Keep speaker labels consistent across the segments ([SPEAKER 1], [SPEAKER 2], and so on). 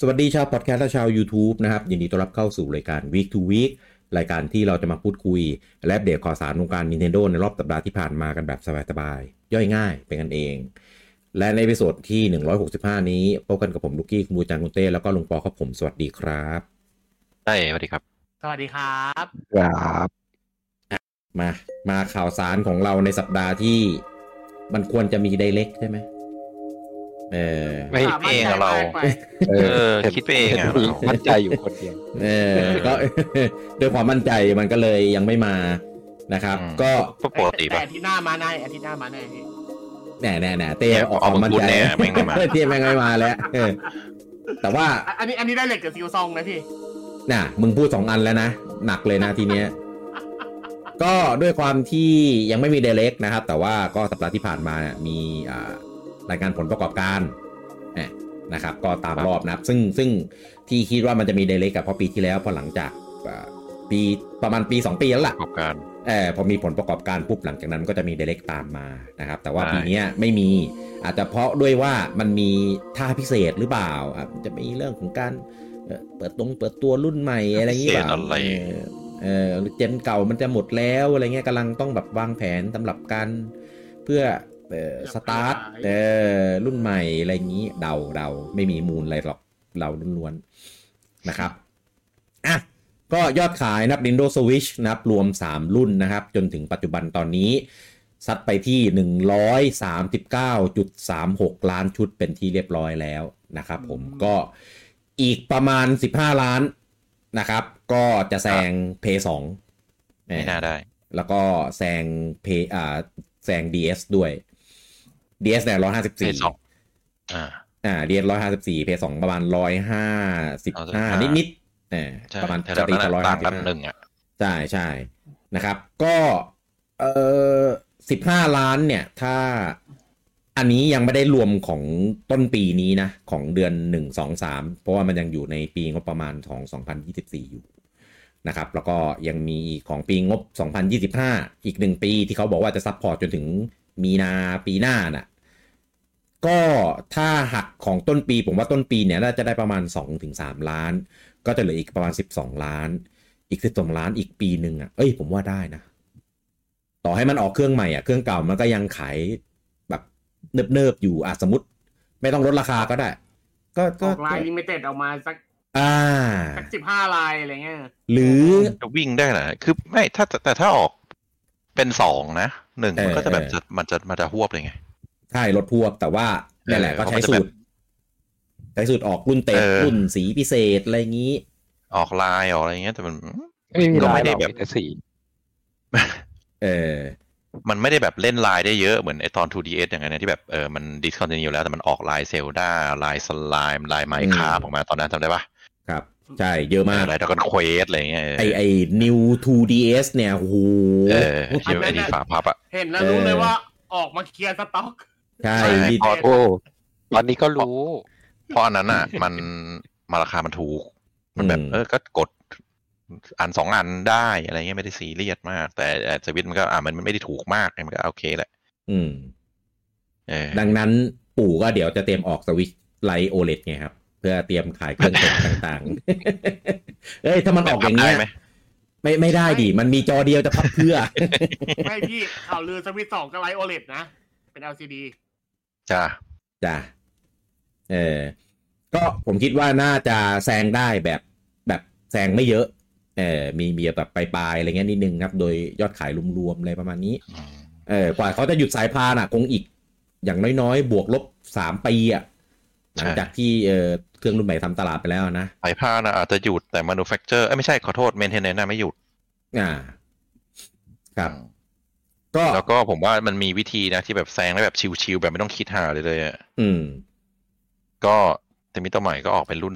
[SPEAKER 1] สวัสดีชาวพอดแคสต์และชาว YouTube นะครับ ยินดีต้อนรับเข้าสู่รายการ Week to Week รายการที่เราจะมาพูดคุย และอัปเดตข่าวสารวงการ Nintendo ในรอบสัปดาห์ที่ผ่านมากันแบบสบายๆ ย่อยง่ายเป็นกันเอง และในเอพิโซดที่ 165 นี้พบกันกับผมลูกกี้ คุณบูจังคุณเต้ แล้วก็ลุงปอครับผมสวัสดีครับ
[SPEAKER 2] ใช่สวัสดีครับ
[SPEAKER 3] สวัสดีครับ
[SPEAKER 4] ครับ
[SPEAKER 1] มามาข่าวสารของเราในสัปดาห์ที่ มันควรจะมีไดเล็กใช่ไหมเออ
[SPEAKER 2] ไม่
[SPEAKER 3] อ่ะ
[SPEAKER 2] เองอะ
[SPEAKER 3] มั่นใจ
[SPEAKER 2] เรา
[SPEAKER 3] มกไป
[SPEAKER 2] เออคิดไปเองอะ
[SPEAKER 4] มั่นใจอยู่คนเดียว
[SPEAKER 1] เออก็ ด้วยความมั่นใจมันก็เลยยังไม่มานะครับ
[SPEAKER 2] อืม
[SPEAKER 1] ก็
[SPEAKER 2] ก็ปกติ
[SPEAKER 3] แต่
[SPEAKER 2] ปะ
[SPEAKER 3] อาทิตย์หน้ามาแน่อาทิตย์หน้ามาแน่พี่
[SPEAKER 1] แหน่แหน่แหน่เต้
[SPEAKER 2] เนี่ย
[SPEAKER 1] ออกความมั่น
[SPEAKER 2] ออกมาพูด
[SPEAKER 1] ใจ
[SPEAKER 2] แน่แม่งไม่มา
[SPEAKER 1] เต้แม่งไม่มาแล้วเออแต่ว่า
[SPEAKER 3] อ่ะอันนี้อันนี้ได้เหล็กกับซิลซองนะพี่
[SPEAKER 1] น่ะมึงพูดสองอันแล้วนะ หนักเลยนะทีเนี้ย ก็ด้วยความที่ยังไม่มีเดเล็กนะครับ แต่ว่าก็สัปดาห์ที่ผ่านมาเนี่ยมีอ่ารายงานผลประกอบการเนี่ยนะครับ ก็ตามรอบนะครับ ซึ่งซึ่งที่คิดว่ามันจะมีเดเล็กกับพอปีที่แล้วพอหลังจากอ่าปีประมาณปีสองปีแล้วล่ะ
[SPEAKER 2] ประกอบการ
[SPEAKER 1] เออพอมีผลประกอบการปุ๊บหลังจากนั้นก็จะมีเดเล็กตามมานะครับ แต่ว่า
[SPEAKER 2] ใช่
[SPEAKER 1] ปีเนี้ยไม่มีอาจจะเพราะด้วยว่ามันมีท่าพิเศษหรือเปล่าอ่ะจะมีเรื่องของการเอ่อเปิดตรงเปิดตัวรุ่นใหม่อะไรอย่างเงี้ยเปล่า
[SPEAKER 2] อะไร
[SPEAKER 1] เออเออหรือเจนเก่ามันจะหมดแล้วอะไรเงี้ยกำลังต้องแบบวางแผนสำหรับการเพื่อเอ่อสตาร์ทเออรุ่นใหม่อะไรอย่างงี้เดาเดาไม่มีมูลอะไรหรอกเราล้วนๆนะครับอ่ะ ก็ยอดขายนะครับ Nintendo Switch นะครับรวม 3 รุ่นนะครับ จนถึงปัจจุบันตอนนี้ซัดไปที่ 139.36 ล้านชุดเป็นที่เรียบร้อยแล้วนะครับผมก็อีกประมาณ 15 ล้านนะครับ ก็จะแซง p 2
[SPEAKER 2] ไม่น่าได้
[SPEAKER 1] แล้วก็แซง p อ่าแซง DS ด้วย DS เนี่ย
[SPEAKER 2] PS2
[SPEAKER 1] 154
[SPEAKER 2] อ่า
[SPEAKER 1] อ่า DS 154 p 2ประมาณ 155 นิดๆอ่า
[SPEAKER 2] ใช่
[SPEAKER 1] ประมาณ
[SPEAKER 2] แถว
[SPEAKER 1] จะตี
[SPEAKER 2] นั้น
[SPEAKER 1] จะ
[SPEAKER 2] อะ
[SPEAKER 1] 155
[SPEAKER 2] ต่างกันหนึ่งอ่ะ
[SPEAKER 1] ใช่ใช่นะครับ ก็เออสิบห้าล้านเนี่ย ถ้าอันนี้ยังไม่ได้รวมของต้นปีนี้นะ ของเดือนหนึ่งสองสามเพราะว่ามันยังอยู่ในปีงบประมาณของสองพันยี่สิบสี่อยู่นะครับ แล้วก็ยังมีของปีงบสองพันยี่สิบห้าอีกหนึ่งปีที่เขาบอกว่าจะซัพพอร์ตจนถึงมีนาปีหน้าน่ะ ก็ถ้าหักของต้นปีผมว่าต้นปีเนี่ยน่าจะได้ประมาณ 2-3 ล้าน ก็จะเหลืออีกประมาณ 12 ล้าน อีก 12 ล้านอีกปีหนึ่งอ่ะ เอ้ยผมว่าได้นะ ต่อให้มันออกเครื่องใหม่อ่ะ เครื่องเก่ามันก็ยังขายแบบเนิบๆอยู่อ่ะสมมติ ไม่ต้องลดราคาก็ได้ ก็
[SPEAKER 3] อ
[SPEAKER 1] ก็
[SPEAKER 3] อกลายลิมิเต็ดออกมาสัก
[SPEAKER 1] อ่า
[SPEAKER 3] สักสิบห้าลายอะไรเงี้ย
[SPEAKER 1] หรือ
[SPEAKER 2] จะวิ่งได้เหรอคือไม่ ถ้าแต่ถ้าออกเป็นสองนะหนึ่งมันก็จะแบบจะมันจะมันจะหวบเลยไง
[SPEAKER 1] ใช่ลดพวบแต่ว่านั่นแหละ
[SPEAKER 2] เออ
[SPEAKER 1] ก็ใช้
[SPEAKER 2] เขาก็จะ
[SPEAKER 1] สู
[SPEAKER 2] แบ
[SPEAKER 1] ต
[SPEAKER 2] บ
[SPEAKER 1] รใช้สูตรออกรุ่นเต็ม
[SPEAKER 2] เออ
[SPEAKER 1] รุ่นสีพิเศษอะไรอย่างนี้
[SPEAKER 2] ออกลายออกอะไรเงี้ย แต่มัน
[SPEAKER 4] ไม่มี
[SPEAKER 2] ก็
[SPEAKER 4] ลา
[SPEAKER 2] ไม่
[SPEAKER 4] ย
[SPEAKER 2] ได้
[SPEAKER 4] หรอก
[SPEAKER 2] แบบ
[SPEAKER 4] มีแต่สี
[SPEAKER 1] เออ
[SPEAKER 2] มันไม่ได้แบบเล่นลายได้เยอะเหมือนไอตอน 2ds อย่างเงี้ยที่แบบเออมันดิสคอนติเนียแล้วแต่มันออกลายเซลดาลายสไลม์ลายไมค์คา
[SPEAKER 1] อืม
[SPEAKER 2] ออกมาตอนนั้นจำได้ปะ
[SPEAKER 1] ครับ ใช่เยอะมาก
[SPEAKER 2] ลายดากอนเควสอะไรเงี้ย
[SPEAKER 1] ไอไอ new 2ds เนี่ยโอ้โห
[SPEAKER 2] เออที่ไอที่ฝาพับอะ
[SPEAKER 3] เห็นแล้วรู้เลยว่าออกมาเคลียร์สต็อก
[SPEAKER 1] ใช่
[SPEAKER 2] ใช่
[SPEAKER 1] ที่
[SPEAKER 4] พอโอ้ตอนนี้ก็รู้
[SPEAKER 2] เพราะอันนั้น อ่ะ มันมาราคามันถูก มันแบบ เออก็กด อันสองอันได้อะไรเงี้ยไม่ได้ซีเรียสมาก แต่สวิตมันก็อ่ะมันมันไม่ได้ถูกมากไงมันก็โอเคแหละ
[SPEAKER 1] อืม
[SPEAKER 2] เออ
[SPEAKER 1] ดังนั้นปู่ก็เดี๋ยวจะเตรียมออกสวิตช์ไลท์โอเลดไงครับ เพื่อเตรียมขายเครื่องเต็มต่างๆ เอ้ย ถ้ามันออกอย่างเงี้ย
[SPEAKER 2] ได้ไหม
[SPEAKER 1] ไม่ไม่ได้ดิ มันมีจอเดียวจะพับเพื่อ
[SPEAKER 3] ไม่พี่ข่าวลือสวิตสองก็ไลโอเลดนะ เป็น LCD
[SPEAKER 2] จ้า
[SPEAKER 1] จ้ะเออ ก็ผมคิดว่าน่าจะแซงได้แบบแบบแซงไม่เยอะ เออมีมีแบบปลายๆอะไรเงี้ยนิดนึงครับ โดยยอดขายรวมๆอะไรประมาณนี้ เออกว่าเขาจะหยุดสายพานอ่ะ คงอีกอย่างน้อยๆ บวกลบสามปีอ่ะหลังจากที่เออเครื่องรุ่นใหม่ทำตลาดไปแล้วนะ
[SPEAKER 2] สายผ้านะอาจจะหยุดแต่ manufacture เอ้ยไม่ใช่ขอโทษ maintenance น่ะไม่หยุด
[SPEAKER 1] อ่า ครับ ก็
[SPEAKER 2] แล้วก็ผมว่ามันมีวิธีนะที่แบบแซงได้แบบชิวๆแบบไม่ต้องคิดหาเลยเลยอะ
[SPEAKER 1] อืม
[SPEAKER 2] ก็เทมิโตใหม่ก็ออกเป็นรุ่น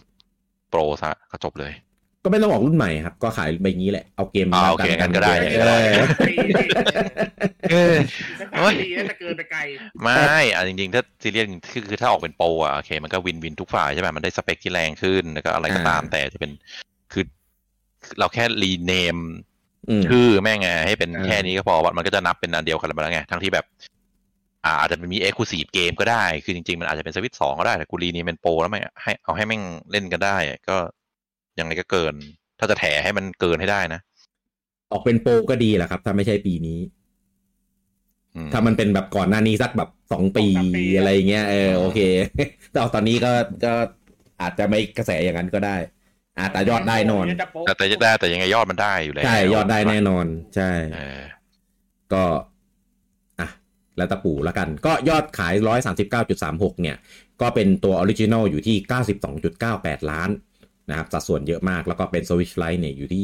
[SPEAKER 2] โปรซะก็จบเลย
[SPEAKER 1] ก็ไม่ต้องออกรุ่นใหม่ครับ ก็ขายไปงี้แหละ เอาเกม
[SPEAKER 2] อ่าโอเคงั้นก็ได้
[SPEAKER 1] เออ
[SPEAKER 3] ปีนี้
[SPEAKER 2] เออ
[SPEAKER 3] สัก
[SPEAKER 2] โอ้ย
[SPEAKER 3] ปีน่าจะเกินไปไกล
[SPEAKER 2] ไม่อ่ะจริงๆ ถ้าซีเรียสคือคือถ้าออกเป็นโปรอ่ะโอเค มันก็วินวินทุกฝ่ายใช่ไหมมันได้สเปคที่แรงขึ้น แล้วก็อะไรก็ตาม
[SPEAKER 1] อ่า
[SPEAKER 2] แต่จะเป็นคือเราแค่รีเนม
[SPEAKER 1] อืม
[SPEAKER 2] ชื่อแม่งไงให้เป็น
[SPEAKER 4] อ่า
[SPEAKER 2] แค่นี้ก็พอว่ามันก็จะนับเป็นอันเดียวกันแล้วไง ทั้งที่แบบ อ่าอาจจะมีเอ็กซ์คลูซีฟเกมก็ได้ คือจริงๆ มันอาจจะเป็นสวิตสองก็ได้ แต่กูรีนี่เป็นโปรแล้วไม่ให้เอาให้แม่งเล่นกันได้ ก็ยังไงก็เกิน ถ้าจะแถให้มันเกินให้ได้นะ
[SPEAKER 1] ออกเป็นโปรก็ดีแหละครับ ถ้าไม่ใช่ปีนี้
[SPEAKER 2] อืม
[SPEAKER 1] ถ้ามันเป็นแบบก่อนหน้านี้สักแบบสองปี
[SPEAKER 3] สองสามปี
[SPEAKER 1] อะไรเงี้ยเออโอเค แต่เอาตอนนี้ก็ก็อาจจะไม่กระแสอย่างนั้นก็ได้อาจจะยอดได้แน่นอน
[SPEAKER 3] จะโป๊ะ
[SPEAKER 2] แต่แต่แต่แต่ยังไงยอดมันได้อยู่แล้ว
[SPEAKER 1] ใช่ยอดได้แน่นอน ใช่
[SPEAKER 2] เออ
[SPEAKER 1] ก็อ่ะแล้วตะปูละกัน ก็ยอดขาย 139.36 เนี่ย ก็เป็นตัวออริจิน l ลอยู่ที่ 92.98 ล้านนะครับสัดส่วนเยอะมากแล้วก็เป็น Switch Lite เนี่ยอยู่ที่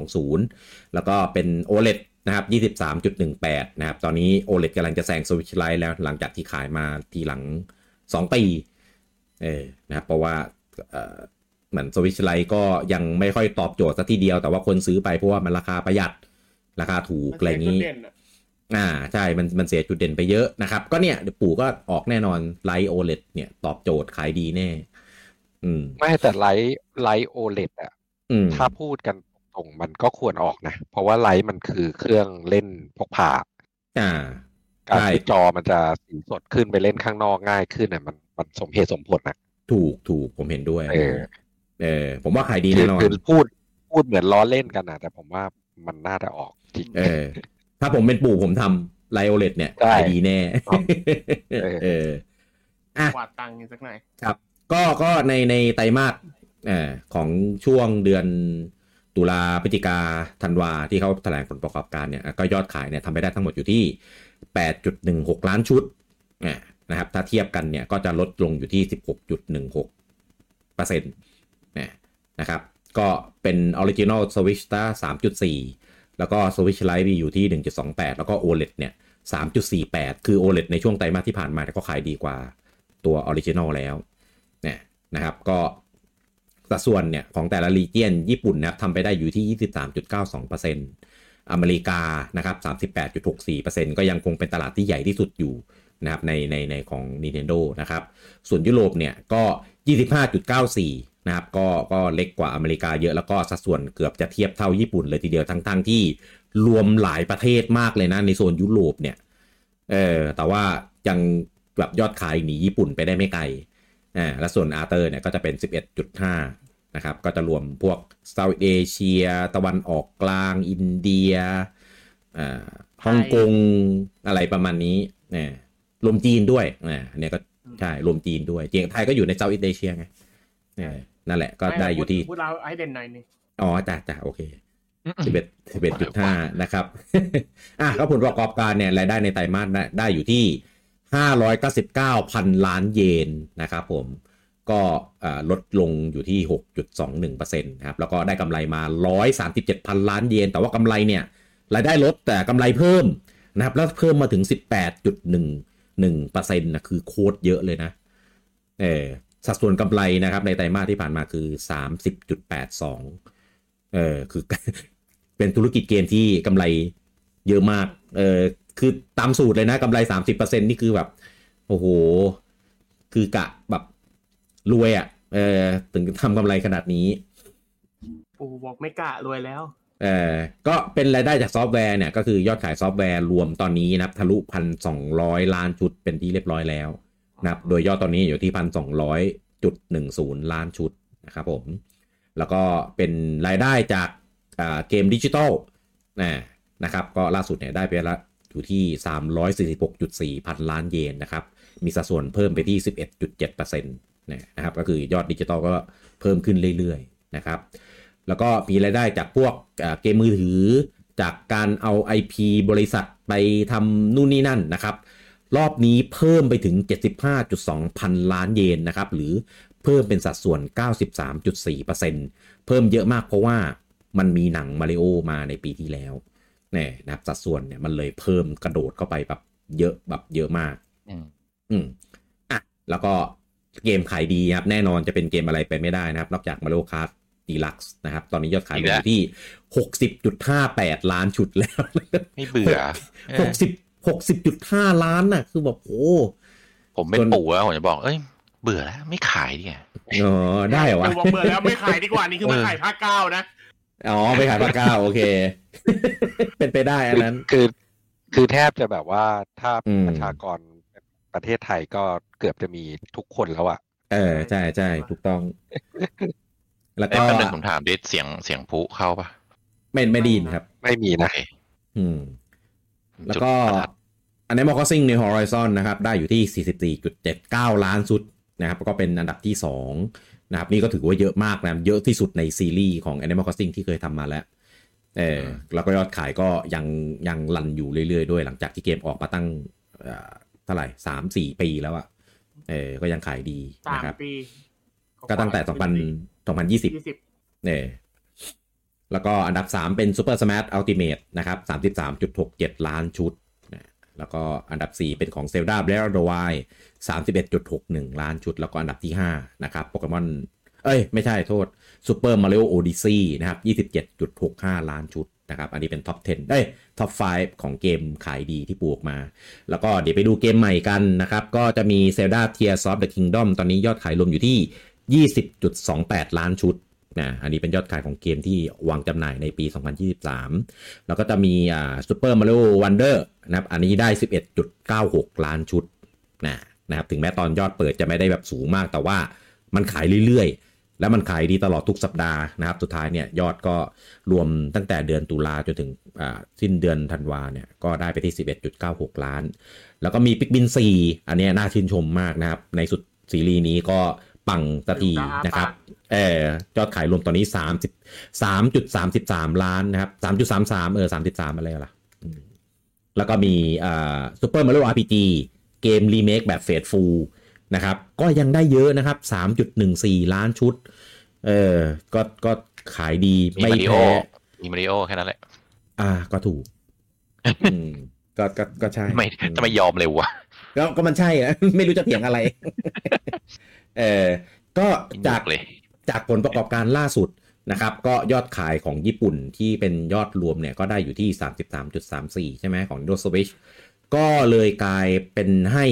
[SPEAKER 1] 23.20 แล้วก็เป็น OLED นะครับ 23.18 นะครับ ตอนนี้ OLED กำลังจะแซง Switch Lite แล้วหลังจากที่ขายมาทีหลัง 2 ปีเออนะครับเพราะว่าเอ่อ เหมือนสวิชไลท์ก็ยังไม่ค่อยตอบโจทย์ซะทีเดียวแต่ว่าคนซื้อไปเพราะว่ามันราคาประหยัด ราคาถูกอะไรอย่าง
[SPEAKER 3] มั
[SPEAKER 1] นี้
[SPEAKER 3] นเสียจุดเด่นอะ
[SPEAKER 1] อ่าใช่มันมันเสียจุดเด่นไปเยอะนะครับ ก็เนี่ยเดี๋ยวปู่ก็ออกแน่นอนไลท์โอเลเนี่ยตอบโจทย์ขายดีแน่ อืม
[SPEAKER 4] ไม่แต่ไลท์ไลท์โอเลดอะ
[SPEAKER 1] อืม
[SPEAKER 4] ถ้าพูดกันตรงๆมันก็ควรออกนะ เพราะว่าไลท์มันคือเครื่องเล่นพกพา
[SPEAKER 1] อ่า
[SPEAKER 4] การ
[SPEAKER 1] ใช่
[SPEAKER 4] ที่จอมันจะสีสดขึ้นไปเล่นข้างนอกง่ายขึ้นอ่ะมันมันสมเหตุสมผลนะ
[SPEAKER 1] ถูกถูกผมเห็นด้วย
[SPEAKER 4] เออ
[SPEAKER 1] เออ ผมว่าขายดี
[SPEAKER 4] คื
[SPEAKER 1] แน่นอน
[SPEAKER 4] คือพูดพูดเหมือนล้อเล่นกันนะแต่ผมว่ามันน่าจะออกจริง
[SPEAKER 1] เออ ถ้าผมเป็นปู่ผมทำไลโอเลตเนี่ย
[SPEAKER 4] ใช่
[SPEAKER 1] ขายดีแน่
[SPEAKER 4] ครับเออ
[SPEAKER 1] เออ
[SPEAKER 3] กวาดตังค์อีกสักหน่อย
[SPEAKER 1] ครับก็ก็ในในไตรมาสเอ่อของช่วงเดือนตุลาพฤศจิกาธันวาที่เขาแถลงผลประกอบการเนี่ยก็ยอดขายเนี่ยทำไปได้ทั้งหมดอยู่ที่ 8.16 ล้านชุดอ่ะนะครับถ้าเทียบกันเนี่ยก็จะลดลงอยู่ที่ 16.16เปอร์เซ็นต์นะครับก็เป็นออริจินอลสวิชตา3.4 แล้วก็สวิชไลท์อยู่ที่ 1.28 แล้วก็ OLED เนี่ย 3.48 คือ OLED ในช่วงไตรมาสที่ผ่านมาเนี่ยก็ขายดีกว่าตัวออริจินอลแล้วเนี่ยนะครับก็สัดส่วนเนี่ยของแต่ละรีเจียนญี่ปุ่นนะครับทำไปได้อยู่ที่ 23.92%อเมริกานะครับ38.64%ก็ยังคงเป็นตลาดที่ใหญ่ที่สุดอยู่นะครับในในในของ Nintendo นะครับ ส่วนยุโรปเนี่ยก็ 25.94 นะครับก็ก็เล็กกว่าอเมริกาเยอะแล้วก็สัดส่วนเกือบจะเทียบเท่าญี่ปุ่นเลยทีเดียวทั้งทั้งที่รวมหลายประเทศมากเลยนะในโซนยุโรปเนี่ยเออแต่ว่ายังแบบยอดขายหนีญี่ปุ่นไปได้ไม่ไกลอ่าและส่วนอาร์เตอร์เนี่ยก็จะเป็น 11.5 นะครับก็จะรวมพวกเซาท์เอเชีย ตะวันออกกลาง อินเดียอ่าฮ่องกงอะไรประมาณนี้เนี่ยรวมจีนด้วยอ่าอันเนี่ยก็ ใช่ รวมจีนด้วยจีนกับไทยก็อยู่ในเซาท์อินเดเชียไงเออนั่นแหละก็ได้อยู่ที่
[SPEAKER 3] พูดเราให้เด่นหน่อยหนึง
[SPEAKER 1] อ๋อจ้าจ้าโอเค
[SPEAKER 2] อืม
[SPEAKER 1] สิบเอ็ดสิบเอ็ดจุดห้านะครับ อ่ะก็ผลประกอบการเนี่ยรายได้ในไตรมาสได้อยู่ที่ห้าร้อยเก้าสิบเก้าพันล้านเยนนะครับผมก็อ่าลดลงอยู่ที่หกจุดสองหนึ่งเปอร์เซ็นต์ครับแล้วก็ได้กำไรมาร้อยสามสิบเจ็ดพันล้านเยน แต่ว่ากำไรเนี่ย รายได้ลดแต่กำไรเพิ่มนะครับ แล้วเพิ่มมาถึงสิบแปดจุดหนึ่งหนึ่งเปอร์เซ็นต์นะคือโคตรเยอะเลยนะเออสัดส่วนกำไรนะครับในไตรมาสที่ผ่านมาคือสามสิบจุดแปดสอง เออคือ เป็นธุรกิจเกมที่กำไรเยอะมาก เออคือตามสูตรเลยนะกำไรสามสิบเปอร์เซ็นนี่คือแบบ โอ้โห คือกะแบบรวยอะ่ะ เออถึงทำกำไรขนาดนี้
[SPEAKER 3] ปูบอกไม่กล้ารวยแล้ว
[SPEAKER 1] เอ่อก็เป็นรายได้จากซอฟต์แวร์เนี่ยก็คือยอดขายซอฟต์แวร์รวมตอนนี้นะครับทะลุพันสองร้อยล้านชุดเป็นที่เรียบร้อยแล้วนะครับโดยยอดตอนนี้อยู่ที่พันสองร้อยจุดหนึ่งศูนย์ล้านชุดนะครับผม แล้วก็เป็นรายได้จากอ่าเกมดิจิตอลนะนะครับก็ล่าสุดเนี่ยได้ไปละอยู่ที่ 346.4 พันล้านเยนนะครับ มีสัดส่วนเพิ่มไปที่ 11.7%นะครับก็คือยอดดิจิตอลก็เพิ่มขึ้นเรื่อยๆนะครับ แล้วก็มีรายได้จากพวกเอ่อเกมมือถือจากการเอา IP บริษัทไปทำนู่นนี่นั่นนะครับ รอบนี้เพิ่มไปถึง 75.2 พันล้านเยนนะครับ หรือเพิ่มเป็นสัดส่วน 93.4%เพิ่มเยอะมากเพราะว่ามันมีหนังมาริโอมาในปีที่แล้วเนี่ยนะครับสัดส่วนเนี่ยมันเลยเพิ่มกระโดดเข้าไปแบบเยอะแบบเยอะมาก
[SPEAKER 2] อืม
[SPEAKER 1] อืมอ่ะแล้วก็เกมขายดีครับ แน่นอนจะเป็นเกมอะไรไปไม่ได้นะครับ นอกจาก Mario Kart Deluxe นะครับ ตอนนี้ยอดขาย
[SPEAKER 2] อี
[SPEAKER 1] ร
[SPEAKER 2] ก
[SPEAKER 1] วมอ
[SPEAKER 2] แล้ว
[SPEAKER 1] ยู่ที่ 60.58 ล้านชุดแล้ว
[SPEAKER 2] ไม่เบื่อเออ
[SPEAKER 1] 60 60.5 ล้านน่ะ คือแบบโอ้
[SPEAKER 2] ผมเป็นปู่แล้วผมจะบอก เอ้ย เบื่อแล้วไม่ขายดีกว่า
[SPEAKER 1] อ๋อได้เหรอวะ
[SPEAKER 3] ปูบอกเบื่อแล้วไม่ขายดีกว่านี่คือมาขายภาคเก้านะ
[SPEAKER 1] อ๋อ ไปขายภาคเก้าโอเค เป็นไปได้อันนั้น
[SPEAKER 4] คือ คือแทบจะแบบว่าถ้า
[SPEAKER 1] อืม
[SPEAKER 4] ประชากรประเทศไทยก็เกือบจะมีทุกคนแล้วอะ
[SPEAKER 1] เออใช่ใช่ถูกต้อง แล้ว
[SPEAKER 2] ไอ้
[SPEAKER 1] ก็
[SPEAKER 2] ประเด็นผมถามดิเสียงเสียงพลุเข้าปะ
[SPEAKER 1] ไม่ไม่ไดีนครับ
[SPEAKER 4] ไม่มีนะ
[SPEAKER 1] อืม แล้ว
[SPEAKER 2] จุด
[SPEAKER 1] ก็
[SPEAKER 2] ประทัด
[SPEAKER 1] อันนี้มอคซิงใน Horizon นะครับ ได้อยู่ที่ 44.79 ล้านชุดนะครับ ก็เป็นอันดับที่ 2 นะครับ นี่ก็ถือว่าเยอะมากนะเยอะที่สุดในซีรีส์ของ Animal Crossing ที่เคยทำมาแล้วเออ
[SPEAKER 2] อืม
[SPEAKER 1] แล้วก็ยอดขายก็ยังยังลันอยู่เรื่อยๆด้วย หลังจากที่เกมออกมาตั้งเอ่อเท่าไหร่สามสี่ปีแล้วอะเออก็ยังขายดี
[SPEAKER 3] สาม
[SPEAKER 1] นะครับ
[SPEAKER 3] ปี
[SPEAKER 1] ก็ตั้งแต่2000 2020
[SPEAKER 3] ยี่สิบ
[SPEAKER 1] เนี่ยแล้วก็อันดับ 3 เป็น Super Smash Ultimate นะครับ 33.67 ล้านชุดนะแล้วก็อันดับ 4 เป็นของ Zelda Breath of the Wild 31.61 ล้านชุด แล้วก็อันดับที่ 5 นะครับ โปเกมอน เอ้ย ไม่ใช่โทษ Super Mario Odyssey นะครับ 27.65 ล้านชุดนะครับ อันนี้เป็นท็อป 10 เอ้ย ท็อป 5 ของเกมขายดีที่ปลูกมา แล้วก็เดี๋ยวไปดูเกมใหม่กันนะครับ ก็จะมี Zelda Tears of the Kingdom ตอนนี้ยอดขายรวมอยู่ที่ 20.28 ล้านชุดนะอันนี้เป็นยอดขายของเกมที่วางจำหน่ายในปี 2023 แล้วก็จะมีอ่า Super Mario Wonder นะครับ อันนี้ได้ 11.96 ล้านชุดนะนะครับ ถึงแม้ตอนยอดเปิดจะไม่ได้แบบสูงมาก แต่ว่ามันขายเรื่อยๆ แล้วมันขายดีตลอดทุกสัปดาห์นะครับ สุดท้ายเนี่ยยอดก็รวมตั้งแต่เดือนตุลาจนถึงอ่าสิ้นเดือนธันวาเนี่ยก็ได้ไปที่ 11.96 ล้าน แล้วก็มีปิกบิน 4 อันเนี้ยน่าชื่นชมมากนะครับ ในสุดซีรีส์นี้ก็ปังสักทีนะครับ เออยอดขายรวมตอนนี้สามสิบสามจุดสามสิบสามล้านนะครับสามจุดสามสามเออสามสิบสามอะไรล่ะอืมแล้วก็มีอ่าซูเปอร์มาริโออาร์พีจีเกมรีเมคแบบเฟสฟูลนะครับ ก็ยังได้เยอะนะครับสามจุดหนึ่งสี่ล้านชุด เออก็ก็ขายดี
[SPEAKER 2] มี
[SPEAKER 1] ไม่
[SPEAKER 2] มาริโอ
[SPEAKER 1] แพ้
[SPEAKER 2] มีมาริโอแค่นั้นแหละ
[SPEAKER 1] อ่าก็ ถูกอืมก็ก็ก็ใช่
[SPEAKER 2] ทำไม่
[SPEAKER 1] อืม
[SPEAKER 2] ทำไมยอมเลยวะ
[SPEAKER 1] ก็ก็มันใช่นะ ไม่รู้จะเถียงอะไร เออก็จาก
[SPEAKER 2] ยิงเลย
[SPEAKER 1] จากผลประกอบการล่าสุดนะครับ ก็ยอดขายของญี่ปุ่นที่เป็นยอดรวมเนี่ยก็ได้อยู่ที่ 33.34 ใช่ไหมของ Nintendo Switch ก็เลยกลายเป็นให้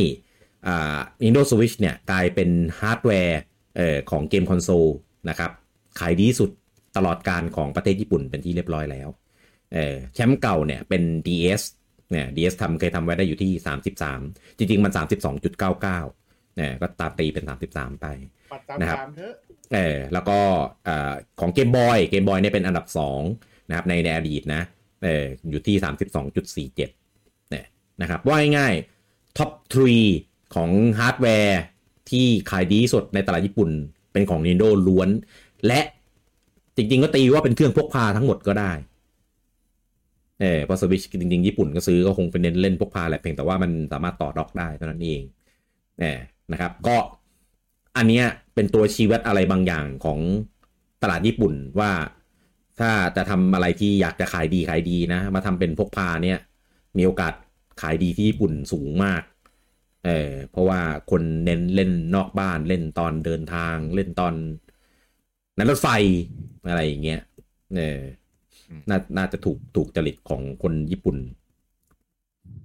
[SPEAKER 1] อ่า Nintendo Switch เนี่ยกลายเป็นฮาร์ดแวร์เอ่อของเกมคอนโซลนะครับ ขายดีสุดตลอดการของประเทศญี่ปุ่นเป็นที่เรียบร้อยแล้ว เออแชมป์เก่าเนี่ยเป็น DS เนี่ย DS ทำเคยทำไว้ได้อยู่ที่ 33 จริง ๆ มัน 32.99เนี่ยก็ตามตีเป็น 33 ไป
[SPEAKER 3] ปัดสาม
[SPEAKER 1] นะครับ
[SPEAKER 3] สามเถอะ
[SPEAKER 1] เออแล้วก็เอ่อของเกมบอยเกมบอยเนี่ยเป็นอันดับ 2 นะครับ ในในอดีตนะเอออยู่ที่ 32.47เนี่ยนะครับว่าง่ายๆท็อป 3 ของฮาร์ดแวร์ที่ขายดีที่สุดในตลาดญี่ปุ่นเป็นของ Nintendo ล้วน และจริงๆ ก็ตีว่าเป็นเครื่องพกพาทั้งหมดก็ได้ เออเพอสวิชจริงๆ ญี่ปุ่นก็ซื้อก็คงเป็นเน้นเล่นพกพาแหละเพียงแต่ว่ามันสามารถต่อด็อกได้เท่านั้นเองเออนะครับ ก็อันเนี้ยเป็นตัวชี้วัดอะไรบางอย่างของตลาดญี่ปุ่นว่าถ้าจะทำอะไรที่อยากจะขายดีขายดีนะ มาทำเป็นพกพาเนี่ย มีโอกาสขายดีที่ญี่ปุ่นสูงมากเออเพราะว่าคนเน้นเล่นนอกบ้านเล่นตอนเดินทางเล่นตอนนั่งรถไฟอะไรอย่างเงี้ยเออ น่าน่าจะถูกถูกจริตของคนญี่ปุ่น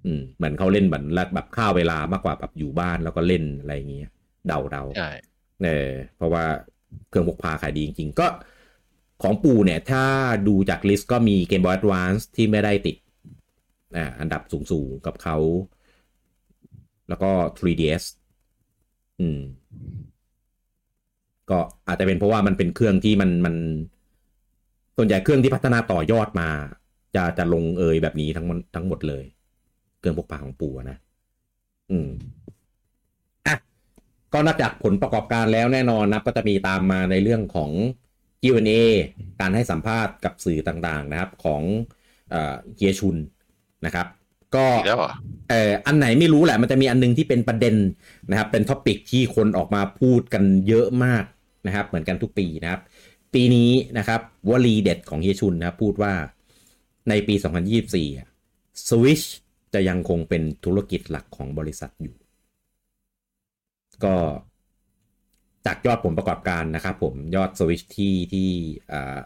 [SPEAKER 1] อืม เหมือนเขาเล่นแบบแบบข้าวเวลามากกว่าแบบอยู่บ้านแล้วก็เล่นอะไรอย่างเงี้ย เดาเดา
[SPEAKER 2] ใช่
[SPEAKER 1] เออเพราะว่าเครื่องพกพาขายดีจริงๆ ก็ของปู่เนี่ย ถ้าดูจากลิสต์ก็มี Game Boy Advance ที่ไม่ได้ติดอ่าอันดับสูงๆ กับเขา แล้วก็ 3DS อืม ก็อาจจะเป็นเพราะว่ามันเป็นเครื่องที่มันมันส่วนใหญ่เครื่องที่พัฒนาต่อยอดมา จะจะลงเอยแบบนี้ทั้งหมดทั้งหมดเลย เครื่องพกพาของปู่อะนะ อืม อ่ะ ก็นอกจากผลประกอบการแล้วแน่นอนนะครับก็จะมีตามมาในเรื่องของ Q&A การให้สัมภาษณ์กับสื่อต่างๆนะครับ ของเอ่อเฮียชุนนะครับ ก็
[SPEAKER 2] อีกแล้วเหรอ
[SPEAKER 1] เอ่ออันไหนไม่รู้แหละมันจะมีอันหนึงที่เป็นประเด็นนะครับ เป็นท็อปิกที่คนออกมาพูดกันเยอะมากนะครับ เหมือนกันทุกปีนะครับ ปีนี้นะครับวลีเด็ดของเฮียชุนนะครับ พูดว่าในปี 2024อะ Switch จะยังคงเป็นธุรกิจหลักของบริษัทอยู่ ก็จากยอดผลประกอบการนะครับผมยอดสวิชที่ที่เอ่อ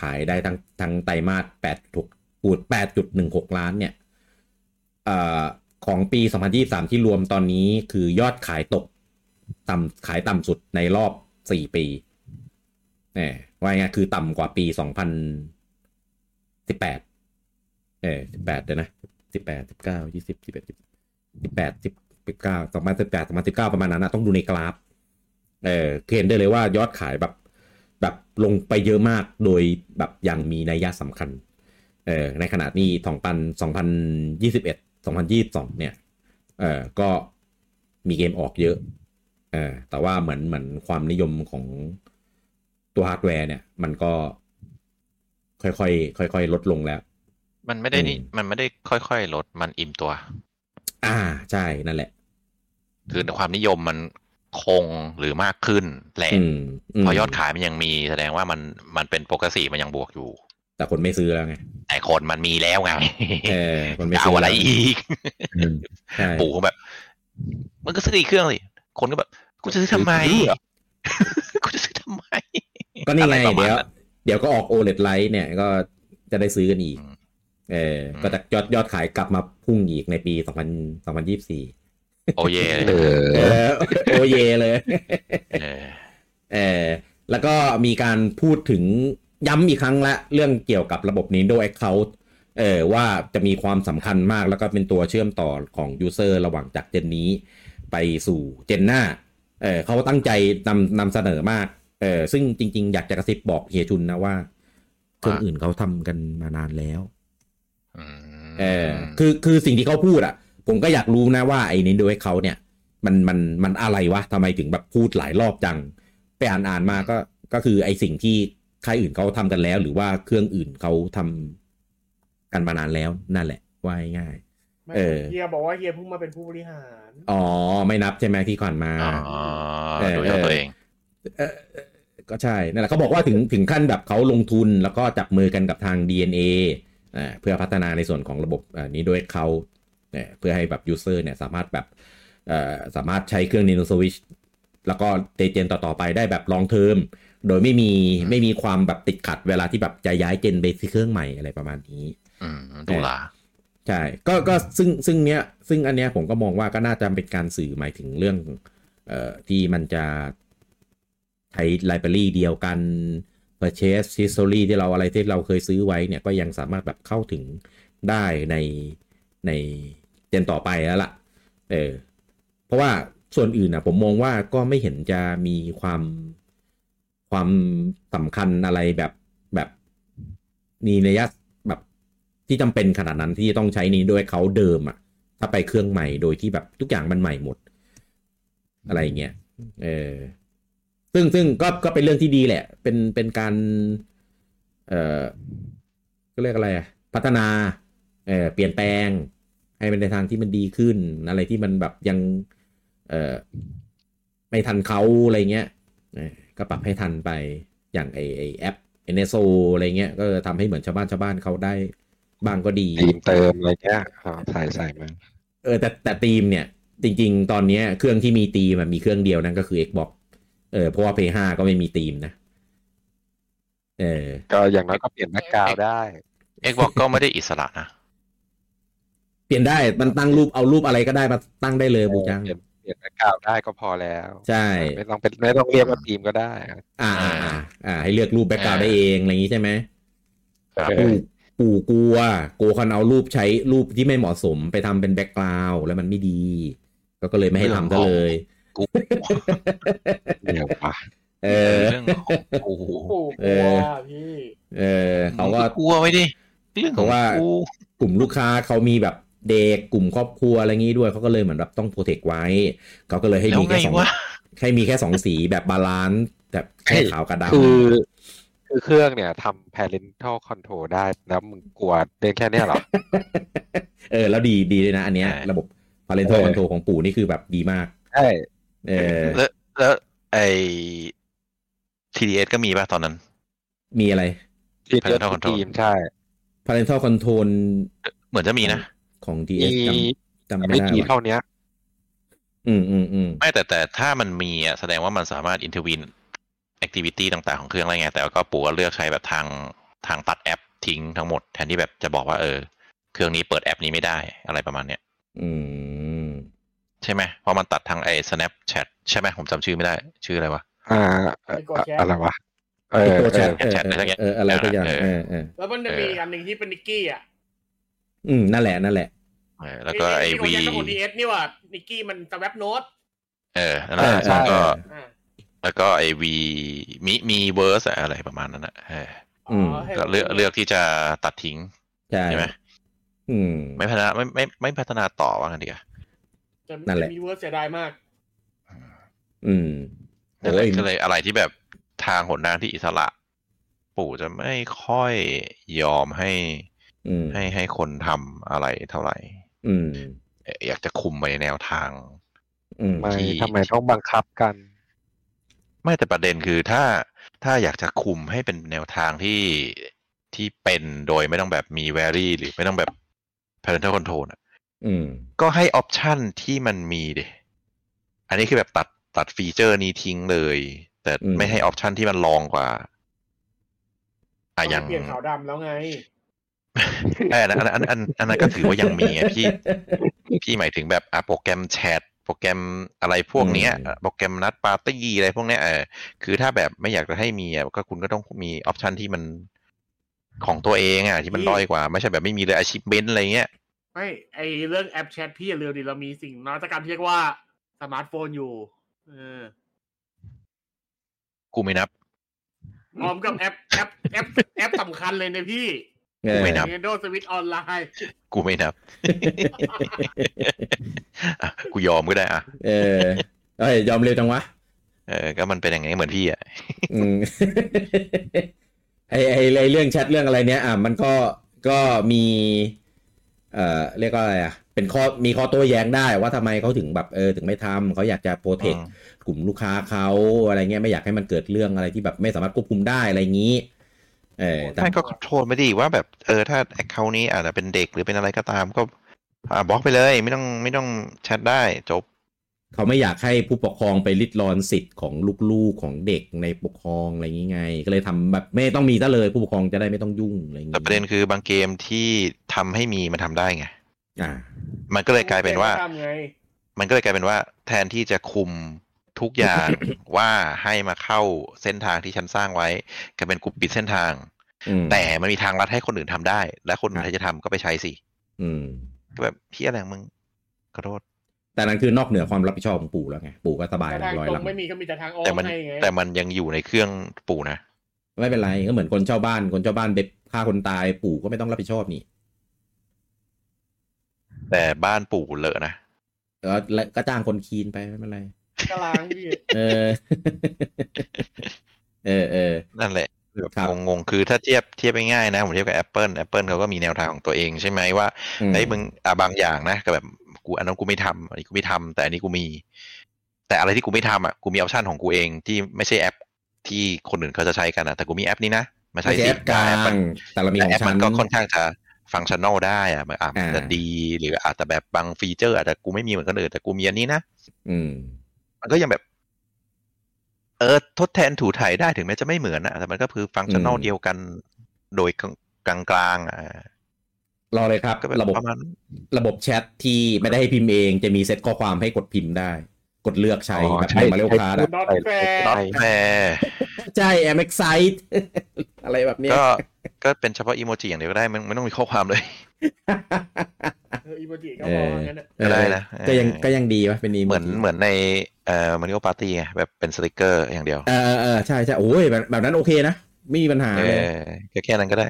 [SPEAKER 1] ขายได้ทั้งทั้งไตรมาส8ถูกปูด8.16 ล้านเนี่ยเออของปี 2023 ที่รวมตอนนี้คือยอดขายตกต่ำขายต่ำสุดในรอบ 4 ปีเนี่ยว่าไงคือต่ำกว่าปี 2018 เออ18เดี๋ยวนะ สิบแปดสิบเก้ายี่สิบสิบเอ็ดสิบแปดสิบเก้าสองพันสิบแปดสองพันสิบเก้าประมาณนั้นนะต้องดูในกราฟเออคือเห็นได้เลยว่ายอดขายแบบ แบบลงไปเยอะมากโดยแบบอย่างมีนัยยะสำคัญเออในขณะนี้สองพันสองพันยี่สิบเอ็ดสองพันยี่สิบสองเนี่ย เออก็มีเกมออกเยอะ เออแต่ว่าเหมือนเหมือนความนิยมของตัวฮาร์ดแวร์เนี่ย มันก็ค่อยๆค่อยๆลดลงแล้ว
[SPEAKER 2] มันไม่ได้นี่
[SPEAKER 1] อืม
[SPEAKER 2] มันไม่ได้ค่อยๆลดมันอิ่มตัว
[SPEAKER 1] อ่าใช่นั่นแหละ
[SPEAKER 2] คือความนิยมมันคงหรือมากขึ้นแหละ
[SPEAKER 1] อืมม
[SPEAKER 2] เพอยอดขายมันยังมีแสดงว่ามันมันเป็นปกติมันยังบวกอยู่
[SPEAKER 1] แต่คนไม่ซื้อแล้วไง
[SPEAKER 2] แต่คนมันมีแล้วไง
[SPEAKER 1] เออคนไม่
[SPEAKER 2] จะ
[SPEAKER 1] ซื้
[SPEAKER 2] เอาอะไรอีก
[SPEAKER 1] อืมใช่
[SPEAKER 2] ปู่ก็แบบ มันก็ซื้ออีกเครื่องสิคนก็แบบกูจะซื้อทำไม กูจะซื้อทำไม
[SPEAKER 1] ก็นี่ไง
[SPEAKER 2] อะไรประมาณ
[SPEAKER 1] เดี๋ยว
[SPEAKER 2] นั้น
[SPEAKER 1] เดี๋ยวก็ออก OLED Lite เนี่ย ก็จะได้ซื้อกันอีก
[SPEAKER 2] อืม
[SPEAKER 1] เอออ
[SPEAKER 2] ม
[SPEAKER 1] ก็จะยอดยอดขายกลับมาพุ่งอีกในปีสองพันสองพันยี่สิบสี่
[SPEAKER 2] โอเย่
[SPEAKER 4] เอ
[SPEAKER 2] เลย
[SPEAKER 1] เอ
[SPEAKER 4] อ
[SPEAKER 1] อโอเยเลย
[SPEAKER 2] เออ
[SPEAKER 1] เออแล้วก็มีการพูดถึงย้ำอีกครั้งละเรื่องเกี่ยวกับระบบ Nintendo Account เออว่าจะมีความสำคัญมากแล้วก็เป็นตัวเชื่อมต่อของยูเซอร์ระหว่างจากเจนนี้ ไปสู่เจนหน้าเออเขาตั้งใจนำนำเสนอมากเออซึ่งจริง ๆ อยากจะกระซิบบอกเฮียชุนนะว่าเครื่อง
[SPEAKER 2] ว่า
[SPEAKER 1] อื่นเขาทำกันมานานแล้ว
[SPEAKER 2] อืม
[SPEAKER 1] เออคือคือสิ่งที่เขาพูดอ่ะ ผมก็อยากรู้นะว่าไอ้นินโดยเขาเนี่ย มันมันมันอะไรวะทำไมถึงแบบพูดหลายรอบจัง ไปอ่านอ่านมาก็ก็คือไอ้สิ่งที่ใครอื่นเขาทำกันแล้ว หรือว่าเครื่องอื่นเขาทำกันมานานแล้วนั่นแหละว่าง่าย เออ
[SPEAKER 3] เฮียบอกว่าเฮียเพิ่งมาเป็นผู้บริหาร
[SPEAKER 1] ๆอ๋อ ไม่นับใช่ไหมที่ก่อนมา
[SPEAKER 2] อ๋อ
[SPEAKER 1] เออ
[SPEAKER 2] ดูเจ้าตัวเอง
[SPEAKER 1] เอ่อเอ่อก็ใช่ นั่นแหละเขาบอกว่าถึงถึงขั้นแบบเขาลงทุนแล้วก็จับมือกันกับทาง DNA อ่าเพื่อพัฒนาในส่วนของระบบอ่านี้โดยเขาเนี่ยเพื่อให้แบบยูเซอร์เนี่ยสามารถแบบเอ่อสามารถใช้เครื่อง Nintendo Switch แล้วก็เตเจนต่อ ๆ ไปได้แบบลองเทอมโดยไม่มี
[SPEAKER 2] อืม
[SPEAKER 1] ไม่มีความแบบติดขัดเวลาที่แบบจะย้ายเจนไปที่เครื่องใหม่อะไรประมาณนี้
[SPEAKER 2] อืมตุลา
[SPEAKER 1] ใช่ก็ก็ซึ่งซึ่งเนี้ยซึ่งอันเนี้ยผมก็มองว่าก็น่าจะเป็นการสื่อหมายถึงเรื่อง เอ่อที่มันจะใช้ไลบรารีเดียวกัน purchase history ที่เราอะไรที่เราเคยซื้อไว้เนี่ยก็ยังสามารถแบบเข้าถึงได้ในในเจนต่อไปแล้วล่ะ เออเพราะว่าส่วนอื่นนะผมมองว่าก็ไม่เห็นจะมีความความสำคัญอะไรแบบแบบมีนัยยะแบบที่จำเป็นขนาดนั้นที่จะต้องใช้นี้ด้วยเขาเดิมอะถ้าไปเครื่องใหม่โดยที่แบบทุกอย่างมันใหม่หมด อะไรอย่างเงี้ยเออซึ่งซึ่งก็ก็เป็นเรื่องที่ดีแหละ เป็นเป็นการ เออก็เรียกอะไรอะพัฒนาเออเปลี่ยนแปลง ให้มันในทางที่มันดีขึ้น อะไรที่มันแบบยัง เออไม่ทันเขาอะไรเงี้ยเออก็ปรับให้ทันไปอย่างไอไอแอปเอเนโซอะไรเงี้ยก็ทำให้เหมือนชาวบ้านชาวบ้านเขาได้บ้างก็ดี
[SPEAKER 4] ทีมเติมอะไรเงี้ยอ๋อใส่ใส่มา
[SPEAKER 1] เออแต่แต่ทีมเนี่ยจริง ๆ ตอนเนี้ยเครื่องที่มีทีมอะมีเครื่องเดียวนั่นก็คือ Xbox เออเพราะว่า Play 5ก็ไม่มีทีมนะ เออ
[SPEAKER 4] ก็อย่างน้อยก็เปลี่ยนแบ็กกราวด์ได้
[SPEAKER 2] เอ็กบอกก็ไม่ได้อิสระนะ
[SPEAKER 1] เปลี่ยนได้มันตั้งรูปเอารูปอะไรก็ได้มาตั้งได้เลยบูจัง
[SPEAKER 4] เปลี่ยนเปลี่ยนแบ็กกราวด์ได้ก็พอแล้ว
[SPEAKER 1] ใช่
[SPEAKER 4] ไม่ต้องเป็นไม่ต้องเรียกว่าทีมก็ได้
[SPEAKER 1] อ่าอ่าอ่าอ่าให้เลือกรูปแบ็กกราวได้เองอะไรอย่างนี้ใช่ไหม
[SPEAKER 2] ครับ
[SPEAKER 1] ปู่ปู่กลัวกลัวคันเอารูปใช้รูปที่ไม่เหมาะสมไปทำเป็นแบ็กกราวแล้วมันไม่ดี ก็ก็เลยไม่ให้ทำซะเลย
[SPEAKER 2] กู
[SPEAKER 4] เดี๋ยวปะ
[SPEAKER 1] เออ
[SPEAKER 2] เรื่องของกู
[SPEAKER 3] ปู่ก
[SPEAKER 1] เอ
[SPEAKER 3] ลัว
[SPEAKER 1] อ
[SPEAKER 3] พี่
[SPEAKER 1] เออเขาก็
[SPEAKER 2] มึงกลัวไว้ดิเรื่องของ
[SPEAKER 1] เพราะว่า
[SPEAKER 2] กู
[SPEAKER 1] กลุ่มลูกค้าเขามีแบบเด็กกลุ่มครอบครัวอะไรงี้ด้วยเขาก็เลยเหมือนแบบต้องโปรเทคไว้ เขาก็เลยให้
[SPEAKER 2] แล้ว
[SPEAKER 1] มี
[SPEAKER 2] ไง
[SPEAKER 1] แค่สอง
[SPEAKER 2] วะ
[SPEAKER 1] ให้มีแค่สองสีแบบบาลานซ์แบบแค่ขาวกับดำ
[SPEAKER 4] คือคือเครื่องเนี่ยทำ parental control ได้ แล้วมึงกลัวได้แค่เนี้ยเหรอ
[SPEAKER 1] เออ แล้วดีดีเลยนะ อันเนี้ย
[SPEAKER 2] ใช่
[SPEAKER 1] ระบบพาเลนโท
[SPEAKER 4] เออ
[SPEAKER 1] คอนโทรของปู่นี่คือแบบดีมาก
[SPEAKER 4] ใช่
[SPEAKER 1] เออ
[SPEAKER 2] แล้วแล้วไอ้ TDS ก็มีป่ะตอนนั้น
[SPEAKER 1] มีอะไร
[SPEAKER 4] ทีมเยอะ
[SPEAKER 2] parental
[SPEAKER 4] ทุก
[SPEAKER 2] control
[SPEAKER 4] ทีมใช่
[SPEAKER 1] พาเลนโทคอนโทร
[SPEAKER 2] เหมือนจะมีนะ
[SPEAKER 1] ของ DS
[SPEAKER 4] มี
[SPEAKER 1] จำจำ
[SPEAKER 4] แต่
[SPEAKER 1] ไม่
[SPEAKER 4] ไม่
[SPEAKER 1] ได้
[SPEAKER 4] กี่
[SPEAKER 1] ว่ะ
[SPEAKER 4] เท่าเนี้ย
[SPEAKER 1] อืมอืมอืม
[SPEAKER 2] ไม่แต่แต่ถ้ามันมีอ่ะแสดงว่ามันสามารถอินเทอร์วินแอคทิวิตี้ต่างๆของเครื่องอะไรไง แต่ก็ปู่ก็เลือกใช้แบบทางทางตัดแอปทิ้งทั้งหมด แทนที่แบบจะบอกว่าเออ เครื่องนี้เปิดแอปนี้ไม่ได้อะไรประมาณเนี้ย
[SPEAKER 1] อืม
[SPEAKER 2] ใช่ไหมเพราะมันตัดทางไอ้ Snapchat ใช่ไหมผมจำชื่อไม่ได้ ชื่ออะไรวะ
[SPEAKER 4] อ่าเอ่อ
[SPEAKER 3] ไม่กดแชท
[SPEAKER 4] อะไรวะเออ
[SPEAKER 1] ตัวแชท
[SPEAKER 4] เออ
[SPEAKER 1] เออเออเอออะไรก็อย่างเออเออ
[SPEAKER 3] แล้วมันจะมีอันหนึ่งที่เป็นนิกกี้อ่ะ
[SPEAKER 1] อืมนั่นแหละนั่นแหละ
[SPEAKER 2] เออแล้วก็ไอวี
[SPEAKER 3] นี่โอดีเอสนี่ว่ะนิกกี้มันสแวปโน้ต
[SPEAKER 2] เออนั่นแหละ
[SPEAKER 1] ใช่
[SPEAKER 2] แล้วก็
[SPEAKER 3] อ่า
[SPEAKER 2] แล้วก็ไอวีมีมีเวิร์สอะไรประมาณนั้นนะเออ
[SPEAKER 1] อืม
[SPEAKER 3] ให้
[SPEAKER 2] ก็เลือกเลือกที่จะตัดทิ้ง
[SPEAKER 1] ใช่
[SPEAKER 2] ใช่ไหม
[SPEAKER 1] อืม
[SPEAKER 2] ไม่พัฒนาไม่ไม่ไม่พัฒนาต่อว่ากันดีอะ
[SPEAKER 3] จ
[SPEAKER 1] นั่นแหละ
[SPEAKER 3] มีเวิร์สเสียดายมาก
[SPEAKER 1] อืม
[SPEAKER 2] นั่นแหละ
[SPEAKER 1] โอ้ย
[SPEAKER 2] ก็เลยอะไรที่แบบทางหนหน้าที่อิสระ ปู่จะไม่ค่อยยอมให้
[SPEAKER 1] อืม
[SPEAKER 2] ให้ให้คนทำอะไรเท่าไหร่
[SPEAKER 1] อืม
[SPEAKER 2] เอ่ออยากจะคุมไปในแนวทาง
[SPEAKER 1] อืม
[SPEAKER 4] ไม่
[SPEAKER 2] ที่
[SPEAKER 4] ทำไมต้องบังคับกัน
[SPEAKER 2] ไม่แต่ประเด็นคือถ้าถ้าอยากจะคุมให้เป็นแนวทางที่ที่เป็นโดยไม่ต้องแบบมี v a r y หรือไม่ต้องแบบ parental control น่ะ
[SPEAKER 1] อืม
[SPEAKER 2] ก็ให้ออปชันที่มันมีเดอันนี้คือแบบตัดตัดฟีเจอร์นี้ทิ้งเลย แต่
[SPEAKER 1] อืม
[SPEAKER 2] ไม่ให้ออปชันที่มันรองกว่าอ่ะอย่าง
[SPEAKER 3] เปลี่ยนขาวดำแล้วไง
[SPEAKER 2] ไอ้ยอันนั้นอันนั้นอันอันนั้นก็ถือว่ายังมีไงพี่ พี่หมายถึงแบบอ่ะโปรแกรมแชทโปรแกรมอะไรพวกเนี้ย
[SPEAKER 1] อืม
[SPEAKER 2] โปรแกรมนัดปาร์ตี้อะไรพวกเนี้ยเออคือถ้าแบบไม่อยากจะให้มีอ่ะก็คุณก็ต้องมีออปชันที่มันของตัวเองอ่ะที่มัน
[SPEAKER 3] พี่
[SPEAKER 2] ด้อยกว่า ไม่ใช่แบบไม่มีเลยอาชีพเบนอะไรเงี้ย
[SPEAKER 3] ไม่ไอเรื่องแอปแชทพี่อย่าลืมดิเรามีสิ่งนวัตกรรมที่เรียกว่าสมาร์ทโฟนอยู่เออ
[SPEAKER 2] กูไม่นับ
[SPEAKER 3] พร้อมกับแอปแอปแอปแอปสำคัญเลยนะพี่
[SPEAKER 1] เออ
[SPEAKER 2] ไม่นับ
[SPEAKER 3] Nintendo Switch Online
[SPEAKER 2] กูไม่นับ อ่ะกูยอมก็ได้อ่ะ
[SPEAKER 1] เออเอ้ยยอมเร็วจังวะ
[SPEAKER 2] เออก็มันเป็นอย่างไงเหมือนพี่อ่ะ
[SPEAKER 1] อืม ไอไอไอเรื่องแชทเรื่องอะไรเนี้ย อ่ะมันก็ก็มี เอ่อเรียกว่าอะไรอ่ะ เป็นข้อมีข้อโต้แย้งได้ว่าทำไมเขาถึงแบบเออถึงไม่ทำเขาอยากจะโปรเทค
[SPEAKER 2] อืม
[SPEAKER 1] กลุ่มลูกค้าเขาอะไรเงี้ยไม่อยากให้มันเกิดเรื่องอะไรที่แบบไม่สามารถควบคุมได้อะไรอย่างนี้ เออแต่
[SPEAKER 2] ไม่ก็คอนโทรลไม่ดีว่าแบบเออถ้าแอคเคาท์นี้อาจจะเป็นเด็กหรือเป็นอะไรก็ตาม ก็อ่ะบล็อกไปเลยไม่ต้องไม่ต้องแชทได้จบ
[SPEAKER 1] เขาไม่อยากให้ผู้ปกครองไปริดรอนสิทธิ์ของลูกๆของเด็กในปกครองอะไรอย่างงี้ไง ก็เลยทำแบบไม่ต้องมีซะเลยผู้ปกครองจะได้ไม่ต้องยุ่งอะไรอย่างงี้
[SPEAKER 2] แต่ประเด็นคือบางเกมที่ทำให้มีมันทำได้ไง
[SPEAKER 1] อ่า
[SPEAKER 2] มันก็เลยกลายเป็นว่า
[SPEAKER 3] ไม่ทำไง
[SPEAKER 2] มันก็เลยกลายเป็นว่า แทนที่จะคุมทุกอย่าง ว่าให้มาเข้าเส้นทางที่ฉันสร้างไว้กลายเป็นกูปิดเส้นทาง
[SPEAKER 1] อืม
[SPEAKER 2] แต่มันมีทางลัดให้คนอื่นทำได้ และคนอื่น
[SPEAKER 1] ครับ
[SPEAKER 2] ถ้าจะทำก็ไปใช้สิ
[SPEAKER 1] อืม
[SPEAKER 2] ก็แบบพี่อะไรของมึงขอโทษ
[SPEAKER 1] แต่นั่นคือนอกเหนือความรับผิดชอบของปู่แล้วไง ปู่ก็สบาย
[SPEAKER 3] แต่
[SPEAKER 1] แล้ว
[SPEAKER 3] ทาง
[SPEAKER 1] ร้อย
[SPEAKER 3] ตร
[SPEAKER 1] หลั
[SPEAKER 3] ง
[SPEAKER 1] ง
[SPEAKER 3] ไม่มีก็มีแต่ทางอ้อ
[SPEAKER 2] แต่
[SPEAKER 3] ม
[SPEAKER 2] มัน
[SPEAKER 3] ให้ไง
[SPEAKER 2] แต่มันยังอยู่ในเครื่องปู่นะ
[SPEAKER 1] ไม่เป็นไรก็เหมือนคนเช่าบ้าน คนเช่าบ้านไปฆ่าคนตายปู่ก็ไม่ต้องรับผิดชอบนี่
[SPEAKER 2] แต่บ้านปู่เลอะนะ
[SPEAKER 1] แล้วก็จ้างคนคลีนไปไม่เป็นไร
[SPEAKER 3] กลางพี่
[SPEAKER 1] เออ เออเออ
[SPEAKER 2] นั่นแหละแบบ
[SPEAKER 1] ครับ
[SPEAKER 2] งงๆคือถ้าเทียบเทียบง่ายๆนะผมเทียบกับ Apple Apple เขาก็มีแนวทางของตัวเองใช่ไหมว่า
[SPEAKER 1] อื
[SPEAKER 2] ไอ้ยมึงอ่ะบางอย่างนะก็แบบกูอันนั้นกูไม่ทำอันนี้กูไม่ทำแต่อันนี้กูมี แต่อะไรที่กูไม่ทำอ่ะกูมีออปชันของกูเองที่ไม่ใช่แอป ที่คนอื่นเขาจะใช้กันนะแต่กูมีแอปนี้นะมาใช้
[SPEAKER 1] ไม่ใช่
[SPEAKER 2] สิ
[SPEAKER 1] แอปกลา
[SPEAKER 2] แอปมั
[SPEAKER 1] ง
[SPEAKER 2] น
[SPEAKER 1] แต่เรามีข
[SPEAKER 2] แต่
[SPEAKER 1] อง
[SPEAKER 2] แอป
[SPEAKER 1] ฉั
[SPEAKER 2] มัน นก็ค่อนข้างจะฟังก์ชันแนลได้อ่ะมันอาจ
[SPEAKER 1] อ่า
[SPEAKER 2] จะดีหรืออาจจะแบบบางฟีเจอร์อาจจะกูไม่มีเหมือนคนอื่นแต่กูมีอันนี้นะ
[SPEAKER 1] อืม
[SPEAKER 2] มันก็ยังแบบ เออทดแทนถูถ่ายได้ถึงแม้จะไม่เหมือนนะแต่มันก็คือฟังก์ชันแนล
[SPEAKER 1] อืม
[SPEAKER 2] เดียวกัน โดยกลางๆอ่ะ
[SPEAKER 1] รอเลยครับ
[SPEAKER 2] ก็แบบ
[SPEAKER 1] ระบบ
[SPEAKER 2] ประมาณ
[SPEAKER 1] ระบบแชทที่ไม่ได้ให้พิมพ์เอง จะมีเซตข้อความให้กดพิมพ์ได้ กดเลือกใช้
[SPEAKER 4] อ๋อ
[SPEAKER 1] แบบ
[SPEAKER 4] ใช่
[SPEAKER 1] ใหมาเร็วคาร์ด
[SPEAKER 4] ใช่
[SPEAKER 1] อะ
[SPEAKER 3] Not
[SPEAKER 4] ไป
[SPEAKER 3] fair
[SPEAKER 2] น็อตแฟร์
[SPEAKER 1] ใช่แอมเอ็กไซต์ อะไรแบบเนี้ย
[SPEAKER 2] ก็ ก็เป็นเฉพาะอีโมจิอย่างเดียวก็ได้ไม่ไม่ต้องมีข้อความ เลย
[SPEAKER 3] เอออีโมจิก็พองั้นน่ะ
[SPEAKER 2] ก็ได้นะ
[SPEAKER 1] เออก็ยัง
[SPEAKER 2] เออ
[SPEAKER 1] ก็ยังดีวะเป็นอี
[SPEAKER 2] เหมือน
[SPEAKER 1] จิ
[SPEAKER 2] เหมือนในเอ่อมันก็ปาร์ตี้ไงแบบเป็นสติกเกอร์อย่างเดียว
[SPEAKER 1] เออเออเออใช่ใช่โอ้ยแบบแบบนั้นโอเคนะ ไม่มีปัญหา
[SPEAKER 2] เอ
[SPEAKER 1] เลย
[SPEAKER 2] อก็แค่นั้นก็ ได้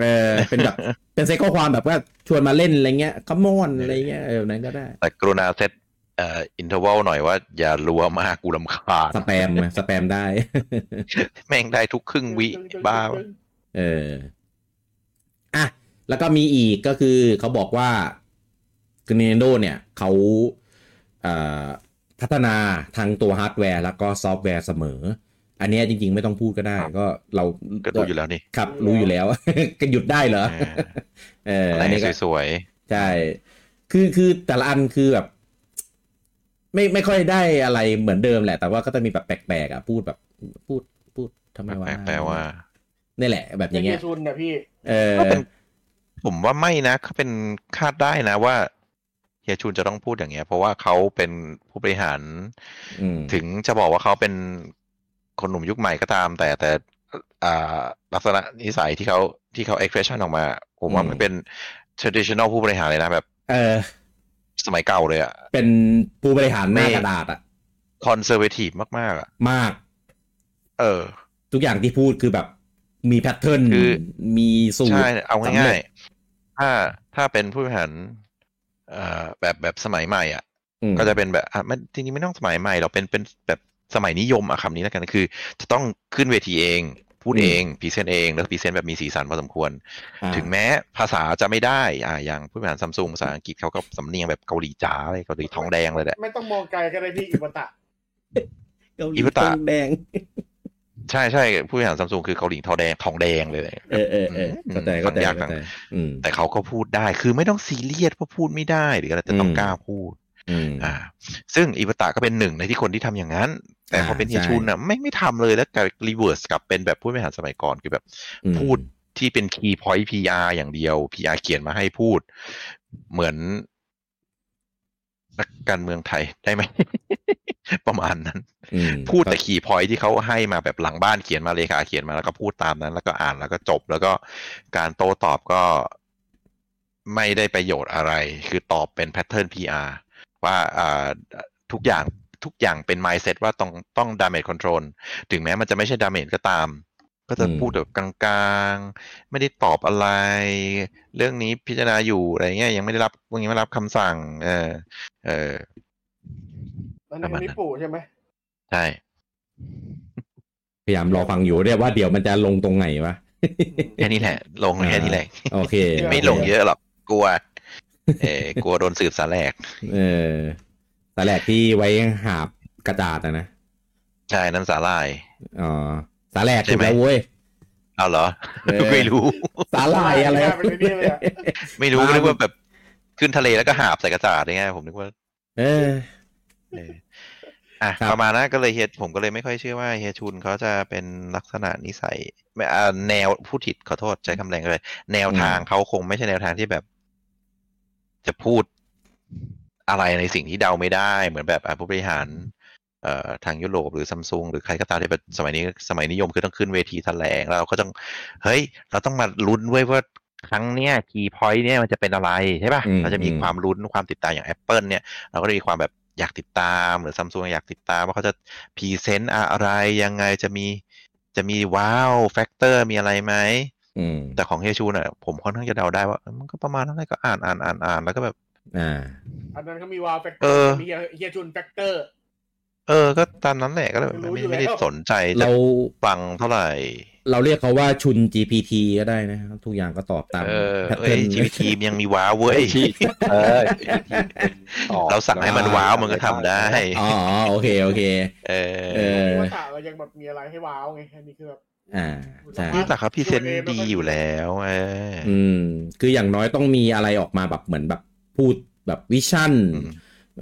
[SPEAKER 1] เออเป็นแบบ เป็นเซ็ตข้อความแบบว่าชวนมาเล่นอะไรเงี้ยคัมมอนอะไรเงี้ยเออแบบนั้นก็ได้
[SPEAKER 2] แต่กรุณาเซตเอ่ออินเทอร์วลหน่อยว่าอย่ารัวมากกูลำคาญ
[SPEAKER 1] สแปมนะสแปมได้
[SPEAKER 2] แม่งได้ทุกครึ่งวิบ้า
[SPEAKER 1] เอออ่ะแล้วก็มีอีกก็คือเขาบอกว่า Nintendo เนี่ยเขาเอ่อพัฒนาทั้งตัวฮาร์ดแวร์แล้วก็ซอฟต์แวร์เสมอ อันเนี้ยจริง ๆ ไม่ต้องพูดก็ได้ ก็เรา
[SPEAKER 2] ก็ดูอยู่แล้วนี่
[SPEAKER 1] ครับรู้อยู่แล้ว ก็หยุดได้เหรอเออ
[SPEAKER 2] อะไร
[SPEAKER 1] อันนี้ก็
[SPEAKER 2] สวย
[SPEAKER 1] ใช่ คือ คือแต่ละอันคือแบบ ไม่ไม่ค่อยได้อะไรเหมือนเดิมแหละ แต่ว่าก็จะมีแบบแปลกๆอ่ะ พูดแบบ พูด พูดทำไมวะ
[SPEAKER 2] ๆแปลว่า
[SPEAKER 1] นี่แหละ แบบอ
[SPEAKER 3] ยั
[SPEAKER 1] ย่าง ง
[SPEAKER 3] ไง
[SPEAKER 1] เงี้ย
[SPEAKER 3] ชุนนะพี่
[SPEAKER 1] เออ
[SPEAKER 2] ก็เป็น ผมว่าไม่นะเขาเป็นคาดได้นะว่าเฮียชูนจะต้องพูดอย่างเงี้ย เพราะว่าเขาเป็นผู้บริหาร
[SPEAKER 1] อืม
[SPEAKER 2] ถึงจะบอกว่าเขาเป็นคนหนุ่มยุคใหม่ก็ตาม แต่แต่อ่าลักษณะนิสัยที่เขาที่เขา expression ออกมา ผมว่า
[SPEAKER 1] อืม
[SPEAKER 2] มันเป็น traditional ผู้บริหารเลยนะแบบ
[SPEAKER 1] เออ
[SPEAKER 2] สมัยเก่าเลยอะ
[SPEAKER 1] เป็นผู้บริหารหน้า
[SPEAKER 2] เมฆ
[SPEAKER 1] กระดาษอะ
[SPEAKER 2] คอนเซอร์เวทีฟมากๆอะ
[SPEAKER 1] มาก
[SPEAKER 2] เออ
[SPEAKER 1] ทุกอย่างที่พูดคือแบบมีแพทเทิร์น
[SPEAKER 2] คือ
[SPEAKER 1] มีสูตร
[SPEAKER 2] ใช่ เอา
[SPEAKER 1] สำ
[SPEAKER 2] ง่า
[SPEAKER 1] เร็
[SPEAKER 2] ย
[SPEAKER 1] จ
[SPEAKER 2] ๆ ถ้าถ้าเป็นผู้บริหารเอ่อแบบแบบสมัยใหม่อ่ะ
[SPEAKER 1] อืม
[SPEAKER 2] ก็จะเป็นแบบอ่ะไม่จริงๆไม่ต้องสมัยใหม่หรอกเป็นเป็นแบบสมัยนิยมอะคำนี้แล้วกันคือ จะต้องขึ้นเวทีเอง พูดเองพรีเซนต์เอง แล้วพรีเซนต์แบบมีสีสันพอสมควร
[SPEAKER 1] อ่า
[SPEAKER 2] ถึงแม้ภาษาจะไม่ได้อ่าอย่างผู้บริหารซัมซุงภาษาอังกฤษเขาก็สำเนียงแบบเกาหลีจ๋าเลยเกาหลีทองแดงเลยแหละ
[SPEAKER 3] ไม่ต้องมองไกลก็ได้พี่อิบตะ
[SPEAKER 1] เกาหลี
[SPEAKER 2] อิวตะ
[SPEAKER 1] ทองแดง
[SPEAKER 2] ใช่ใช่ผู้บริหารซัมซุงคือเกาหลีทองแดงทองแดงเลยแหละ
[SPEAKER 1] เออเออเออเข้าใจเข้าใจ
[SPEAKER 2] ฟังยากจั
[SPEAKER 1] เข้าง ใจอืม
[SPEAKER 2] แต่เขาก็พูดได้คือไม่ต้องซีเรียสว่าพูดไม่ได้หรืออะไรแต่ต้อง
[SPEAKER 1] อืม
[SPEAKER 2] กล้าพูด
[SPEAKER 1] อืม
[SPEAKER 2] อ่าซึ่งอิบตะก็เป็นหนึ่งในที่คนที่ทำอย่างนั้น แต่พอเป็น
[SPEAKER 1] อ่า
[SPEAKER 2] เฮียชุน
[SPEAKER 1] ใช่
[SPEAKER 2] อ่ะไม่ไม่ทำเลยแล้วกลายรีเวิร์สกลับเป็นแบบผู้บริหารสมัยก่อนคือแบบ
[SPEAKER 1] อืม
[SPEAKER 2] พูดที่เป็นคีย์พอยต์ PR อย่างเดียว PR เขียนมาให้พูด เหมือนนักการเมืองไทยได้ไหม ประมาณนั้น
[SPEAKER 1] อืม
[SPEAKER 2] พูดแต่คีย์พอยต์ที่เขาให้มาแบบหลังบ้านเขียนมาเลขาเขียนมาแล้วก็พูดตามนั้น แล้วก็อ่านแล้วก็จบ แล้วก็การโต้ตอบก็ไม่ได้ประโยชน์อะไร คือตอบเป็นแพทเทิร์น PR ว่าอ่าทุกอย่างทุกอย่างเป็น mindset ว่าต้องต้อง damage control ถึงแม้มันจะไม่ใช่ damage ก็ตาม ก็จะพูดแบบกลางๆ ไม่ได้ตอบอะไร เรื่องนี้พิจารณาอยู่อะไรเงี้ยยังไม่ได้รับยังไม่ได้รับคำสั่ง เออเออ
[SPEAKER 3] ตอน
[SPEAKER 2] ป
[SPEAKER 3] นี้
[SPEAKER 2] ระมาณนั้น
[SPEAKER 3] นี่ปู่ใช่ไหม
[SPEAKER 2] ใช่
[SPEAKER 1] พยายามรอฟังอยู่เรียกว่าเดี๋ยวมันจะลงตรงไหนวะ
[SPEAKER 2] แค่นี้แหละ ลงแค่นี้แหละ
[SPEAKER 1] โอเค
[SPEAKER 2] ไม่ลงเยอะหรอกกลัว เออกลัวโดนสืบสาแหลก
[SPEAKER 1] เออตาแหลกที่ไว้หาบกระดาษนะนะ
[SPEAKER 2] ใช่นั่นสาลาย
[SPEAKER 1] อ๋อตาแหลก
[SPEAKER 2] ใช่
[SPEAKER 1] ถูก
[SPEAKER 2] ไหม
[SPEAKER 1] แล้วเว้ย
[SPEAKER 2] เอาเหรอ
[SPEAKER 1] เออ
[SPEAKER 2] ไม่รู้
[SPEAKER 1] ตาลายอะไร
[SPEAKER 3] ม่
[SPEAKER 1] วะ
[SPEAKER 3] ด้เป็นนี่เลยอะ
[SPEAKER 2] ไม่รู้
[SPEAKER 1] บ้า
[SPEAKER 2] นึกว่าแบบ ขึ้นทะเลแล้วก็หาบใส่กระจาดยังไงผมนึกว่า
[SPEAKER 1] เออ
[SPEAKER 2] เอออ่ะ
[SPEAKER 1] ครับ
[SPEAKER 2] ประมาณนั้นก็เลยเฮียผมก็เลยไม่ค่อยเชื่อว่าเฮียชุนเขาจะเป็นลักษณะนิสัยไม่อ่าแนวผู้ผิดขอโทษใช้คำแรงเลย แนวทางเขาคงไม่ใช่แนวทางที่แบบ จะพูดอะไรในสิ่งที่เดาไม่ได้ เหมือนแบบอ่ะผู้บริหาร เอ่อทางยุโรปหรือซัมซุงหรือใครก็ตามที่แบบสมัยนี้สมัยนิยมคือต้องขึ้นเวทีแถลงแล้วเราก็ต้อง เฮ้ย เราต้องมาลุ้นเว้ยว่าครั้งเนี้ยคีย์พอยต์เนี่ยมันจะเป็นอะไรใช่ป่ะ
[SPEAKER 1] อืม
[SPEAKER 2] เราจะมี
[SPEAKER 1] อืม
[SPEAKER 2] ความลุ้นความติดตามอย่าง Apple เนี่ย เราก็จะมีความแบบอยากติดตามหรือซัมซุงอยากติดตามว่าเขาจะพรีเซนต์อะไรยังไงจะมีจะมีว้าวแฟกเตอร์มีอะไรไหม
[SPEAKER 1] อืม
[SPEAKER 2] แต่ของเฮชูน่ะผมค่อนข้างจะเดาได้ว่าเออมันก็ประมาณนั้นแหละก็อ่านอ่านอ่านอ่านแล้วก็แบบ
[SPEAKER 1] อ่า
[SPEAKER 3] อันนั้นก็มีวาวแฟกเต
[SPEAKER 2] เอ
[SPEAKER 3] อ
[SPEAKER 2] อ
[SPEAKER 3] ร์มีเฮียชุนแฟกเตอร์
[SPEAKER 2] เออ ก็ตามนั้นแหละก็เลยแบบ
[SPEAKER 3] รู้
[SPEAKER 2] ไม่
[SPEAKER 3] อยู่
[SPEAKER 2] ไม่ได้
[SPEAKER 3] แล้ว
[SPEAKER 2] สนใจจะ
[SPEAKER 1] เรา
[SPEAKER 2] ฟังเท่าไหร่
[SPEAKER 1] เราเรียกเขาว่าชุน GPT ก็ได้นะครับทุกอย่างก็ตอบตาม
[SPEAKER 2] เออ
[SPEAKER 1] แพท
[SPEAKER 2] เอ้
[SPEAKER 1] เทิ
[SPEAKER 2] ย
[SPEAKER 1] ร์น
[SPEAKER 2] ชีวิตทีมยังมีว้าวเว้ย
[SPEAKER 4] เออ
[SPEAKER 2] เราสั่งให้มันว้าวมันก็ทำได้
[SPEAKER 1] อ๋อโอเคโอเค
[SPEAKER 2] เออ
[SPEAKER 1] เออ
[SPEAKER 3] มีว่าตาเรายังแบบมีอะไรให้ว้าวไงอันนี้คือแบบ
[SPEAKER 1] อ่าใช่
[SPEAKER 2] นี่แต่ครับพรี่เซนต์ดีอยู่แล้วเออ
[SPEAKER 1] อืม คืออย่างน้อยต้องมีอะไรออกมาแบบเหมือนแบบพูดแบบวิชั่น
[SPEAKER 2] อืม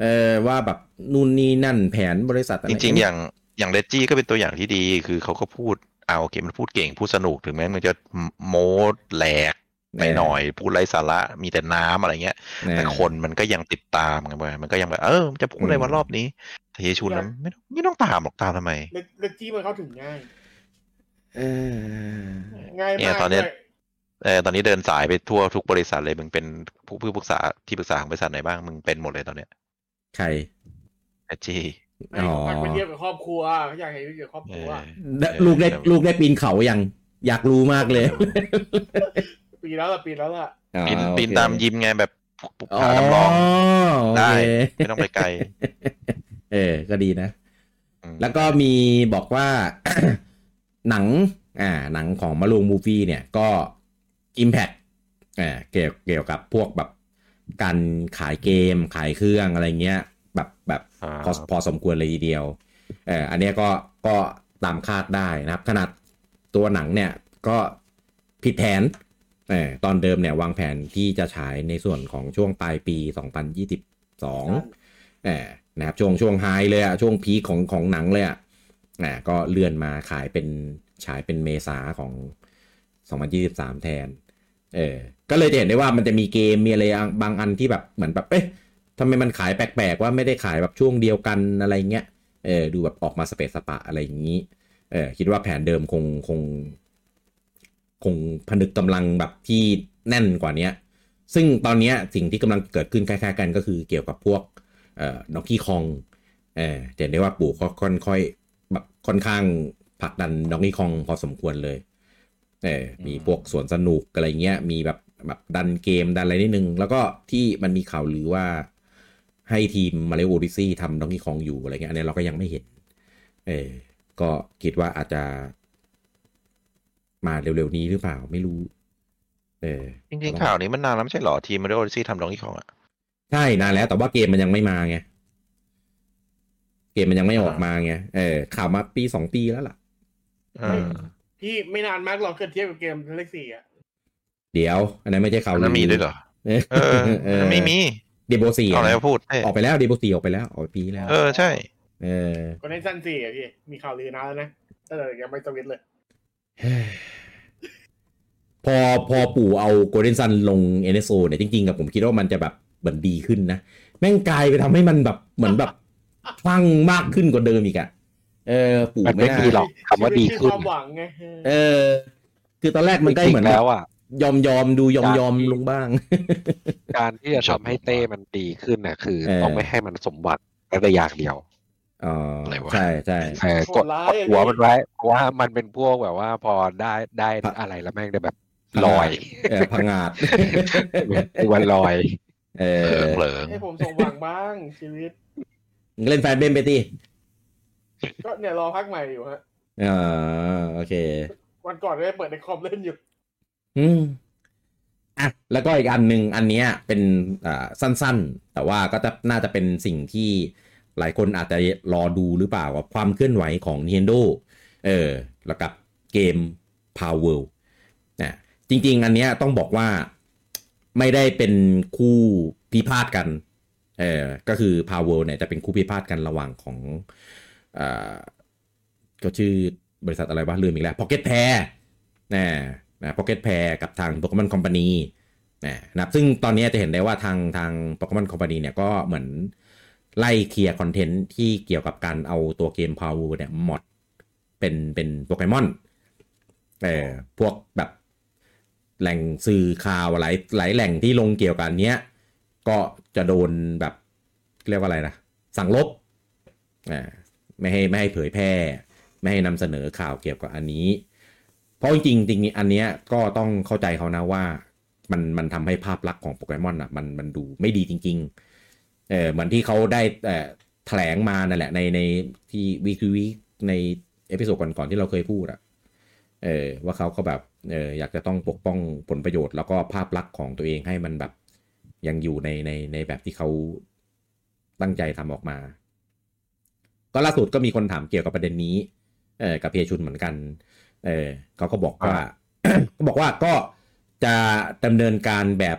[SPEAKER 1] เออว่าแบบนู่นนี่นั่นแผนบริษัทะไ
[SPEAKER 2] จริง ๆ อย่างอย่างเลจจี้ก็เป็นตัวอย่างที่ดี คือเขาก็พูดเอาโอเคมันพูดเก่งพูดสนุกถึงแม้มันจะโมดแหลกไปหน่อยพูดไร้สาระมีแต่น้ำอะไรเงี้
[SPEAKER 1] ะ
[SPEAKER 2] ยแต่คนมันก็ยังติดตามไงเว้ยมันก็ยังแบบเออมันจะพูดอะไร
[SPEAKER 1] อืม
[SPEAKER 2] วันรอบนี้แต่เฮชูนนั้นไม่ต้องไม่ต้องตามหรอกตามทำไม
[SPEAKER 3] เลเลจี้มันเข้าถึงง่าย
[SPEAKER 1] เออ
[SPEAKER 3] ง่าย
[SPEAKER 2] เนี่
[SPEAKER 3] มาย ก
[SPEAKER 2] ตอนเนี้ย
[SPEAKER 3] ด้วย
[SPEAKER 2] เออตอนนี้เดินสายไปทั่วทุกบริษัทเลยมึงเป็นผู้ผู้ปรึกษาที่ปรึกษาของบริษัทไหนบ้างมึงเป็นหมดเลยตอนเนี้ย
[SPEAKER 1] ใคร
[SPEAKER 2] แอดจี้
[SPEAKER 3] ไม่เขาอยากไปเที่ยวกับครอบครัวเขาอยากเห็นวิวกับครอบค
[SPEAKER 2] เอ
[SPEAKER 3] รัว
[SPEAKER 2] อ
[SPEAKER 1] ได้
[SPEAKER 2] เออ
[SPEAKER 1] ลูกได้
[SPEAKER 2] เออ
[SPEAKER 1] ลูกได้ปีนเขายัง อยากรู้มากเลย
[SPEAKER 3] ปีแล้วล่ะปีแล้วล่ะ
[SPEAKER 2] ปีน
[SPEAKER 1] อ๋อโอเค
[SPEAKER 2] ปีนตามยิมไงแบบปลุก
[SPEAKER 1] อ๋อ
[SPEAKER 2] ขาจำลอง
[SPEAKER 1] โอ
[SPEAKER 2] ได้
[SPEAKER 1] เค
[SPEAKER 2] ไม่ต้องไปไกล
[SPEAKER 1] เออ ก็ดีนะ
[SPEAKER 2] อืม
[SPEAKER 1] แล้วก็มีบอกว่า หนัง อ่า หนังของมารูมูฟี่เนี่ยก็ Impact อ่าเกี่ยวเกี่ยวกับพวกแบบการขายเกมขายเครื่องอะไรเงี้ย แบบแบบ
[SPEAKER 2] อ่า
[SPEAKER 1] พอพอสมควรเลยทีเดียว เอออันเนี้ยก็ก็ตามคาดได้นะครับ ขนาดตัวหนังเนี่ยก็ผิดแผนเออตอนเดิมเนี่ยวางแผนที่จะฉายในส่วนของช่วงปลายปี 2022เออนะครับช่วงช่วงไฮเลยอะช่วงพีคของของหนังเลยอะนะก็เลื่อนมาขายเป็นฉายเป็นเมษาของ 2023 แทน เออ ก็เลยจะเห็นได้ว่ามันจะมีเกมมีอะไรบางอันที่แบบเหมือนแบบ เอ๊ะทำไมมันขายแปลกๆว่าไม่ได้ขายแบบช่วงเดียวกันอะไรเงี้ย เออ ดูแบบออกมาสเปซสปะอะไรอย่างนี้ เออ คิดว่าแผนเดิมคงคง คงผนึกกำลังแบบที่แน่นกว่าเนี้ย ซึ่งตอนเนี้ยสิ่งที่กำลังเกิดขึ้นคล้ายๆกันก็คือเกี่ยวกับพวกเอ่อดอกกี้คองเออจะเห็นได้ว่าปู่ก็ค่อนค่อยแบบค่อนข้างผลักดันดอกกี้คองพอสมควรเลยเออมีพวกสวนสนุกอะไรเงี้ยมีแบบแบบดันเกมดันอะไรนิดนึง แล้วก็ที่มันมีข่าวหรือว่าให้ทีมมาเลโอดิซี่ทำดอกกี้คองอยู่อะไรเงี้ยอันนี้เราก็ยังไม่เห็น เออก็คิดว่าอาจจะมาเร็วๆนี้หรือเปล่าไม่รู้ เออ
[SPEAKER 2] จริงๆข่าวนี้มันนานแล้วไม่ใช่เหรอทีมมาริโอซี่ทำดองกี้คองอ่ะ
[SPEAKER 1] ใช่นานแล้วแต่ว่าเกมมันยังไม่มาไง เกมมันยังไม่ออกมาไงเออข่าวมาปีสองปีแล้วล่ะ
[SPEAKER 2] เออ
[SPEAKER 3] พี่ไม่นานมากหรอกเกิดเทียบกับเกมเลขสี่อ่ะ
[SPEAKER 1] เดี๋ยว อันนั้นไม่ใช่ข่าว
[SPEAKER 2] อันนั้นมีด้วยเหรอ
[SPEAKER 1] เออ
[SPEAKER 2] เอออันนั้นไม่มี
[SPEAKER 1] เดโบซี
[SPEAKER 2] เอาอะไรมาพูดเอ้ย
[SPEAKER 1] ออกไปแล้วเดโบซีออกไปแล้วออกไปปีแล้ว
[SPEAKER 2] เออใช่
[SPEAKER 1] เออ
[SPEAKER 3] ก็ในสั้นสี่อะพี่ มีข่าวลือนานแล้วนะแต่ยังไม่สวิตช์เลย
[SPEAKER 1] เฮ้ย พอพอปู่เอาโกลเด้นซันลง NSO เนี่ยจริงๆกับผมคิดว่ามันจะแบบเหมือนดีขึ้นนะ แม่งกลายไปทำให้มันแบบเหมือนแบบ คลั่งมากขึ้นกว่าเดิมอีกอะเออ ปู่
[SPEAKER 4] มัน
[SPEAKER 1] ไม่
[SPEAKER 4] ไม่
[SPEAKER 1] น่า
[SPEAKER 4] มีหรอกคำว่าดีขึ้
[SPEAKER 3] ชีวิตคือน ความหวังไงเออ
[SPEAKER 1] เออ คือตอนแรกมันได้
[SPEAKER 4] จริงๆ
[SPEAKER 1] เหมือน
[SPEAKER 4] แล้วอ่ะ
[SPEAKER 1] ยอมยอมๆดูยอมยอม
[SPEAKER 4] การที่
[SPEAKER 1] ๆลงบ้าง
[SPEAKER 4] การที่จะทำให้เต้มันดีขึ้นน่ะคือ
[SPEAKER 1] เออ
[SPEAKER 4] ต้องไม่ให้มันสมหวังแม้แต่อย่างเดียว
[SPEAKER 1] อ๋อ
[SPEAKER 2] อะไรวะ
[SPEAKER 1] ใช่ใช่
[SPEAKER 4] เออกด
[SPEAKER 3] โหดร้ายอะ
[SPEAKER 4] กดหัว
[SPEAKER 3] พี่
[SPEAKER 4] มันไว้เพราะว่ามันเป็นพวกแบบว่าพอได้ได้
[SPEAKER 1] ครับ
[SPEAKER 4] อะไรแล้วแม่งได้แบบลอย
[SPEAKER 1] เออพังง าด
[SPEAKER 4] ตัวลอย
[SPEAKER 1] เอ
[SPEAKER 2] เอ
[SPEAKER 1] อ
[SPEAKER 2] อเหลิง
[SPEAKER 3] ให้ผมสมหวังบ้างชีวิต
[SPEAKER 1] เล่นแฟนเบนไปตี
[SPEAKER 3] ก็เนี่ยรอพักใหม่อยู่ฮะ
[SPEAKER 1] อ่าโอเค
[SPEAKER 3] วันก่อนก็ได้เปิดในคอมเล่นอยู่
[SPEAKER 1] อืมอ่ะแล้วก็อีกอันหนึ่งอันเนี้ยเป็นอ่าสั้นๆ แต่ว่าก็จะน่าจะเป็นสิ่งที่หลายคนอาจจะรอดูหรือเปล่ากับความเคลื่อนไหวของ Nintendo เออแล้วกับเกม Power World นะจริงๆ อันเนี้ยต้องบอกว่าไม่ได้เป็นคู่พิพาทกันเออก็คือ Power World เนี่ยจะเป็นคู่พิพาทกันระหว่างของอ่าก็ชื่อบริษัทอะไรวะลืมอีกแล้ว Pocket Pair นะนะพ็อกเก็ตแพรกับทาง Pokemon Company นะนะครับซึ่งตอนนี้จะเห็นได้ว่าทางทาง Pokemon Company เนี่ยก็เหมือนไล่เคลียร์คอนเทนต์ที่เกี่ยวกับการเอาตัวเกม Power เนี่ยมอดเป็นเป็นโปเกมอนเออพวกแบบแหล่งสื่อข่าวหลายหลายแหล่งที่ลงเกี่ยวกับอันเนี้ยก็จะโดนแบบเรียกว่าอะไรนะ สั่งลบอ่าไม่ให้ไม่ให้เผยแพร่ ไม่ให้นำเสนอข่าวเกี่ยวกับอันนี้ เพราะจริงๆจริงๆอันเนี้ยก็ต้องเข้าใจเขานะว่า มันมันทำให้ภาพลักษณ์ของโปเกมอนอ่ะมันมันดูไม่ดีจริงๆเออเหมือนที่เขาได้เอ่อแถลงมานั่นแหละในในที่วีควีในเอพิโซดก่อนๆที่เราเคยพูดอะเออว่าเขาก็แบบเอออยากจะต้องปกป้องผลประโยชน์แล้วก็ภาพลักษณ์ของตัวเองให้มันแบบยังอยู่ในในในแบบที่เขาตั้งใจทำออกมา ก็ล่าสุดก็มีคนถามเกี่ยวกับประเด็นนี้เออกับเพชุนเหมือนกัน เออเขาก็บอกว่า ก็บอกว่าก็จะดำเนินการแบบ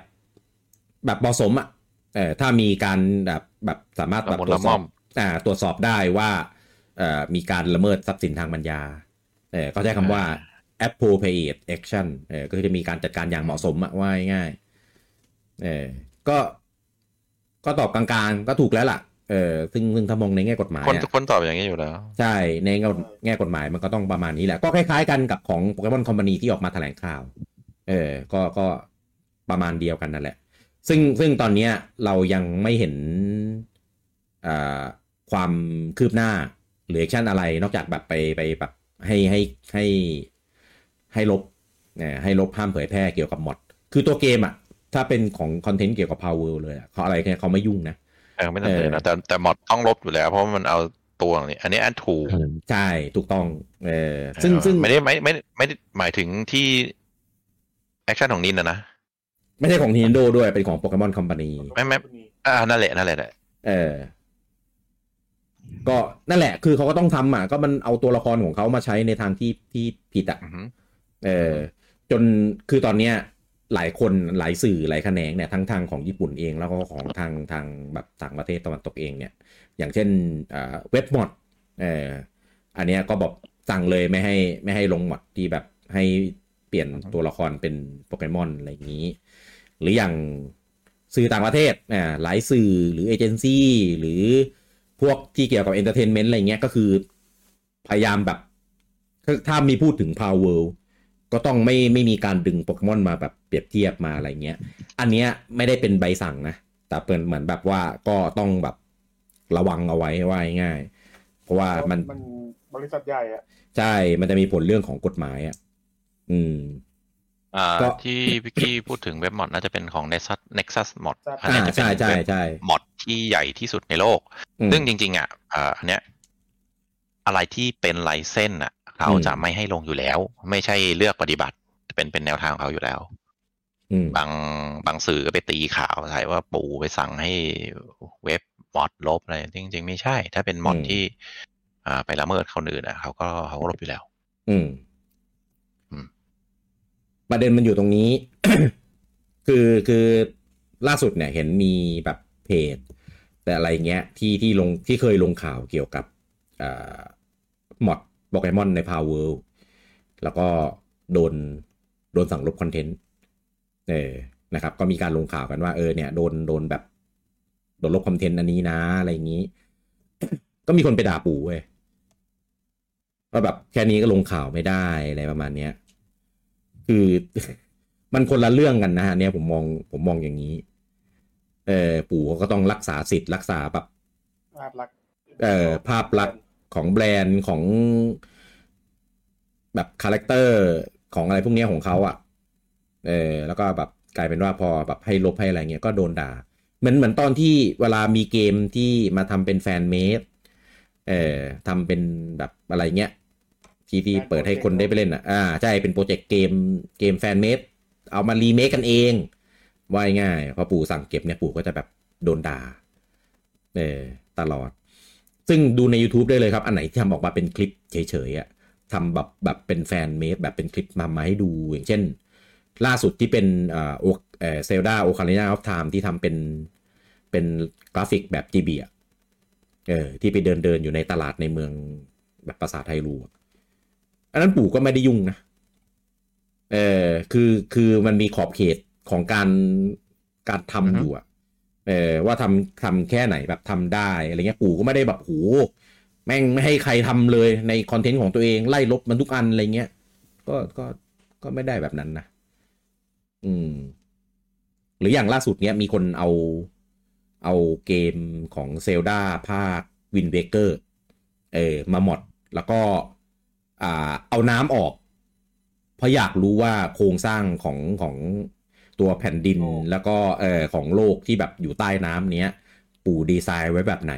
[SPEAKER 1] แบบเหมาะสมอ่ะเออถ้ามีการแบบแบบสามารถแบ
[SPEAKER 2] ละ
[SPEAKER 1] บ
[SPEAKER 2] มุน
[SPEAKER 1] ตรว
[SPEAKER 2] ละ
[SPEAKER 1] จส
[SPEAKER 2] ม่
[SPEAKER 1] อ
[SPEAKER 2] อบ ม
[SPEAKER 1] อ่าตรวจสอบได้ว่าเอ่อมีการละเมิดทรัพย์สินทางปัญญาเออเขาใช้คำว่า appropriate action เออก็คือจะมีการจัดการอย่างเหมาะสมอะว่าง่ายๆเออก็ก็ตอบกลางๆก็ถูกแล้วล่ะเออซึ่งซึ่งถ้ามองในแง่กฎหมาย
[SPEAKER 2] คน
[SPEAKER 1] อะ
[SPEAKER 2] คนตอบอย่างนี้อยู่แล้ว
[SPEAKER 1] ใช่ ในแง่กฎแง่กฎหมายมันก็ต้องประมาณนี้แหละ ก็คล้ายๆกันกับของโปเกมอนคอมพานีที่ออกมาแถลงข่าว เออ ก็ก็ประมาณเดียวกันนั่นแหละ ซึ่งซึ่งตอนเนี้ยเรายังไม่เห็นอ่าความคืบหน้าหรือแอคชั่นอะไรนอกจากแบบไปไปแบบให้ให้ให้ให้ลบเออให้ลบห้ามเผยแพร่เกี่ยวกับมอด คือตัวเกมอะถ้าเป็นของคอนเทนต์เกี่ยวกับ Power เลยอะเขาอะไรเนี่ยเขาไม่ยุ่งนะ
[SPEAKER 2] เออไม่จำเป็นนะแต่แต่หมอดต้องลบอยู่แล้ว เพราะว่ามันเอาตัวนี้อันนี้อันถูก
[SPEAKER 1] ใช่ ถูกต้อง เออ ซึ่ง
[SPEAKER 2] เออ
[SPEAKER 1] ซึ่ง
[SPEAKER 2] ไม่ได้ไม่ไม่ไม่ได้หมายถึงที่แอคชั่นของนินนะนะ
[SPEAKER 1] ไม่ใช่ของ Nintendo ด้วย เป็นของ Pokemon Company
[SPEAKER 2] ไม่ไม่ อ่านั่นแหละนั่นแหละแหละ
[SPEAKER 1] เออ ก็นั่นแหละ คือเขาก็ต้องทำอ่ะ ก็มันเอาตัวละครของเขามาใช้ในทางที่ที่ผิดอ่ะ
[SPEAKER 2] อือฮึ
[SPEAKER 1] เออจนคือตอนเนี้ยหลายคนหลายสื่อหลายแขนงเนี่ยทั้งทางของญี่ปุ่นเองแล้วก็ของทางทางแบบต่างประเทศตะวันตกเองเนี่ย อย่างเช่นเว็บมอดเอออันเนี้ยก็บอกสั่งเลยไม่ให้ไม่ให้ลงมอดที่แบบให้เปลี่ยนตัวละครเป็นโปเกมอนอะไรอย่างนี้ หรืออย่างสื่อต่างประเทศอ่าหลายสื่อหรือเอเจนซี่หรือพวกที่เกี่ยวกับเอนเตอร์เทนเมนต์อะไรเงี้ยก็คือพยายามแบบ ถ้ามีพูดถึง Power World ก็ต้องไม่ไม่มีการดึงโปเกมอนมาแบบเปรียบเทียบมาอะไรเงี้ย อันเนี้ยไม่ได้เป็นใบสั่งนะ แต่เป็นเหมือนแบบว่าก็ต้องแบบระวังเอาไว้ว่าง่ายๆเพราะว่ามัน
[SPEAKER 5] มันบริษัทใหญ่อะ
[SPEAKER 1] ใช่ มันจะมีผลเรื่องของกฎหมายอ่ะ อืม
[SPEAKER 2] อ่า
[SPEAKER 1] ก็
[SPEAKER 2] ที่พิกกี้พูดถึงเว็บมอดน่าจะเป็นของ Nexus Nexus Mod อัน
[SPEAKER 1] อ่า
[SPEAKER 2] เนี้ยจะเป็น
[SPEAKER 1] ใช่ใช่
[SPEAKER 2] เว็บ
[SPEAKER 1] ใช่
[SPEAKER 2] มอดที่ใหญ่ที่สุดในโลก
[SPEAKER 1] อืม
[SPEAKER 2] ซึ่งจริงๆอ่ะเอ่ออันเนี้ยอะไรที่เป็นไลเส้นอ่ะ เขา
[SPEAKER 1] อืม
[SPEAKER 2] จะไม่ให้ลงอยู่แล้ว ไม่ใช่เลือกปฏิบัติ เป็นเป็นแนวทางของเขาอยู่แล้ว
[SPEAKER 1] อืม
[SPEAKER 2] บางบางสื่อก็ไปตีข่าวใส่ว่าปูไปสั่งให้เว็บมอดลบอะไรจริง ๆ ไม่ใช่ ถ้าเป็นมอด
[SPEAKER 1] อืม
[SPEAKER 2] ที่อ่าไปละเมิดคนอื่นอ่ะเขาก็เขาก็ลบอยู่แล้ว
[SPEAKER 1] อืม
[SPEAKER 2] อืม
[SPEAKER 1] ประเด็นมันอยู่ตรงนี้ คือคือล่าสุดเนี่ย เห็นมีแบบเพจ แต่อะไรเงี้ย ที่ที่ลงที่เคยลงข่าวเกี่ยวกับเอ่อมอดโปเกมอนในพาวเวลแล้วก็โดนโดนสั่งลบคอนเทนต์เออนะครับ ก็มีการลงข่าวกันว่าเออเนี่ยโดนโดนแบบ โดนลบคอนเทนต์อันนี้นะ อะไรอย่างนี้ ก็มีคนไปด่าปู่เว้ย ว่าแบบแค่นี้ก็ลงข่าวไม่ได้อะไรประมาณเนี้ย คือ มันคนละเรื่องกันนะฮะเนี่ยผมมองผมมองอย่างนี้ เออปู่เขาก็ต้องรักษาสิทธิ์รักษาแบบ
[SPEAKER 5] ภาพลักษณ์
[SPEAKER 1] เอ่อภาพลักษณ์ของแบรนด์ของแบบคาแรคเตอร์ของอะไรพวกเนี้ยของเขาอ่ะ เออแล้วก็แบบกลายเป็นว่าพอแบบให้ลบให้อะไรเงี้ยก็โดนด่า เหมือนเหมือนตอนที่เวลามีเกมที่มาทำเป็นแฟนเมดเอ่อทำเป็นแบบอะไรเงี้ยที่ที่เปิดให้คนได้ไปเล่นอ่ะอ่าใช่เป็นโปรเจกต์เกมเกมแฟนเมดเอามารีเมคกันเองว่าง่ายๆพอปู่สั่งเก็บเนี่ยปู่ก็จะแบบโดนด่า เออตลอด ซึ่งดูใน YouTube ได้เลยครับ อันไหนที่ทำออกมาเป็นคลิปเฉยๆอะทำแบบแบบเป็นแฟนเมดแบบเป็นคลิปมามาให้ดู อย่างเช่น ล่าสุดที่เป็นเอ่อโอเอ่อเซลดาโอคาลินาออฟไทม์ที่ทำเป็นเป็นกราฟิกแบบ GB อะเออที่ไปเดินเดินๆอยู่ในตลาดในเมืองแบบภาษาไทยรูอะอันนั้นปู่ก็ไม่ได้ยุ่งนะ เออคือคือมันมีขอบเขตของการการทำ
[SPEAKER 2] อือฮึ
[SPEAKER 1] อยู่อะเออว่าทำทำแค่ไหนแบบทำได้อะไรเงี้ยปู่ก็ไม่ได้แบบโหแม่งไม่ให้ใครทำเลยในคอนเทนต์ของตัวเองไล่ลบมันทุกอันอะไรเงี้ย ก็ก็ก็ไม่ได้แบบนั้นนะ อืม หรืออย่างล่าสุดเนี้ยมีคนเอาเอาเกมของเซลดาภาควินเวเกอร์เออมาหมด แล้วก็ อ่า เอาน้ำออก เพราะอยากรู้ว่าโครงสร้างของของตัวแผ่นดิน แล้วก็เออของโลกที่แบบอยู่ใต้น้ำเนี้ย ปู่ดีไซน์ไว้แบบไหน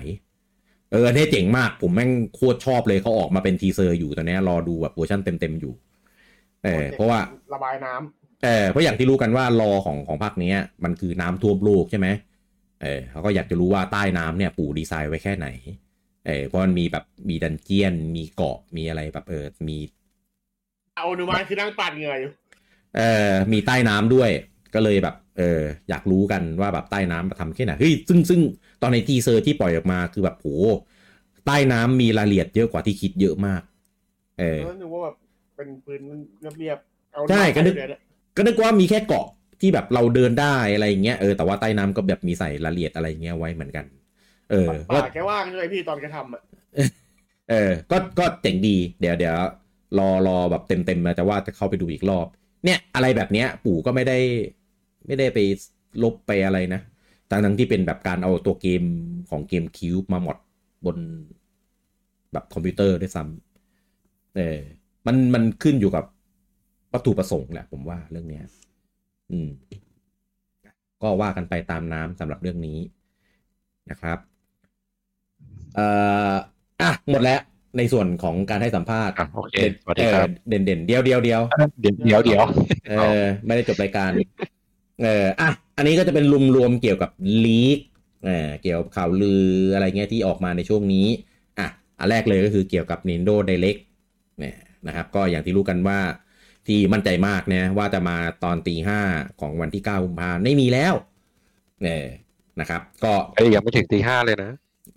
[SPEAKER 1] เอออันนี้เจ๋งมาก ผมแม่งโคตรชอบเลยเขาออกมาเป็นทีเซอร์อยู่ตอนเนี้ยรอดูแบบเวอร์ชันเต็มๆอยู่ เออเพราะว่า
[SPEAKER 5] ระบายน้ำ
[SPEAKER 1] เออเพราะอย่างที่รู้กันว่ารอของของภาคเนี้ย มันคือน้ำท่วมโลกใช่ไหมเออเขาก็อยากจะรู้ว่าใต้น้ำเนี่ยปู่ดีไซน์ไว้แค่ไหน เออเพราะมันมีแบบมีดันเจียน มีเกาะมีอะไรแบบเออมี
[SPEAKER 3] เอาหนูมาคือนั่งปั่นเหงื่ออยู่
[SPEAKER 1] เออมีใต้น้ำด้วย ก็เลยแบบเอออยากรู้กันว่าแบบใต้น้ำมาทำแค่ไหนเฮ้ยซึ่งซึ่งตอนในทีเซอร์ที่ปล่อยออกมาคือแบบโหใต้น้ำมีรายละเอียดเยอะกว่าที่คิดเยอะมาก เออ
[SPEAKER 5] แล้วนึกว่าแบบเป็นพื้นเรียบๆเอา
[SPEAKER 1] ใช่ก็นึก
[SPEAKER 5] เดี๋ยวนะ
[SPEAKER 1] ก็นึกว่ามีแค่เกาะที่แบบเราเดินได้อะไรอย่างเงี้ยเออแต่ว่าใต้น้ำก็แบบมีใส่รายละเอียดอะไรอย่างเงี้ยไว้เหมือนกัน เออก็
[SPEAKER 5] ป่าแกว่างเลยพี่ตอนแกทำอะ
[SPEAKER 1] เออก็ก็เจ๋งดีเดี๋ยวเดี๋ยวรอรอแบบเต็มเต็มๆนะแต่ว่าจะเข้าไปดูอีกรอบ เนี่ยอะไรแบบเนี้ย ปู่ก็ไม่ได้ ไม่ได้ไปลบไปอะไรนะทั้งทั้งๆที่เป็นแบบการเอาตัวเกมของเกมคิวมาหมดบนแบบคอมพิวเตอร์ด้วยซ้ำเออมันมันขึ้นอยู่กับวัตถุประสงค์แหละผมว่าเรื่องเนี้ย อืม ก็ว่ากันไปตามน้ำสำหรับเรื่องนี้นะครับ เอ่ออ่ะ หมดแล้วในส่วนของการให้สัมภาษณ์
[SPEAKER 2] ครับโอเค
[SPEAKER 1] เด่น
[SPEAKER 2] สวัสดีครับ
[SPEAKER 1] เออเด่นเด่นเดียวเดียวเดียว
[SPEAKER 4] เดี๋ยวเดี๋ยวเดี๋ยว
[SPEAKER 1] เออไม่ได้จบรายการ เอออ่ะ อันนี้ก็จะเป็นรวมรวมๆเกี่ยวกับลีกเออเกี่ยวกับข่าวลืออะไรเงี้ยที่ออกมาในช่วงนี้ อ่ะ อันแรกเลยก็คือเกี่ยวกับ Nintendo Direct เนี่ยนะครับ ก็อย่างที่รู้กันว่าที่มั่นใจมากนะว่าจะมาตอนตีห้าของวันที่9กุมภาพันธ์ไม่มีแล้วเนี่ยนะครับ ก็
[SPEAKER 4] เอ้ยยังไม่ถึงตีห้าเลยนะ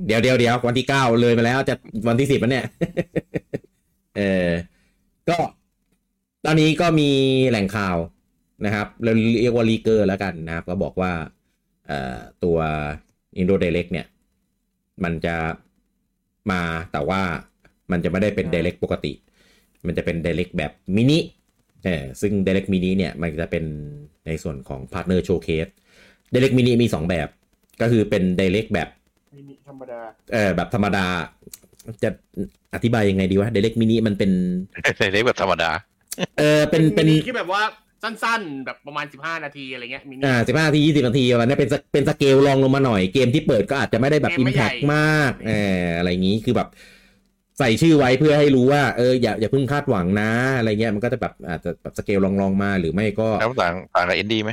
[SPEAKER 1] เดี๋ยวเดี๋ยวเดี๋ยววันที่เก้าเลยมาแล้วจะวันที่สิบแล้วเนี่ย เออก็ ตอนนี้ก็มีแหล่งข่าวนะครับเราเรียกว่าลีเกอร์แล้วกันนะครับ ก็บอกว่า เอ่อตัวอินโดเดเล็กเนี่ย มันจะมาแต่ว่ามันจะไม่ได้เป็นเดเล็กปกติ มันจะเป็นเดเล็กแบบมินิ เออซึ่ง Direct Mini เนี่ย มันจะเป็นในส่วนของ Partner Showcase Direct Mini มี 2 แบบ ก็คือเป็น Direct แบบ
[SPEAKER 5] มินิธรรมดา
[SPEAKER 1] เออแบบธรรมดา จะอธิบายยังไงดีวะ Direct Mini มันเป็น
[SPEAKER 2] เล็กแบบธรรมดา
[SPEAKER 1] เออเป็นเป็น
[SPEAKER 3] มิที่แบบว่าสั้นๆ แบบประมาณสิบห้านาทีอะไรเงี้ยมินิ
[SPEAKER 1] อ่าสิบห้าทียี่สิบนาทีประมาณนี้เป็นสเกเป็นสเกลรองลงมาหน่อยเกมที่เปิดก็อาจจะไม่ได้แบบ
[SPEAKER 3] เก
[SPEAKER 1] อิ
[SPEAKER 3] ม
[SPEAKER 1] ม
[SPEAKER 3] ไม่
[SPEAKER 1] แพ
[SPEAKER 3] ใหญ่
[SPEAKER 1] กมากเอออะไรอย่างนี้คือแบบ ใส่ชื่อไว้เพื่อให้รู้ว่าเอออย่าอย่าเพิ่งคาดหวังนะ อะไรเงี้ยมันก็จะแบบอาจจะแบบสเกลรองลองๆมาหรือไม่ก็
[SPEAKER 2] แล้วต่างต่างกับเอ็นดีไหม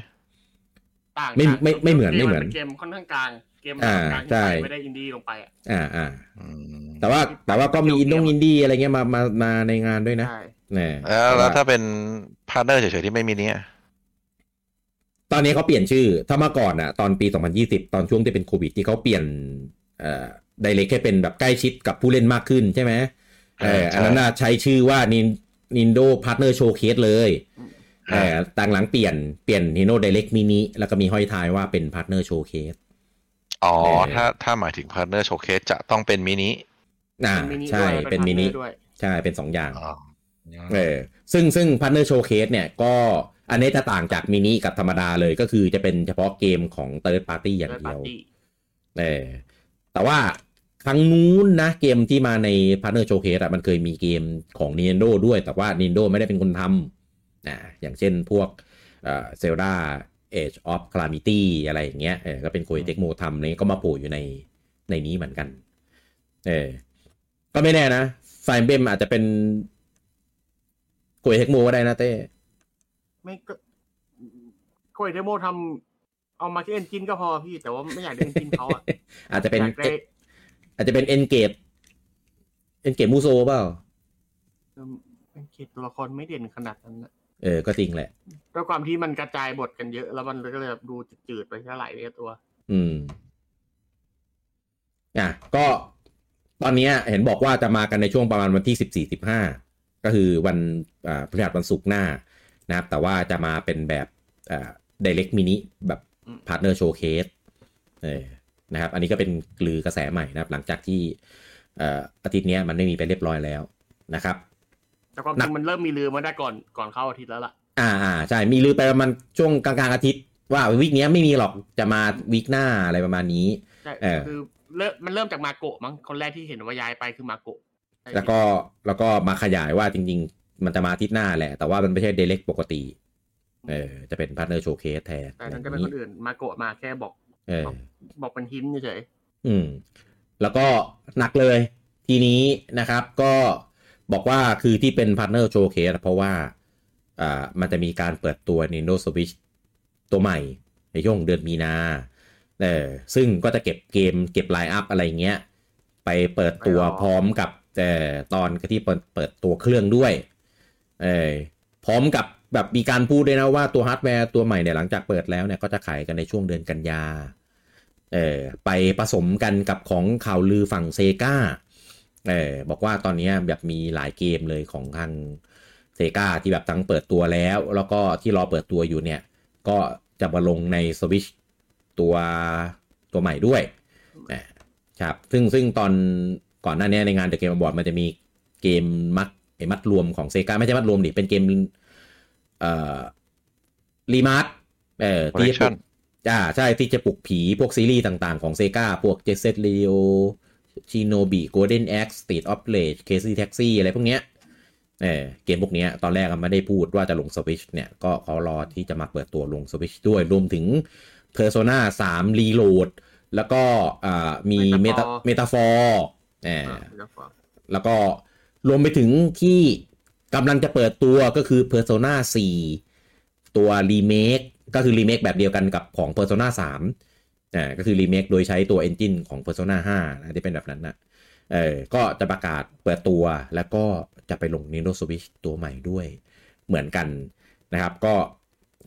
[SPEAKER 3] ต่าง
[SPEAKER 1] ไม่
[SPEAKER 3] กัน
[SPEAKER 1] ไม่ไม่เหมือนไม่เหมือน
[SPEAKER 3] ป็เกมค่อนข้างกลางเกม
[SPEAKER 1] อ่าก
[SPEAKER 3] ลาง
[SPEAKER 1] ใช่
[SPEAKER 3] ที่ไม่ได้อินดี้ลงไปอะ
[SPEAKER 1] อ่าอ่า
[SPEAKER 2] อืม
[SPEAKER 1] แต่ว่าแต่ว่าก็มีอินดงอินดี้อะไรเงี้ยมามามาในงานด้วยนะ
[SPEAKER 3] ใช่
[SPEAKER 1] แน่
[SPEAKER 2] แล้วแล้วถ้าเป็นพาร์ทเนอร์เฉยๆที่ไม่มีเนี้ย
[SPEAKER 1] ตอนนี้เขาเปลี่ยนชื่อ ถ้าเมื่อก่อนอะตอนปี 2020 ตอนช่วงที่เป็นโควิดที่เขาเปลี่ยนเอ่อไดเรกให้เป็นแบบใกล้ชิดกับผู้เล่นมากขึ้นใช่ไหม เอออันนั้นน่ะใช้ชื่อว่า Nin- Nintendo Partner Showcase เลยเอ
[SPEAKER 2] อ่า
[SPEAKER 1] อต่างหลังเปลี่ยนเปลี่ยน Nintendo Direct Mini แล้วก็มีห้อยท้ายว่าเป็น Partner Showcase
[SPEAKER 2] อ๋อ
[SPEAKER 1] เออ
[SPEAKER 2] ถ้าถ้าหมายถึงพาร์ทเนอร์โชเคสจะต้องเป็นมินิ
[SPEAKER 1] อ่า
[SPEAKER 3] เป็นมินิ
[SPEAKER 1] ใช่
[SPEAKER 3] ด้วย
[SPEAKER 1] เป็นมินิ
[SPEAKER 3] พาร์ทเอร์ด้วย
[SPEAKER 1] ใช่เป็นสองอย่าง
[SPEAKER 2] อ๋อ
[SPEAKER 1] เออซึ่งซึ่ง Partner Showcase เนี่ยก็อันนี้จะต่างจากมินิกับธรรมดาเลยก็คือจะเป็นเฉพาะเกมของ Third Party อย่างเดียว
[SPEAKER 3] Third Party
[SPEAKER 1] เออแต่ว่าครั้งนู้นนะเกมที่มาใน Partner Showcase อะมันเคยมีเกมของ Nintendo ด้วย แต่ว่า Nintendo ไม่ได้เป็นคนทำนะอย่างเช่นพวกเซลดา Age of Calamity อะไรอย่างเงี้ยเออก็เป็นโคยเทคโมทำอะไรเงี้ยก็มาโผล่อยู่ในในนี้เหมือนกันเออก็ไม่แน่นะไฟเบมอาจจะเป็นโคยเทคโมก็ได้นะเต้
[SPEAKER 3] ไม่ก็โคยเดโมทำเอามาแค่เอนจินก็พอพี่ แต่ว่าไม่อยากได้เอนจินเขาอะ
[SPEAKER 1] อาจจะเป็น
[SPEAKER 3] อยากได้
[SPEAKER 1] อาจจะเป็นเอนเกตเอนเกตมูโซเปล่า
[SPEAKER 3] เออมันเกตตัวละครไม่เด่นขนาดนั้นนะ
[SPEAKER 1] เออก็จริงแหละ
[SPEAKER 3] ด้วยความที่มันกระจายบทกันเยอะ แล้วมันก็เลยแบบดูจืดๆไปแค่หลายเรื่องตัว
[SPEAKER 1] อืม อ่ะ ก็ตอนเนี้ยเห็นบอกว่าจะมากันในช่วงประมาณวันที่สิบสี่สิบห้าก็คือวันอ่าพฤหัสวันศุกร์หน้านะครับ แต่ว่าจะมาเป็นแบบอ่า direct mini แบบ
[SPEAKER 3] อืม
[SPEAKER 1] partner showcase เออนะครับ อันนี้ก็เป็นกลือกระแสใหม่นะครับ หลังจากที่เอ่ออาทิตย์เนี้ยมันไม่มีไปเรียบร้อยแล้วนะครับ
[SPEAKER 3] แต่ความจริงมันเริ่มมีลือมาได้ก่อนก่อนเข้าอาทิตย์แล้วล่ะ
[SPEAKER 1] อ่าอ่าใช่ มีลือไปประมาณช่วงกลางๆอาทิตย์ ว่าวีคเนี้ยไม่มีหรอกจะมาวีคหน้าอะไรประมาณนี้
[SPEAKER 3] ใช่
[SPEAKER 1] เออ
[SPEAKER 3] คือเริ่มมันเริ่มจากมาโกะมั้งคนแรกที่เห็นว่าย้ายไปคือมาโกะใช่
[SPEAKER 1] แล้วก็แล้วก็มาขยายว่าจริง ๆ มันจะมาอาทิตย์หน้าแหละ แต่ว่ามันไม่ใช่เดลิกปกติ เออ จะเป็นพาร์ทเนอร์โชว์เคสแทน
[SPEAKER 3] แต่นั้นก็เป็นคนอื่นมาโกะมาแค่บอก
[SPEAKER 1] เออ
[SPEAKER 3] บอกเป็นหินเฉย
[SPEAKER 1] อืม แล้วก็หนักเลย ทีนี้นะครับก็บอกว่าคือที่เป็นพาร์ทเนอร์โชว์เคสเพราะว่า อ่า มันจะมีการเปิดตัว Nintendo Switch ตัวใหม่ ในช่วงเดือนมีนา เออซึ่งก็จะเก็บเกมเก็บไลน์อัพอะไรเงี้ย ไปเปิดตัวพร้อมกับเอ่อตอนที่เปิดเปิดตัวเครื่องด้วยเออพร้อมกับแบบมีการพูดด้วยนะว่าตัวฮาร์ดแวร์ตัวใหม่เนี่ยหลังจากเปิดแล้วเนี่ยก็จะขายกันในช่วงเดือนกันยาเออไปผสมกันกับของข่าวลือฝั่งเซกาเออบอกว่าตอนเนี้ยแบบมีหลายเกมเลยของทางเซกาที่แบบทั้งเปิดตัวแล้ว แล้วก็ที่รอเปิดตัวอยู่เนี่ย ก็จะมาลงใน Switch ตัวตัวใหม่ด้วยอ่า ครับซึ่งซึ่งตอนก่อนหน้านี้ในงาน The Game Award มันจะมีเกมมัดไอ้มัดรวมของเซกาไม่ใช่มัดรวมดิ เป็นเกมเอ่อรีมาร์เอ่อที่จะปลุก
[SPEAKER 2] Collection
[SPEAKER 1] อ่าใช่ที่จะปลุกผีพวกซีรีส์ต่างๆของเซกาพวกเจส e t เ a โอชิโนบิโกลเด้นแอ็กซ์สตีดออฟเลจเคซี่แท็กซี่อะไรพวกเนี้ยเออเกมพวกเนี้ยตอนแรกอะไม่ได้พูดว่าจะลงสวิชเนี่ย ก็เขารอที่จะมาเปิดตัวลงสวิชด้วยรวมถึง Persona 3 Reload แล้วก็อ่ามีเมตา เมตาฟอร์อ่
[SPEAKER 3] ๆอ่ะ
[SPEAKER 1] า
[SPEAKER 3] แล้วก็
[SPEAKER 1] แล้วก็รวมไปถึงที่กำลังจะเปิดตัวก็คือ Persona 4 ตัวรีเมคก็คือรีเมคแบบเดียวกันกับของ Persona 3อ่าก็คือรีเมคโดยใช้ตัว Engine ของ Persona 5นะที่เป็นแบบนั้นนะเออก็จะประกาศเปิดตัวแล้วก็จะไปลง Nintendo Switch ตัวใหม่ด้วยเหมือนกันนะครับ ก็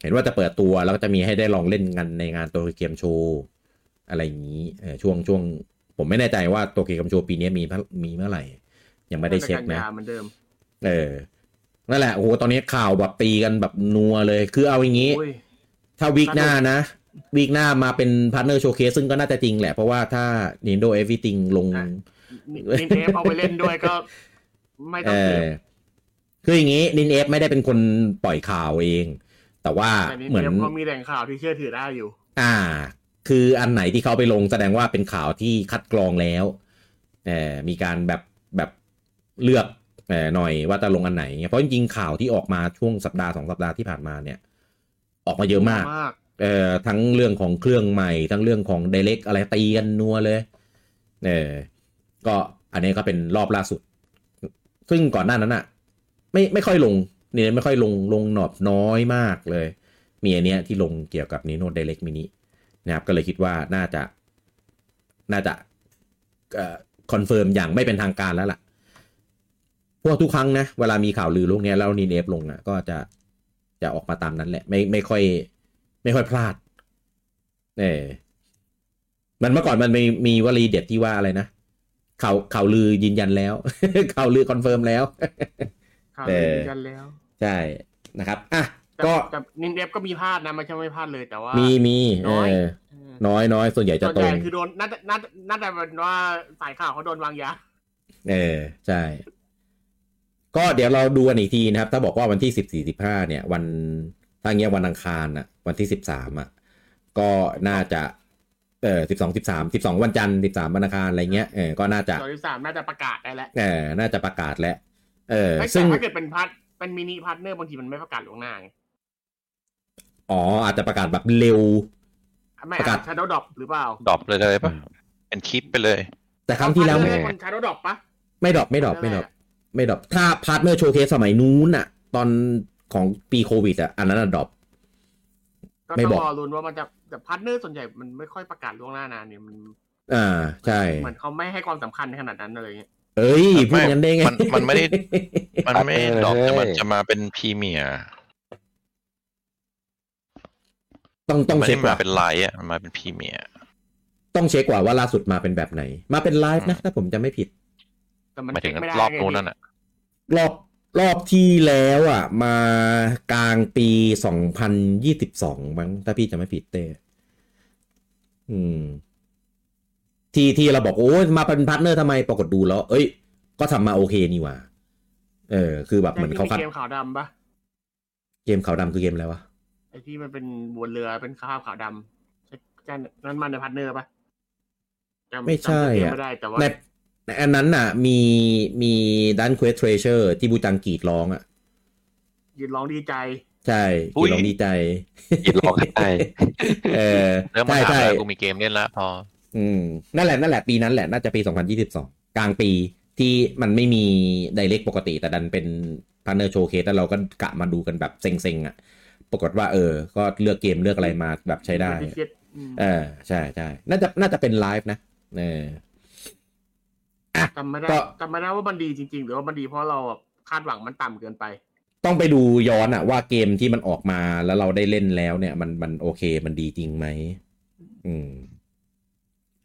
[SPEAKER 1] เห็นว่าจะเปิดตัวแล้วก็จะมีให้ได้ลองเล่นกันในงานตัวเกมโชว์อะไรอย่างนี้เออช่วงช่วงผมไม่แน่ใจว่าตัวเกมโชว์ปีนี้มีเท่ามีเมื่อไหร่ ยังไม่ได้เช็ค
[SPEAKER 3] กั
[SPEAKER 1] นะ
[SPEAKER 3] ยาเหมือนเดิม
[SPEAKER 1] เออ นั่นแหละ โอ้โห ตอนนี้ข่าวแบบตีกันแบบนัวเลย คือเอาอย่างนี้
[SPEAKER 3] โอ้ย
[SPEAKER 1] ถ้าวีคหน้านะ วีคหน้ามาเป็นพาร์ทเนอร์โชว์เคสซึ่งก็น่าจะจริงแหละ เพราะว่าถ้า Nintendo Everything ลง
[SPEAKER 3] อ่ะ นินเทปเอาไปเล่นด้วยก็ไม่ต้
[SPEAKER 1] เอ
[SPEAKER 3] องเสีย
[SPEAKER 1] อ คืออย่างนี้นินเอฟไม่ได้เป็นคนปล่อยข่าวเอง แต่ว่า
[SPEAKER 3] แต่นี่
[SPEAKER 1] เหมือน
[SPEAKER 3] เดี๋ยวพอมีแหล่งข่าวที่เชื่อถือได้อยู่
[SPEAKER 1] อ่า คืออันไหนที่เขาเอาไปลงแสดงว่าเป็นข่าวที่คัดกรองแล้วเออมีการแบบแบบเลือกเออหน่อยว่าจะลงอันไหนเงี้ยเพราะจริงๆข่าวที่ออกมาช่วงสัปดาห์สองสัปดาห์ที่ผ่านมาเนี่ย ออกมาเยอะมาก
[SPEAKER 3] มาก
[SPEAKER 1] เอ่อทั้งเรื่องของเครื่องใหม่ ทั้งเรื่องของเดเล็กอะไรตีกันนัวเลยเออก็อันนี้ก็เป็นรอบล่าสุด ซึ่งก่อนหน้านั้นอะไม่ไม่ค่อยลงเนี่ยไม่ค่อยลงลงหนอบน้อยมากเลย มีอันเนี้ยที่ลงเกี่ยวกับนีโนเดเล็กมินินะครับก็เลยคิดว่าน่าจะ น่าจะคอนเฟิร์มอย่างไม่เป็นทางการแล้วล่ะ พวกทุกครั้งนะ เวลามีข่าวลือลูกเนี้ยแล้วนีเนฟลงอ่ะ ก็จะจะออกมาตามนั้นแหละ ไม่ไม่ค่อย ไม่ค่อยพลาดเออมันเมื่อก่อนมันมีมีวลีเด็ดที่ว่าอะไรนะข่าวข่าวลือยืนยันแล้ว ข่าวลือคอนเฟิร์มแล้ว
[SPEAKER 3] ข่าว
[SPEAKER 1] แต่
[SPEAKER 3] ยืนยันแล้ว
[SPEAKER 1] ใช่นะครับอ่ะ
[SPEAKER 3] แต่
[SPEAKER 1] ก็
[SPEAKER 3] แต่นินเดฟก็มีพลาดนะไม่ใช่ไม่พลาดเลยแต่ว่า
[SPEAKER 1] มีมีเอ
[SPEAKER 3] น้อย
[SPEAKER 1] อ
[SPEAKER 3] เออ
[SPEAKER 1] น้อยน้อยส่วนใหญ่จะ
[SPEAKER 3] ส่วน
[SPEAKER 1] ตร
[SPEAKER 3] ใหญ่
[SPEAKER 1] ง
[SPEAKER 3] คือโดนน่าจะน่าจะน่าจะเป็นว่าสายข่าวเขาโดนวางยา
[SPEAKER 1] เออ ใช่ ก็เดี๋ยวเราดูกันอีกทีนะครับ ถ้าบอกว่าวันที่สิบสี่สิบห้าเนี่ย วันถ้าเงี้ยวันอังคารอ่ะ วันที่สิบสามอ่ะ ก็น่าจะ เออสิบสองสิบสามสิบสองวันจันทร์สิบสามวันอังคารอะไรเงี้ยเออก็น่าจะ
[SPEAKER 3] ตอนที่สามน่าจะประกาศได้แล้ว
[SPEAKER 1] เออน่าจะประกาศแล้ว เออ
[SPEAKER 3] ไม่แต่
[SPEAKER 1] ซึ่ง
[SPEAKER 3] ถ้าเกิดเป็นพาร์ทเป็นมินิพาร์ทเนอร์บางทีมันไม่ประกาศล่วงหน้าไง
[SPEAKER 1] อ๋อ อาจจะประกาศแบบเร็ว
[SPEAKER 3] ไม่
[SPEAKER 1] ประกาศ
[SPEAKER 3] ชาร์ดดอปหรือเปล่า
[SPEAKER 2] ดรอปเลยเลยปะเป็นคลิปไปเลย
[SPEAKER 1] แต่ครั้งที่แล้ว
[SPEAKER 3] ไม่
[SPEAKER 1] ไม่
[SPEAKER 4] เอ
[SPEAKER 3] ชาร์ดดอปปะ
[SPEAKER 1] ไม่ดรอปไม่ดรอปไม่ดรอปไม่ดรอปถ้าพาร์ทเนอร์โชว์เคสสมัยนู้นอะตอนของปีโควิดอะอันนั้นอะดรอป
[SPEAKER 3] ก็
[SPEAKER 1] ไม่
[SPEAKER 3] ต้อ
[SPEAKER 1] อ
[SPEAKER 3] บง
[SPEAKER 1] ก
[SPEAKER 3] รอรุนว่ามันจะแต่พาร์ทเนอร์ส่วนใหญ่มันไม่ค่อยประกาศล่วงหน้านานเนี่ยมัน
[SPEAKER 1] อ่า ใช่
[SPEAKER 3] เหมือนเขาไม่ให้ความสำคัญขนาดนั้นอะไรเงี้ย
[SPEAKER 1] เอ้ย
[SPEAKER 2] ไม่
[SPEAKER 1] พูดงั้นได้ไง
[SPEAKER 2] มันมันไม่ได้ มันไม่
[SPEAKER 4] เออ
[SPEAKER 2] ดรอปแต่มัน
[SPEAKER 4] เฮ้ย
[SPEAKER 2] จะมาเป็นพรีเมียร์
[SPEAKER 1] ต้องต้อง
[SPEAKER 2] ไม่
[SPEAKER 1] เช็
[SPEAKER 2] ได้
[SPEAKER 1] ค
[SPEAKER 2] มา
[SPEAKER 1] ว่า
[SPEAKER 2] เป็นไลท์อะมันมาเป็นพรีเมียร์
[SPEAKER 1] ต้องเช็คว่าว่าล่าสุดมาเป็นแบบไหน มาเป็นไลฟ์นะ ถ้าผมจะไม่ผิด
[SPEAKER 3] แต่มัน
[SPEAKER 2] หมายถึ
[SPEAKER 3] เช็ค
[SPEAKER 2] ง
[SPEAKER 3] ไม่ได้
[SPEAKER 2] รอบนู้นนั่น
[SPEAKER 3] ไง
[SPEAKER 2] อะ
[SPEAKER 1] รอบรอบที่แล้วอะมากลางปี 2022มั้งถ้าพี่จะไม่ผิดเต้อืม ที่ที่เราบอก โอ้ยมาเป็นพาร์ทเนอร์ทำไมปรากฏดูแล้ว เอ้ย ก็ทำมาโอเคนี่หว่า เออ คือแบบเหมือนเขา
[SPEAKER 3] แต่
[SPEAKER 1] คัด
[SPEAKER 3] ที่เกมขาวดำปะ
[SPEAKER 1] เกมขาวดำคือเกมอะไรวะ
[SPEAKER 3] ไอที่มันเป็นบวนเรือเป็นข้าวขาวดำใช่กันนั่นมันในพาร์ทเนอร์ปะจำ
[SPEAKER 1] ไม่ใช่
[SPEAKER 3] จำชื่อ
[SPEAKER 1] อะ
[SPEAKER 3] เกไม่ได้แต่ว่า
[SPEAKER 1] ในในอันนั้นน่ะ มีมีดันเควสเทรเชอร์ที่บูจังกรีดร้องอ่ะ
[SPEAKER 3] ยืนร้องดีใจ
[SPEAKER 1] ใช่กรีดร้องดีใจ
[SPEAKER 4] อิดร้องไห้
[SPEAKER 1] เออ
[SPEAKER 2] เริ่มมา
[SPEAKER 1] ใช่
[SPEAKER 2] ถาม
[SPEAKER 1] ใช่
[SPEAKER 2] แล้วกูมีเกมเล่นละพอ
[SPEAKER 1] อืมนั่นแหละนั่นแหละปีนั้นแหละน่าจะปี 2022 กลางปีที่มันไม่มีไดเรกปกติ แต่ดันเป็นพาร์เนอร์โชว์เคสแล้วเราก็กะมาดูกันแบบเซ็งๆอะ่ะ ปรากฏว่าเออ ก็เลือกเกมเลือกอะไรมาแบบใช้ได้
[SPEAKER 3] Happy Feet อืม
[SPEAKER 1] เออใช่ใช่น่าจะน่าจะเป็นไลฟ์นะเออ
[SPEAKER 3] จำไม่ได้
[SPEAKER 1] ก็
[SPEAKER 3] จำไม่ได้ว่ามันดีจริง ๆ หรือว่ามันดีเพราะเราแบบคาดหวังมันต่ำเกินไป
[SPEAKER 1] ต้องไปดูย้อนอะว่าเกมที่มันออกมาแล้วเราได้เล่นแล้วเนี่ย มันมันโอเคมันดีจริงไหมอืม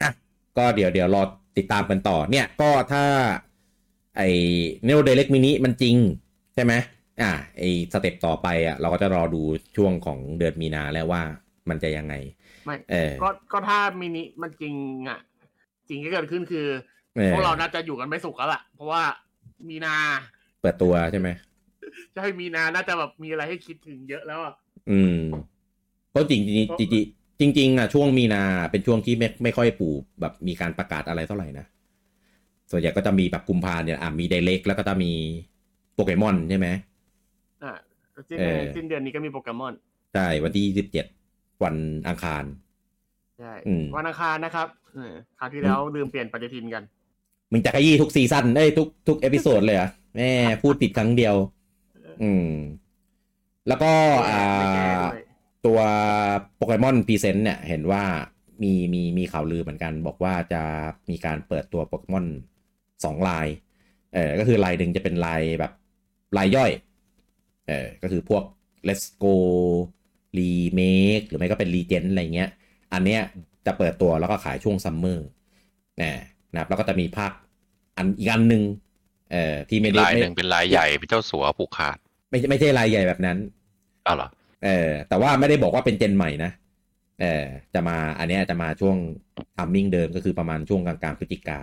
[SPEAKER 1] อ่ะก็เดี๋ยวเดี๋ยวรอติดตามกันต่อ เนี่ยก็ถ้า ไอเนโอเดเล็กมินิมันจริง ใช่ไหมอ่ะไอสเต็ปต่อไปอะเราก็จะรอดูช่วงของเดือนมีนาแล้วว่ามันจะยังไง
[SPEAKER 3] ไม่
[SPEAKER 1] เออ
[SPEAKER 3] ก็ก็ถ้ามินิมันจริงอ่ะสิ่งที่เกิดขึ้นคือ
[SPEAKER 1] เออ
[SPEAKER 3] พวกเราน่าจะอยู่กันไม่สุขแล้วล่ะ เพราะว่ามีนา
[SPEAKER 1] เปิดตัวใช่ไหม
[SPEAKER 3] ใช่มีนา น่าจะแบบมีอะไรให้คิดถึงเยอะแล้วอ่ะ
[SPEAKER 1] อืมเพราะจริงๆจริงๆจริงๆอ่ะช่วงมีนาเป็นช่วงที่ไม่ไม่ค่อยปลูกแบบมีการประกาศอะไรเท่าไหร่นะ ส่วนใหญ่ก็จะมีแบบกุมภาเนี่ยอ่ะมีไดเ c กแล้วก็จะมีโปเกมอนใช่ไหม
[SPEAKER 3] อ่ะสิ้น
[SPEAKER 1] เออ
[SPEAKER 3] สิ้นเดือนนี้ก็มีโปเกมอน
[SPEAKER 1] ใช่วันที่ยี่สิบเจ็ดวันอังคาร
[SPEAKER 3] ใช่
[SPEAKER 1] อืม
[SPEAKER 3] วันอังคารนะครับเออคราวที่แล้วลืมเปลี่ยนปฏิทินกัน
[SPEAKER 1] มึงจะขยี้ทุกซีซั่นเอ้ยทุกทุกเอพิโซดเลยเหรอ่ะแม่พูดผิดครั้งเดียว อืม แล้วก็อ่
[SPEAKER 3] ไม่แก้
[SPEAKER 1] า
[SPEAKER 3] ด้วย
[SPEAKER 1] ตัวโปเกมอนพรีเซนต์เนี่ย เห็นว่ามีมีมีข่าวลือเหมือนกัน บอกว่าจะมีการเปิดตัวโปเกมอนสองลาย เออก็คือลายหนึ่งจะเป็นลายแบบลายย่อย เออก็คือพวก Let's Go Remake หรือไม่ก็เป็น Legend อะไรเงี้ย อันเนี้ยจะเปิดตัวแล้วก็ขายช่วงซัมเมอร์นะครับแล้วก็จะมีภาคอันอีกอันหนึ่งเอ่อที่ไม่ได้
[SPEAKER 2] ลาย
[SPEAKER 1] ไม่
[SPEAKER 2] หนึ่งเป็นลายใหญ่เป็นเจ้าสัวผูกขาด
[SPEAKER 1] ไม่ไม่ใช่ลายใหญ่แบบนั้น
[SPEAKER 2] อ้าวเหรอ
[SPEAKER 1] เออแต่ว่าไม่ได้บอกว่าเป็นเจนใหม่นะเออจะมาอันเนี้ยจะมาช่วงทัมมิ่งเดิมก็คือประมาณช่วงกลางกลางๆพฤศจิกา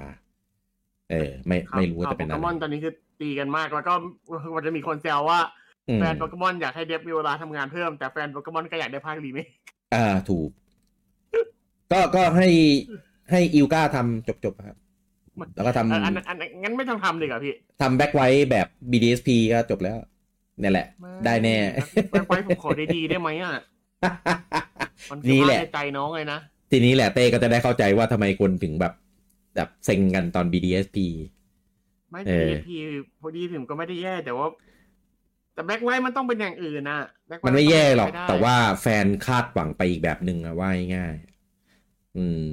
[SPEAKER 1] เออ ไม่
[SPEAKER 3] คบ
[SPEAKER 1] ไม่รู้ว่าจะเป็น
[SPEAKER 3] โป
[SPEAKER 1] อะ
[SPEAKER 3] เกมอนต
[SPEAKER 1] ไร
[SPEAKER 3] อนนี้คือตีกันมากแล้วก็มันจะมีคนแซวว่า
[SPEAKER 1] อืม
[SPEAKER 3] แฟนโปเกมอนอยากให้เดฟมีเวลาทำงานเพิ่มแต่แฟนโปเกมอนก็อยากได้ภาครีเมค
[SPEAKER 1] อ่าถูก ก็ก็ให้ให้อิวก้าทำจบจบๆครับ แล้วก็ทำ
[SPEAKER 3] เอ่ออันอันอันงั้นไม่ต้องทำเลยเหรอพี่
[SPEAKER 1] ทำแบ็กไว้แบบ BDSP ก็จบแล้วนี่แหละ
[SPEAKER 3] ไม่
[SPEAKER 1] ได้แน่
[SPEAKER 3] แบ็คไว้ผมขอได้ดีได้ไหมอะ มันคือ
[SPEAKER 1] นี่แห
[SPEAKER 3] ภา
[SPEAKER 1] ละ
[SPEAKER 3] พในใจน้องเลยนะ
[SPEAKER 1] ทีนี้แหละเต้ก็จะได้เข้าใจว่าทำไมคนถึงแบบ แบบเซ็งกันตอน BDSP
[SPEAKER 3] ไม่
[SPEAKER 1] เออ
[SPEAKER 3] พีพีพอดีผมก็ไม่ได้แย่แต่ว่า แต่แบ็คไว้มันต้องเป็นอย่างอื่นนะ Black White
[SPEAKER 1] มันไม่แย่หรอก
[SPEAKER 3] ไม่ได้
[SPEAKER 1] แต่ว่าแฟนคาดหวังไปอีกแบบหนึ่งอะว่าง่ายๆอืม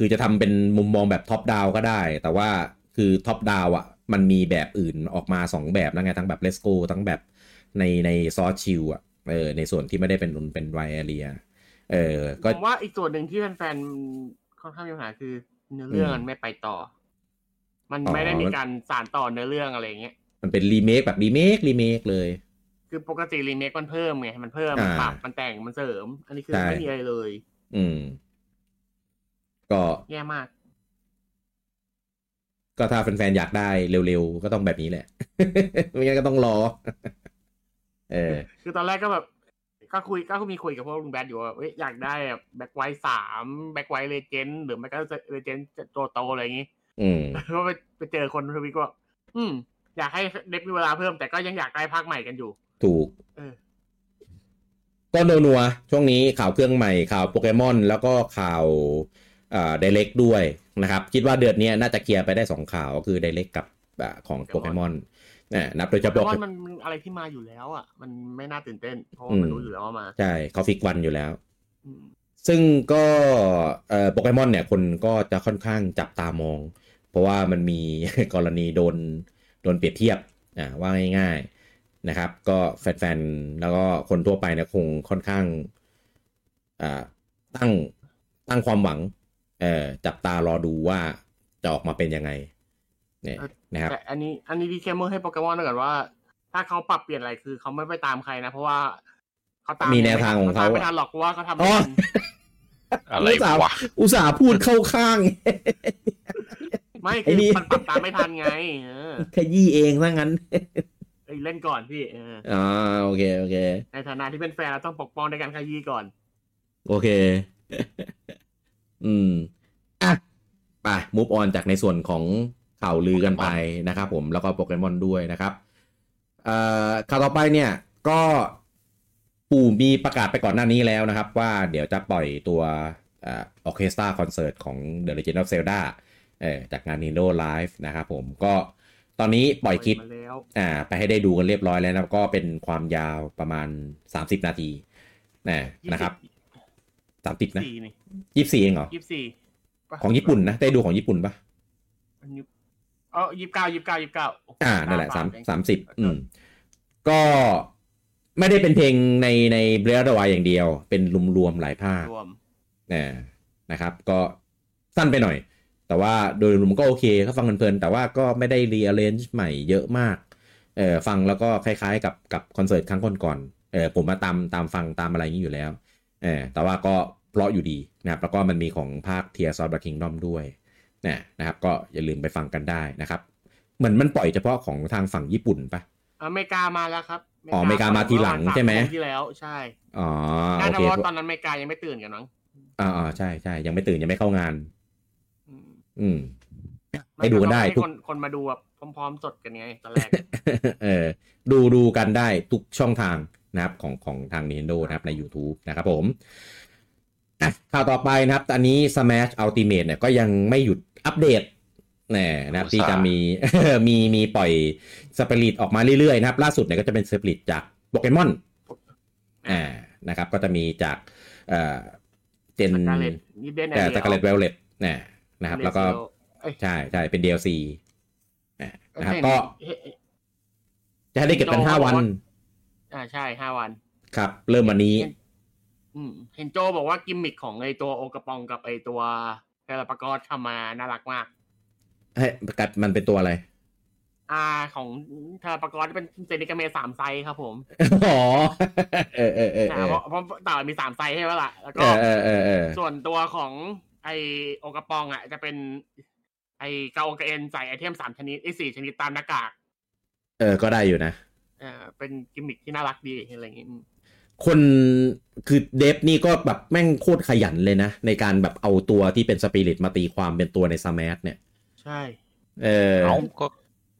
[SPEAKER 1] คือจะทำเป็นมุมมองแบบท็อปดาวก็ได้ แต่ว่าคือท็อปดาวอะมันมีแบบอื่นออกมาสองแบบนะไง ทั้งแบบเลสโกทั้งแบบในในซอชิลอะเออ ในส่วนที่ไม่ได้เป็นรุนเป็นไวเอเรีย เออ ก็
[SPEAKER 3] ผมว่าอีกส่วนหนึ่งที่แฟนๆค่อนข้างมีปัญหาคือเนื้อเรื่องมันไม่ไปต่อ มัน
[SPEAKER 1] อ๋อ
[SPEAKER 3] ไม่ได้มีการสานต่อเนื้อเรื่องอะไรอย่างเงี้ย
[SPEAKER 1] มันเป็นรีเมคแบบรีเมครีเมคเลย
[SPEAKER 3] คือปกติรีเมคมันเพิ่มไง มันเพิ่ม
[SPEAKER 1] อ่า
[SPEAKER 3] มันปรับ มันแต่ง มันเสริม อันนี้คือ
[SPEAKER 1] ใช่
[SPEAKER 3] ไม่มีอะไรเลย
[SPEAKER 1] อืม ก็
[SPEAKER 3] แย่มาก
[SPEAKER 1] ก็ถ้าแฟนๆอยากได้เร็วๆ ก็ต้องแบบนี้แหละ ไม่งั้นก็ต้องร อ เออ
[SPEAKER 3] คือตอนแรกก็แบบ ก็คุยก็มีคุยกับพวกลุงแบทอยู่ว่าเอ้ยอยากได้แบ็คไวสามแบ็คไวเลเจนหรือไม่ก็เลเจนตัวโตอะไรอย่างงี้
[SPEAKER 1] อืม
[SPEAKER 3] ก็ไปไปเจอคนทวิตก็บอกอืม อยากให้เด็กมีเวลาเพิ่มแต่ก็ยังอยากได้ภาคใหม่กันอยู่
[SPEAKER 1] ถูก
[SPEAKER 3] เออ
[SPEAKER 1] ก็นัวๆช่วงนี้ข่าวเครื่องใหม่ข่าวโปเกมอน แล้วก็ข่าวอ่าไดเล็กด้วยนะครับ คิดว่าเดือนนี้น่าจะเคลียร์ไปได้ 2 ข่าวก็คือไดเล็กกับอ่าของโปเกมอนนะนับโดยเฉ
[SPEAKER 3] เพราะ
[SPEAKER 1] พาะ
[SPEAKER 3] ว่ามันมันอะไรที่มาอยู่แล้ว อ่ะ มันไม่น่าตื่นเต้น เพราะว่า
[SPEAKER 1] อื
[SPEAKER 3] มัน
[SPEAKER 1] ม
[SPEAKER 3] รู้อยู่แล้วว่ามา
[SPEAKER 1] ใช่เขาฟิกวันอยู่แล้ว
[SPEAKER 3] อืม
[SPEAKER 1] ซึ่งก็เอ่อโปเกมอนเนี่ยคนก็จะค่อนข้างจับตามอง เพราะว่ามันมี กรณีโดนโดนเปรียบเทียบอ่าว่าง่ายๆนะครับ ก็แฟนๆ แล้วก็คนทั่วไปเนี่ยคงค่อนข้างอ่าตั้งตั้งความหวังเอ่อจับตารอดูว่าจะออกมาเป็นยังไงเนี่ยนะครับ
[SPEAKER 3] แต่อันนี้อันนี้ดีแคมเมอร์ให้โปเกมอนด้วยกันว่า ถ้าเขาปรับเปลี่ยนอะไรคือเขาไม่ไปตามใครนะ เพราะว่าเขาตาม
[SPEAKER 1] มีแนวทางของเขา
[SPEAKER 3] ต
[SPEAKER 1] อะ
[SPEAKER 3] มไม่ทันหรอกเพราะว่าเขาทำ
[SPEAKER 1] อ๋อ
[SPEAKER 2] อะไร
[SPEAKER 3] ไม่ทัน
[SPEAKER 1] ไม่สาว
[SPEAKER 2] วะ
[SPEAKER 1] อุตส่าห์พูดเข้าข้าง
[SPEAKER 3] ไม่
[SPEAKER 1] ไอ้
[SPEAKER 3] คือ
[SPEAKER 1] นี่
[SPEAKER 3] มันปรับตามไม่ทันไง เออ
[SPEAKER 1] ขยี้เองซะงั้น
[SPEAKER 3] เอ้ยเล่นก่อนพี่เออ
[SPEAKER 1] อ่าโอเคโอเค
[SPEAKER 3] ในฐานะที่เป็นแฟนเราต้องปกป้องในการขยี้ก่อน
[SPEAKER 1] โอเค อืม อ่ะ ไป มูฟออนจากในส่วนของข่าวลือกันไปนะครับผม แล้วก็โปเกมอนด้วยนะครับ เอ่อ ข่าวต่อไปเนี่ย ก็ปู่มีประกาศไปก่อนหน้านี้แล้วนะครับ ว่าเดี๋ยวจะปล่อยตัวเออเคสตราคอนเสิร์ตของ The Legend of Zelda เออจากงาน Nintendo Live นะครับผม ก็ตอนนี้ปล่อยคลิป
[SPEAKER 3] มาแล้ว
[SPEAKER 1] อ่า ไปให้ได้ดูกันเรียบร้อยแล้วนะครับก็เป็นความยาวประมาณ 30 นาทีนะนะครับ สามสิบนะ
[SPEAKER 3] สี่นี่
[SPEAKER 1] ยี่สิบสี่เองเหรอ
[SPEAKER 3] ยี่สิบสี่
[SPEAKER 1] ของญี่ปุ่นนะ ได้ดูของญี่ปุ่นปะ
[SPEAKER 3] เออยี่สิบเก้ายี่สิบเก้ายี่สิบเก้า
[SPEAKER 1] อ่า นั่นแหละสาม
[SPEAKER 3] บท
[SPEAKER 1] สามสิบอืม ก็ไม่ได้เป็นเพลงในในเบรดวายอย่างเดียว เป็นรวมๆหลายภาค
[SPEAKER 3] รวม
[SPEAKER 1] นะนะครับ ก็สั้นไปหน่อย แต่ว่าโดยรวมก็โอเคก็ฟังเพลินๆแต่ว่าก็ไม่ได้รีอเรนจ์ใหม่เยอะมาก เออฟังแล้วก็คล้ายๆกับกับคอนเสิร์ตครั้งก่อนๆเออผมมาตามตามฟังตามอะไรอย่างนี้อยู่แล้ว เออแต่ว่าก็เพราะอยู่ดีนะครับ แล้วก็มันมีของภาค Tears of the Kingdom ด้วยนะนะครับ ก็อย่าลืมไปฟังกันได้นะครับ เหมือนมันปล่อยเฉพาะของทางฝั่งญี่ปุ่นปะ
[SPEAKER 3] อเมริกามาแล้วครับ
[SPEAKER 1] อ๋ออเมริกามาทีหลังใช่ไหม
[SPEAKER 3] เอริกาาที่แล้วใช่
[SPEAKER 1] อ๋อ
[SPEAKER 3] น่า
[SPEAKER 1] โอ
[SPEAKER 3] จะ
[SPEAKER 1] เค
[SPEAKER 3] ว่าตอนนั้นอเมริกายังไม่ตื่นกันมั้ง
[SPEAKER 1] อ่าอ่าใช่ใช่ยังไม่ตื่นยังไม่เข้างาน
[SPEAKER 3] อืม
[SPEAKER 1] อืม ไปดูกันได้
[SPEAKER 3] ให้
[SPEAKER 1] ทุก
[SPEAKER 3] คนคนมาดูแบบพร้อมๆสดกันไงตอนแรก
[SPEAKER 1] เออดูดูกันได้ทุกช่องทางนะครับของของทาง Nintendo นะครับใน YouTube นะครับผมอ่ะข่าวต่อไปนะครับตอนนี้ Smash Ultimate เนี่ยก็ยังไม่หยุดอัปเดตแน่นะครับ
[SPEAKER 2] อุตส่าห์
[SPEAKER 1] ที่จะมี มีมีปล่อยสป i ริตออกมาเรื่อยๆนะครับ ล่าสุดเนี่ยก็จะเป็นสป i ริตจากโปเกมอนอ่านะครับก็จะมีจากเอ่อเจน
[SPEAKER 3] Scarlet นี่เด่น
[SPEAKER 1] แต่จากกาเลตเวลเลตนะครับแล้วก็ใช่ใช่เป็น DLC อ่ะนะครับก็ จะให้ได้เก็บกันห้าวัน
[SPEAKER 3] อ่าใช่ห้าวัน
[SPEAKER 1] ครับ เริ่มวันนี้
[SPEAKER 3] อืมเห็นโจบอกว่ากิมมิคของไอตัวโอกระปองกับไอตัวแต่ละประกอดทำมาน่ารักมาก
[SPEAKER 1] ให้กัดมันเป็นตัวอะไร
[SPEAKER 3] อ่าของเทาปากรเป็นเซนิกาเมสามไซส์ครับผม
[SPEAKER 1] อ๋อ เออเออเออ
[SPEAKER 3] นะ
[SPEAKER 1] เอ
[SPEAKER 3] เพ
[SPEAKER 1] อ
[SPEAKER 3] ราะเพราะเต่ามีสามไซส์ใช่ไหมล่ะ แล้วก็
[SPEAKER 1] เออเออเออเออ
[SPEAKER 3] ส่วนตัวของไอโอกระปองอ่ะจะเป็น ไอ้กาโอเกเอนใส่ไอเทมสามชนิดไอ้สี่ชนิดตามหน้ากาก
[SPEAKER 1] เออ ก็ได้อยู่นะ
[SPEAKER 3] เออเป็นกิมมิคที่น่ารักดีอะไรอย่างงี้อืม
[SPEAKER 1] คนคือเดฟนี่ก็แบบแม่งโคตรขยันเลยนะ ในการแบบเอาตัวที่เป็นสปิริตมาตีความเป็นตัวในสมาร์ทเนี่ย
[SPEAKER 3] ใช่
[SPEAKER 1] เออ
[SPEAKER 2] เขาก็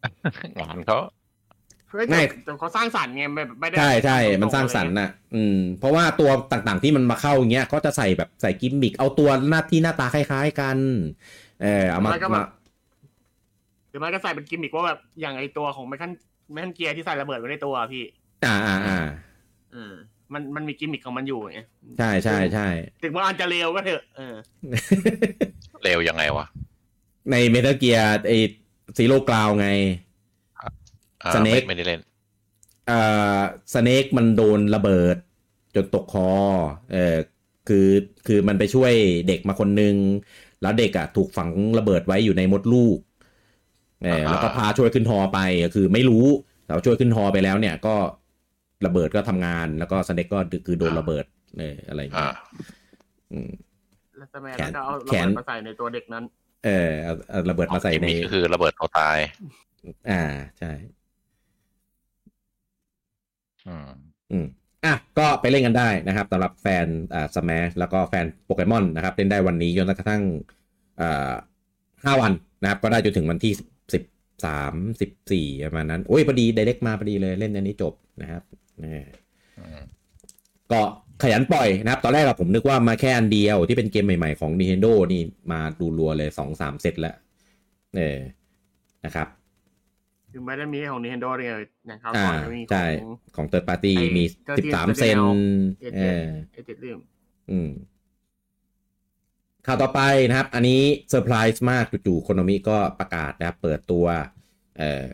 [SPEAKER 2] งานเขา
[SPEAKER 3] เฮ้ย
[SPEAKER 1] ไม่
[SPEAKER 3] แต่แต่เขาสร้างสรรค์ไงไม่ไม่ได้
[SPEAKER 1] ใช่ใช่
[SPEAKER 3] ทำตงๆ
[SPEAKER 1] มันสร้างสรรค์
[SPEAKER 3] อะไ
[SPEAKER 1] น่ะ อืม เพราะว่าตัวต่างๆที่มันมาเข้าอย่างเงี้ยก็จะใส่แบบใส่กิมมิก เอาตัวหน้าที่หน้าตาคล้าย ๆกัน เออเอามา
[SPEAKER 3] แล้วก็แบบ
[SPEAKER 1] มา
[SPEAKER 3] หรือไม่ก็ใส่เป็นกิมมิคว่าแบบอย่างไอตัวของแมคคันแมคคันเกียร์ที่ใส่ระเบิดไว้ในตัวอะพี่
[SPEAKER 1] อ่าอ่าอ่า
[SPEAKER 3] เออมันมันมีกิมมิคของมันอยู่ไง
[SPEAKER 1] ใช่ใช่ใช่
[SPEAKER 3] ถึงว่าอันจะเร็วก็เถอะเออ
[SPEAKER 2] เร็วยังไงวะ
[SPEAKER 1] ในเมทัลเกียร์ไอซีโร่กราวไง
[SPEAKER 2] อ่า
[SPEAKER 1] Snake
[SPEAKER 2] ไม่ไม่ได้เล่น
[SPEAKER 1] เอ่อสเนกมันโดนระเบิด จนตกคอ เออคือคือมันไปช่วยเด็กมาคนนึง แล้วเด็กอ่ะถูกฝังระเบิดไว้อยู่ในมดลูกเออ
[SPEAKER 2] อ่าฮะ
[SPEAKER 1] แล้วก็พาช่วยขึ้นฮอไปก็คือไม่รู้แต่ว่าช่วยขึ้นฮอไปแล้วเนี่ยก็ระเบิดก็ทำงาน แล้วก็สเนกก็คือโดนระเบิดเอออะไรอย่าง
[SPEAKER 2] อ่า
[SPEAKER 1] เงี้ยอืม
[SPEAKER 3] แล้วทำไม
[SPEAKER 1] แขน
[SPEAKER 3] แล้วก็เอาระ
[SPEAKER 1] แข
[SPEAKER 3] เบิ
[SPEAKER 1] น
[SPEAKER 3] ดมาใส่ในตัวเด็กนั้น
[SPEAKER 1] เออเอาเอาระเบิดมาใส่ใน
[SPEAKER 2] กิมมิคก็คือระเบิดตัวตาย
[SPEAKER 1] อ่าใช่
[SPEAKER 2] อืม
[SPEAKER 1] อืมอ่ะก็ไปเล่นกันได้นะครับสำหรับแฟนอ่าสมัชแล้วก็แฟนโปเกมอนนะครับ เล่นได้วันนี้จนกระทั่งอ่าห้าวันนะครับ ก็ได้จนถึงวันที่สิบสามสิบสี่ประมาณนั้น โอ้ยพอดี d i เ e c t มาพอดีเลยเล่นอันนี้จบนะครับนี่
[SPEAKER 2] อืม
[SPEAKER 1] ก็ขยันปล่อยนะครับ ตอนแรกอะผมนึกว่ามาแค่อันเดียวที่เป็นเกมใหม่ๆของ Nintendo นี่มาดูรัวเลยสองสามเซตแล้วเออนะครับ
[SPEAKER 3] คือไม่ได้มีของ Nintendo เลยนะครับ
[SPEAKER 1] อ่า
[SPEAKER 3] ก่อนจะมีข
[SPEAKER 1] ใช่
[SPEAKER 3] อง
[SPEAKER 1] ของเติร์ดปาร์ตี้
[SPEAKER 3] ไอ้
[SPEAKER 1] มีสิบสาม
[SPEAKER 3] 13
[SPEAKER 1] เซน
[SPEAKER 3] Sentinel
[SPEAKER 1] เออ
[SPEAKER 3] เอติดลืม
[SPEAKER 1] อืมข่าวต่อไปนะครับ อันนี้เซอร์ไพรส์มากจู่ๆโคโนมิก็ประกาศนะครับ เปิดตัวเอ่อ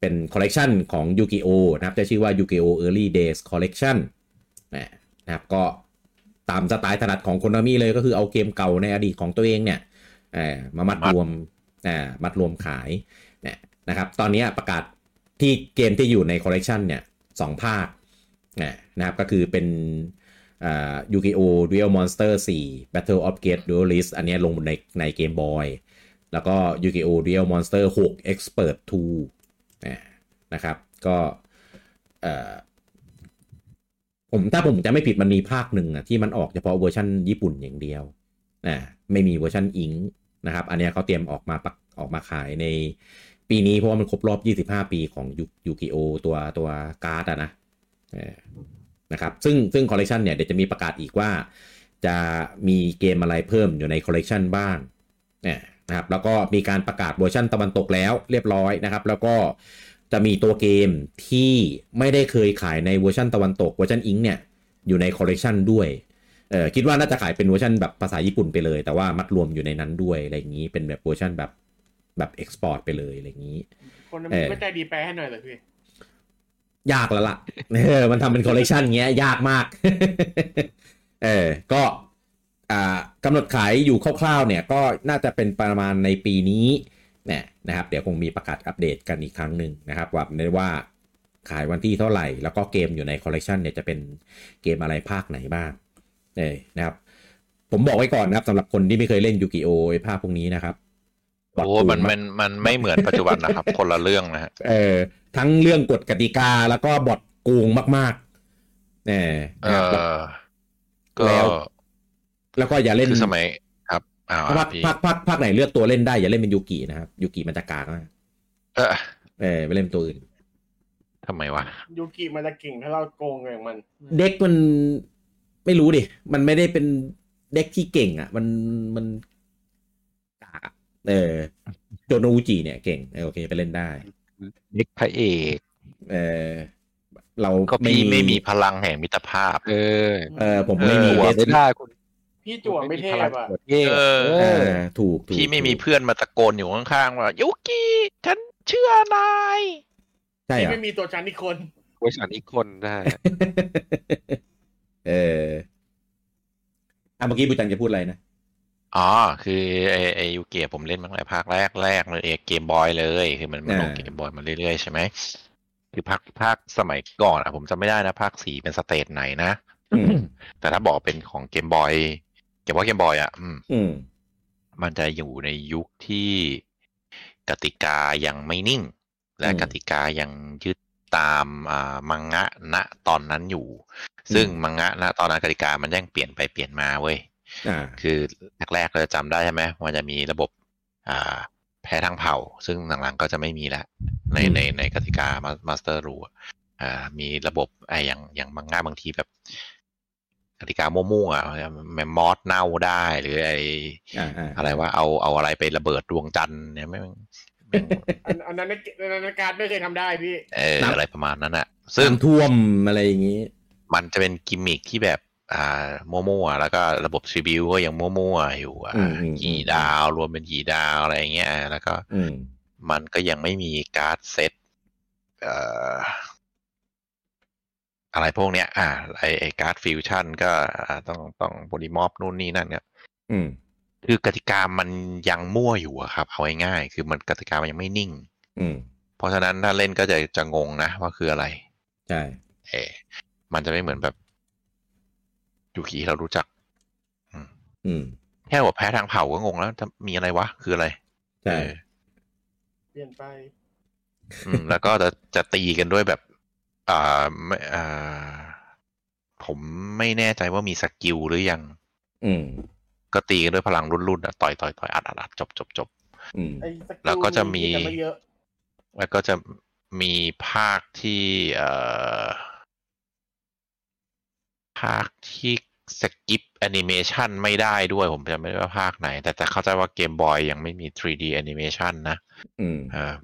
[SPEAKER 1] เป็นคอลเลกชันของยูกิโอนะครับ จะชื่อว่ายูกิโอ Early Days Collection นะนะครับก็ตามสไตล์ถนัดของโคโนมิเลยก็คือเอาเกมเก่าในอดีตของตัวเองเนี่ยเอ่อมามัด
[SPEAKER 2] มั
[SPEAKER 1] ร
[SPEAKER 2] ด
[SPEAKER 1] วมอ่ามัดรวมขายเนี่ยนะครับ ตอนนี้ประกาศที่เกมที่อยู่ในคอลเลกชันเนี่ยสองภาคนะนะครับก็คือเป็น ยูกิโอดูเอลมอนสเตอร์4 Battle of Gate Duelist อันเนี้ยลงในในเกมบอยแล้วก็ยูกิโอดูเอลมอนสเตอร์6 Expert 2นะนะครับก็เอ่อผมถ้าผมจะไม่ผิดมันมีภาคหนึ่งอะที่มันออกเฉพาะเวอร์ชันญี่ปุ่นอย่างเดียวนะไม่มีเวอร์ชันอิงนะครับ อันเนี้ยเขาเตรียมออกมาปักออกมาขายในปีนี้เพราะว่ามันครบรอบ 25 ปีของยูกิโอตัวตัวการ์ดอะนะเออ นะครับซึ่งซึ่งคอลเลกชันเนี่ยเดี๋ยวจะมีประกาศอีกว่า จะมีเกมอะไรเพิ่มอยู่ในคอลเลกชันบ้างเนี่ยนะครับแล้วก็มีการประกาศเวอร์ชันตะวันตกแล้วเรียบร้อยนะครับ แล้วก็จะมีตัวเกมที่ไม่ได้เคยขายในเวอร์ชันตะวันตกเวอร์ชันอิงเนี่ยอยู่ในคอลเลกชันด้วยเออคิดว่าน่าจะขายเป็นเวอร์ชันแบบภาษาญี่ปุ่นไปเลย แต่ว่ามัดรวมอยู่ในนั้นด้วยอะไรอย่างนี้เป็นแบบเวอร์ชันแบบแบบเอ็กซ์พอร์ตไปเลยอะไรอย่างนี้
[SPEAKER 5] คนนั้น
[SPEAKER 1] เอ่อ
[SPEAKER 5] ไม่ใจดีแปลให้หน่อยเลยพี่
[SPEAKER 1] ยากแล้วล่ะ เออ มันทำเป็นคอลเลกชันเงี้ย ยากมาก เออ ก็ อ่ากำหนดขายอยู่คร่าวๆ เนี่ย ก็น่าจะเป็นประมาณในปีนี้เนี่ยนะครับ เดี๋ยวคงมีประกาศอัปเดตกันอีกครั้งหนึ่งนะครับ ว่าได้ว่าขายวันที่เท่าไหร่ แล้วก็เกมอยู่ในคอลเลกชันเนี่ยจะเป็นเกมอะไรภาคไหนบ้าง เออนะครับ ผมบอกไว้ก่อนนะครับสำหรับคนที่ไม่เคยเล่นยูกิโอไอภาคพวกนี้นะครับ
[SPEAKER 2] โอ้มันมันมันไม่เหมือนปัจจุบันนะครับ คนละเรื่องนะฮะ
[SPEAKER 1] เออทั้งเรื่องกฎกติกาแล้วก็บอทโกงมากๆแน่
[SPEAKER 2] เอ
[SPEAKER 1] นะครับแล้ว
[SPEAKER 2] อก็
[SPEAKER 1] แล้ว แล้วก็อย่าเล่น
[SPEAKER 2] คือสมัยครับอ้าว
[SPEAKER 1] ภาค
[SPEAKER 2] พี่
[SPEAKER 1] ภาคภาคภาคไหนเลือกตัวเล่นได้อย่าเล่นเป็นยูกินะครับยูกิมันจะกากมาก
[SPEAKER 2] เออ
[SPEAKER 1] เออไปเล่นตัวอื่น
[SPEAKER 2] ทำไมวะ
[SPEAKER 5] ยูกิมันจะเก่งถ้าเราโกงอย่างมัน
[SPEAKER 1] เด็กมันไม่รู้ดิ มันไม่ได้เป็นเด็กที่เก่ง อ่ะ มันมันกากอะเออโจโนอุจิเนี่ยเก่งเออโอเคไปเล่นได้
[SPEAKER 4] เด็กพระเอก
[SPEAKER 1] เออเรา
[SPEAKER 2] ก็พี่ไม่มีพลังแห่งมิตรภาพ
[SPEAKER 4] เออ
[SPEAKER 1] เออผมไม่มี
[SPEAKER 2] เออ
[SPEAKER 1] เดส
[SPEAKER 4] หัวไม่ได้คุณ
[SPEAKER 5] พี่จั่วไม่เทพอ่ะ
[SPEAKER 4] หัวเท่
[SPEAKER 2] เออ
[SPEAKER 4] เอ
[SPEAKER 1] เอ
[SPEAKER 4] อ
[SPEAKER 1] อถูกถูก
[SPEAKER 2] พี่ไม่มี
[SPEAKER 1] ถูก
[SPEAKER 2] เพื่อนมาตะโกนอยู่ข้างๆว่ายุกิฉันเชื่อนาย
[SPEAKER 1] ใช่เหร
[SPEAKER 5] พี่
[SPEAKER 1] อ
[SPEAKER 5] ไม่มีตัวฉันอีกคน
[SPEAKER 4] เวอร์ชันอีกคนได้
[SPEAKER 1] เอออ่ะเมื่อกี้บูจังจะพูดอะไรนะ
[SPEAKER 2] อ๋อคือไอไอยูเกียผมเล่นมาตั้งแต่ภาคแรกแรกเลยเอเกมบอยเลย คือมันมัน
[SPEAKER 1] อ่า
[SPEAKER 2] ลงเกมบอยมาเรื่อยๆใช่ไหมคือภาคภาคสมัยก่อนอะผมจำไม่ได้นะภาคสี่เป็นสเตจไหนนะ
[SPEAKER 1] อืม
[SPEAKER 2] แต่ถ้าบอกเป็นของเกมบอยเกมว่าเกมบอยอ่ะอืม
[SPEAKER 1] อืม
[SPEAKER 2] มันจะอยู่ในยุคที่ กติกายังไม่นิ่ง และ
[SPEAKER 1] อืม
[SPEAKER 2] กติกายังยึดตามอ่ามังงะณตอนนั้นอยู่ ซึ่ง
[SPEAKER 1] อืม
[SPEAKER 2] มังงะณตอนนั้นกติกามันยังเปลี่ยนไปเปลี่ยนมาเว้ย
[SPEAKER 1] อ่า
[SPEAKER 2] คือแรกๆเราจะจำได้ใช่ไหมมันจะมีระบบอ่าแพ้ทางเผ่า ซึ่งหลังๆก็จะไม่มีละใน
[SPEAKER 1] อืม
[SPEAKER 2] ในในกติกามาสเตอร์รูอ่ามีระบบไอ้อย่างอย่างบางง่ายบางทีแบบ กติกามั่วๆอ่ะแมมมอสเน่าได้ หรือไอ้
[SPEAKER 1] อ่าอ่า
[SPEAKER 2] อะไรว่าเอาเอาอะไรไประเบิดดวงจันทร์เนี่ยไม่งแม่ง
[SPEAKER 5] อันอันนั้นในอันนั้นการดไม่เคยทำได้พี่
[SPEAKER 2] เอออะไรประมาณนั้นอ่ะ ซึ่
[SPEAKER 1] ซึ่
[SPEAKER 2] ง
[SPEAKER 1] งท่วมอะไรอย่างนี้
[SPEAKER 2] มันจะเป็นกิมมิคที่แบบอ่ามั่วๆแล้วก็ระบบซีบิวก็ยังมั่วๆอยู่อ่ะ
[SPEAKER 1] อืมอืม
[SPEAKER 2] กี่ดาว รวมเป็นกี่ดาวอะไรอย่างเงี้ยอ่ะแล้วก็
[SPEAKER 1] อืม
[SPEAKER 2] มันก็ยังไม่มีการ์ดเซตเอ่ออะไรพวกเนี้ย อ่าไอไอการ์ดฟิวชั่นก็อ่าต้องต้องบริมอบนู่นนี่นั่นเนี่ย
[SPEAKER 1] อืม
[SPEAKER 2] คือกติกามันยังมั่วอยู่อะครับเอาง่ายๆคือมันกติกามันยังไม่นิ่ง
[SPEAKER 1] อืม
[SPEAKER 2] เพราะฉะนั้นถ้าเล่นก็จะจะงงนะว่าคืออะไร
[SPEAKER 1] ใช่
[SPEAKER 2] เออมันจะไม่เหมือนแบบยูกิที่เรารู้จัก
[SPEAKER 1] อืม
[SPEAKER 2] แค่ว่าแพ้ทางเผาก็งงแล้วจะมีอะไรวะ คืออะไร
[SPEAKER 1] ใช่
[SPEAKER 2] เออ
[SPEAKER 5] เปลี่ยนไป
[SPEAKER 2] อืม แล้วก็จะจะตีกันด้วยแบบ อ่าไม่อ่า ผมไม่แน่ใจว่ามีสกิลหรือยัง
[SPEAKER 1] อืม
[SPEAKER 2] ก็ตีกันด้วยพลังรุ่นๆอะต่อยต่อยต่อยอัดอัดอัดจบจบจบ
[SPEAKER 1] อืม
[SPEAKER 5] ไอ้ส
[SPEAKER 2] แล้วก็จะมี
[SPEAKER 5] แต่ไม่เยอะ
[SPEAKER 2] แล้วก็จะมีภาคที่เอ่อภาคที่สกิปแอนิเมชันไม่ได้ด้วย ผมจำไม่ได้ว่าภาคไหน แต่แต่เข้าใจว่าเกมบอยยังไม่มี 3D แอนิเมชันนะ
[SPEAKER 1] อืม
[SPEAKER 2] เออ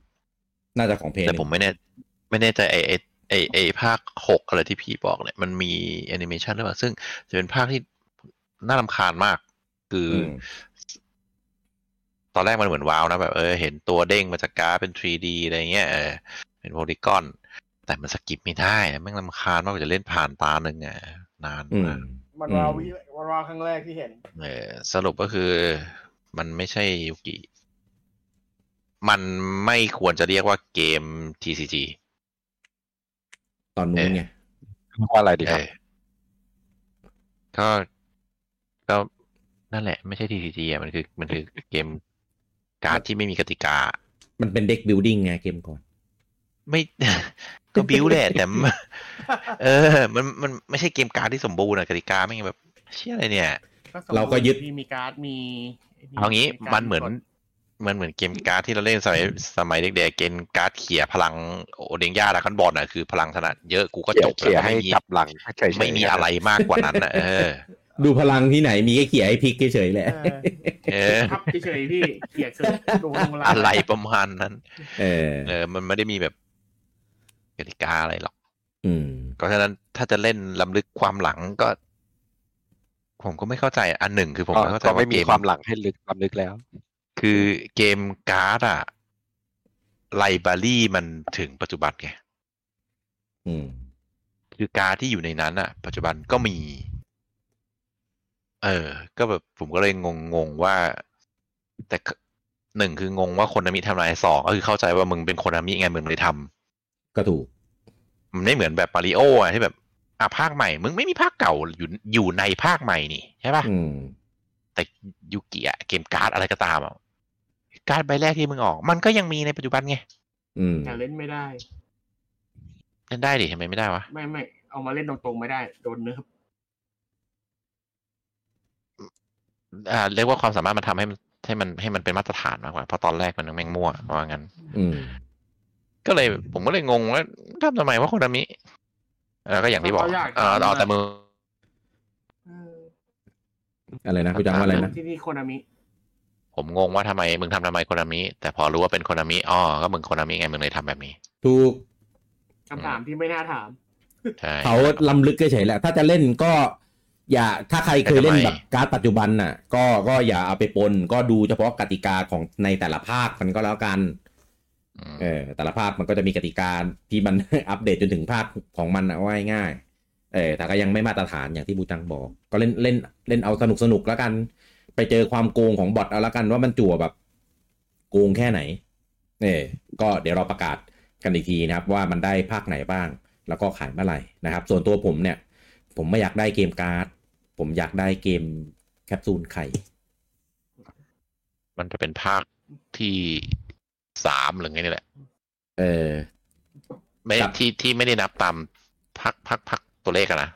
[SPEAKER 1] น่าจะของเพลง
[SPEAKER 2] แต่ผมไม่แน่ไม่แน่ใจไอไอไอไอภาคหกอะไรที่พี่บอกเนี่ยมันมีแอนิเมชันหรือเปล่า ซึ่งจะเป็นภาคที่น่ารำคาญมาก คือ
[SPEAKER 1] อื
[SPEAKER 2] อ
[SPEAKER 1] ม
[SPEAKER 2] ตอนแรกมันเหมือนว้าวนะ แบบเออเห็นตัวเด้งมาจากการ์ดเป็น 3D อะไรเงี้ยเออเป็นโพลีกอน แต่มันสกิปไม่ได้นะแม่งรำคาญมากกว่าจะเล่นผ่านตาหนึ่งอ่ะนาน
[SPEAKER 1] อืม
[SPEAKER 2] มาก
[SPEAKER 5] มันวาวิมันวาวครั้งแรกที่เห็น
[SPEAKER 2] เออสรุปก็คือมันไม่ใช่ยุกิ มันไม่ควรจะเรียกว่าเกม TCG
[SPEAKER 1] ตอนนู้นไง
[SPEAKER 4] ว่าอะไรดีครับ
[SPEAKER 2] เออก็ ก็ นั่นแหละ ไม่ใช่ TCG อ่ะ มันคือ มันคือเกมการ์ดที่ไม่มีกติกา
[SPEAKER 1] มันเป็นเด็กบิ l ดิ้งไงเกมก่อน
[SPEAKER 2] ไม่ ก็บิวแหละแต่ มเออ มัน มันไม่ใช่เกมการ์ดที่สมบูรณ์อะกติกาไม่งแบบ เชี่ยอะไรเนี่ย
[SPEAKER 1] เราก็ยึด
[SPEAKER 3] มีการ์ดมี
[SPEAKER 2] เอางี้
[SPEAKER 3] การ์ด
[SPEAKER 2] มันเหมือน
[SPEAKER 3] กด
[SPEAKER 2] มันเหมือนเกมการ์ดที่เราเล่นสมัย สมัยเด็กๆ เกมการ์ดเขี่ยพลังโอเดงย่าดากันบอลอ่ะ คือพลังชนะเยอะ กูก็จบ
[SPEAKER 4] เขี่ย
[SPEAKER 2] แล้ว
[SPEAKER 4] ๆให้
[SPEAKER 2] ไม่มี
[SPEAKER 4] จับหลังเฉยๆ
[SPEAKER 2] ไม่มีอะไรมากกว่านั้นนะเออ
[SPEAKER 1] ดูพลังที่ไหนมีแค่เขี่ยให้พลิกเฉยๆแหละ
[SPEAKER 3] เออ
[SPEAKER 2] เออ
[SPEAKER 3] ทับเฉยๆพี่เขียนคือโดนลงลา
[SPEAKER 2] อะไรประมาณนั้น
[SPEAKER 1] เออ
[SPEAKER 2] เออ มันไม่ได้มีแบบกติกาอะไรหรอก
[SPEAKER 1] อืม
[SPEAKER 2] ก็ฉะนั้นถ้าจะเล่นลำลึกความหลังก็ ผมก็ไม่เข้าใจอันหนึ่งคือผม
[SPEAKER 4] ก็
[SPEAKER 2] ไม่เข้าใจ
[SPEAKER 4] ก็ไม่มี
[SPEAKER 2] เก
[SPEAKER 4] ความหลังให้ลึกความลึกแล้ว
[SPEAKER 2] คือเกมการ์ดอะไลบรารีมันถึงปัจจุบันไง
[SPEAKER 1] อืม
[SPEAKER 2] คือการ์ดที่อยู่ในนั้นอะปัจจุบันก็มี เออ ก็แบบผมก็เลยงงงๆว่า แต่ก็หนึ่งคืองงว่าคนนามิทำอะไรสองก็คือเข้าใจว่ามึงเป็นคนนามิไงมึงเลยทำ
[SPEAKER 1] ก็ถูก
[SPEAKER 2] มันไม่เหมือนแบบปาริโออะที่แบบ อ่ะภาคใหม่ มึงไม่มีภาคเก่าอยู่อยู่ในภาคใหม่นี่ใช่ปะ
[SPEAKER 1] อืม
[SPEAKER 2] แต่ยูกิอะเกมการ์ดอะไรก็ตามอะการ์ดใบแรกที่มึงออก มันก็ยังมีในปัจจุบันไง
[SPEAKER 1] อืม
[SPEAKER 3] แต่เล่นไม่ได้
[SPEAKER 2] เล่นได้ดิทำไมไม่ได้วะ
[SPEAKER 3] ไม่ไม่เอามาเล่นตรงๆไม่ได้ โดนเนื้อ
[SPEAKER 2] อ่าเรียกว่าความสามารถมันทำให้มันให้มันให้มันเป็นมาตรฐานมากกว่าเพราะตอนแรกมันยังแม่งมั่วว่างั้น
[SPEAKER 1] อืม
[SPEAKER 2] ก็เลยผมก็เลยงงว่าทำทำไมว่าคนนามิแล้วก็อย่างที่บอก
[SPEAKER 3] เขาอยาก
[SPEAKER 2] เออเอาแต่มือ
[SPEAKER 3] เออ
[SPEAKER 1] อะไรนะคุณจำว่าอะไรนะ
[SPEAKER 3] ที่นี่โคนามิ
[SPEAKER 2] ผมงงว่าทำไมมึงทำทำไมคนนามิแต่พอรู้ว่าเป็นคนนามิอ๋อก็มึงคนนามิไงมึงเลยทำแบบนี้
[SPEAKER 1] ถูก
[SPEAKER 3] คำถามที่ไม่น่าถาม
[SPEAKER 2] ใช่
[SPEAKER 1] เขาลำลึกเฉยๆแหละ ถ้าจะเล่นก็ อย่า ถ้าใครเคยเล่นแบบการ์ดปัจจุบันน่ะ ก็ ก็อย่าเอาไปปน ก็ดูเฉพาะกติกาของในแต่ละภาคมันก็แล้วกัน
[SPEAKER 2] อืม
[SPEAKER 1] เออ แต่ละภาคมันก็จะมีกติกาที่มัน อัปเดตจนถึงภาคของมันนะว่าง่ายๆเออ แต่ก็ยังไม่มาตรฐานอย่างที่บูตังบอก ก็เล่นเล่นเล่นเอาสนุกสนุกๆแล้วกัน ไปเจอความโกงของบอทเอาละกันว่ามันจั่วแบบโกงแค่ไหน เออก็เดี๋ยวเราประกาศกันอีกทีนะครับ ว่ามันได้ภาคไหนบ้าง แล้วก็ขายเมื่อไหร่นะครับ ส่วนตัวผมเนี่ย ผมไม่อยากได้เกมการ์ด ผมอยากได้เกมแคปซูลไข่
[SPEAKER 2] มันจะเป็นภาคที่ สามหรือไงนี่แหละ
[SPEAKER 1] เออ
[SPEAKER 2] ไม่
[SPEAKER 1] ครับ
[SPEAKER 2] ที่ที่ไม่ได้นับตามพักพักพักตัวเลขอะนะ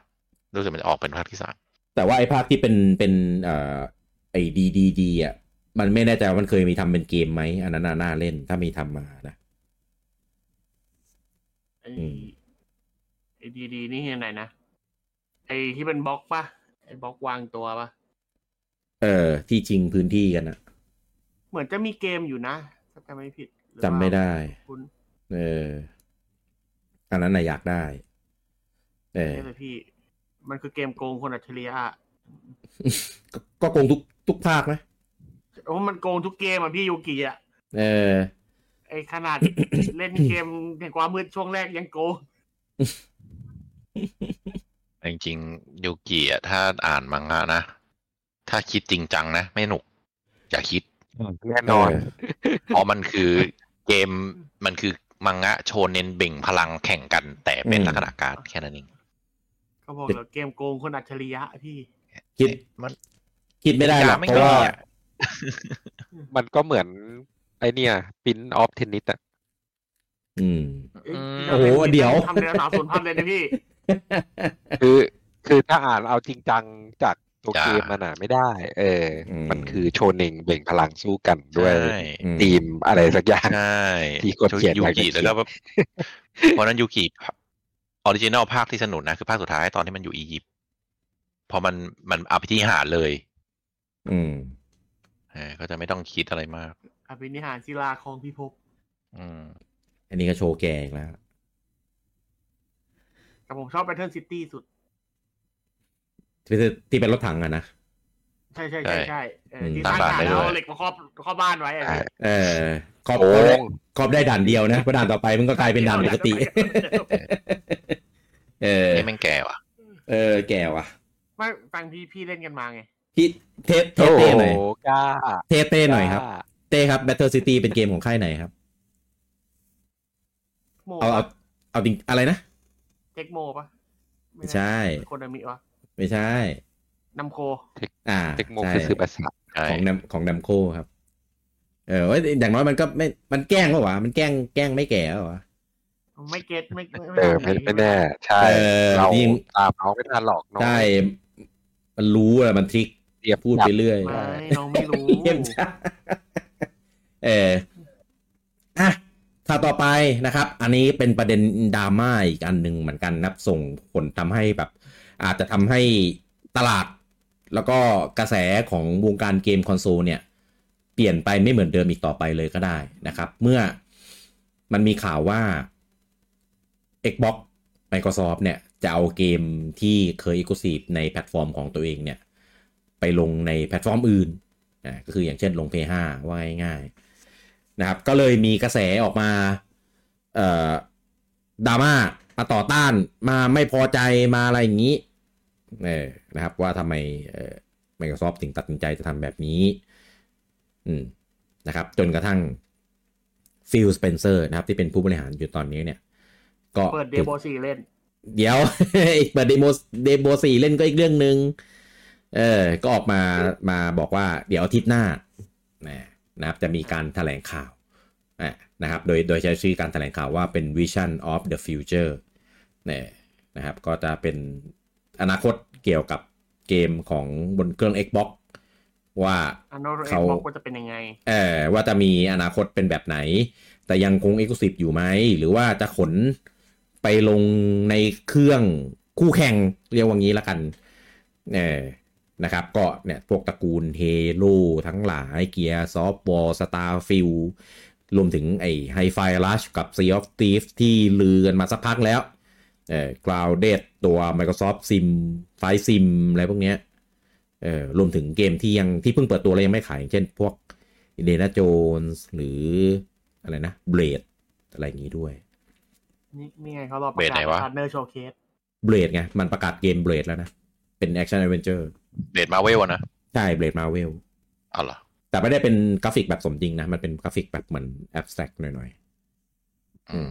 [SPEAKER 2] รู้สึกมันจะออกเป็นภาคที่สาม
[SPEAKER 1] แต่ว่าไอ้ภาคที่เป็นเป็นเอ่อไอ้ดีดีดีอ่ะมันไม่แน่ใจว่ามันเคยมีทำเป็นเกมไหมอันนั้นน่าน่าเล่นถ้ามีทำมานะ
[SPEAKER 3] ไอ้
[SPEAKER 1] อืม
[SPEAKER 3] ไอ้ดีดีนี่ยังไงนะไอ้ที่เป็นบล็อกปะไอ้บล็อกวางตัวปะ
[SPEAKER 1] เออ ที่จริงพื้นที่กันอะ
[SPEAKER 3] เหมือนจะมีเกมอยู่นะถ้าจำไม่ผิดหรือ
[SPEAKER 1] จำไม่ได้
[SPEAKER 3] คุณ
[SPEAKER 1] เออ อันนั้นน่ะอยากได้ เออ
[SPEAKER 3] นี่เลยพี่ มันคือเกมโกงคนอัจฉริยะ
[SPEAKER 1] ก็ก็โกงทุกทุกภาคไหม
[SPEAKER 3] โอ้มันโกงทุกเกมอ่ะพี่ยูกิอ่ะ
[SPEAKER 1] เออ
[SPEAKER 3] ไอ้ขนาด เล่นเกมแห่งความมืดช่วงแรกยังโกง
[SPEAKER 2] แต่จริงๆยูกิอะถ้าอ่านมังงะนะ ถ้าคิดจริงจังนะ ไม่หนุก อย่าคิด
[SPEAKER 4] แน่นอน
[SPEAKER 1] เออ
[SPEAKER 2] เพราะมันคือเกมมันคือมังงะโชเน้นเบ่งพลังแข่งกัน แต่เป็น
[SPEAKER 1] อืม
[SPEAKER 2] ลักษณะการดแค่นั้นเอง
[SPEAKER 3] เขาบอกแล้วเกมโกงคนอัจฉริยะพี่
[SPEAKER 1] คิด
[SPEAKER 2] มัน
[SPEAKER 1] คิดไม่ได้หรอก
[SPEAKER 2] ไม่
[SPEAKER 1] เพราะ
[SPEAKER 2] ได้
[SPEAKER 1] ว่า
[SPEAKER 2] อะ
[SPEAKER 4] มันก็เหมือนไอเนี่ยปินออฟเทนนิสอะ
[SPEAKER 1] อืม
[SPEAKER 3] เย
[SPEAKER 2] อืม
[SPEAKER 1] โอ้โหเดี๋ยว
[SPEAKER 3] ทำในสาวสูนพันธุ์เลยนะพี่
[SPEAKER 4] คือคือถ้าอ่านเอาจริงจังจากตัวเกมมันอ่ะไม่ได้ เอออ
[SPEAKER 1] ม
[SPEAKER 4] มันคือโชเนงเบ่งพลังสู้กันด้วย
[SPEAKER 2] ใช่
[SPEAKER 1] อืม
[SPEAKER 4] ทีมอะไรสักอย่าง
[SPEAKER 2] ใช่
[SPEAKER 4] ที่กดเขียน
[SPEAKER 2] ยู
[SPEAKER 4] ไว้
[SPEAKER 2] กิ
[SPEAKER 4] ก็
[SPEAKER 2] แล้วก็
[SPEAKER 4] เขียน
[SPEAKER 2] แบบเพราะฉะนั้นยูกิออริจินอลภาคที่สนุกนะคือภาคสุดท้ายตอนที่มันอยู่อียิปต์พอมันมันอภิธิหารเลย
[SPEAKER 1] อืม
[SPEAKER 2] เออก็จะไม่ต้องคิดอะไรมาก
[SPEAKER 3] อภินิหารศิลาของพิภพ
[SPEAKER 2] อืม
[SPEAKER 1] อันนี้ก็โชว์แกอีกแล้ว
[SPEAKER 3] แต่ผมชอบแบทเทิลซิตี้สุด
[SPEAKER 1] ที่เป็นที่เป็นรถถังอะนะ
[SPEAKER 3] ใช่ใช่ใช่
[SPEAKER 2] ใช่
[SPEAKER 3] ใช่เออ
[SPEAKER 1] อืม
[SPEAKER 3] ที่สร้าง
[SPEAKER 2] ตั้งบ
[SPEAKER 3] ฐา
[SPEAKER 2] ้าน นได้ด้วย
[SPEAKER 3] แล้วเอาเหล็กมาครอบครอบบ้านไว้อะ
[SPEAKER 4] ใช่
[SPEAKER 1] เออครอบ
[SPEAKER 4] โอ้
[SPEAKER 1] ครอบได้
[SPEAKER 4] ง
[SPEAKER 1] ครอบได้ด่านเดียวนะเพราะด่านต่อไปมันก็กลายเป็นด่านปกติ เออ
[SPEAKER 2] นี่แม่งแก่ว่ะ
[SPEAKER 1] เออ แกว่ะ
[SPEAKER 3] ไม่ฟังพี่พี่เล่นกันมาไง
[SPEAKER 1] พี่เทสเท
[SPEAKER 4] โอ้
[SPEAKER 1] ส
[SPEAKER 4] โห
[SPEAKER 1] เต้หน่อย
[SPEAKER 4] กล้า
[SPEAKER 1] เทสเต้หน่อยครับ เต้ครับ Battle City เป็นเกมของค่ายไหนครับ
[SPEAKER 3] โม
[SPEAKER 1] เอาเอา
[SPEAKER 3] ปะ
[SPEAKER 1] เอาจริงอะไรนะ
[SPEAKER 3] เทคโมปะ
[SPEAKER 1] ไม่ใช่
[SPEAKER 3] โคนนามิวะ
[SPEAKER 1] ไม่ใช่
[SPEAKER 3] นำโค
[SPEAKER 1] อ่า
[SPEAKER 4] เทคโม
[SPEAKER 1] ใช่
[SPEAKER 4] คือซื้อภาษา
[SPEAKER 2] ใช่
[SPEAKER 1] ของนำของดัมโคครับ เออเว้ยอย่างน้อยมันก็ไม่ มันแกล้งเปล่าวะ มันแกล้งแกล้งไม่แก่เปล่าวะ
[SPEAKER 3] ไม่เก็ตไม่ไม่
[SPEAKER 4] เออ
[SPEAKER 3] ไม่
[SPEAKER 4] ไม่ไม่แน่ ใช่
[SPEAKER 1] เออ
[SPEAKER 4] เรา
[SPEAKER 1] จริง
[SPEAKER 4] ตามน้องไม่ทันหรอกน้อง
[SPEAKER 1] ใช่ มันรู้อะมันทริก
[SPEAKER 4] เตรียม
[SPEAKER 1] พูดไปเรื่อย
[SPEAKER 3] ไม่น้องไม่รู้
[SPEAKER 1] เยี่ยมจ้าเอออ่ะข่าวต่อไปนะครับ อันนี้เป็นประเด็นดราม่าอีกอันหนึ่งเหมือนกันนะครับส่งผลทำให้แบบ อาจจะทำให้ตลาด แล้วก็กระแสของวงการเกมคอนโซลเนี่ย เปลี่ยนไปไม่เหมือนเดิมอีกต่อไปเลยก็ได้นะครับ เมื่อมันมีข่าวว่า Xbox Microsoft เนี่ย จะเอาเกมที่เคย Exclusive ในแพลตฟอร์มของตัวเองเนี่ย ไปลงในแพลตฟอร์มอื่น นะก็คืออย่างเช่นลง Play 5ว่าง่ายๆนะครับ ก็เลยมีกระแสออกมาเอ่อดราม่ามาต่อต้านมาไม่พอใจมาอะไรอย่างนี้เออนะครับว่าทำไมเอ่อ Microsoft ถึงตัดสินใจจะทำแบบนี้อืมนะครับจนกระทั่งฟิลสเปนเซอร์นะครับที่เป็นผู้บริหารอยู่ตอนนี้เนี่ย ก็
[SPEAKER 3] เปิดเดโบซีเล่น
[SPEAKER 1] เดี๋ยว อีกเปิดเดโมเดโมสี่เล่นก็อีกเรื่องหนึ่งเออ ก็ออกมามาบอกว่าเดี๋ยวอาทิตย์หน้านะนะครับจะมีการแถลงข่าวอ่ะนะครับ โดยโดยใช้ชื่อการแถลงข่าวว่าเป็น Vision of the Future นะนะครับ ก็จะเป็นอนาคตเกี่ยวกับเกมของบนเครื่อง Xbox ว่า
[SPEAKER 3] อันโนโรเอ็
[SPEAKER 1] เขา
[SPEAKER 3] บอกว่าจะเป็นยังไง
[SPEAKER 1] เออว่าจะมีอนาคตเป็นแบบไหน แต่ยังคงเอกลุศิอยู่ไหม หรือว่าจะขนไปลงในเครื่องคู่แข่งเรียกว่างี้ละกันเออนะครับ ก็เนี่ยพวกตระกูลเฮโ o ทั้งหลายเกียร์ซอฟต์บอลสตาร์ฟิลรวมถึงไอ้ไฮไฟลัชกับ Sea of Thieves ที่ลือกันมาสักพักแล้วเออกราวเดตตัว Microsoft Sim ไฟซิมอะไรพวกเนี้ยเออรวมถึงเกมที่ยังที่เพิ่งเปิดตัวแล้วยังไม่ขายอย่างเช่นพวก อินเดนาโจนส์หรืออะไรนะเบลดอะไรอย่างนี้ด้วย
[SPEAKER 3] นี่นี่ไงเขารอประ
[SPEAKER 2] เบรด
[SPEAKER 3] กา
[SPEAKER 2] ไหน
[SPEAKER 3] ศ
[SPEAKER 2] วะ
[SPEAKER 3] พาร์เนอร์โชว์เคส
[SPEAKER 1] เบลดไง มันประกาศเกมเบลดแล้วนะ เป็นแอคชั่น d อ e n เ u นเจอร์
[SPEAKER 2] เดดมาเวลนะ
[SPEAKER 1] ใช่เบลดมาเวล
[SPEAKER 2] เอาเหรอ
[SPEAKER 1] แต่ไม่ได้เป็นกราฟิกแบบสมจริงนะ มันเป็นกราฟิกแบบเหมือนแอบสแตรกหน่อย
[SPEAKER 2] อืม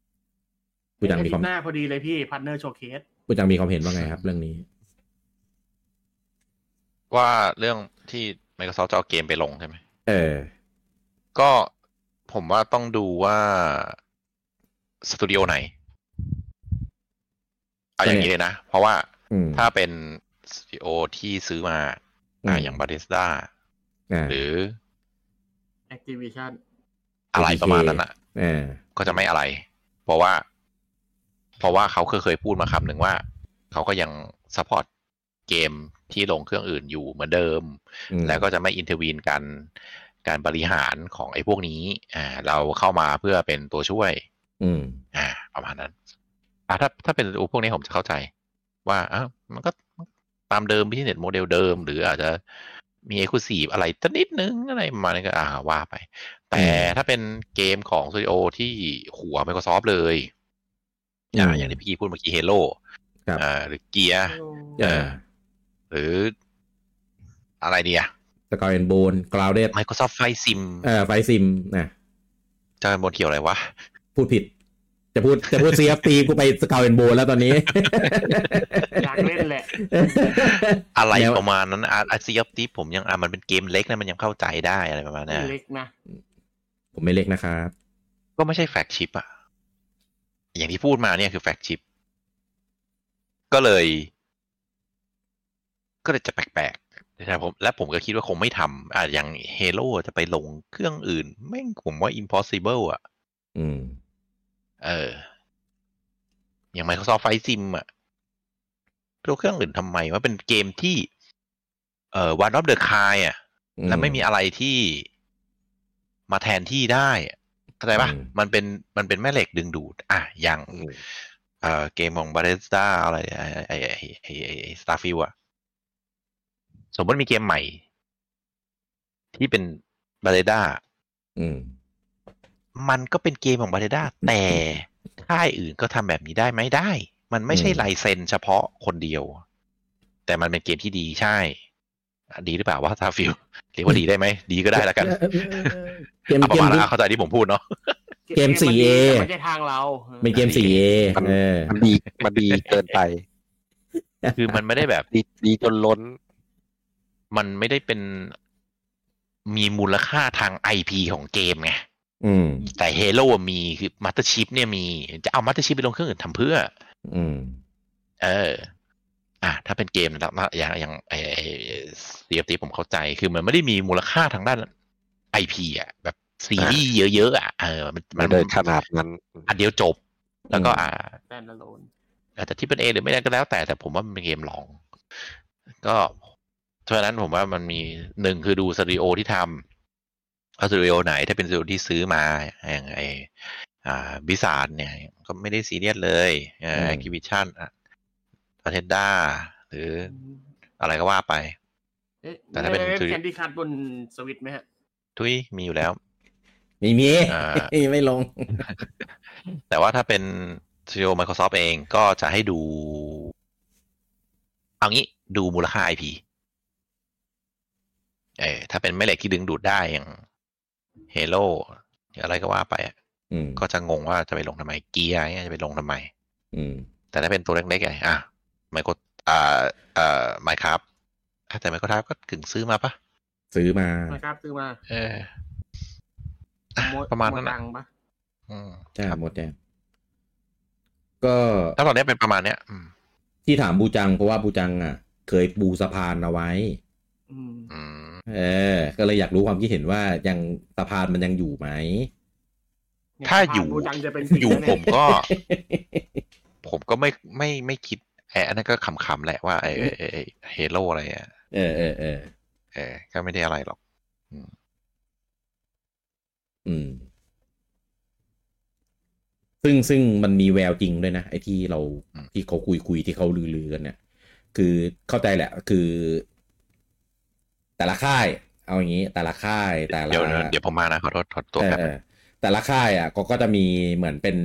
[SPEAKER 1] ๆผู้จังมีความ
[SPEAKER 3] หน้าพอดีเลยพี่พาร์เนอร์โชว์เคส
[SPEAKER 1] ผู้จังมีความเห็นว่าไงครับ เรื่องนี้
[SPEAKER 2] ว่าเรื่องที่ Microsoft จะเอาเกมไปลงใช่ไหม
[SPEAKER 1] เออ
[SPEAKER 2] ก็ ผมว่าต้องดูว่าสตูดิโอไหนเอาอย่างนี้เลยนะ เพราะว่า
[SPEAKER 1] อืม
[SPEAKER 2] ถ้าเป็นสตูดิโอที่ซื้อมาอ่ะอย่างบาริสต้า
[SPEAKER 1] อ่า
[SPEAKER 2] หรือ
[SPEAKER 3] Activision
[SPEAKER 2] อะไรประมาณนั้นอ่ะ
[SPEAKER 1] อ่า
[SPEAKER 2] ก็จะไม่อะไร เพราะว่า เพราะว่าเขาเคยเคยพูดมาคำหนึ่งว่า เขาก็ยังซัพพอร์ตเกมที่ลงเครื่องอื่นอยู่เหมือนเดิม
[SPEAKER 1] อืม
[SPEAKER 2] แล้วก็จะไม่อินเทอร์วีนกันการบริหารของไอ้พวกนี้ อ่า เราเข้ามาเพื่อเป็นตัวช่วย
[SPEAKER 1] อืม
[SPEAKER 2] อ่า ประมาณนั้น อ่าถ้าถ้าเป็นอุพวกนี้ผมจะเข้าใจ ว่าอ้าวมันก็ตามเดิมพิเศษโมเดลเดิม หรืออาจจะมีเอกลูซีฟอะไรสักนิดนึงอะไรประมาณนี้ก็อ่าว่าไป แต่
[SPEAKER 1] อืม
[SPEAKER 2] ถ้าเป็นเกมของสตูดิโอที่หัว Microsoft เลยอ่าอย่างที่พี่กี้พูดเมื่อกี้เฮโ o อ่าหรือเกียร์
[SPEAKER 1] เอ่า
[SPEAKER 2] หรืออะไรดีอะ
[SPEAKER 1] สกาวแอนโบนกราวเดด
[SPEAKER 2] Microsoft Flight Sim
[SPEAKER 1] เอ่อไฟซิมนะ
[SPEAKER 2] จะเป็นบนเกี่ยวอะไรวะ
[SPEAKER 1] พูดผิด จะพูดจะพูด CFT กูไปสกาวแอนโบนแล้วตอนนี้
[SPEAKER 3] อยากเล่นแหละ
[SPEAKER 2] อะไร
[SPEAKER 1] แล้ว
[SPEAKER 2] ประมาณนั้นอาอาซีออฟติผมยังอ่ะมันเป็นเกมเล็กนะมันยังเข้าใจได้อะไรประมาณเนี้ย
[SPEAKER 3] เล็กนะ
[SPEAKER 1] ผมไม่เล็กนะครับ
[SPEAKER 2] ก็ไม่ใช่แฟกชิปอะอย่างที่พูดมาเนี่ยคือแฟกชิป ก็เลย ก็เลยจะแปลกๆนะครับผมและผมก็คิดว่าคงไม่ทำอ่ะอย่างเฮโ o จะไปลงเครื่องอื่นแม่งผมว่า impossible อะ
[SPEAKER 1] อืม
[SPEAKER 2] เออ อย่าง Microsoft Flight Sim อะลงเครื่องอื่นทำไมว่าเป็นเกมที่ เอ่อ One of the Kind อะ แล้วไม่มีอะไรที่มาแทนที่ได้อะเข้าใจปะ
[SPEAKER 1] อืม
[SPEAKER 2] มันเป็นมันเป็นแม่เหล็กดึงดูด อ่ะอย่าง
[SPEAKER 4] อืม
[SPEAKER 2] เอ่อเกมของบาริสต้าอะไรไอไอไอไอไอสตาร์ฟิวอะสมมติมีเกมใหม่ ที่เป็นบาริด้า
[SPEAKER 1] อืม
[SPEAKER 2] มันก็เป็นเกมของบาริด้าแต่ค่ายอื่นก็ทำแบบนี้ได้ไหมได้ มันไม่ใช่
[SPEAKER 1] อืม
[SPEAKER 2] ลายเซ็นเฉพาะคนเดียว แต่มันเป็นเกมที่ดีใช่อ่ะดีหรือเปล่าว่าสตาร์ฟิวเรียกว่าดีได้ไหมดีก็ได้แล้วกัน
[SPEAKER 1] เกม
[SPEAKER 2] เอาป
[SPEAKER 1] เก
[SPEAKER 2] ระ
[SPEAKER 1] ม
[SPEAKER 2] มาณ
[SPEAKER 1] ที่
[SPEAKER 2] นั้นอ่ะเข้าใจที่ผมพูดเนาะ
[SPEAKER 1] เกม 4A
[SPEAKER 3] แต่ไม่ใช่ทางเรา
[SPEAKER 1] เป็นเกม 4A
[SPEAKER 4] มัน
[SPEAKER 1] เออ
[SPEAKER 4] มันดีมันดีเกินไป
[SPEAKER 2] คือมันไม่ได้แบบ
[SPEAKER 4] ดีดีจนล้น
[SPEAKER 2] มันไม่ได้เป็นมีมูลค่าทางไอพีของเกมไง
[SPEAKER 1] อืม
[SPEAKER 2] แต่เฮโ o มีคือมาต e r ร์ชิพเนี่ยมี จะเอามาต e r ร์ชิพไปลงเครื่องอื่นทำเพื่อ
[SPEAKER 1] อืม
[SPEAKER 2] เออ อ่ะถ้าเป็นเกมนะครับอย่างอย่างไอซีเอฟทีผมเข้าใจคือมันไม่ได้มีมูลค่าทางด้านไอพีอ่ะ แบบซีรีส์เยอะๆอ่ะเออมันมั
[SPEAKER 4] มัน นเดินขนาดนั้น
[SPEAKER 2] อันเดียวจบ แล้วก็อ่า
[SPEAKER 3] แตนโลน
[SPEAKER 2] อาจจะที่เป็นเอหรือไม่ได้ก็แล้วแต่แต่ผมว่ามันเป็นเกมลอง ก็เพราะฉะนั้นผมว่ามันมีหนึ่งคือดูสตูดิโอที่ทำว่าสตูดิโอไหนถ้าเป็นสตูดิโอที่ซื้อมาอย่างไออ่าบิสารเนี่ย ก็ไม่ได้ซีเรียสเลยเอ่
[SPEAKER 1] อืม
[SPEAKER 2] อคิวิชั่นอาเทนด้าหรืออะไรก็ว่าไป
[SPEAKER 3] เอ๊ะ
[SPEAKER 2] แต่ถ้าเป็น
[SPEAKER 3] แคนดี้คัทบนสวิตไหมฮะ
[SPEAKER 2] ทุยมีอยู่แล้ว
[SPEAKER 1] ไม่มี
[SPEAKER 2] อ่า
[SPEAKER 1] ไม่ลง
[SPEAKER 2] แต่ว่าถ้าเป็นสตูดิโอ Microsoft เองก็จะให้ดู เอางี้ดูมูลค่า IP เออถ้าเป็นแม่เหล็กที่ดึงดูดได้อย่าง Halo หรืออะไรก็ว่าไปอะ
[SPEAKER 1] อืม
[SPEAKER 2] ก็จะงงว่าจะไปลงทำไมเกียร์เนี่ยจะไปลงทำไม
[SPEAKER 1] อืม
[SPEAKER 2] แต่ถ้าเป็นตัวเล็กๆไงอ่ะไมโครอ่าอ่าไมครับแต่ไมโครทับก็กึ่งซื้อมาปะ
[SPEAKER 1] ซื้อมา
[SPEAKER 3] นะครับซื้อมา
[SPEAKER 2] เอออ่ะ
[SPEAKER 3] โ
[SPEAKER 2] ประมาณนั้น
[SPEAKER 3] โตั
[SPEAKER 2] นะ
[SPEAKER 3] งค์ปะ
[SPEAKER 2] อืม
[SPEAKER 1] ใช่หมดแดงก็
[SPEAKER 2] ถ้าตอนนี้เป็นประมาณเนี้ยอืม
[SPEAKER 1] ที่ถามบูจัง เพราะว่าบูจังอ่ะ เคยปูสะพานเอาไว้
[SPEAKER 3] อืม
[SPEAKER 2] อืม
[SPEAKER 1] เออ ก็เลยอยากรู้ความคิดเห็นว่ายังสะพานมันยังอยู่ไหม
[SPEAKER 2] ถ้าอยู่
[SPEAKER 3] ภพบูจังจะเป็น
[SPEAKER 2] อยู่
[SPEAKER 3] จริงนะเนี่
[SPEAKER 2] ผมก็ ผมก็ไม่ไม่ไม่คิดไอ้อันนั้นก็ขำๆแหละว่าไอ้ไอ้ไอ้ไอ้เฮโร่อะไรอ่ะ
[SPEAKER 1] เออเออเออ
[SPEAKER 2] เออก็ไม่ได้อะไรหรอก
[SPEAKER 1] อืม ซึ่งซึ่งมันมีแววจริงด้วยนะ ไอ้ที่เรา
[SPEAKER 2] อืม
[SPEAKER 1] ที่เขาคุยคุยที่เขาลือๆกันเนี่ย คือเข้าใจแหละ คือ แต่ละค่าย เอาอย่างนี้ แต่ละค่ายแต่ละ
[SPEAKER 2] เดี๋ยวเดี๋ยวเดี๋ยวผมมานะขอโทษขอตัวแป๊บ
[SPEAKER 1] เออแต่ละค่ายอ่ะก็ก็จะมีเหมือนเป็น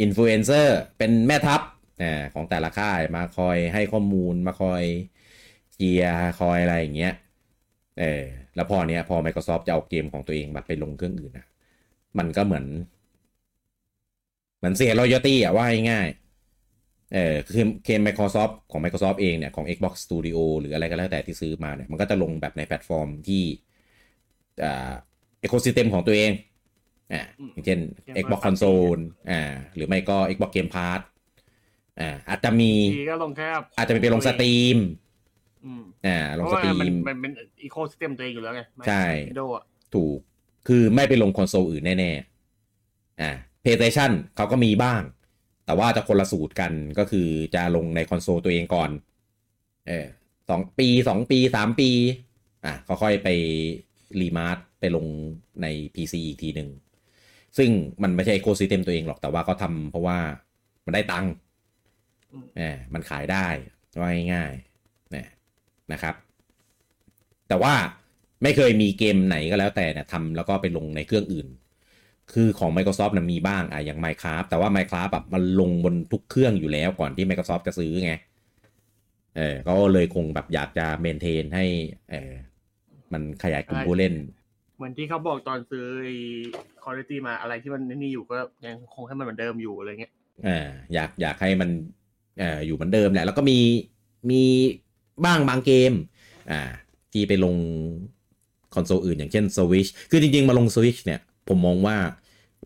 [SPEAKER 1] อินฟลูเอนเซอร์เป็นแม่ทัพอ่าของแต่ละค่ายมาคอยให้ข้อมูลมาคอยเชียร์คอยอะไรอย่างเงี้ยเออแล้วพอเนี้ยพอ Microsoft จะเอาเกมของตัวเองแบบไปลงเครื่องอื่นนะมันก็เหมือน เหมือนเสียรอยตี้อ่ะว่าง่ายๆเออคือเกม Microsoft ของ Microsoft เองเนี่ย ของ Xbox Studio หรืออะไรก็แล้วแต่ที่ซื้อมาเนี่ย มันก็จะลงแบบในแพลตฟอร์มที่อ่า เอโคซิสเต็มของตัวเอง อ่า
[SPEAKER 3] อืม
[SPEAKER 1] อย่างเช่น
[SPEAKER 3] Game
[SPEAKER 1] Xbox
[SPEAKER 3] Pass
[SPEAKER 1] Console อ่าหรือไม่ก็ Xbox Game Pass อ่าอาจจะมี
[SPEAKER 3] ทีก็ลงแค่
[SPEAKER 1] อาจจะไปลงสตรีม
[SPEAKER 3] อืม
[SPEAKER 1] อ่าลงสตรี
[SPEAKER 3] เพาะว่าน
[SPEAKER 1] ม
[SPEAKER 3] มันเป็นอีโคสเต็มตัวเองอยู่แล้วไง
[SPEAKER 1] ใช่
[SPEAKER 3] โดอะ
[SPEAKER 1] ถูก คือไม่ไปลงคอนโซลอื่นแน่ ๆ อ่า PlayStation เขาก็มีบ้าง แต่ว่าจะคนละสูตรกันก็คือจะลงในคอนโซลตัวเองก่อน เออสองปีสองปีสามปี อ่ะเขาค่อยไปรีมาร์ทไปลงใน PC อีกทีหนึ่ง ซึ่งมันไม่ใช่โคซิเต็มตัวเองหรอก แต่ว่าเขาทำเพราะว่ามันได้ตังค์เออมันขายได้ว่าง่ายๆนะนะครับ แต่ว่าไม่เคยมีเกมไหนก็แล้วแต่เนี่ยทำแล้วก็ไปลงในเครื่องอื่น คือของ Microsoft นะมีบ้างอะอย่าง Minecraft แต่ว่า Minecraft แบบมันลงบนทุกเครื่องอยู่แล้วก่อนที่ Microsoft จะซื้อไง เออก็เลยคงแบบอยากจะเมนเทนให้เออมันขยายกลุ่มผู้เล่น
[SPEAKER 3] เหมือนที่เขาบอกตอนซื้อคอร์ตี้มาอะไรที่มันนี่อยู่ก็ยังคงให้มันเหมือนเดิมอยู่อะไรเงี้ย
[SPEAKER 1] อ่าอยากอยากให้มันเอ่ออยู่เหมือนเดิมแหละ แล้วก็มีมีบ้างบางเกมอ่าที่ไปลงคอนโซลอื่นอย่างเช่น Switch คือจริง ๆ มาลง Switch เนี่ย ผมมองว่า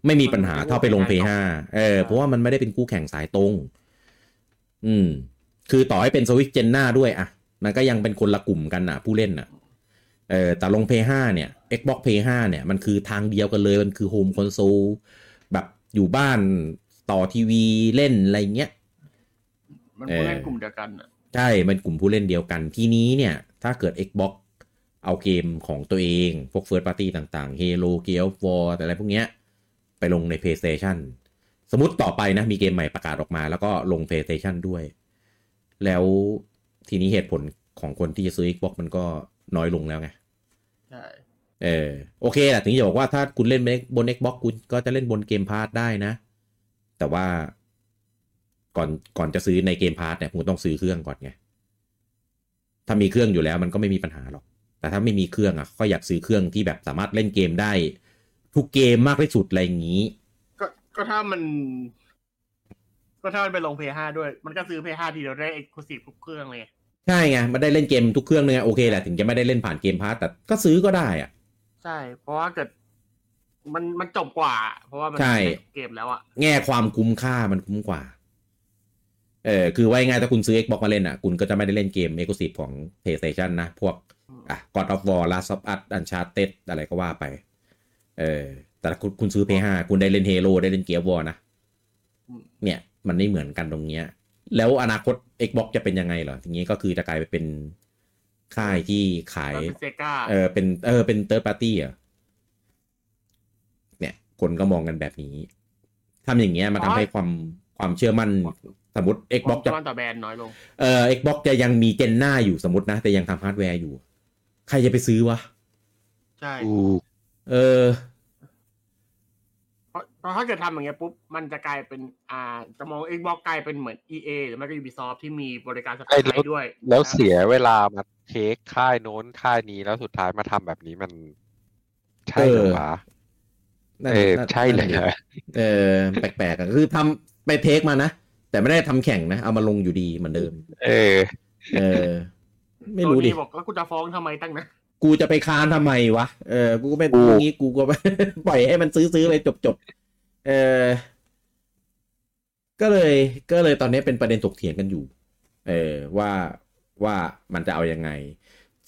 [SPEAKER 1] ไม่มีปัญหาเท่าไปลง p 5เออเพราะว่ามันไม่ได้เป็นคู่แข่งสายตรง อืม คือต่อให้เป็น Switch เจนหน้าด้วยอะมันก็ยังเป็นคนละกลุ่มกันอะผู้เล่นอะเออแต่ลง p 5เนี่ย Xbox p 5เนี่ย มันคือทางเดียวกันเลย มันคือ Home Console แบบอยู่บ้านต่อทีวีเล่นอะไรเงี้ย
[SPEAKER 3] มัน
[SPEAKER 1] เออ
[SPEAKER 3] เล่นกลุ่มเดียวกันอะ
[SPEAKER 1] ใช่มันกลุ่มผู้เล่นเดียวกันทีนี้เนี่ย ถ้าเกิด Xbox เอาเกมของตัวเอง พวก First Party ต่างๆ Halo g e a r of War แต่อะไรพวกเนี้ย ไปลงใน PlayStation สมมติต่อไปนะมีเกมใหม่ประกาศออกมา แล้วก็ลง PlayStation ด้วย แล้วทีนี้เหตุผลของคนที่จะซื้อ Xbox มันก็น้อยลงแล้วไง
[SPEAKER 3] ใช่
[SPEAKER 1] เออโอเคแหละถึงจะบอกว่าถ้าคุณเล่นบน Xbox คุณก็จะเล่นบนเกมพาร์ได้นะ แต่ว่าก่อนก่อนจะซื้อในเกมพาร์เนี่ยคุณต้องซื้อเครื่องก่อนไง ถ้ามีเครื่องอยู่แล้วมันก็ไม่มีปัญหาหรอก แต่ถ้าไม่มีเครื่องอ่ะก็อยากซื้อเครื่องที่แบบสามารถเล่นเกมได้ ทุกเกมมากที่สุดอะไรอย่างนี้
[SPEAKER 3] ก็ก็ถ้ามัน ก็ถ้ามันไปลงเพย์ห้าด้วย มันก็ซื้อเพย์ห้าทีเดียวได้เอ็กซ์คลูซีฟทุกเครื่องเลย
[SPEAKER 1] ใช่ไงมันได้เล่นเกมทุกเครื่องเลยไงโอเคแหละถึงจะไม่ได้เล่นผ่านเกมพาร์แต่ก็ซื้อก็ได้อ่ะ
[SPEAKER 3] ใช่ เพราะว่าเกิด มันมันจบกว่า เพราะว่ามัน
[SPEAKER 1] ใช่
[SPEAKER 3] ได้เกมแล้วอะ
[SPEAKER 1] แง่ความคุ้มค่ามันคุ้มกว่า เออคือไว้ไงายๆถ้าคุณซื้อ Xbox มาเล่นอ่ะ คุณก็จะไม่ได้เล่นเกม e x c l u s i v e ของ PlayStation นะ พวกอ่ะ God of War Last of Us Uncharted อะไรก็ว่าไป เออ แต่ถ้าคุณคุณซื้อ PS5 คุณได้เล่น Halo ได้เล่น Gear of War นะ เนี่ย มันไม่เหมือนกันตรงเนี้ย แล้วอนาคต Xbox จะเป็นยังไงเหรอทีนี้ก็คือจะกลายไปเป็นค่ายที่ขาย
[SPEAKER 3] แล้วเป็นเซกา
[SPEAKER 1] เออเป็นเออเป็นเติร์ดปาร์ตี้อ่ะเนี่ย คนก็มองกันแบบนี้ทำอย่างเงี้ยมันทำให้ความความเชื่อมั่น สมมติ Xbox จะ
[SPEAKER 3] มันต่อแบรนด์น้อยลง
[SPEAKER 1] เอ่อ Xbox จะยังมีเจนหน้าอยู่สมมตินะ แต่ยังทำฮาร์ดแวร์อยู่ ใครจะไปซื้อวะ
[SPEAKER 3] ใช่
[SPEAKER 4] ถูก
[SPEAKER 1] เออ
[SPEAKER 3] เพราะเพราะถ้าเกิดทำอย่างเงี้ยปุ๊บ มันจะกลายเป็น อ่า จะมอง Xbox กลายเป็นเหมือน EA หรือไม่ก็ Ubisoft ที่มีบริการสกายไลน์ด้วย
[SPEAKER 4] แล้วเสียเวลามาเทคค่ายโน้นค่ายนี้แล้วสุดท้ายมาทำแบบนี้มัน ใช่เหรอวะ
[SPEAKER 1] นั่น
[SPEAKER 4] เออ
[SPEAKER 1] นั่น
[SPEAKER 4] ใช่เลยเหรอ
[SPEAKER 1] เออ แปลกๆอะคือทำไปเทคมานะ แต่ไม่ได้ทำแข่งนะ เอามาลงอยู่ดีเหมือนเดิม
[SPEAKER 4] เออ
[SPEAKER 1] เออ ไม่รู้ดิ
[SPEAKER 3] โซนี่บอกแล้วกูจะฟ้องทำไมตั้งนะ
[SPEAKER 1] กูจะไปค้านทำไมวะ เออ กูก็ไม่
[SPEAKER 4] ถูก
[SPEAKER 1] รู้งี้กูก็ ป ล่อยให้มันซื้อๆไปจบๆ เออ ก็เลย ก็เลยตอนนี้เป็นประเด็นถกเถียงกันอยู่ เออ ว่า ว่ามันจะเอายังไง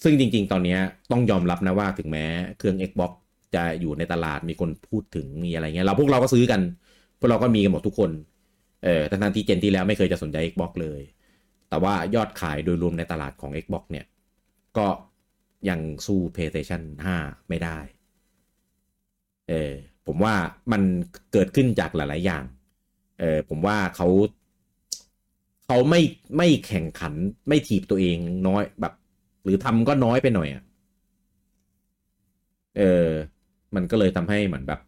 [SPEAKER 1] ซึ่งจริง ๆ ตอนเนี้ยต้องยอมรับนะว่าถึงแม้เครื่อง Xbox จะอยู่ในตลาดมีคนพูดถึงมีอะไรเงี้ย เราพวกเราก็ซื้อกัน พวกเราก็มีกันหมดทุกคน เออทั้งทที่เจนที่แล้วไม่เคยจะสนใจ Xbox เลย แต่ว่ายอดขายโดยรวมในตลาดของ Xbox เนี่ย ก็ยังสู้ PlayStation 5 ไม่ได้ เออผมว่ามันเกิดขึ้นจากหลาย ๆ อย่าง เออผมว่าเขาเขาไม่ไม่แข่งขันไม่ถีบตัวเองน้อยแบบ หรือทำก็น้อยไปหน่อยอะเออ มันก็เลยทำให้เหมือนแบบ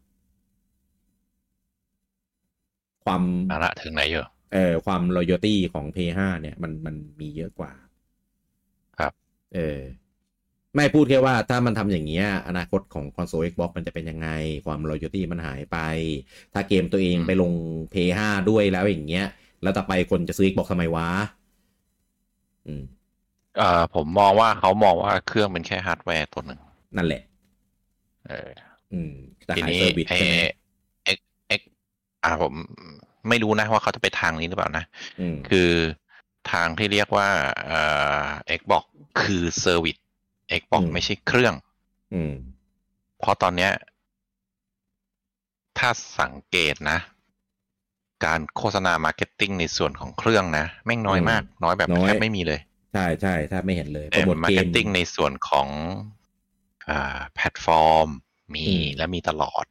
[SPEAKER 1] ความ
[SPEAKER 2] เอาละถึงไหนเยอะ
[SPEAKER 1] เอ่อความรอยตี้ของ p 5เนี่ยมันมันมีเยอะกว่า
[SPEAKER 2] ครับ
[SPEAKER 1] เออไม่พูดแค่ว่าถ้ามันทำอย่างเงี้ยอนาคตของคอนโซล Xbox มันจะเป็นยังไง ความรอยตี้มันหายไป ถ้าเกมตัวเองไปลง p 5ด้วยแล้วอย่างเงี้ย แล้วต่อไปคนจะซื้อ Xbox ทำไมวะอืม
[SPEAKER 2] เอ่อผมมองว่าเขามองว่าเครื่องเป็นแค่ฮาร์ดแวร์ตัวหนึ่ง
[SPEAKER 1] นั่นแหละ
[SPEAKER 2] เออ
[SPEAKER 1] อืมแต่
[SPEAKER 2] ที
[SPEAKER 1] ขาย
[SPEAKER 2] นี้
[SPEAKER 1] เซอร์วิส
[SPEAKER 2] ไอ้
[SPEAKER 1] ใช่ไหม
[SPEAKER 2] อ่าผมไม่รู้นะว่าเขาจะไปทางนี้หรือเปล่านะ
[SPEAKER 1] อืม
[SPEAKER 2] คือทางที่เรียกว่าเอ่อ Xbox คือเซอร์วิส Xbox ไม่ใช่เครื่อง
[SPEAKER 1] อืม
[SPEAKER 2] เพราะตอนเนี้ย ถ้าสังเกตนะ การโฆษณามาร์เก็ตติ้งในส่วนของเครื่องนะ แม่งน้อยมาก น้อยแบบแทบไม่มีเลย
[SPEAKER 1] ใช่ใช่ถ้าไม่เห็นเลยโป
[SPEAKER 2] แต่
[SPEAKER 1] รโมท
[SPEAKER 2] มา
[SPEAKER 1] เก
[SPEAKER 2] ร์เก็
[SPEAKER 1] ม
[SPEAKER 2] ตติ้งในส่วนของอ่าแพลตฟอร์ม มี
[SPEAKER 1] อืม
[SPEAKER 2] และมีตลอด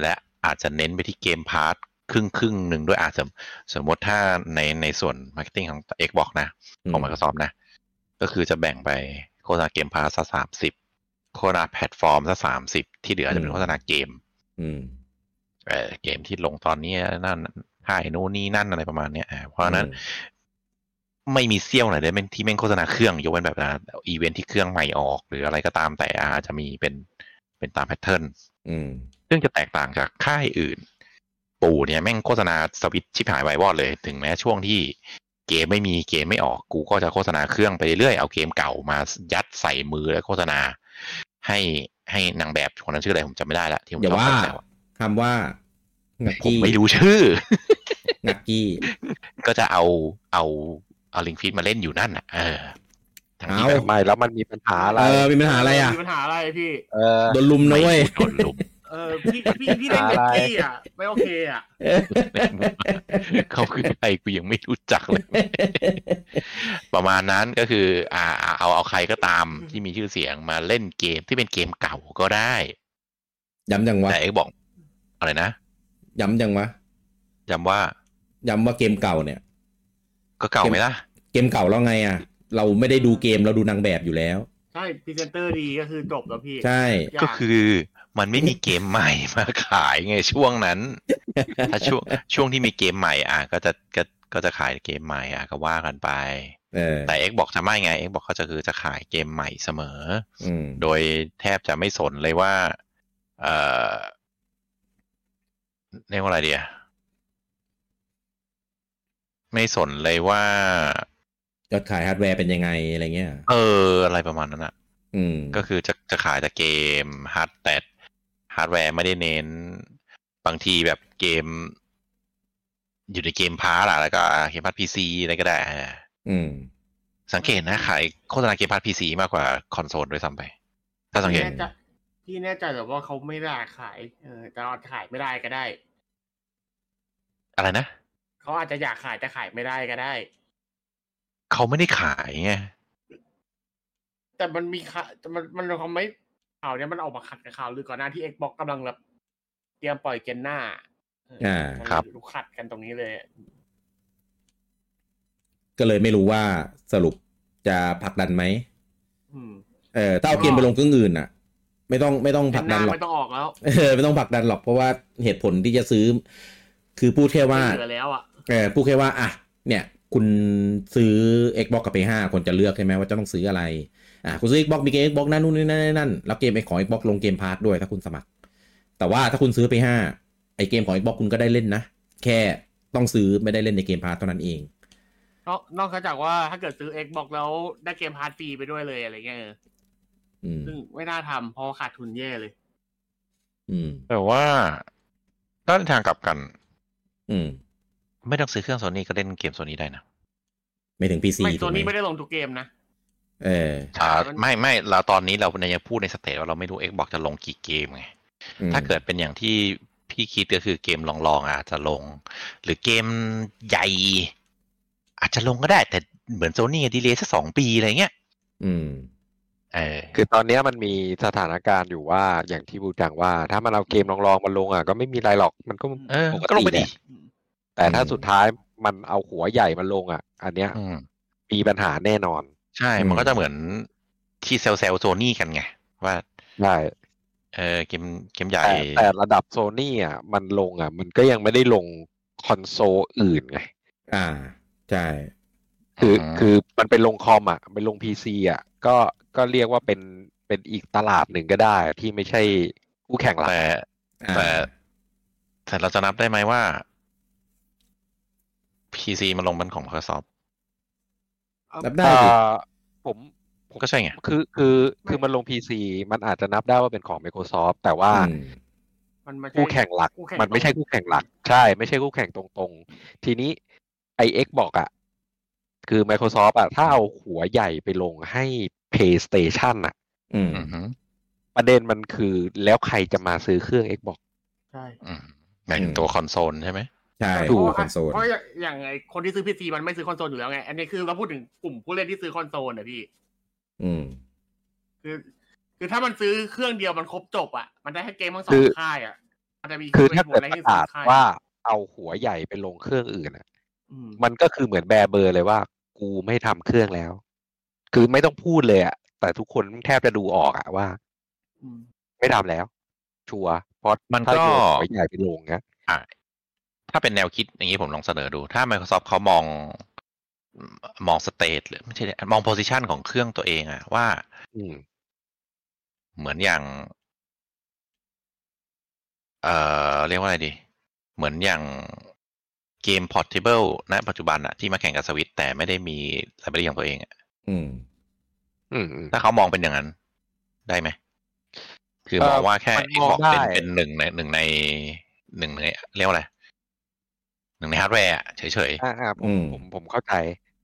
[SPEAKER 2] และอาจจะเน้นไปที่เกมพาร์ทครึ่งครึ่งๆหนึ่งด้วยอาจจะสมมติถ้าในในส่วน Marketing ของ Xbox นะ ของ Microsoft นะ ก็คือจะแบ่งไปโฆษณาเกมพาร์ทซะสามสิบโฆษณาแพลตฟอร์มซะสามสิบที่เหลือจะเป็นโฆษณาเกม
[SPEAKER 1] อืม
[SPEAKER 2] เอ่อเกมที่ลงตอนนี้นั่นค่ายโน่นนี่นั่นอะไรประมาณเนี้ยอ่าเพราะฉะนั้น
[SPEAKER 1] อื
[SPEAKER 2] ไม่มีเซี่ยวไหนเลยแม่งที่แม่งโฆษณาเครื่องยกเว้นแบบนะอีเวนท์ที่เครื่องใหม่ออก หรืออะไรก็ตามแต่อาจจะมีเป็นเป็นตามแพทเทิร์น
[SPEAKER 1] อืม
[SPEAKER 2] ซึ่งจะแตกต่างจากค่ายอื่น ปู่เนี่ยแม่งโฆษณาสวิตช์ชิบหายไวายวอดเลย ถึงแม้ช่วงที่เกมไม่มีเกมไม่ออกกูก็จะโฆษณาเครื่องไปเรื่อยเอาเกมเก่ามายัดใส่มือแล้วโฆษณา ให้ให้นางแบบคนนั้นชื่ออะไรผมจำไม่ได้ละที่ผม
[SPEAKER 1] อย่า
[SPEAKER 2] ชอบ
[SPEAKER 1] ว่า
[SPEAKER 2] แซวอะ
[SPEAKER 1] คำว่างัก
[SPEAKER 2] ผม
[SPEAKER 1] กี้
[SPEAKER 2] ไม่รู้ชื่อ
[SPEAKER 1] งักกี้
[SPEAKER 2] ก็จะเอาเอาเอาลิงฟีดมาเล่นอยู่นั่นน่ะ เออทั้งที่
[SPEAKER 1] เอ้า
[SPEAKER 2] แบบ
[SPEAKER 4] ไม่แล้วมันมีปัญหาอะไร
[SPEAKER 1] เออมีปัญหาอะไรอ่ะ
[SPEAKER 5] มีปัญหาอะไรพี่
[SPEAKER 4] เออ
[SPEAKER 1] โดนลุมนะเว้ย
[SPEAKER 2] ไม่โดนลุม
[SPEAKER 5] เออพี่พี่พี่เล่นเด็กกี้อ่ะ ไม่โอเคอ่ะ
[SPEAKER 2] เขาคือใครกูยังไม่รู้จักเลย ประมาณนั้นก็คือ อ่าเอาเอาเอาใครก็ตามที่มีชื่อเสียงมาเล่นเกมที่เป็นเกมเก่าก็ได้
[SPEAKER 1] ย้ำจังวะ
[SPEAKER 2] แต่เอ็กบอกอะไรนะ
[SPEAKER 1] ย้ำจังวะ
[SPEAKER 2] จำว่า
[SPEAKER 1] ย้ำว่าเกมเก่าเนี่ย
[SPEAKER 2] ก็เก่าไหมล่ะ
[SPEAKER 1] เกมเก่าเราไงอ่ะ เราไม่ได้ดูเกมเราดูนางแบบอยู่แล้ว
[SPEAKER 5] ใช่พรีเซนเตอร์ดีก็คือจบแล้วพี่
[SPEAKER 1] ใช่
[SPEAKER 5] ยา
[SPEAKER 2] ก็คือมันไม่มีเกมใหม่มาขายไง ช่วงนั้น ถ้าช่วงช่วงที่มีเกมใหม่ อ่ะ ก็จะก็ก็จะขายเกมใหม่อ่ะก็ว่ากันไป
[SPEAKER 1] เออ
[SPEAKER 2] แต่ X บอกจะไม่ไง X บอกเขาจะคือจะขายเกมใหม่เสมอ
[SPEAKER 1] อืม
[SPEAKER 2] โดยแทบจะไม่สนเลยว่า เออเรียกว่าอะไรเดียไม่สนเลยว่า
[SPEAKER 1] ยอดขายฮาร์ดแวร์เป็นยังไงอะไรเงี้ย
[SPEAKER 2] เออ อะไรประมาณนั้นอ่ะ
[SPEAKER 1] อืม
[SPEAKER 2] ก็คือจะจะขายแต่เกมฮาร์ดแต่ฮาร์ดแวร์ไม่ได้เน้น บางทีแบบเกม อยู่ในเกมพาร์ตอะแล้วก็อ่าเกมพาร์ตพีซีอะไรก็ได้อ่า
[SPEAKER 1] อืม
[SPEAKER 2] สังเกตนะขายโฆษณาเกมพาร์ตพีซีมากกว่าคอนโซลด้วยซ้ำไป ถ้าสังเก
[SPEAKER 5] พี่
[SPEAKER 2] ต
[SPEAKER 5] แน่ใจพี่แน่ใจเหรือว่าเขาไม่ได้ขาย เออแต่อาจขายไม่ได้ก็ได้
[SPEAKER 2] อะไรนะ
[SPEAKER 5] เขาอาจจะอยากขายแต่ขายไม่ได้ก็ได้
[SPEAKER 2] เขาไม่ได้ขายไง
[SPEAKER 5] แต่มันมีข่าวแต่มันมันเขาไม่ข่าวเนี้ยมันออกมาขัดกับข่าวลือก่อนหน้าที่ Xbox กำลังแบบเตรียมปล่อยเจนหน้าเอออา มัน
[SPEAKER 2] ครับ
[SPEAKER 5] รู้ขัดกันตรงนี้เลย
[SPEAKER 1] ก็เลยไม่รู้ว่าสรุปจะผลักดันไหม
[SPEAKER 5] อืม
[SPEAKER 1] เออถ้าเอาเกมไปลงเครื่องอื่นอ่ะ ไม่ต้องไม่ต้อง
[SPEAKER 5] เจ
[SPEAKER 1] ผลั
[SPEAKER 5] น
[SPEAKER 1] ก
[SPEAKER 5] ห
[SPEAKER 1] ดั
[SPEAKER 5] น้าน
[SPEAKER 1] หรอก
[SPEAKER 5] ไม่ต้องออกแล้ว
[SPEAKER 1] เออไม่ต้องผลักดันหรอกเพราะว่าเหตุผลที่จะซื้อ คือพูดแค่ว่า
[SPEAKER 5] ไม่เหลือแล้วอ่ะ
[SPEAKER 1] เออพูดแค่ว่าอ่ะเนี่ย คุณซื้อ Xbox กับ Play 5คนจะเลือกใช่ไหมว่าจะต้องซื้ออะไร อ่ะคุณซื้อ Xbox มีเกม Xbox นั่นนู่นนี่นั่นนั่นแล้วเกมไอของ Xbox ลงเกมพาร์ทด้วยถ้าคุณสมัคร แต่ว่าถ้าคุณซื้อ Play 5ไอเกมของ Xbox คุณก็ได้เล่นนะ แค่ต้องซื้อไม่ได้เล่นในเกมพาร์ทเท่านั้นเอง
[SPEAKER 5] นอกนอกจากว่าถ้าเกิดซื้อ Xbox แล้วได้เกมพาร์ทฟรีไปด้วยเลยอะไรเงี้ยเออ
[SPEAKER 1] อืม
[SPEAKER 5] ซึ่งไม่น่าทำเพราะขาดทุนแย่เลย
[SPEAKER 1] อืม
[SPEAKER 2] แต่ว่าด้านทางกลับกัน
[SPEAKER 1] อืม
[SPEAKER 2] ไม่ต้องซื้อเครื่องโซนี่ก็เล่นเกมโซนี่ได้นะ
[SPEAKER 1] ไม่ถึง PC
[SPEAKER 5] ไม่
[SPEAKER 1] ถู
[SPEAKER 5] ตัว
[SPEAKER 1] ก
[SPEAKER 5] นี้
[SPEAKER 1] ไหม
[SPEAKER 5] ไม่ได้ลงทุกเกมนะ
[SPEAKER 1] เออ
[SPEAKER 2] อ่า
[SPEAKER 5] มัน
[SPEAKER 2] ไม่ไม่เราตอนนี้เรายังพูดในสเตจว่าเราไม่รู้ X บอกจะลงกี่เกมไง
[SPEAKER 1] อืม
[SPEAKER 2] ถ้าเกิดเป็นอย่างที่พี่คิดก็คือเกมลองๆอาจจะลง หรือเกมใหญ่ อาจจะลงก็ได้ แต่เหมือนโซนี่ดีเลย์สักสองปีอะไรเงี้ย
[SPEAKER 1] อืม
[SPEAKER 2] เออ
[SPEAKER 4] คือตอนเนี้ยมันมีสถานการณ์อยู่ว่าอย่างที่บูจังว่า ถ้ามันเอาเกมลองๆมาลงอ่ะก็ไม่มีอะไรหรอกมันก็
[SPEAKER 2] เออ
[SPEAKER 4] ป
[SPEAKER 2] ก็ลงไป
[SPEAKER 4] แห
[SPEAKER 2] ดิ
[SPEAKER 4] ละแต่ถ้า
[SPEAKER 1] อืม
[SPEAKER 4] สุดท้ายมันเอาหัวใหญ่มาลงอ่ะ อันเนี้ย
[SPEAKER 2] อืม
[SPEAKER 4] มีปัญหาแน่นอน
[SPEAKER 2] ใช่มันก็จะเหมือนที่เซลเซลโซนี่กันไง ว่า
[SPEAKER 4] ใช่
[SPEAKER 2] เออเกมเกมใหญ่
[SPEAKER 4] แต่แต่ระดับโซนี่อ่ะมันลงอ่ะ มันก็ยังไม่ได้ลงคอนโซลอื่นไง
[SPEAKER 1] อ่าใช่
[SPEAKER 4] คืออ
[SPEAKER 2] อฮะ
[SPEAKER 4] คือมันเป็นลงคอมอ่ะเป็นลงพีซีอ่ะก็ก็เรียกว่าเป็นเป็นอีกตลาดหนึ่งก็ได้ ที่ไม่ใช่คู่แข่งหลัก
[SPEAKER 2] แต่
[SPEAKER 1] อ่า
[SPEAKER 2] แต่ แต่เราจะนับได้ไหมว่า PC มันลงเป็นของ Microsoft
[SPEAKER 1] รับ
[SPEAKER 4] เอ่
[SPEAKER 1] ได้ดิ
[SPEAKER 4] อผมผม
[SPEAKER 2] ก็ใช่ไง
[SPEAKER 4] คือคือคือมันลงพีซีมันอาจจะนับได้ว่าเป็นของ Microsoft แต่ว่า
[SPEAKER 1] อืม
[SPEAKER 3] มันไม่ใช่
[SPEAKER 4] คู่แข่งหลัก
[SPEAKER 3] คู่แข่ง
[SPEAKER 4] มันไม่ใช่คู่แข่งหลัก ใช่ ไม่ใช่คู่แข่งตรงๆ ทีนี้ไอเอ็กบอกอะคือ Microsoft อะถ้าเอาหัวใหญ่ไปลงให้ PlayStation อะ
[SPEAKER 1] อืม
[SPEAKER 2] อือหือ
[SPEAKER 4] ประเด็นมันคือแล้วใครจะมาซื้อเครื่อง Xbox
[SPEAKER 3] ใช่
[SPEAKER 2] อืมหมายถึงตัวคอนโซลใช่ไหม
[SPEAKER 1] ใช่
[SPEAKER 4] ถูก
[SPEAKER 1] คอนโซล
[SPEAKER 3] เพราะอย่างอย่างไอคนที่ซื้อพีซีมันไม่ซื้อคอนโซลอยู่แล้วไง อันนี้คือเราพูดถึงกลุ่มผู้เล่นที่ซื้อคอนโซลนะพี่
[SPEAKER 1] อืม
[SPEAKER 3] คือ คือถ้ามันซื้อเครื่องเดียวมันครบจบอ่ะ มันได้แค่เกมทั้งสอ
[SPEAKER 4] คื
[SPEAKER 3] ง
[SPEAKER 4] อ
[SPEAKER 3] ค่ายอ่ะ มันจะมี
[SPEAKER 4] คือถ้าเกิด
[SPEAKER 3] ให้
[SPEAKER 4] ป
[SPEAKER 3] สอก
[SPEAKER 4] ระาง ศ
[SPEAKER 3] ค่ย
[SPEAKER 4] ว่าเอาหัวใหญ่ไปลงเครื่องอื่นอะ
[SPEAKER 3] อืม
[SPEAKER 4] มันก็คือเหมือนแบร์เบอร์เลยว่า กูไม่ทำเครื่องแล้ว คือไม่ต้องพูดเลยอะแต่ทุกคนแทบจะดูออกอะว่า
[SPEAKER 3] อืม
[SPEAKER 4] ไม่ทำแล้ว ชัวร์เพราะ
[SPEAKER 2] มันก็
[SPEAKER 4] ถ้าโยหัวใหญ่ไปลงนะ
[SPEAKER 2] อ่ะถ้าเป็นแนวคิดอย่างนี้ผมลองเสนอดู ถ้า Microsoft เขามองมองสเตทหรือไม่ใช่มองโพซิชันของเครื่องตัวเองอะว่า
[SPEAKER 4] อืม
[SPEAKER 2] เหมือนอย่าง เอ่อเรียกว่าอะไรดี เหมือนอย่างเกม Portable ณปัจจุบันอะที่มาแข่งกับสวิตแต่ไม่ได้มีไลบรารีของตัวเองอะ
[SPEAKER 1] อืม
[SPEAKER 4] อืมอืม
[SPEAKER 2] ถ้าเขามองเป็นอย่างนั้นได้ไหม คือมองว่าแค่
[SPEAKER 4] มันมอง
[SPEAKER 2] Xbox เป็น
[SPEAKER 4] ได้
[SPEAKER 2] เป็นหนึ่งในหนึ่งในหนึ่งในเรียกว่าอะไรหนึ่งในฮาร์ดแวร์เฉยๆ
[SPEAKER 4] อ่าอ่าผ
[SPEAKER 1] อืม
[SPEAKER 4] มผมผมเข้าใจ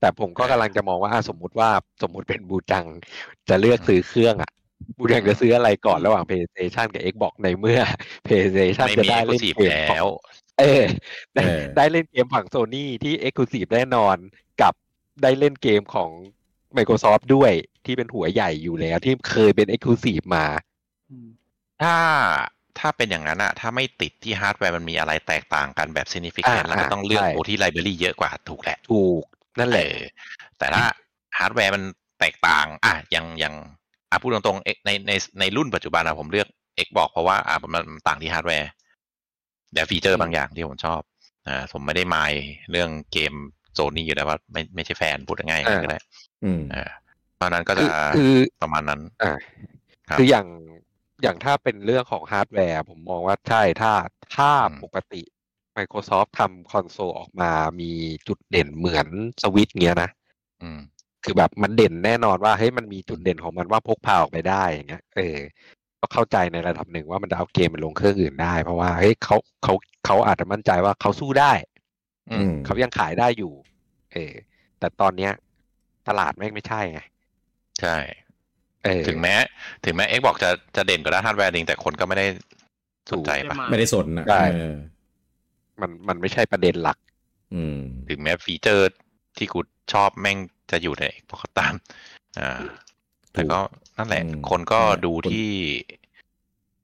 [SPEAKER 4] แต่ผมก็กำลังจะมองว่าอ่ะสมมุติว่าสมมุติเป็นบูจัง จะเลือกซื้อเครื่องอะบูจังจะซื้ออะไรก่อนระหว่าง PlayStation กับ Xbox ในเมื่อ PlayStation
[SPEAKER 2] ไม่
[SPEAKER 4] จะ
[SPEAKER 2] มี
[SPEAKER 4] ได้
[SPEAKER 2] เอ็กซ์คลู
[SPEAKER 4] เล่น
[SPEAKER 2] ซีฟ
[SPEAKER 4] เกม
[SPEAKER 2] แล้
[SPEAKER 4] ของ
[SPEAKER 2] ว
[SPEAKER 4] เออได้
[SPEAKER 1] เออ
[SPEAKER 4] ได้เล่นเกมฝั่งโซนี่ที่ Exclusive แน่นอนกับได้เล่นเกมของ Microsoft ด้วยที่เป็นหัวใหญ่อยู่แล้วที่เคยเป็น Exclusive มา
[SPEAKER 2] ถ้าถ้าเป็นอย่างนั้นอะถ้าไม่ติดที่ฮาร์ดแวร์มันมีอะไรแตกต่างกันแบบ significant
[SPEAKER 4] อ่า
[SPEAKER 2] แล้วก็ต้องเลือก
[SPEAKER 4] ใช่
[SPEAKER 2] ตัวที่ไลบรารีเยอะกว่าถูกแหละ
[SPEAKER 4] ถูกนั่นแหละ
[SPEAKER 2] เออแต่ถ้าฮาร์ดแวร์มันแตกต่าง อ่ะอย่างอย่างอ่ะพูดตรงๆเอ๊ะในในในรุ่นปัจจุบันอะผมเลือก X บอกเพราะว่าอ่ะมันมันต่างที่ฮาร์ดแวร์แต่ฟีเจอร์บางอย่างที่ผมชอบอ่าผมไม่ได้มายเรื่องเกมโซนี่อยู่แล้วว่าไม่ไม่ใช่แฟนพูดง่ายๆอย่างนั้นก็ได้
[SPEAKER 1] อืม
[SPEAKER 2] เออเพราะฉะนั้นก็
[SPEAKER 4] คื
[SPEAKER 2] จะ
[SPEAKER 4] อคือ
[SPEAKER 2] ประมาณนั้น
[SPEAKER 4] อ่า
[SPEAKER 2] ครับ
[SPEAKER 4] คืออย่างอย่างถ้าเป็นเรื่องของฮาร์ดแวร์ ผมมองว่าใช่ถ้าถ้า
[SPEAKER 2] อืม
[SPEAKER 4] ปกติ Microsoft ทำคอนโซลออกมามีจุดเด่นเหมือนสวิตเงี้ยนะ
[SPEAKER 2] อืม
[SPEAKER 4] คือแบบมันเด่นแน่นอนว่าเฮ้ยมันมีจุดเด่นของมันว่าพกพาออกไปได้อย่างเงี้ยเออก็เข้าใจในระดับหนึ่งว่ามันจะเอาเกมไปลงเครื่องอื่นได้ เพราะว่าเฮ้ยเขาเขาเขาอาจจะมั่นใจว่าเขาสู้ได้
[SPEAKER 2] อืม
[SPEAKER 4] เขายังขายได้อยู่ เออ แต่ตอนเนี้ย ตลาดแม่งไม่ใช่ไง
[SPEAKER 2] ใช่
[SPEAKER 4] เออ
[SPEAKER 2] ถึงแม้ถึงแม้ X บอกจะจะเด่นกว่าด้านฮาร์ดแวร์จริงแต่คนก็ไม่ได้สนใจปะ
[SPEAKER 1] ไม่ได้สนนะ
[SPEAKER 4] ได้
[SPEAKER 1] เออ
[SPEAKER 4] มันมันไม่ใช่ประเด็นหลัก
[SPEAKER 1] อืม
[SPEAKER 2] ถึงแม้ฟีเจอร์ที่กูชอบแม่งจะอยู่ใน X เพราะเขาตาม อ่า แต่ก็นั่นแหละ
[SPEAKER 1] อืม
[SPEAKER 2] คนก็
[SPEAKER 1] นั่นแหละ
[SPEAKER 2] ดูที่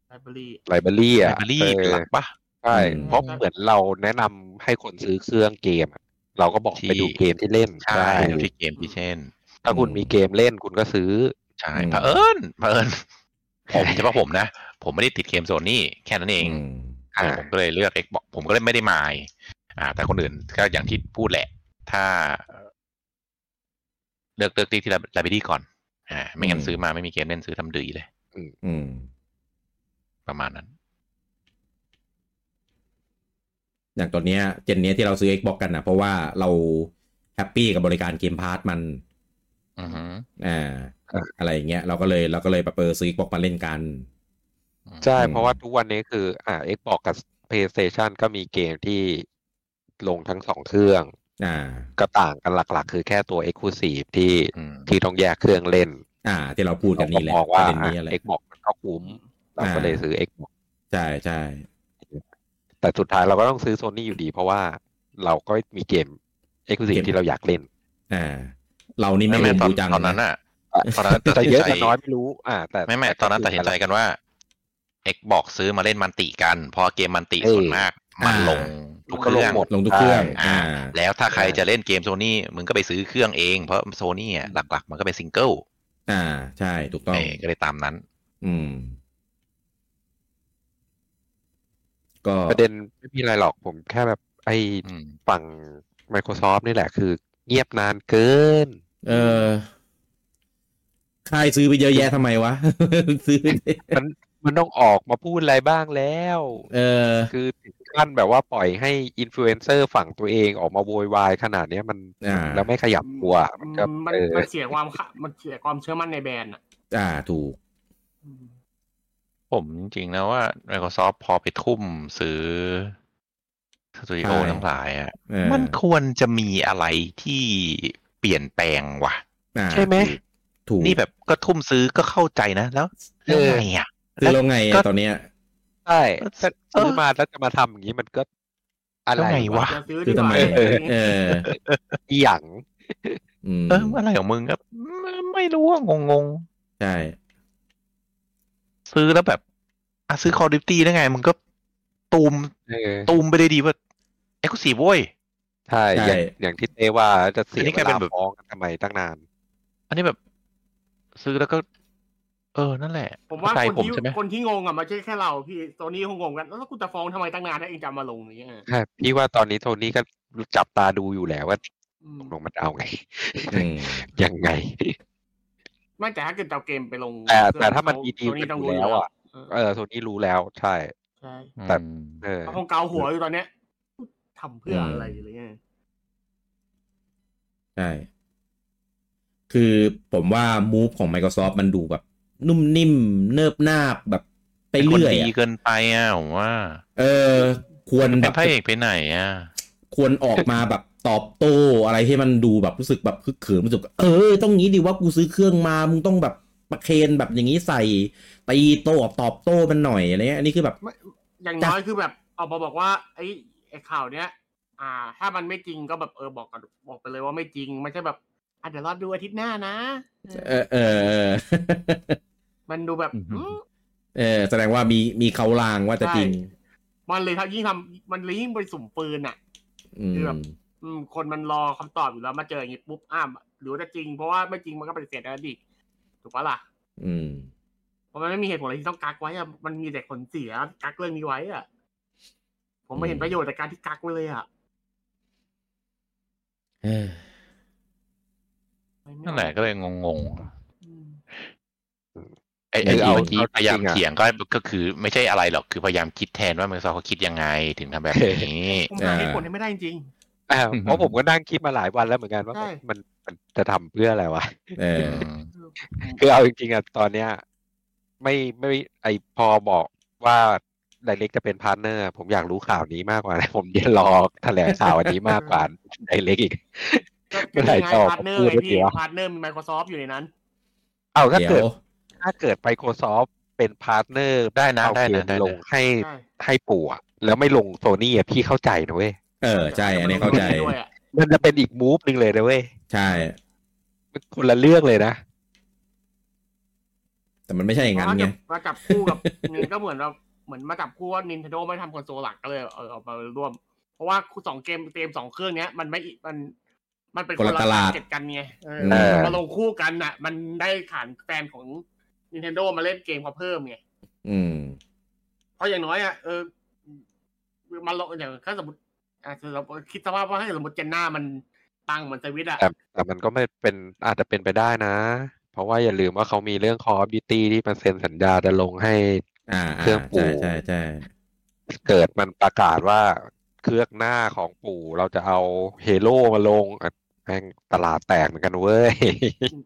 [SPEAKER 3] ไลบรารี
[SPEAKER 4] ไลบรารี
[SPEAKER 2] ไล
[SPEAKER 4] อ่ะ
[SPEAKER 2] บรารี
[SPEAKER 4] เอ
[SPEAKER 2] เป็น
[SPEAKER 4] อ
[SPEAKER 2] หลักปะ
[SPEAKER 4] ใช่
[SPEAKER 1] อืม
[SPEAKER 4] เพราะเหมือนเราแนะนำให้คนซื้อเครื่องเกมอะเราก็บอก
[SPEAKER 2] ที่
[SPEAKER 4] ไปดูเกมที่เล่น
[SPEAKER 2] ใช่ดูที่เกมที่เช่น
[SPEAKER 4] ถ้าคุณมีเกมเล่นคุณก็ซื้อ
[SPEAKER 2] ใช่
[SPEAKER 1] อืม
[SPEAKER 2] เผอิญเผอิ ญผมจะว่าผมนะ ผมไม่ได้ติดเกมโซนี่แค่นั้นเอง
[SPEAKER 1] อืม
[SPEAKER 2] อ่า
[SPEAKER 4] อ่า
[SPEAKER 2] ผมก็เลยเลือก Xbox ผมก็เลยไม่ได้มายอ่า แต่คนอื่นก็อย่างที่พูดแหละ ถ้าเลือกเลือกที่ที่ไลบรารีก่อน อ่า ไม่งั้
[SPEAKER 1] อื
[SPEAKER 2] น
[SPEAKER 1] ม
[SPEAKER 2] ซื้อมาไม่มีเกมเล่นซื้อทำดื้อเลย
[SPEAKER 1] อืม
[SPEAKER 2] ประมาณนั้น
[SPEAKER 1] อย่างตอนเนี้ยเจนเนี้ยที่เราซื้อ Xbox กันนะเพราะว่าเราแฮปปี้กับบริการเกมพาร์ทมัน
[SPEAKER 2] อือฮึ
[SPEAKER 1] อ่า
[SPEAKER 4] ครับ
[SPEAKER 1] อะไรอย่างเงี้ยเราก็เลยเราก็เลยประเปอซื้อ Xbox มาเล่นกัน
[SPEAKER 4] ใช่
[SPEAKER 1] อืม
[SPEAKER 4] เพราะว่าทุกวันนี้คือ อ่า Xbox กับ PlayStation ก็มีเกมที่ลงทั้งสองเครื่อง
[SPEAKER 1] อ่า
[SPEAKER 4] ก็ต่างกันหลักๆ คือแค่ตัว Exclusive ที่
[SPEAKER 2] อืม
[SPEAKER 4] ที่ต้องแยกเครื่องเล่น
[SPEAKER 1] อ่า ที่เราพูดกันนี่แหละ
[SPEAKER 4] เราก็ม
[SPEAKER 1] ป
[SPEAKER 4] องว่า
[SPEAKER 1] ระเด็น
[SPEAKER 4] อ่ะ
[SPEAKER 1] นี้อะไร
[SPEAKER 4] Xbox มันก็คุ้ม เราก็
[SPEAKER 1] อ่า
[SPEAKER 4] เลยซื้อ Xbox
[SPEAKER 1] ใช่ใช่
[SPEAKER 4] แต่สุดท้ายเราก็ต้องซื้อ Sony อยู่ดี เพราะว่าเราก็มีเกม Exclusive ที่เราอยากเล่น
[SPEAKER 1] อ่า เรานี่ไม่
[SPEAKER 2] ไม่ไม่
[SPEAKER 1] รู้
[SPEAKER 2] ตอน
[SPEAKER 1] ดูจัง
[SPEAKER 2] ตอนนั้นอ่ะ ตอนนั้น
[SPEAKER 4] แต่เยอะ
[SPEAKER 2] ตัดสินใจ
[SPEAKER 4] แต่น้อยไม่รู้ อ่า แต่
[SPEAKER 2] ไม่ไม่
[SPEAKER 4] ก็
[SPEAKER 2] ตอนนั้น
[SPEAKER 4] คื
[SPEAKER 2] ตัดสินใจกันว่า Xbox ซื้อมาเล่นมันติกัน เพอเกมมันติส่วนมาก มันลงทุกเค
[SPEAKER 4] ก็ลง
[SPEAKER 2] รื่อง
[SPEAKER 4] หมด
[SPEAKER 1] ลงทุกเครื่อง
[SPEAKER 4] ใช่
[SPEAKER 1] อ่า
[SPEAKER 2] แล้วถ้าใครจะเล่นเกมโซนี่มึงก็ไปซื้อเครื่องเอง เพราะโซนี่หลักๆ มันก็เป็นซิงเกิล
[SPEAKER 1] อ่า ใช่ถูกต้อง
[SPEAKER 2] เออก็เลยตามนั้น
[SPEAKER 1] อืม ก็
[SPEAKER 4] ประเด็นไม่มีอะไรหรอกผมแค่แบบไอ้
[SPEAKER 2] อืม
[SPEAKER 4] ฝั่ง Microsoft นี่แหละคือเงียบนานเกิน
[SPEAKER 1] เออค่ายซื้อไปเยอะแยะทำไมวะ ซื้อ
[SPEAKER 4] มันมันต้องออกมาพูดอะไรบ้างแล้ว
[SPEAKER 1] เออ
[SPEAKER 4] คือถึงขั้นแบบว่าปล่อยให้อินฟลูเอนเซอร์ฝั่งตัวเองออกมาโวยวายขนาดเนี้ยมัน
[SPEAKER 1] อ่า
[SPEAKER 4] แล้วไม่ขยับตัวมันก็
[SPEAKER 3] มัน
[SPEAKER 4] เออ
[SPEAKER 3] มันเสียความค่ะมันเสียความเชื่อมั่นในแบรนด์อ่ะ
[SPEAKER 1] อ่าถูก
[SPEAKER 3] อืม
[SPEAKER 2] ผมจริงๆนะว่า Microsoft พอไปทุ่มซื้อสตูดิโอ
[SPEAKER 1] ใช่
[SPEAKER 2] ทั้งหลายอ่ะ
[SPEAKER 1] เออ
[SPEAKER 2] มันควรจะมีอะไรที่เปลี่ยนแปลงว่ะ
[SPEAKER 1] อ่า
[SPEAKER 4] ใช่ไหม
[SPEAKER 1] ถูก
[SPEAKER 2] นี่แบบก็ทุ่มซื้อก็เข้าใจนะ แล้ว
[SPEAKER 4] เอ
[SPEAKER 2] แล้ว
[SPEAKER 4] อ
[SPEAKER 2] ไงอ่ะ
[SPEAKER 1] คือเราไงอะ
[SPEAKER 2] ก็
[SPEAKER 1] ตอนเนี้ย
[SPEAKER 4] ใช่แต่
[SPEAKER 2] เออ
[SPEAKER 4] ซื้อมาแล้วจะมาทำอย่างนี้มันก็อะไร
[SPEAKER 2] แล้วไงวะ
[SPEAKER 3] จะซื้อ
[SPEAKER 1] คื
[SPEAKER 3] ดี
[SPEAKER 1] อก ทำ
[SPEAKER 3] ว่า
[SPEAKER 1] ไม
[SPEAKER 3] อะไรอย่างงี้
[SPEAKER 1] เออ
[SPEAKER 4] อีหยัง
[SPEAKER 1] อืม
[SPEAKER 2] เอออะไรของมึงก็ไม่รู้อะงงง
[SPEAKER 1] ใช่
[SPEAKER 2] ๆซื้อแล้วแบบอ่ะซื้อคอร์ดิฟตี้ได้ไง มึงก็ตูม
[SPEAKER 4] เออ
[SPEAKER 2] ตูมไปได้ดีว่าเอ็กซ์ซีโว้ย
[SPEAKER 4] ใช่
[SPEAKER 1] ใช่
[SPEAKER 4] อย่างอย่างที่เต้ว่าจะเสี
[SPEAKER 2] อั
[SPEAKER 4] ย
[SPEAKER 2] นนี้
[SPEAKER 4] เว
[SPEAKER 2] กลายเป็
[SPEAKER 4] ลาน
[SPEAKER 2] แบบ
[SPEAKER 4] ฟ้องกันทำไมตั้งนาน
[SPEAKER 2] อันนี้แบบ ซื้อแล้วก็ เออนั่นแหละ
[SPEAKER 3] ผมว่า
[SPEAKER 2] ใจ
[SPEAKER 3] คน
[SPEAKER 2] ผม
[SPEAKER 3] ที่
[SPEAKER 2] ใช่ไหม
[SPEAKER 3] คนที่งงอ่ะไมันใช่แค่เราพี่โซนี่คงงงกันแล้วกูจะฟ้องทำไมตั้งนานถ้าเองจะเอามาลงอย่างเงี้ย
[SPEAKER 4] ใช่พี่ว่าตอนนี้โทนี่ก็จับตาดูอยู่แล้วว่า
[SPEAKER 3] อืม
[SPEAKER 4] ตกลงมันเอาไง
[SPEAKER 1] อืม
[SPEAKER 4] ยังไง
[SPEAKER 3] ไม่แต่ถ้าเกิดจะเอาเกมไปลง
[SPEAKER 4] แต่แต่ถ้ามันมีดีล
[SPEAKER 3] โซนี่ต้องรู้
[SPEAKER 4] อยู่แล้วอะ
[SPEAKER 3] เ
[SPEAKER 4] เออโทนี่รู้แล้ว ใช่
[SPEAKER 3] ใช่
[SPEAKER 4] แต่
[SPEAKER 2] อืม
[SPEAKER 4] เออ
[SPEAKER 3] เขาคงเกาหัวอยู่ตอนเนี้ยทำเพื่ออะไร
[SPEAKER 1] อืม
[SPEAKER 3] อะไรเงี้ย
[SPEAKER 1] ใช่ คือผมว่ามูฟของ Microsoft มันดูแบบ นุ่มนิ่มเนิบนาบแบบไป
[SPEAKER 2] เป็นคน
[SPEAKER 1] เรื่อย
[SPEAKER 2] ดี
[SPEAKER 1] อะ
[SPEAKER 2] เกินไปอ่ะผมว่า
[SPEAKER 1] เออ ควรแบ
[SPEAKER 2] เป็น
[SPEAKER 1] บ
[SPEAKER 2] พระเอกไปไหนอ่ะ
[SPEAKER 1] ควรออกมาแบบตอบโต้อะไรที่มันดูแบบรู้สึกแบบคึกเขิมรู้สึกเออ ต้องงี้ดิว่ากูซื้อเครื่องมามึงต้องแบบประเคนแบบอย่างนี้ใส่ตีโต้ตอบโต้มันหน่อยอะไรเงี้ยอันนี้คือแบบ
[SPEAKER 3] อย่างน้อยคือแบบออกมาบอกว่าไอ้ไอ้ข่าวเนี้ย อ่า ถ้ามันไม่จริงก็แบบเออบอกกันบอกไปเลยว่าไม่จริงไม่ใช่แบบอ่ะเดี๋ยวรอดูอาทิตย์หน้านะ
[SPEAKER 1] เออเออเออ
[SPEAKER 3] มันดูแบบ
[SPEAKER 2] อืม
[SPEAKER 3] อืม
[SPEAKER 1] เออแสดงว่ามีมีเขาลางว่าจะจริง
[SPEAKER 3] มันเลยครับยิ่งทำมันเลยยิ่งไปสุ่มปืนอ่ะ
[SPEAKER 1] อืม
[SPEAKER 3] อืม คนมันรอคำตอบอยู่แล้วมาเจออย่างนี้ปุ๊บอ้ามหรือว่าจะจริงเพราะว่าไม่จริงมันก็ปฏิเสธได้ดิถูกปะล่ะ
[SPEAKER 1] อืม
[SPEAKER 3] เพราะมันไม่มีเหตุผลอะไรที่ต้องกักไว้อะมันมีแต่ผลเสียกักเรื่องนี้ไว้อะผมไม่เห็นประโยชน์จากการที่กักไว้เลยอ่ะ
[SPEAKER 1] เออ
[SPEAKER 3] ไม่ไม่
[SPEAKER 2] นั่นแหละก็เลยงงๆ
[SPEAKER 3] อืม
[SPEAKER 2] ไอ้ไอ้ที่
[SPEAKER 4] คือเอา
[SPEAKER 2] เมื่อกี้
[SPEAKER 4] เอาจริงๆ
[SPEAKER 2] พยายาม
[SPEAKER 4] อะ
[SPEAKER 2] เถียงก็ก็คือไม่ใช่อะไรหรอกคือพยายามคิดแทนว่ามันซอเขาคิดยังไงถึงทำแบบนี้
[SPEAKER 3] ผมหาเหตุผลให้ไม่ได้จริง
[SPEAKER 4] อ่าเพราะผมก็นั่งคิดมาหลายวันแล้วเหมือนกันว่า
[SPEAKER 3] ใช่
[SPEAKER 4] มันมันจะทำเพื่ออะไรวะ
[SPEAKER 1] เออ
[SPEAKER 4] คือเอาจริงๆอ่ะตอนเนี้ย ไม่ไม่ไอพอบอกว่าไดเล็กจะเป็นพาร์ทเนอร์ ผมอยากรู้ข่าวนี้มากกว่านะ ผมจะรอแถลงข่าวอันนี้มากกว่า ไดเล็กอีก เมื่อไหร่จะออก
[SPEAKER 3] พาร์ทเนอร์
[SPEAKER 4] พูด
[SPEAKER 3] ไง
[SPEAKER 4] แล้ว
[SPEAKER 3] พี่
[SPEAKER 4] เดี๋ยว
[SPEAKER 3] พาร์ทเนอร์มี Microsoft อยู่ในนั้น
[SPEAKER 4] เอาถ้า
[SPEAKER 1] เดี๋ย
[SPEAKER 4] เกิด
[SPEAKER 1] ว
[SPEAKER 4] ถ้าเกิด Microsoft เป็นพาร์ทเนอร์
[SPEAKER 2] ได้นะ
[SPEAKER 4] เอา
[SPEAKER 2] ได้
[SPEAKER 4] เก
[SPEAKER 2] นะ
[SPEAKER 4] ม
[SPEAKER 2] ได้
[SPEAKER 4] ล
[SPEAKER 2] นะ
[SPEAKER 4] งให้
[SPEAKER 3] ใช่
[SPEAKER 4] ให้ปู่อะแล้วไม่ลงโซนี่อ่ะพี่เข้าใจนะเว้ย
[SPEAKER 1] เออ ใช่ อันนี้เข้าใจ
[SPEAKER 3] ด้วยอะ
[SPEAKER 4] มันจะเป็นอีกมูฟหนึ่งเลยนะเว้ย
[SPEAKER 1] ใช่
[SPEAKER 4] มันคนละเรื่องเลยนะ
[SPEAKER 1] แต่มันไม่ใช่อย่างนั้นไง
[SPEAKER 3] เพราะว่ามาจับคู่กับ นี่ก็เหมือนเราเหมือนมาจับคู่ว่า Nintendo ไม่ทำคอนโซลหลักก็เลยเออออกมาร่วม เพราะว่าสองเกมเกมสองเครื่องเนี้ย มันไม่มัน มันเป็น
[SPEAKER 1] คนละตลาด
[SPEAKER 3] เก็ตกันไงเออ
[SPEAKER 1] เออ
[SPEAKER 3] มาลงคู่กันน่ะ มันได้ฐานแฟนของ Nintendo มาเล่นเกมเขาเพิ่มไง
[SPEAKER 1] อืม
[SPEAKER 3] เพราะอย่างน้อยอ่ะเออมันลงอย่างถ้าสมมติอ่ะสมมติคิดสภาพว่าถ้าสมมติเจนหน้ามันตังเหมือนสวิตช์อ่ะ
[SPEAKER 4] แต่แต่มันก็ไม่เป็นอาจจะเป็นไปได้นะ เพราะว่าอย่าลืมว่าเขามีเรื่องคอร์ดิตี้ที่มันเซ็นสัญญาจะลงให้
[SPEAKER 1] อ่า
[SPEAKER 4] เครื่
[SPEAKER 1] อ่า
[SPEAKER 4] องปู่
[SPEAKER 1] ใช่ใช่ใช่
[SPEAKER 4] เกิดมันประกาศว่าเครื่องหน้าของปู่เราจะเอาเฮโร่มาลงอ่ะแม่งตลาดแตกเหมือนกันเว้ย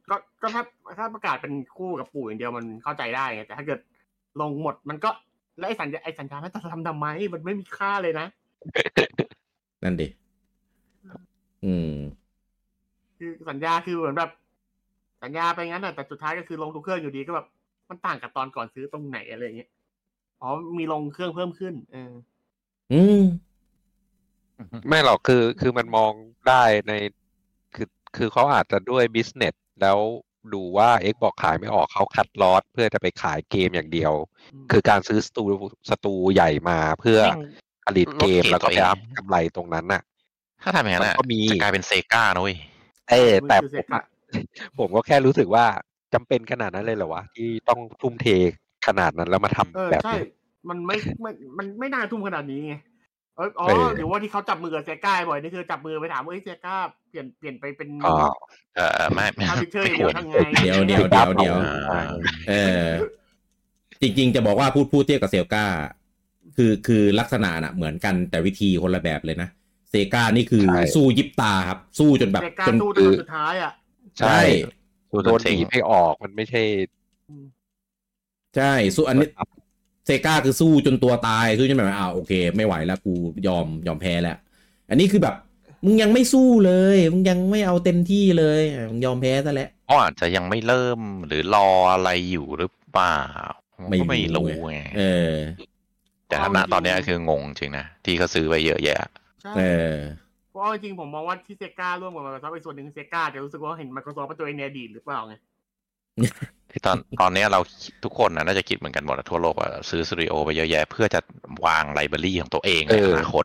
[SPEAKER 3] ก็ก็ถ้าถ้าประกาศเป็นคู่กับปู่อย่างเดียวมันเข้าใจได้ไงแต่ถ้าเกิดลงหมดมันก็แล้วไอ้สัญญาไอ้สัญญานั้นจะทำทำไมมันไม่มีค่าเลยนะ
[SPEAKER 1] นั่นดิ อืม
[SPEAKER 3] คือสัญญาคือเหมือนแบบ สัญญาไปงั้นนะแต่สุดท้ายก็คือลงทุกเครื่องอยู่ดีก็แบบมันต่างกับตอนก่อนซื้อตรงไหนอะไรอย่างเงี้ยอ๋อมีลงเครื่องเพิ่มขึ้นเออ
[SPEAKER 1] อืม
[SPEAKER 4] ไม่หรอกคือคือมันมองได้ในคือคือเขาอาจจะด้วยบิสเนสแล้วดูว่า Xbox ขายไม่ออกเขาคัดลอตเพื่อจะไปขายเกมอย่างเดียว
[SPEAKER 3] ม
[SPEAKER 4] คือการซื้อสตูสตูใหญ่มาเพื่อผลิตเกม
[SPEAKER 2] ลดเกรด
[SPEAKER 4] แล้วก็
[SPEAKER 2] ตัวเอง
[SPEAKER 4] ไปอัพกำไรตรงนั้นน่ะ
[SPEAKER 2] ถ้าทำอย่างนั้นอะ
[SPEAKER 4] มันก็มี
[SPEAKER 2] จะกลายเป็นเซกานะเว้ย
[SPEAKER 4] เออแต่
[SPEAKER 3] คือ
[SPEAKER 4] ผ
[SPEAKER 3] เสร็
[SPEAKER 4] ม
[SPEAKER 3] จละ
[SPEAKER 4] อะ ผมก็แค่รู้สึกว่าจำเป็นขนาดนั้นเลยเหรอวะ ที่ต้องทุ่มเทขนาดนั้นแล้วมาทำ
[SPEAKER 3] เออ
[SPEAKER 4] แบบ
[SPEAKER 3] ใช่
[SPEAKER 4] นี้
[SPEAKER 3] มันไม่ไม่มันไม่น่าทุ่มขนาดนี้ไงเอออ๋อ
[SPEAKER 4] เออ
[SPEAKER 3] หรือว่าที่เขาจับมือกับเซก้าบ่อยนี่คือจับมือไปถามว่าเอ้ยเซก้าเปลี่ยนเปลี่ยนไปเป็น
[SPEAKER 4] อ๋อ
[SPEAKER 2] เออไม่ไม่
[SPEAKER 3] ทำพิเชอร์อ
[SPEAKER 2] ไม่
[SPEAKER 3] ย่าง
[SPEAKER 2] ค
[SPEAKER 3] เดีย
[SPEAKER 1] เดี๋
[SPEAKER 2] ร
[SPEAKER 3] ว วทำไง
[SPEAKER 1] ยวเดี๋ยวเดี๋ยวเดี๋ยว
[SPEAKER 2] อ่า
[SPEAKER 1] เออ จริง ๆ จะบอกว่าพูดพูดเทียบกับเซลกาคือคือลักษณะน่ะเหมือนกันแต่วิธีคนละแบบเลยนะ เซกานี่คือ
[SPEAKER 4] ใช่
[SPEAKER 1] สู้ยิบตาครับ สู้จนแบบ
[SPEAKER 3] แต่กา
[SPEAKER 1] จ
[SPEAKER 3] ร
[SPEAKER 1] น
[SPEAKER 3] สู้จนวันสุดท้ายอ่ะ
[SPEAKER 4] ใช่
[SPEAKER 1] ใช่
[SPEAKER 4] โดนบีบให้ออกมันไม่ใช่
[SPEAKER 1] ใช่สู้อันนี้ เซกาคือสู้จนตัวตายสู้จนแบบอ้าวโอเค ไม่ไหวแล้วกูยอมยอมแพ้แล้ว อันนี้คือแบบ มึงยังไม่สู้เลย มึงยังไม่เอาเต็มที่เลยอ่ะมึงยอมแพ้ซะแล้ว
[SPEAKER 2] เขาอาจจะยังไม่เริ่มหรือรออะไรอยู่หรือเปล่าผมก็
[SPEAKER 1] ไม่
[SPEAKER 2] ไม่
[SPEAKER 1] รู้
[SPEAKER 2] รู้ไง
[SPEAKER 1] เออ
[SPEAKER 2] แต่ถ้าณตอนเนี้ยคืองงจริงนะที่เขาซื้อไปเยอะแยะ
[SPEAKER 3] ใช่
[SPEAKER 1] เออ
[SPEAKER 3] เพราะเอาจริงๆผมมองว่าที่เซการ่วมกับ Microsoft เป็นส่วนหนึ่งเซกาจะรู้สึกว่าเห็น Microsoft เป็นตัวเองในอดีตหรือเปล่าไง
[SPEAKER 2] คือตอน ตอนเนี้ยเราทุกคนนะน่าจะคิดเหมือนกันหมดอะทั่วโลกว่าซื้อสตูดิโอไปเยอะแยะ เพื่อจะวางไลบรารีของตัวเองใน
[SPEAKER 4] เออ
[SPEAKER 2] อนาคต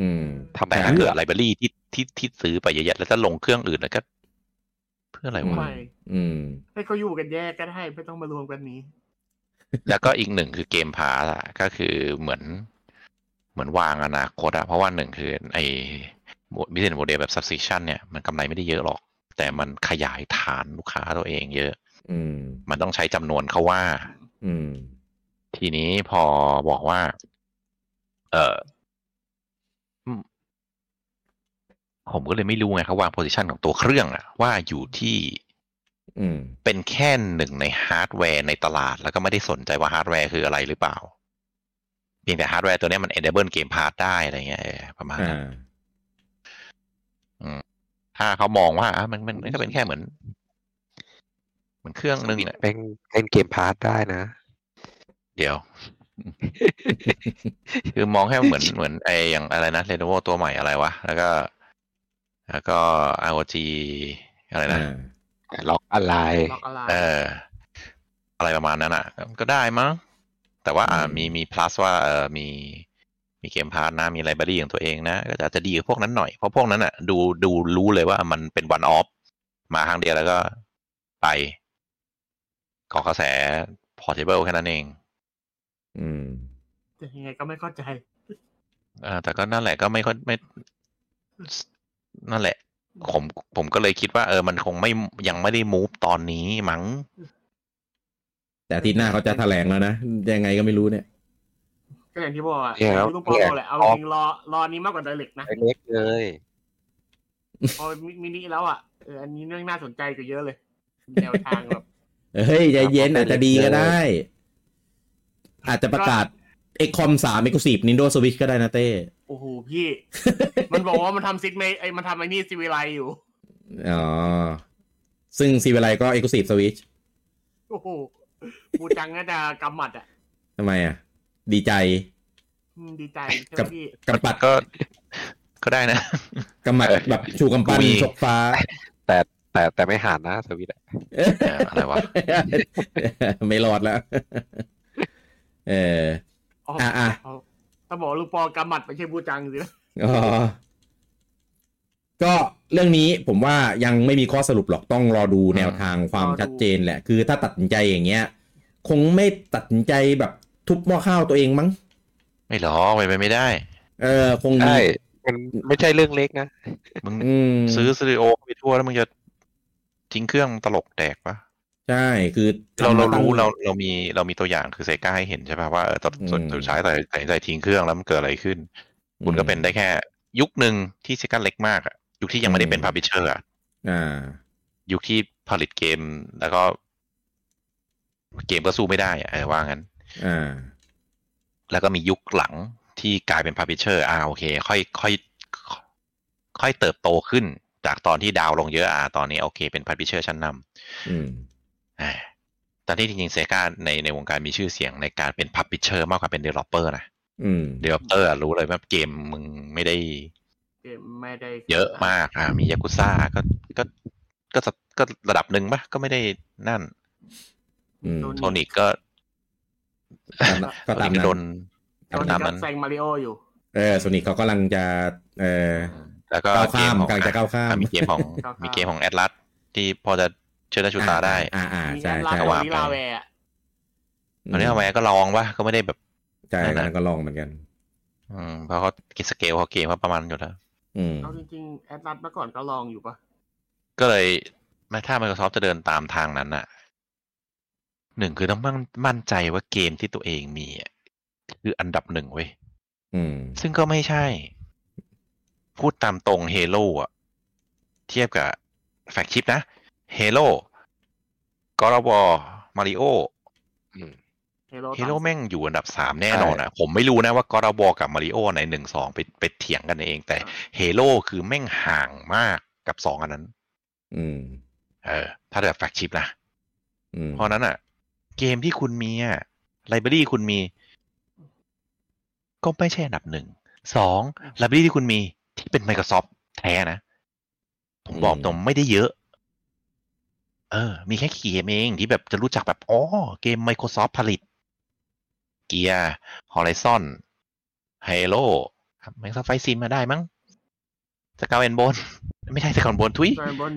[SPEAKER 1] อืม
[SPEAKER 4] ทำ
[SPEAKER 2] แต่
[SPEAKER 4] แต่
[SPEAKER 2] ถ้า
[SPEAKER 1] เพื่อ
[SPEAKER 2] เกิดไลบรารีที่ที่ที่ซื้อไปเยอะแยะแล้วจะลงเครื่องอื่นนะก็ เพื่ออะไรวะ
[SPEAKER 3] ไม่
[SPEAKER 1] อืม
[SPEAKER 3] ให้เขาอยู่กันแยกก็ได้ไม่ต้องมารวมกันนี้
[SPEAKER 2] แล้วก็อีกหนึ่งคือเกมพาสอะก็คือเหมือน เหมือนวางอนาคตอะเพราะว่าหนึ่งคือไอ้บิสเนสโมเดลแบบ subscription เนี่ยมันกำไรไม่ได้เยอะหรอก แต่มันขยายฐานลูกค้าตัวเองเยอะ
[SPEAKER 1] อืม
[SPEAKER 2] มันต้องใช้จำนวนเขาว่า
[SPEAKER 1] อืม
[SPEAKER 2] ทีนี้พอบอกว่า เอออืมผมก็เลยไม่รู้ไงเขาวางโพ i ิชันของตัวเครื่องอะว่าอยู่ที่
[SPEAKER 1] อืม
[SPEAKER 2] เป็นแค่หนึ่งในฮาร์ดแวร์ในตลาด แล้วก็ไม่ได้สนใจว่าฮาร์ดแวร์คืออะไรหรือเปล่า เพียงแต่ฮาร์ดแวร์ตัวเนี้ยมัน enable game pass ได้อะไรเงี้ยเออประมาณ
[SPEAKER 1] อ่า
[SPEAKER 2] นั้นอืมถ้าเขามองว่าอ่ะมันมันมันก็เป็นแค่เหมือนเหมือนเครื่องนึงอะ
[SPEAKER 4] เป็นเล่นเกมพาร์ทได้นะ
[SPEAKER 2] เดี๋ยว คือมองให้มันเหมือน เหมือนไออย่างอะไรนะเรโนโวตัวใหม่อะไรวะ แล้วก็ แล้วก็ ROG อะไรนะ
[SPEAKER 1] อ่า
[SPEAKER 4] ล็อกอะไร
[SPEAKER 3] ล็อกอะไร
[SPEAKER 2] เออ อะไรประมาณนั้นอ่ะ ก็ได้มั้งแต่ว่าอ่ะ
[SPEAKER 1] อืม
[SPEAKER 2] มีมี plus ว่าเออมีมีเกมพาร์ทนะ มีไลบรารีของตัวเองนะ ก็อาจจะดีกว่าพวกนั้นหน่อย เพราะพวกนั้นอ่ะ ดูดูรู้เลยว่ามันเป็นวันออฟมาครั้งเดียวแล้วก็ไป ขอกระแส portable แค่นั้นเอง
[SPEAKER 1] อืม
[SPEAKER 3] แต่ยังไงก็ไม่เข้าใจ
[SPEAKER 2] อ่าแต่ก็นั่นแหละก็ไม่ค่อยไม่สนั่นแหละ ผมผมก็เลยคิดว่าเออมันคงไม่ยังไม่ได้มูฟตอนนี้มั้ง
[SPEAKER 1] แต่อาที่หน้าเขาจะแถลงแล้วนะ ยังไงก็ไม่รู้เนี่ย
[SPEAKER 3] ก็อย่างที่บอกอะ
[SPEAKER 4] เนี่ยครับ
[SPEAKER 3] ลูกโปอ
[SPEAKER 4] เนี่ย
[SPEAKER 3] แหละเอา
[SPEAKER 4] ออก
[SPEAKER 3] จริงรอรอนี้มากกว่าไดเรกนะ
[SPEAKER 4] ไอเล็กเลย
[SPEAKER 3] พอมิมินิแล้วอ่ะเอออันนี้เรื่องน่าสนใจกว่าเยอะเลยแนวทางแบบ
[SPEAKER 1] เฮ้ยใจเย็น
[SPEAKER 4] ครับ
[SPEAKER 1] อาจจะดีก็ได้ อาจจะประกาศ x c o m 3 e x c l u s i v e Nintendo Switch ก็ได้นะเต้
[SPEAKER 3] โอ้โหพี่ มันบอกว่ามันทำซิกเมไอ้มันทำไอ้นี่ซีวิไลอยู่
[SPEAKER 1] อ๋อ ซึ่งซีเวลไลก็ e x c l u s i v e Switch
[SPEAKER 3] โอ้โหกูจังน่าจะกำหมัดอ่ะ
[SPEAKER 1] ทำไมอ่ะ ดีใจ
[SPEAKER 3] อืมดีใจใช่ไห
[SPEAKER 1] กั
[SPEAKER 3] ม
[SPEAKER 1] บ
[SPEAKER 3] พี่
[SPEAKER 1] กำปัด
[SPEAKER 2] ก็ ก็ได้นะ
[SPEAKER 1] กำหมัดแบบชูกำปั้น
[SPEAKER 2] มี
[SPEAKER 1] ชก ฟ้า
[SPEAKER 4] แต่แต่ไม่หานนะสวิตช์อะ
[SPEAKER 2] เอออะไรวะ
[SPEAKER 1] ไม่รอดแล้ว เออ
[SPEAKER 3] อ๋อ
[SPEAKER 1] อ่ะอ่ะ
[SPEAKER 3] อ๋อต้องบอกว่าลูกโปอกำหมัดไม่ใช่บูจังสินะ
[SPEAKER 1] อ๋อก็เรื่องนี้ผมว่ายังไม่มีข้อสรุปหรอกต้องรอดูแนวทางความชัดเจนแหละ คือถ้าตัดสินใจอย่างเงี้ย คงไม่ตัดสินใจแบบทุบหม้อข้าวตัวเองมั้ง
[SPEAKER 2] ไม่หรอไปนไปไม่ได้
[SPEAKER 1] เออ คงมี
[SPEAKER 4] ใช่มันไม่ใช่เรื่องเล็กนะ
[SPEAKER 2] มึง
[SPEAKER 1] อืม
[SPEAKER 2] ซื้อสตูดิโอไปทั่วแล้วมึงจะทิ้งเครื่องตลกแดกปะ
[SPEAKER 1] ใช่ คือ
[SPEAKER 2] เราเรา
[SPEAKER 1] ทำมตั้ง
[SPEAKER 2] รู้เราเรามีเรามีตัวอย่างคือเซกาให้เห็นใช่ป่ะว่าเออตอน
[SPEAKER 1] อืม
[SPEAKER 2] สุดสุดท้ายแต่แต่ใจทิ้งเครื่องแล้วมันเกิดอะไรขึ้น คุณก็เป็นได้แค่ ยุคหนึ่งที่เซกาเล็กมากอะยุคที่ยังไม่ได้เป็นพาร์บิเชอร์อะ
[SPEAKER 1] อ่า
[SPEAKER 2] ยุคที่ผลิตเกมแล้วก็ เกมก็สู้ไม่ได้อะเออว่างั้น
[SPEAKER 1] อ่า
[SPEAKER 2] แล้วก็มียุคหลังที่กลายเป็นพา b ิเชอร์อ่าโอเค ค่อยค่อยค่อยเติบโตขึ้น จากตอนที่ดาวลงเยอะอ่าตอนนี้โอเค เป็นพา b ิเชอร์ชั้นน
[SPEAKER 1] อืม
[SPEAKER 2] ำอ่าตอนนี้จริงๆเซกาในในวงการมีชื่อเสียงในการเป็นพา b ิเชอร์มากกว่าเป็นเดเวลอปเปอร์นะ
[SPEAKER 1] อืม
[SPEAKER 2] เดเวลอปเปอร์รู้เลยว่าเกมมึงไม่ได้
[SPEAKER 3] เกมไม่ได้
[SPEAKER 2] เยอะมากอ่ามียากุซ่าก็ก็ก็สก็ระดับหนึ่งปะก็ไม่ได้นั่น
[SPEAKER 1] อืม
[SPEAKER 2] โทนิกก็
[SPEAKER 1] ก็ตาม
[SPEAKER 2] โด
[SPEAKER 1] นั้น
[SPEAKER 2] น
[SPEAKER 3] ตอน
[SPEAKER 2] ตาม
[SPEAKER 3] นี้ก็
[SPEAKER 2] นั้น
[SPEAKER 3] แซงมาริโออยู่
[SPEAKER 1] เออโซนิคเขากำลังจะ เออ
[SPEAKER 2] แล้วก็
[SPEAKER 1] ก้าวข้าม
[SPEAKER 2] เของ
[SPEAKER 1] กำลังจะก้าวข้าม
[SPEAKER 2] อ่ะมีเกมของ
[SPEAKER 3] ก้าวข้าม
[SPEAKER 2] มีเกมของแอตลัสที่พอจะเชิดหน้าชูตาได้
[SPEAKER 1] อ่าอ่า
[SPEAKER 3] มี
[SPEAKER 1] ใช่
[SPEAKER 3] แอตลา
[SPEAKER 1] ใช่
[SPEAKER 3] ส
[SPEAKER 2] ก็
[SPEAKER 3] กับวิลาแวร์อะ
[SPEAKER 2] ตอนนี้ทำไมก็ลองวะก็ไม่ได้แบบ
[SPEAKER 1] ใช่
[SPEAKER 2] นั่
[SPEAKER 1] กำ
[SPEAKER 2] นน่ะ
[SPEAKER 1] ลังก็ลองเหมือนกัน
[SPEAKER 2] อืมเพราะเขากินสเกลเขาเกมเขาประมาณอยู่แล้ว
[SPEAKER 1] อืม
[SPEAKER 3] เอาจริงๆแอตลาสเมื่อก่อนก็ลองอยู่ปะ
[SPEAKER 2] ก็เลยแม้ถ้า Microsoft จะเดินตามทางนั้นน่ะหนึ่งคือต้องมั่นมั่นใจว่าเกมที่ตัวเองมีอ่ะคืออันดับหนึ่งเว้ย
[SPEAKER 1] อืม
[SPEAKER 2] ซึ่งก็ไม่ใช่ พูดตามตรงเฮโ o อ่ะ เทียบกับแฟกชิปนะเฮโ o กอร์บอมาริโอ
[SPEAKER 4] อืม
[SPEAKER 3] ฮโร่
[SPEAKER 2] เฮโร่แม่งอยู่อันดับสามแน่นอนอะผมไม่รู้นะว่า God of War กับ Mario ในหนึ่งสองไปไปเถียงกันเอง แต่เฮโร่คือแม่งห่างมากกับสองอันนั้น
[SPEAKER 1] อืม
[SPEAKER 2] เออ ถ้าแบบแฟกชิปนะ
[SPEAKER 1] อืม
[SPEAKER 2] เพราะฉะนั้นอ่ะ เกมที่คุณมีอ่ะไลบรารีคุณมี ก็ไม่ใช่อันดับหนึ่งสองไลบรารีที่คุณมีที่เป็น Microsoft แท้นะ ผมบอกตรงไม่ได้เยอะ เออ มีแค่เกมเองที่แบบจะรู้จักแบบอ๋อเกม Microsoft ผลิต เกียร์ Horizon Halo Microsoft Flight Sim มาได้มั้งสกาวเอนบน ไม่ใช่สกาวเอนบนทุย
[SPEAKER 3] ตอนบน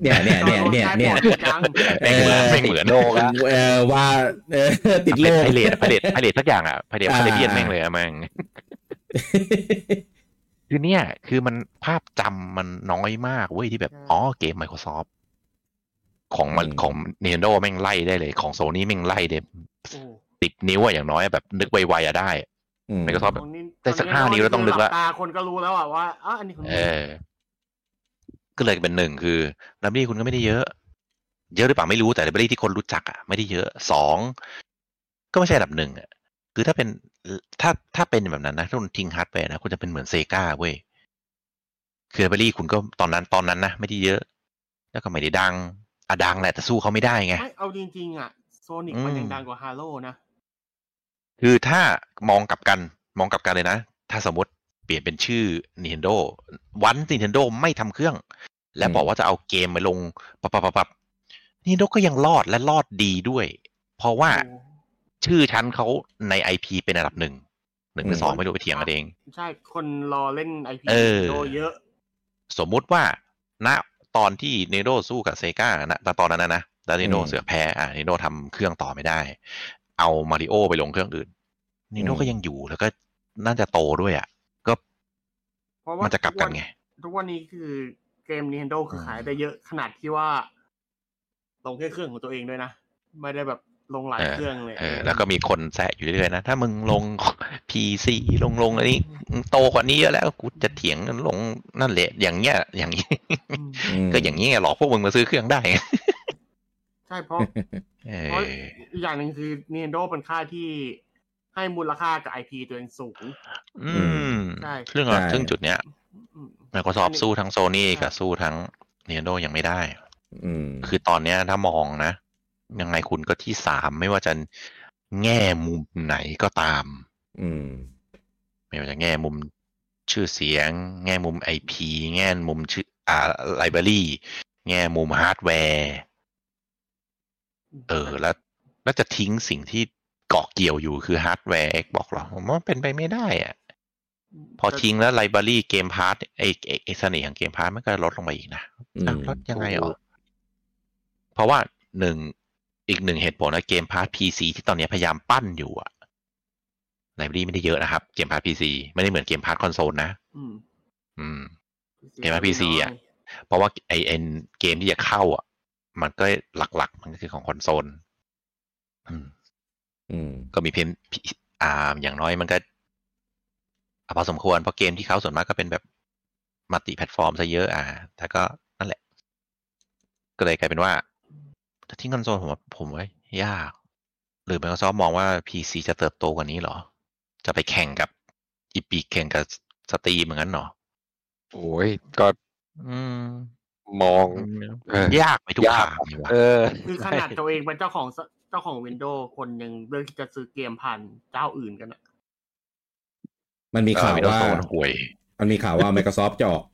[SPEAKER 1] เนี่ยเนี่ยเนี่ยเนี่ยเนี่ย
[SPEAKER 3] ตอใต้บอร์ดจัง
[SPEAKER 2] แม่งเหมือนแม่งเหมือน
[SPEAKER 1] ติดโลกอะเออว่าเออติดโลก
[SPEAKER 2] ไพเรตไพเรตไพเรตสักอย่างอ่ะไพเรต
[SPEAKER 1] อ่า
[SPEAKER 2] ไพเรตเดียนแม่งเลยอะแม่ง คือเนี่ย คือมันภาพจำมันน้อยมากเว้ยที่แบบ อ๋อเกม Microsoft ของมัน
[SPEAKER 1] อืม
[SPEAKER 2] ของ Nintendo แม่งไล่ได้เลยของ Sony แม่งไล่ได้
[SPEAKER 3] โอ้โห
[SPEAKER 2] ติดนิ้วอะอย่างน้อยอะแบบนึกไวๆอะได้
[SPEAKER 1] อืม
[SPEAKER 2] Microsoft แบบ
[SPEAKER 3] ตรงนี้
[SPEAKER 2] แต่สักห้านิ้วแล้วต้องนึกละ
[SPEAKER 3] หบตาคนก็รู้แล้วอะว่าอ๋ออันนี้คน
[SPEAKER 2] เออ ก็เลยเป็นหนึ่งคือดับบี้คุณก็ไม่ได้เยอะ เยอะหรือเปล่าไม่รู้แต่ดับบี้ที่คนรู้จักอ่ะไม่ได้เยอะสองก็ไม่ใช่อันดับหนึ่งอ่ะคือถ้าเป็นถ้าถ้าเป็นแบบนั้นนะถ้าคุณทิ้งฮาร์ดแวร์นะคุณจะเป็นเหมือนเซกาเว้ยคือดับบี้คุณก็ตอนนั้นตอนนั้นนะไม่ได้เยอะ แล้วก็ไม่ได้ดังอะดังแหละแต่สู้เขาไม่ได้ไง
[SPEAKER 3] ไม่เอาจริงๆอะโซนิกมันยังดังกว่าฮาโลนะ
[SPEAKER 2] คือถ้ามองกลับกันมองกลับกันเลยนะ ถ้าสมมติเปลี่ยนเป็นชื่อ Nintendo วัน Nintendo ไม่ทำเครื่อง และบอกว่าจะเอาเกมมาลงปับปับปับปับ Nintendo ก็ยังรอดและรอดดีด้วย เพราะว่า
[SPEAKER 3] โอ้
[SPEAKER 2] ชื่อชั้นเขาใน IP เป็นอันดับหนึ่งหนึ่งหรือสอง
[SPEAKER 1] อืม
[SPEAKER 2] ไม่รู้ไปเถียงกันเอง
[SPEAKER 3] ใช่คนรอเล่นไอพี
[SPEAKER 2] เออ
[SPEAKER 3] โดเยอะ
[SPEAKER 2] สมมุติว่าณตอนที่ Nintendo สู้กับ Sega นะแต่ตอนนั้นนะนะแล้ว Nintendo
[SPEAKER 1] อืม
[SPEAKER 2] เสือกแพ้อ่ะ Nintendo ทำเครื่องต่อไม่ได้ เอามาริโอไปลงเครื่องอื่น Nintendo
[SPEAKER 1] อืม
[SPEAKER 2] ก็ยังอยู่แล้วก็น่าจะโตด้วยอ่ะก็
[SPEAKER 3] เพราะว่า
[SPEAKER 2] มั
[SPEAKER 3] มัน
[SPEAKER 2] จะกลับกันไง
[SPEAKER 3] ทุกวันนี้คือเกม Nintendo คื
[SPEAKER 2] ม
[SPEAKER 3] อขายได้เยอะขนาดที่ว่า ลงแค่เครื่องของตัวเองด้วยนะ ไม่ได้แบบลงหลายเครื่องเลย
[SPEAKER 2] เออ แล้วก็มีคนแซะอยู่เรื่อยๆนะ ถ้ามึงลง PC ลงลงอันนี้โตกว่านี้เยอะแล้ว กูจะเถียงลงนั่นแหละ อย่างเงี้ย อย่างนี้
[SPEAKER 3] อืม
[SPEAKER 1] ม
[SPEAKER 2] ก็อย่างนี้ไงหลอกพวกมึงมาซื้อเครื่องได้ไง
[SPEAKER 3] ใช่เพราะ
[SPEAKER 2] เอ
[SPEAKER 3] เพราะ
[SPEAKER 2] อ
[SPEAKER 3] อีกอย่างหนึ่งคือ Nintendo เป็นค่ายที่ให้มูลค่ากับ IP ตัวเองสูง
[SPEAKER 2] อืม
[SPEAKER 3] ใช่
[SPEAKER 2] ซึ่ง
[SPEAKER 1] ใช่
[SPEAKER 2] ซึ่งจุดเนี้ย
[SPEAKER 3] อืม
[SPEAKER 2] Microsoft
[SPEAKER 3] อันนี้
[SPEAKER 2] สู้ทั้งโซนี่กับสู้ทั้ง Nintendo ยังไม่ได้
[SPEAKER 1] อืม
[SPEAKER 2] คือตอนเนี้ยถ้ามองนะ ยังไงคุณก็ที่สามไม่ว่าจะแง่มุมไหนก็ตาม
[SPEAKER 1] อืม
[SPEAKER 2] ไม่ว่าจะแง่มุมชื่อเสียง แง่มุมไอพีแง่มุมชื่ออ่าไลบรารีแง่มุมฮาร์ดแวร์เออ แล้วแล้วจะทิ้งสิ่งที่เกาะเกี่ยวอยู่คือฮาร์ดแวร์ Xbox หรอผมว่าเป็นไปไม่ได้อะพอทิ้งแล้วไลบรารีเกมพาร์ตไอไอ้ไอเสน่ห์ของเกมพาร์ตมันก็ลดลงไปอีกนะ
[SPEAKER 1] อื
[SPEAKER 2] อ้าม วลดยังไงอ๋อเพราะว่าหนึ่งอีกหนึ่งเหตุผลนะเกมพาร์ตพีซีที่ตอนเนี้ยพยายามปั้นอยู่อะไลบรารีไม่ได้เยอะนะครับเกมพาร์ตพีซีไม่ได้เหมือนเกมพาร์ตคอนโซลนะ
[SPEAKER 3] อืม
[SPEAKER 2] อืม เกม PC อะ เพราะว่าไอเอ็นเกมที่จะเข้าอ่ะ มันก็หลักๆ มันก็คือของคอนโซลอืม
[SPEAKER 1] อืม
[SPEAKER 2] ก็มีเพนอ่าอย่างน้อยมันก็อ่ะพอสมควรเพราะเกมที่เขาส่วนมากก็เป็นแบบมัลติแพลตฟอร์มซะเยอะอ่าแต่ก็นั่นแหละ ก็เลยกลายเป็นว่าจะทิ้งคอนโซลผมว่าผมว่ายาก หรือ Microsoft มองว่า PC จะเติบโตกว่านี้เหรอ จะไปแข่งกับอีปีแข่งกับสตรีมเหมือนกันเหรอ
[SPEAKER 4] โอ้ยก็
[SPEAKER 2] อืม
[SPEAKER 4] มอง เออ
[SPEAKER 2] ยากไปทุก
[SPEAKER 4] ยาก
[SPEAKER 2] ทางเลยวะ
[SPEAKER 4] เออ
[SPEAKER 3] คือขนาดตัวเองเป็นเจ้าของเจ้าของ Windows คนยังเลือกที่จะซื้อเกมผ่านเจ้าอื่นกันอะ
[SPEAKER 1] มันมีข่าว
[SPEAKER 2] เออ Windows
[SPEAKER 1] ว่า
[SPEAKER 2] Phone ห่วย
[SPEAKER 1] มันมีข่าวว่า Microsoft จะออก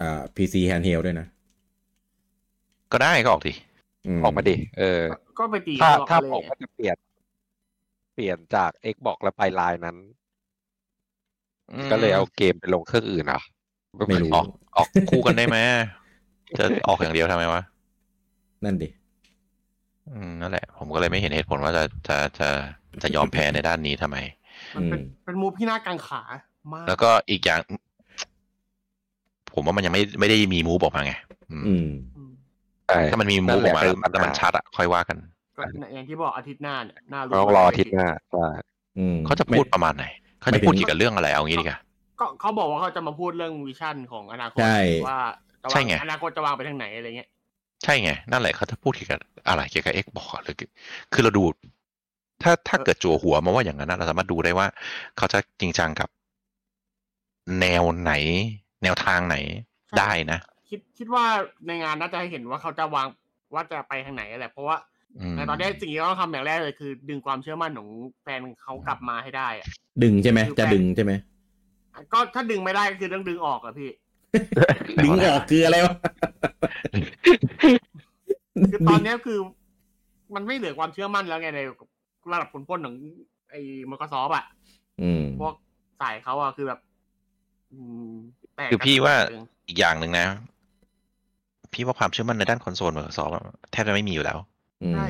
[SPEAKER 1] อ่า PC handheld ด้วยนะ
[SPEAKER 2] ก็ได้ก็ออกดิ
[SPEAKER 4] ออกมาดิ เออ
[SPEAKER 3] ก็ไปตี
[SPEAKER 4] ถ้า
[SPEAKER 3] หรอก
[SPEAKER 4] ถ้า
[SPEAKER 3] เลย
[SPEAKER 4] บอกว่าจะเปลี่ยน เปลี่ยนจาก Xbox แล้วไปไลน์นั้น ก็เลยเอาเกมไปลงเครื่องอื่นเหรอ
[SPEAKER 1] ไม่รู้
[SPEAKER 2] ออกออกคู่กัน ได้ไหม จะออกอย่างเดียวทำไมวะ
[SPEAKER 1] นั่นดิ
[SPEAKER 2] อืมนั่นแหละ ผมก็เลยไม่เห็นเหตุผลว่าจะจะจะจะยอมแพ้ในด้านนี้ทำไม
[SPEAKER 3] มันเป็น
[SPEAKER 1] อืม
[SPEAKER 3] เป็นมูฟที่น่ากังขามาก
[SPEAKER 2] แล้วก็อีกอย่าง ผมว่ามันยังไม่ไม่ได้มีมูฟออกมาไงอืม
[SPEAKER 1] อืม
[SPEAKER 3] อืม
[SPEAKER 2] ถ้ามันมีมูฟออกมาแล้วแล้วมันชัดอะค่อยว่ากัน
[SPEAKER 3] ก็อย่างที่บอกอาทิตย์หน้าเนี่ยน่ารู้
[SPEAKER 4] ต้องรออาทิตย์หน้าใช่
[SPEAKER 1] อืม
[SPEAKER 2] เขาจะพูดประมาณไหน เขาจะพูดเกี่ยวกับเรื่องอะไรเอางี้ดีกว่า
[SPEAKER 3] ก็เขาบอกว่าเขาจะมาพูดเรื่องวิชั่นของอนาคต
[SPEAKER 1] ใช่
[SPEAKER 3] ว่าจะวา
[SPEAKER 2] ใช่ไง
[SPEAKER 3] อนาคตจะวางไปทางไหนอะไรเงี้ย
[SPEAKER 2] ใช่ไง นั่นแหละเขาจะพูดเกี่ยวกับอะไรเกี่ยวกับ Xbox หรือคือเราดู ถ้าถ้าเกิดจั่วหัวมาว่าอย่างนั้นนะเราสามารถดูได้ว่า เขาจะจริงจังกับ แนวไหน แนวทางไหนได้นะ
[SPEAKER 5] คิดคิดว่าในงานน่าจะให้เห็นว่าเขาจะวางว่าจะไปทางไหนแหละเพราะว่า
[SPEAKER 2] ใน
[SPEAKER 5] ในตอนนี้สิ่งที่เขาต้องทำอย่างแรกเลยคือ ดึงความเชื่อมั่นของแฟนเขากลับมาให้ได้อะ
[SPEAKER 1] ดึงใช่ไหมจะดึงใช่ไหม
[SPEAKER 5] ก็ถ้าดึงไม่ได้ก็คือต้องดึงออกอะพี่
[SPEAKER 1] ดึงออกคืออะไรวะ
[SPEAKER 5] คือตอนเนี้ยคือ มันไม่เหลือความเชื่อมั่นแล้วไงในระดับคนพ้นของไอ้มคซอฟอะ
[SPEAKER 1] อืม
[SPEAKER 5] พวกสายเขาอะคือแบบ อืมแปลก
[SPEAKER 2] คือพี่ว่า
[SPEAKER 5] จริง
[SPEAKER 2] อีกอย่างหนึ่งนะ พี่ว่าความเชื่ อมั่นในด้านคอนโซลเหมือนสอบแทบจะไม่มีอยู่แล้ว
[SPEAKER 5] ใช่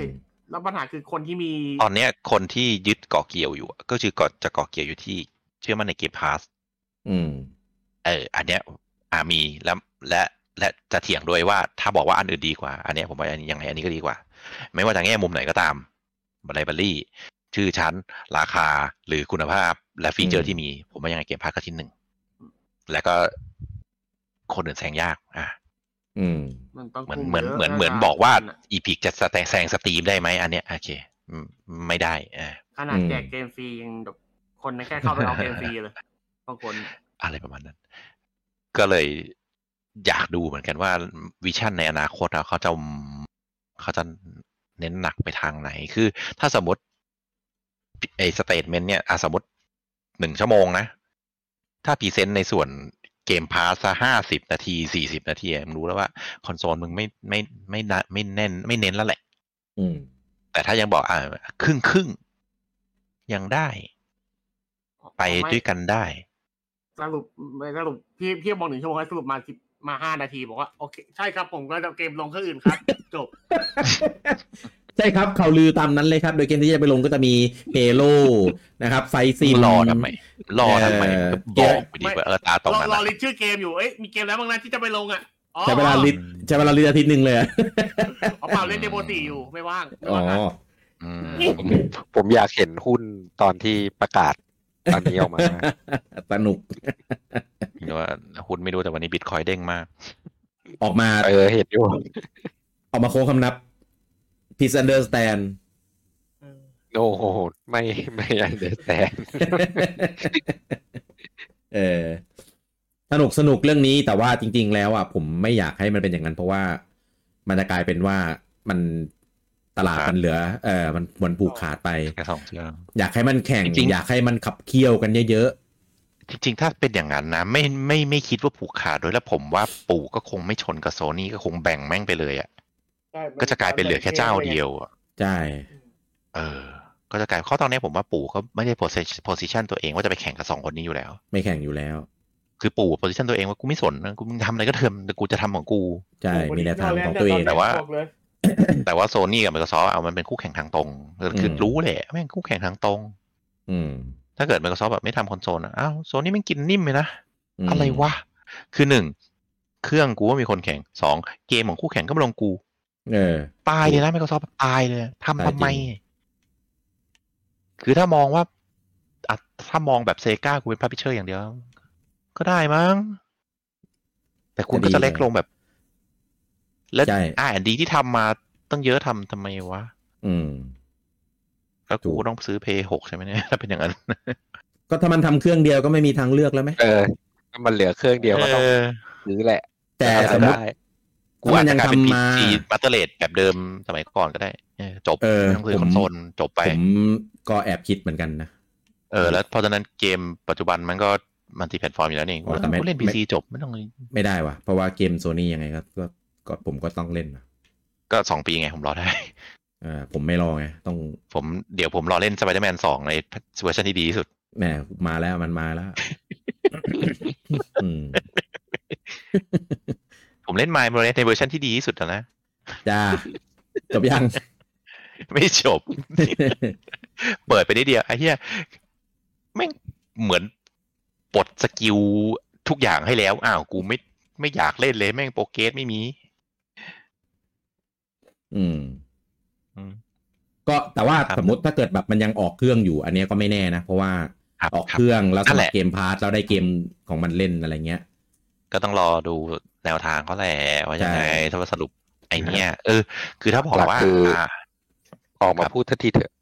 [SPEAKER 5] แล้วปัญหาคือคนที่มี
[SPEAKER 2] ตอนเนี้ยคนที่ยึดเกาะเกี่ยวอยู่อะก็คือเกาะจะเกาะเกี่ยวอยู่ที่เชื่อมั่นในเกมพาส
[SPEAKER 1] อืม
[SPEAKER 2] เออ อันเนี้ยอามีแล้วและและจะเถียงด้วยว่าถ้าบอกว่าอันอื่นดีกว่า อันเนี้ยผมว่าอันนี้ยังไงอันนี้ก็ดีกว่า ไม่ว่าจะแง่มุมไหนก็ตามไลบรารีชื่อชั้น ราคาหรือคุณภาพ และฟีเจอ
[SPEAKER 1] อื
[SPEAKER 2] ร์
[SPEAKER 1] ม
[SPEAKER 2] ที่มี ผมว่ายังไงเกมพาร์ทก็ที่หนึ่ง แล้วก็คนอื่นแซงยาก อ่ะ
[SPEAKER 1] อืม
[SPEAKER 5] มันต้อง
[SPEAKER 2] เหมือน
[SPEAKER 5] คุ
[SPEAKER 2] เหมือนเหมือน
[SPEAKER 5] ยะะ
[SPEAKER 2] เหมือนบอกว่า
[SPEAKER 5] น่ะ
[SPEAKER 2] อีพิกจะแซงสตรีมได้ไหมอันเนี้ยโอเคอืมไม่ได้อ่า
[SPEAKER 5] ขนาด
[SPEAKER 1] อืม
[SPEAKER 5] แจกเกมฟรียังแบบคนแค่เข้าไปเอาเกมฟรีเลยบางคน
[SPEAKER 2] อะไรประมาณนั้น ก็เลยอยากดูเหมือนกันว่าวิชั่นในอนาคตอะเขาจะเขาจะเน้นหนักไปทางไหน คือถ้าสมมติไอสเตทเมนต์เนี่ยอะสมมติหนึ่งชั่วโมงนะ ถ้าพรีเซนต์ในส่วนเกมพาสห้าสิบนาทีสี่สิบนาทีอะมึงรู้แล้วว่า คอนโซลมึงไม่ไม่ไม่น่าไม่แน่น ไม่เน้นแล้วแหละ
[SPEAKER 1] อืม
[SPEAKER 2] แต่ถ้ายังบอกอ่าครึ่งครึ่งๆยังได้ ไปด้วยกันได้
[SPEAKER 5] สรุปไม่สรุปพี่พี่บอกหนึ่งชั่วโมงให้สรุปมาสิบมาห้านาทีบอกว่าโอเคใช่ครับผมก็จะเอาเกมลงเครื่องอื่นครับ จบ
[SPEAKER 1] ใช่ครับเขาวลือตามนั้นเลยครับ โดยเกมที่จะไปลงก็จะมีเฮโ o นะครับ ไฟซี
[SPEAKER 2] รอทำไมรอทำไม
[SPEAKER 1] เอ่อ
[SPEAKER 2] ก็บอกไปดีว่าเออตาตรง
[SPEAKER 5] รอ
[SPEAKER 2] นั้น
[SPEAKER 5] รอ
[SPEAKER 2] น่ะ
[SPEAKER 5] ลิสต์ชื่อเกมอยู่เอ้ยมีเกมแล้วบ้างนะที่จะไปลงอ่ะอ๋อ
[SPEAKER 1] ใช้เวลาลิตใช้เวลาลิตอาทิตย์หนึ่งเลยอะ
[SPEAKER 5] อ๋อเปล่าเล่นเดโมสี่อยู่ไม่ว่างไม่
[SPEAKER 1] อ๋อ
[SPEAKER 5] ว่างอ่ะ
[SPEAKER 2] อืม
[SPEAKER 4] ผมผมอยากเห็นหุ้นตอนที่ประกาศตอนนี้อ อกมา
[SPEAKER 1] สนุก
[SPEAKER 2] หรือว่าหุ้นไม่รู้แต่วันนี้บิตคอยเด้งมาก
[SPEAKER 1] ออกมา
[SPEAKER 4] เออเห็นอยู่
[SPEAKER 1] ออกมาโค้งคำนับพีซันเดอร์สแตน
[SPEAKER 4] โอ้โหไม่ไม่อันเดอร์แตน
[SPEAKER 1] เออสนุกสนุกเรื่องนี้แต่ว่าจริง ๆ แล้วอ่ะผมไม่อยากให้มันเป็นอย่างนั้น เพราะว่ามันจะกลายเป็นว่ามันตลาดมันเหลือ เออมันมันผูกขาดไป
[SPEAKER 2] แค่สองเชือก
[SPEAKER 1] อยากให้มันแข่ง
[SPEAKER 2] จริงๆ
[SPEAKER 1] อยากให้มันขับเคี่ยวกันเยอะ
[SPEAKER 2] จริงๆ ถ้าเป็นอย่างนั้นนะ ไม่ไม่ไม่คิดว่าผูกขาดด้วยแล้วผมว่าปู่ก็คงไม่ชนกับโซนี่ก็คงแบ่งแม่งไปเลยอ่ะ
[SPEAKER 5] ใช่มั
[SPEAKER 2] ก็จะกลายเป็นเหลือแค่เจ้าเดียวอะ
[SPEAKER 1] ๆใช่
[SPEAKER 2] เออ ก็จะกลายข้อตอนนี้ผมว่าปู่ก็ไม่ได้โพสิชันตัวเองว่าจะไปแข่งกับสองคนนี้อยู่แล้ว
[SPEAKER 1] ไม่แข่งอยู่แล้ว
[SPEAKER 2] คือปู่โพสิชันตัวเองว่ากูไม่สนนะกูมึงทำอะไรก็เถอะแต่กูจะทำของกู
[SPEAKER 1] ใช่
[SPEAKER 5] โโห
[SPEAKER 1] มีแนวทาง
[SPEAKER 5] ล้
[SPEAKER 1] ของตัวเอง
[SPEAKER 2] แต่ว่า
[SPEAKER 5] บอกเลย
[SPEAKER 2] แต่ว่าโซนี่กับ Microsoft เอามันเป็นคู่แข่งทางตรงคือ
[SPEAKER 1] ม
[SPEAKER 2] รู้แหละแม่งคู่แข่งทางตรง
[SPEAKER 1] อืม
[SPEAKER 2] ถ้าเกิด Microsoft แบบไม่ทำคอนโซลอะอ้าวโซนี่มันกินนิ่มเลยนะ
[SPEAKER 1] ม
[SPEAKER 2] อะไรวะ คือหนึ่ง เครื่องกูว่ามีคนแข่งสองเกมของคู่แข่งก็มาลงกู
[SPEAKER 1] เออ
[SPEAKER 2] ตายเลยนะ Microsoft แบบตายเลยทำ
[SPEAKER 1] ตายจริ
[SPEAKER 2] ทำ
[SPEAKER 1] ง
[SPEAKER 2] ไม คือถ้ามองว่าอะถ้ามองแบบเซกากูเป็นพับพิเชอร์อย่างเดียว ก็ได้มั้ง แต่คุณก็จะเล็กลงแบบ แล้ว
[SPEAKER 1] ใช่
[SPEAKER 2] อ่าดีที่ทำมาตั้งเยอะทำทำไมวะ
[SPEAKER 1] อืม
[SPEAKER 2] แล้ว
[SPEAKER 1] ถู
[SPEAKER 2] กู
[SPEAKER 1] ก
[SPEAKER 2] ต้องซื้อเพย์หกใช่ไหมเนี่ย ถ้าเป็นอย่างนั้น
[SPEAKER 1] ก็ถ้ามันทำเครื่องเดียวก็ไม่มีทางเลือกแล้วไหม
[SPEAKER 4] เออถ้ามันเหลือเครื่องเดียวก็ต้อง
[SPEAKER 2] ออ
[SPEAKER 4] ซื้อแหละ
[SPEAKER 1] แต่
[SPEAKER 4] ทำ
[SPEAKER 1] สมมติ
[SPEAKER 4] ได้
[SPEAKER 2] กูอาจจะกลายเป็น
[SPEAKER 1] ถ้ามันยังทำมา
[SPEAKER 2] p ีมาตเตอร์เลดแบบเดิมสมัยก่อนก็ได้เออจบ
[SPEAKER 1] เออ
[SPEAKER 2] ไม่ต้องซื้อ
[SPEAKER 1] ผม
[SPEAKER 2] คอนโซลจบไป
[SPEAKER 1] ผมก็แอบคิดเหมือนกันนะ
[SPEAKER 2] เออ แล้วเพราะฉะนั้นเกมปัจจุบันมันก็มันติแพลตฟอร์มอยู่แล้วนี่
[SPEAKER 1] อ๋อแต่ไม่
[SPEAKER 2] กูเล่น
[SPEAKER 1] ไม่
[SPEAKER 2] PC จบไม่ต้อง
[SPEAKER 1] ไม่ได้วะเพราะว่าเกมโซนี่ยังไงก็ก็ก็ผมก็ต้องเล่นนะ
[SPEAKER 2] ก็สองปีไงผมรอได้
[SPEAKER 1] เออผมไม่รอไงต้อง
[SPEAKER 2] ผมเดี๋ยวผมรอเล่น Spider-Man 2 ในเวอร์ชันที่ดีที่สุด
[SPEAKER 1] แหมมาแล้วมันมาแล้ว อืม
[SPEAKER 2] ผมเล่น My m o r a l ในเวอร์ชันที่ดีที่สุดแล้วนะ
[SPEAKER 1] จ้าจบยัง
[SPEAKER 2] ไม่จบ เปิดไปนิดเดียวไอ้เหี้ยแม่งเหมือนปลดสกิลทุกอย่างให้แล้ว อ้าวกูไม่ไม่อยากเล่นเลยแม่งโปรเกรสไม่มี
[SPEAKER 1] อืม
[SPEAKER 2] อืม
[SPEAKER 1] ก็แต่ว่า
[SPEAKER 2] ครับ
[SPEAKER 1] สมมติถ้าเกิดแบบมันยังออกเครื่องอยู่ อันเนี้ยก็ไม่แน่นะ เพราะว่า
[SPEAKER 2] ครับ
[SPEAKER 1] ออกเครื่องแล้ว
[SPEAKER 2] นั่
[SPEAKER 1] ส
[SPEAKER 2] นแห
[SPEAKER 1] มัคร
[SPEAKER 2] ละ
[SPEAKER 1] เกมพาร์ทเราได้เกมของมันเล่นอะไรเงี้ย
[SPEAKER 2] ก็ต้องรอดูแนวทางเขาแหละว่ายังไง
[SPEAKER 1] ใช่
[SPEAKER 2] ถ้าว่าสรุปไอเนี้ยเออ คือถ้าบอกว่า
[SPEAKER 4] หลักคืออ่
[SPEAKER 2] ะ
[SPEAKER 4] ออกมาพูดทันทีเถอะ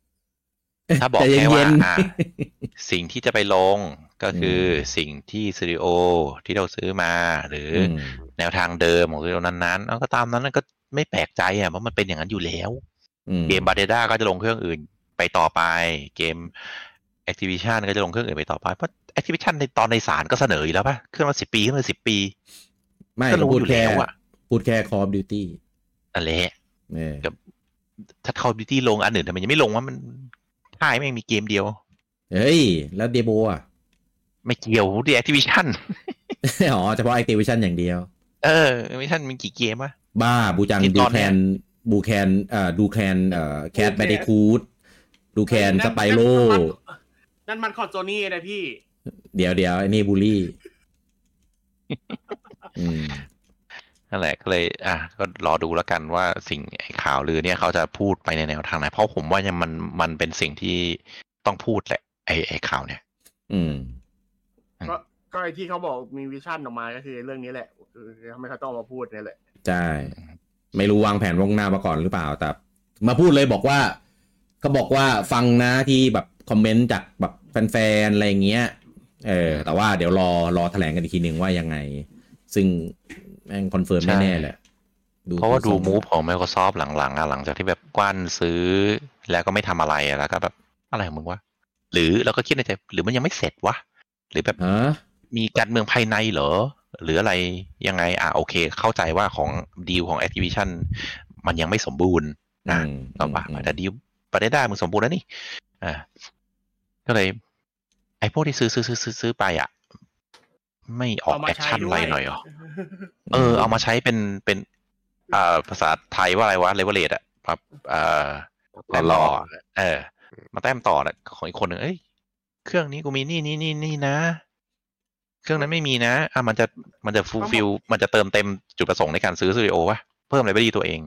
[SPEAKER 2] ถ้าบอก
[SPEAKER 1] ใจเย็น
[SPEAKER 2] แค่ว่า
[SPEAKER 1] ๆ
[SPEAKER 2] อ่ะสิ่งที่จะไปลงก็คืออสิ่งที่สตูดิโอที่เราซื้อมาหรืออ
[SPEAKER 1] ม
[SPEAKER 2] แนวทางเดิมของสตูดิโอนั้นๆเอาก็ตามนั้นก็ไม่แปลกใจอ่ะเพราะมันเป็นอย่างนั้นอยู่แล้ว
[SPEAKER 1] อืม
[SPEAKER 2] เกมบาเดด้าก็จะลงเครื่องอื่นไปต่อไป เกม Activision ก็จะลงเครื่องอื่นไปต่อไป เพราะ Activision ในตอนในศาลก็เสนออยู่แล้วป่ะเครื่องละสิบปีเครื่องละสิบปี
[SPEAKER 1] ไม่
[SPEAKER 2] ก็รู้
[SPEAKER 1] พูด
[SPEAKER 2] อยู่
[SPEAKER 1] แค่
[SPEAKER 2] แล้วอะ
[SPEAKER 1] พูดแค่ Call of Duty
[SPEAKER 2] อะไร
[SPEAKER 1] เนี่ย
[SPEAKER 2] ถ้า Call of Duty ลงอันอื่นทำไมยังไม่ลงว่ามันค่ายแม่งมีเกมเดียว
[SPEAKER 1] เฮ้ย แล้วเดโบอ่ะ
[SPEAKER 2] ไม่เกี่ยวดิ Activision
[SPEAKER 1] อ๋อเฉพาะ Activision อย่างเดียว
[SPEAKER 2] เออ Activision มีกี่เกมวะ
[SPEAKER 1] บ้าบูจัง
[SPEAKER 2] ที่
[SPEAKER 1] ดู
[SPEAKER 2] ตอน
[SPEAKER 1] แค
[SPEAKER 2] เนี้ย
[SPEAKER 1] นบูแคนเอ่อดูแคนเอ่อแคท
[SPEAKER 3] Duke
[SPEAKER 1] แบด i คูดดูแคนสไปโร
[SPEAKER 3] นั่นมันขอดโจนี่นะพี่
[SPEAKER 1] เดี๋ยวเดี๋ยวไอ้นี่บูลลี่ อืม
[SPEAKER 2] นั่นแหละก็เลย อ่ะก็รอดูแล้วกันว่าสิ่งไอ้ข่าวลือเนี่ยเขาจะพูดไปในแนวทางไหนเพราะผมว่ายังมันมันเป็นสิ่งที่ต้องพูดแหละไอ้ไอ้ข่าวเนี่ย
[SPEAKER 1] อืม
[SPEAKER 3] ก็ไอที่เขาบอกมีวิชั่นออกมาก็คือเรื่องนี้แหละคือทำไมเขาต้องเอามาพูดเนี่ยแหละ
[SPEAKER 1] ใช่ ไม่รู้วางแผนล่วงหน้ามาก่อนหรือเปล่า แต่ มาพูดเลยบอกว่าเขาบอกว่าฟังนะที่แบบคอมเมนต์จากแบบแฟนๆ อะไรอย่างเงี้ย เออ แต่ว่าเดี๋ยวรอรอแถลงกันอีกทีหนึ่งว่ายังไง ซึ่งแม่งคอนเฟิร์ม
[SPEAKER 2] ใช่
[SPEAKER 1] แน่ๆแหละ
[SPEAKER 2] เพราะว่าดู
[SPEAKER 1] ทง
[SPEAKER 2] มูฟของ Microsoft หลังๆอ่ะหลังจากที่แบบกว้านซื้อแล้วก็ไม่ทำอะไรอ่ะแล้วก็แบบอะไรของมึงวะหรือเราก็คิดในใจหรือมันยังไม่เสร็จวะหรือแบบ
[SPEAKER 1] ฮะ
[SPEAKER 2] มีการเมืองภายในเหรอ หรืออะไรยังไงอ่ะโอเค เข้าใจว่าของดีลของ Activision มันยังไม่สมบูรณ์นะ
[SPEAKER 1] อืม
[SPEAKER 2] ต่อว่า
[SPEAKER 1] อืม
[SPEAKER 2] แต่ดิวประเดด้ามึงสมบูรณ์แล้วนี่ อ่า ก็เลย ไอ้พวกที่ซื้อซื้อซื้อซื้อซื้อไปอ่ะ ไม่ออก
[SPEAKER 3] เอามา
[SPEAKER 2] แอคชั่น
[SPEAKER 3] ใช้ด้
[SPEAKER 2] อะไรห
[SPEAKER 3] วย
[SPEAKER 2] น่อยเหรอ เออ เอามาใช้เป็นเป็น อ่า ภาษาไทยว่าอะไรวะเลเวลเลตอ่ะแบบอ่า แต้ม
[SPEAKER 4] หล่
[SPEAKER 2] ต่
[SPEAKER 4] อ
[SPEAKER 2] อเออ มาแต้มต่อนะของอีกคนหนึ่งเอ้ย เครื่องนี้กูมีนี่นี่นี่นี่นะ เครื่องนั้นไม่มีนะ อ่ะมันจะ มันจะฟูลฟิล มันจะเติมเต็มจุดประสงค์ในการซื้อสตูดิโอวะ เพิ่มอะไรไม่ดีตัวเอง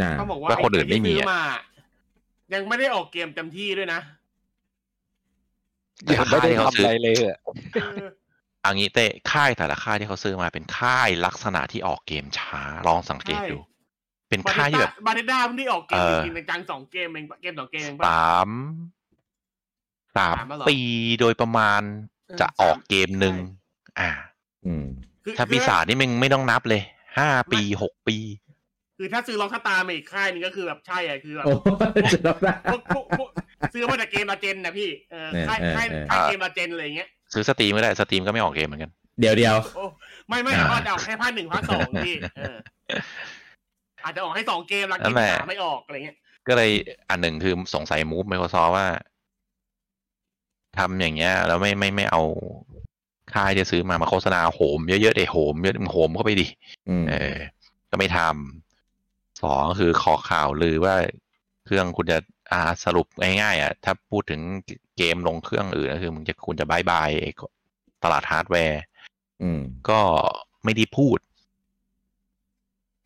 [SPEAKER 1] น่ะ
[SPEAKER 3] เขาบอกว่า
[SPEAKER 2] ว่าคนอื่นไม่มี
[SPEAKER 3] อ้
[SPEAKER 2] อะ
[SPEAKER 3] ที่ซื้อมา ยังไม่ได้ออกเกมเต็มที่ด้วยนะ
[SPEAKER 4] ๆยังไม่ได้ทำอะไรเลยอะ
[SPEAKER 3] เออ
[SPEAKER 2] เอันนี้เต้ค่ายแต่ละค่ายที่เขาซื้อมาเป็นค่ายลักษณะที่ออกเกมช้าลองสังเกตดู เป็นค่ายที่แบบ
[SPEAKER 3] บาเดด้าเพิ่งได้ออกเกม
[SPEAKER 2] เอ
[SPEAKER 3] จ
[SPEAKER 2] อ
[SPEAKER 3] ริงๆจังๆสองเกมเองเกมสองเกมเองปะ
[SPEAKER 2] สามสาม
[SPEAKER 3] สามแล้วเหรอ
[SPEAKER 2] ปีโดยประมาณ
[SPEAKER 3] เออ
[SPEAKER 2] จะออกเกมหนึ่ง
[SPEAKER 3] ใช่
[SPEAKER 2] อ่า
[SPEAKER 1] อืม
[SPEAKER 3] คือ
[SPEAKER 2] ถ้าปีศาจนี่มึงไม่ต้องนับเลยห้าปีหกปี
[SPEAKER 3] คือถ้าซื้อล็อกสตาร์มาอีกค่ายหนึงก็คือแบบใช่อะคือแบบ
[SPEAKER 1] โอ้ จะรับได้
[SPEAKER 3] พวกพวกพวกซื้อมาจากเกมลาเจนนะพี่เออ
[SPEAKER 1] เออ
[SPEAKER 3] ค่าย
[SPEAKER 1] เออ
[SPEAKER 3] ค่าย
[SPEAKER 1] เออ
[SPEAKER 3] ค่ายเกมลาเจนอะไรอย่างเงี้ย
[SPEAKER 2] ซื้อสตรีมก็ได้สตรีมก็ไม่ออกเกมเหมือนกัน
[SPEAKER 1] เดี๋ยวเดียว
[SPEAKER 3] ไม่ไม่
[SPEAKER 2] อ่า
[SPEAKER 3] ก็จะออกให้ภาคหนึ่งภาคสองพี่เอออาจจะออกให้สองเกมลาเกม
[SPEAKER 2] นั่นแหละ
[SPEAKER 3] สามไม่ออกอะไรเงี้ย
[SPEAKER 2] ก็เลยอันหนึ่งคือสงสัยมูฟ Microsoft ว่าทำอย่างเงี้ย แล้วไม่ไม่ไม่เอาค่ายที่ซื้อมามาโฆษณาโหมเยอะๆเดโหมเยอะมึงโหมเข้าไปดิ
[SPEAKER 1] อืม
[SPEAKER 2] เออ ก็ไม่ทำสองก็คือขอข่าวลือว่าเครื่องคุณจะอ่าสรุปง่ายๆอ่ะ ถ้าพูดถึงเกมลงเครื่องอื่นก็คือมึงจะคุณจะบายบายไอ้ตลาดฮาร์ดแวร์
[SPEAKER 1] อืม
[SPEAKER 2] ก็ไม่ได้พูด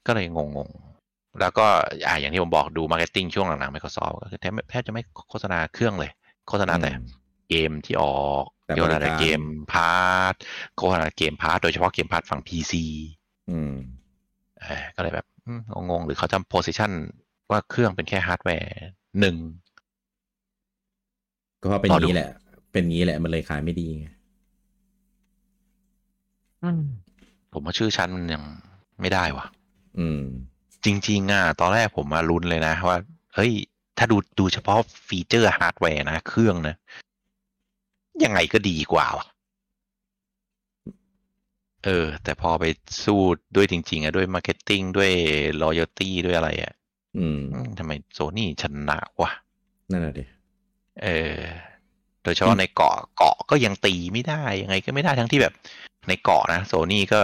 [SPEAKER 2] ก็เลยงงๆ แล้วก็อ่าอย่างที่ผมบอกดูมาร์เก็ตติ้งช่วงหลังๆ Microsoft ก็คือแทบแทบจะไม่โฆษณาเครื่องเลย โฆษณาแต่
[SPEAKER 1] อืม
[SPEAKER 2] เกมที่ออก
[SPEAKER 1] แต่บริ
[SPEAKER 2] โฆษ
[SPEAKER 1] การ
[SPEAKER 2] ณาแต่เกมพาร์ทโฆษณาเกมพาร์ทโดยเฉพาะเกมพาร์ทฝั่ง PC
[SPEAKER 1] อืม
[SPEAKER 2] เอ่อก็เลยแบบอืมงงๆ หรือเขาทำโพ i ิชันว่าเครื่องเป็นแค่ฮาร์ดแวร์หนึ่ง
[SPEAKER 1] ก็เป็น
[SPEAKER 2] ร
[SPEAKER 1] อ
[SPEAKER 2] อดู
[SPEAKER 1] ย่างนี้แหละ เป็นอย่างนี้แหละมันเลยขายไม่ดีไง
[SPEAKER 2] ผมว่าชื่อชั้นมันยังไม่ได้ว่ะ
[SPEAKER 1] อืม
[SPEAKER 2] จริงๆอ่ะตอนแรกผมมาลุ้นเลยนะ ว่า เฮ้ย ถ้าดูดูเฉพาะฟีเจอร์ฮาร์ดแวร์นะ เครื่องนะ ยังไงก็ดีกว่าว่ะเออ แต่พอไปสู้ด้วยจริง ๆอ่ะด้วยมาร์เก็ตติ้งด้วยรอยัลตี้ด้วยอะไรอ่ะ
[SPEAKER 1] อืม
[SPEAKER 2] อืมทำไมโซนี่ชนะวะ
[SPEAKER 1] นั่นแหละดิ
[SPEAKER 2] เออ โดยเฉพาะในเกาะเกาะก็ยังตีไม่ได้ ยังไงก็ไม่ได้ทั้งที่แบบ ในเกาะนะโซนี่ก็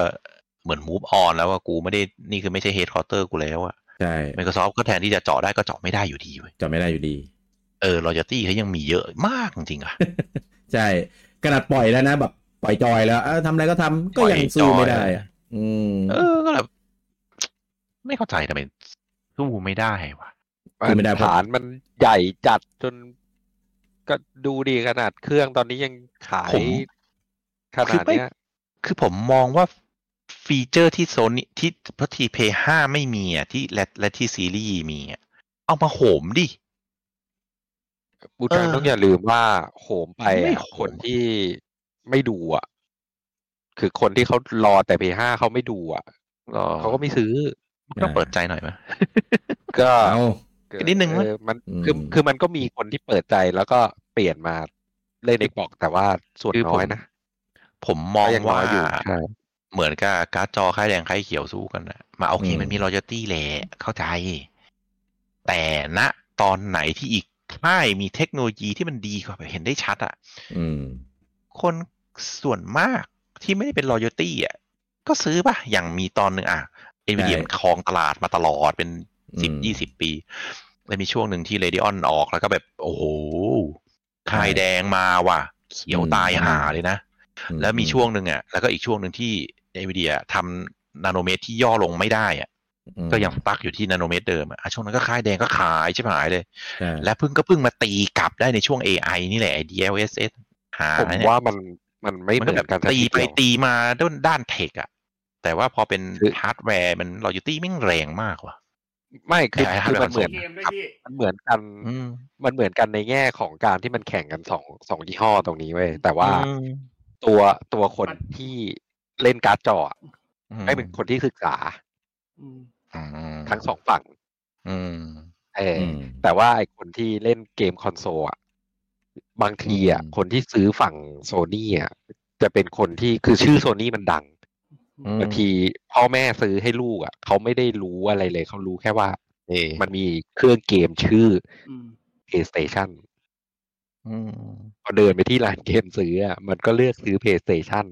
[SPEAKER 2] เหมือนมูฟออนแล้วว่ากูไม่ได้นี่คือไม่ใช่เฮดคอร์เตอร์กูแล้วอะ
[SPEAKER 1] ใช่
[SPEAKER 2] Microsoft ก็แทนที่จะเจาะได้ก็เจาะไม่ได้อยู่ดีเว้ย
[SPEAKER 1] จำไม่ได้อยู่ดี
[SPEAKER 2] เออรอยตี้เขายังมีเยอะมากจริงๆอ่ะ
[SPEAKER 1] ใช่ขนาดปล่อยแล้วนะแบบปล่อยจอยแล้วเอ้อทำอะไรก็ทำก็ยังสู้ไม่ได้อะอืม
[SPEAKER 2] เออ ก็แบบไม่เข้าใจทำไมสู้ไม่ได้วะ
[SPEAKER 1] คือไม่ได้เพ
[SPEAKER 4] ฐา
[SPEAKER 1] ราะ
[SPEAKER 4] นมันใหญ่จัดจน ก็ดูดีขนาดเครื่องตอนนี้ยังขาย
[SPEAKER 2] ผม
[SPEAKER 4] ขนาดเนี้ย
[SPEAKER 2] คือผมมองว่าฟีเจอร์ที่โซนี่ที่พทีเพย์ห้าไม่มีอ่ะที่และและที่ซีรีส์มีอ่ะเอามาโหมดิ
[SPEAKER 4] บูจัง
[SPEAKER 2] เออ
[SPEAKER 4] ต้องอย่าลืมว่าโหมไปอะ
[SPEAKER 2] ไม่โหม
[SPEAKER 4] คนที่ไม่ดูอ่ะ คือคนที่เขารอแต่ p 5เขาไม่ดูอ่ะ
[SPEAKER 2] รอ
[SPEAKER 4] เขาก็ไม่ซื้อ
[SPEAKER 2] ก็เปิดใจหน่อยไหม
[SPEAKER 4] ก็
[SPEAKER 1] เอา
[SPEAKER 2] นิดนึง
[SPEAKER 4] เอ
[SPEAKER 2] วะ
[SPEAKER 4] อมัน
[SPEAKER 1] อืม
[SPEAKER 4] คือคือมันก็มีคนที่เปิดใจแล้วก็เปลี่ยนมาเล่นในบอกแต่ว่าส่วน
[SPEAKER 2] คือผม
[SPEAKER 4] น้อยนะ
[SPEAKER 2] ผมมอง
[SPEAKER 4] ก็ยังน้
[SPEAKER 2] ว่า
[SPEAKER 4] อยอยู่ใช่
[SPEAKER 2] เหมือนกับการ์ดจอค่ายแดงค่ายเขียวสู้กันนะมาโอเค
[SPEAKER 1] อืม
[SPEAKER 2] มันมีรอยตี้แหละเข้าใจ แต่ณตอนไหนที่อีกค่ายมีเทคโนโลยีที่มันดีกว่าแบบเห็นได้ชัดอะ
[SPEAKER 1] อืม
[SPEAKER 2] คนส่วนมากที่ไม่ได้เป็นรอยตี้อ่ะก็ซื้อป่ะ อย่างมีตอนหนึ่งอ่ะเอ็นวีดี
[SPEAKER 1] ใช่
[SPEAKER 2] มันครองตลาดมาตลอดเป็นสิบ
[SPEAKER 1] อืม
[SPEAKER 2] ยี่สิบปีแล้วมีช่วงหนึ่งที่เลดี้ออนออกแล้วก็แบบ โอ้โหค่ายแดงมาว่ะ เขียว
[SPEAKER 1] อืม
[SPEAKER 2] ตายหาเลยนะ แล้วมีช่วงหนึ่งอ่ะ แล้วก็อีกช่วงหนึ่งที่เอวิดีทำนาโนเมตรที่ย่อลงไม่ได้อ่ะ
[SPEAKER 1] อืม
[SPEAKER 2] ก็ยังปักอยู่ที่นาโนเมตรเดิมอะอ่ะช่วงนั้นก็ค่ายแดงก็ขายใช่ไหมเลย
[SPEAKER 1] ใช่
[SPEAKER 2] และเพิ่งก็เพิ่งมาตีกลับได้ในช่วง AI นี่แหละ DLSS หา
[SPEAKER 4] ผม
[SPEAKER 2] เนี่ย
[SPEAKER 4] ว่ามันมันไม่เห
[SPEAKER 2] มัน
[SPEAKER 4] มื
[SPEAKER 2] ก็
[SPEAKER 4] อน
[SPEAKER 2] แบบ
[SPEAKER 4] กันสัก
[SPEAKER 2] ตี
[SPEAKER 4] ที
[SPEAKER 2] ไป
[SPEAKER 4] เดียว
[SPEAKER 2] ตีมาด้านด้านเทคอ่ะ แต่ว่าพอเป็น
[SPEAKER 4] คือ
[SPEAKER 2] ฮาร์ดแวร์มันเราอยู่ตีแม่งแรงมากว่ะ
[SPEAKER 4] ไม่คือ
[SPEAKER 2] แต่
[SPEAKER 4] คื
[SPEAKER 2] ให้
[SPEAKER 4] อมัน
[SPEAKER 2] มัน
[SPEAKER 4] เหมือน
[SPEAKER 5] เกมด้วยพี่
[SPEAKER 4] มันเหมือนกัน
[SPEAKER 2] อืม
[SPEAKER 4] มันเหมือนกันในแง่ของการที่มันแข่งกันสองสองยี่ห้อตรงนี้เว้ยแต่ว่า
[SPEAKER 2] อืม
[SPEAKER 4] ตัวตัวคนที่เล่นการ์ดจออะ
[SPEAKER 2] อืม
[SPEAKER 4] ให้เป็นคนที่ศึกษา
[SPEAKER 5] อืม
[SPEAKER 2] อืม
[SPEAKER 4] ทั้งสองฝั่ง
[SPEAKER 2] อืม
[SPEAKER 4] เอออ
[SPEAKER 1] ม
[SPEAKER 4] แต่ว่าไอคนที่เล่นเกมคอนโซลอะบางทีอ่ะ
[SPEAKER 2] อืม
[SPEAKER 4] คนที่ซื้อฝั่งโซนี่อ่ะจะเป็นคนที่คือชื่อโซนี่มันดัง
[SPEAKER 2] อืม
[SPEAKER 4] บางทีพ่อแม่ซื้อให้ลูกอ่ะเขาไม่ได้รู้อะไรเลย เขารู้แค่ว่า
[SPEAKER 2] เออ
[SPEAKER 4] มันมีเครื่องเกมชื่อ
[SPEAKER 5] อืม
[SPEAKER 4] PlayStation
[SPEAKER 2] อืม
[SPEAKER 4] พอเดินไปที่ร้านเกมซื้ออ่ะมันก็เลือกซื้อ PlayStation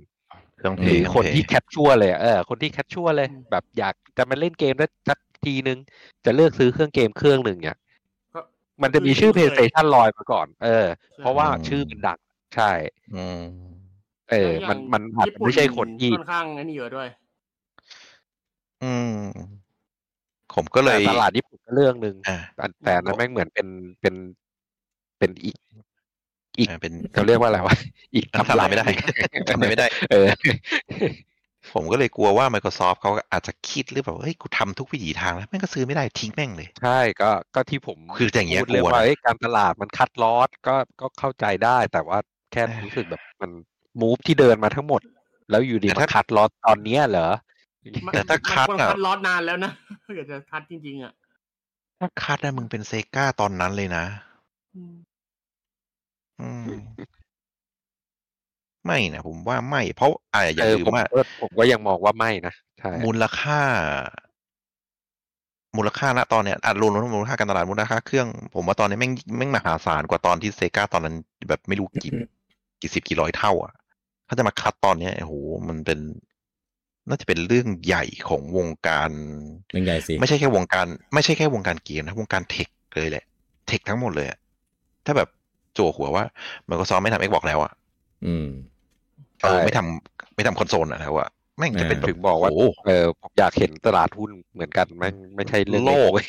[SPEAKER 2] เครื่องเพล
[SPEAKER 4] หรื
[SPEAKER 2] ง
[SPEAKER 4] อคนที่
[SPEAKER 2] เ
[SPEAKER 4] แคปชัวร์เลยอะเออคนที่แคปชัวร์เลย
[SPEAKER 5] อืม
[SPEAKER 4] แบบอยากจะมาเล่นเกมแล้วสักทีนึง จะเลือกซื้อเครื่องเกมเครื่องหนึ่งเนี่ย
[SPEAKER 5] ก็
[SPEAKER 4] มันจะมีชื่อ
[SPEAKER 5] คือ
[SPEAKER 4] PlayStation ลอยมาก่อน เออ เพราะว่า
[SPEAKER 2] อืม
[SPEAKER 4] ชื่อมันดังใช่
[SPEAKER 2] อืม
[SPEAKER 4] เออ
[SPEAKER 5] แล้วย่าง
[SPEAKER 4] มันมันอาจ
[SPEAKER 5] ญี่
[SPEAKER 4] จะ
[SPEAKER 5] ปุ่
[SPEAKER 4] ไม่ใช่คนที่
[SPEAKER 5] ค่อนข้างอันนี้เยอะด้วย
[SPEAKER 2] อืม ผมก็เลย
[SPEAKER 4] แต่ตลาดญี่ปุ่นก็เรื่องหนึ่ง
[SPEAKER 2] อ่า
[SPEAKER 4] แต่แต่อันนั้นแม่งเหมือนเป็นเป็นเป็นอีก อีก
[SPEAKER 2] อ่าเป็น
[SPEAKER 4] เขาเรียกว่าอะไรวะอีก
[SPEAKER 2] อันทำอะไรไม่ได้ ทำอะไรไม่ได้
[SPEAKER 4] เออ
[SPEAKER 2] ผมก็เลยกลัวว่า Microsoft เขาอาจจะคิดหรือแบบเฮ้ยกูทำทุกวิถีทางแล้วแม่งก็ซื้อไม่ได้ทิ้งแม่งเลย
[SPEAKER 4] ใช่ก็ก็ที่ผม
[SPEAKER 2] คืออย่างเงี้ย
[SPEAKER 4] พูดเรื่อง
[SPEAKER 2] กลัวนะ
[SPEAKER 4] ว่าเอ้ยการตลาดมันคัดลอสก็ก็เข้าใจได้ แต่ว่าแค่รู้สึกแบบมันมูฟที่เดินมาทั้งหมด แล้วอยู่ดี
[SPEAKER 2] แต่
[SPEAKER 4] มา
[SPEAKER 2] ถ้า
[SPEAKER 4] คัดลอสตอนเนี้ยเหรอ
[SPEAKER 5] มัน
[SPEAKER 2] แต่ถ้าคัด
[SPEAKER 5] มัน
[SPEAKER 2] อะ
[SPEAKER 5] คัดลอดนานแล้วนะ ถ้าเกิดจะคัดจริงๆอ่ะ
[SPEAKER 2] ถ้าคัดนะมึงเป็นเซกาตอนนั้นเลยนะ
[SPEAKER 5] อืม
[SPEAKER 2] อื ม ไม่นะผมว่าไม่ เพราะอ่าอย่า
[SPEAKER 4] เออ
[SPEAKER 2] ลืม
[SPEAKER 4] ผม
[SPEAKER 2] ว่า
[SPEAKER 4] ก็ผมก็ยังมองว่าไม่นะใช่
[SPEAKER 2] มูลค่า มูลค่าณตอนเนี้ยอัดรวมทั้งมูลค่าการตลาดมูลค่าเครื่อง ผมว่าตอนนี้แม่งแม่งมหาศาลกว่าตอนที่เซกาตอนนั้น แบบไม่รู้กี่กี่สิบกี่ร้อยเท่า อ่ะ ถ้าจะมาคัดตอนเนี้ยโอ้โหมันเป็น น่าจะเป็นเรื่องใหญ่ของวงการ
[SPEAKER 1] เรื่องใหญ่สิ
[SPEAKER 2] ไม่ใช่แค่วงการ ไม่ใช่แค่วงการเกมนะวงการเทคเลยแหละ เทคทั้งหมดเลยอะถ้าแบบจั่วหัวว่า Microsoft ไม่ทำ Xbox แล้วอะ
[SPEAKER 1] อืม
[SPEAKER 2] เออไม่ทำไม่ทำคอนโซลอะแล้วอะแม่งจะเป็นแบบ
[SPEAKER 4] ถึงบอกว่า
[SPEAKER 2] โอ้โห
[SPEAKER 4] เออผมอยากเห็นตลาดหุ้นเหมือนกันไม่ไม่ใช่เรื่องเล็กเว้ย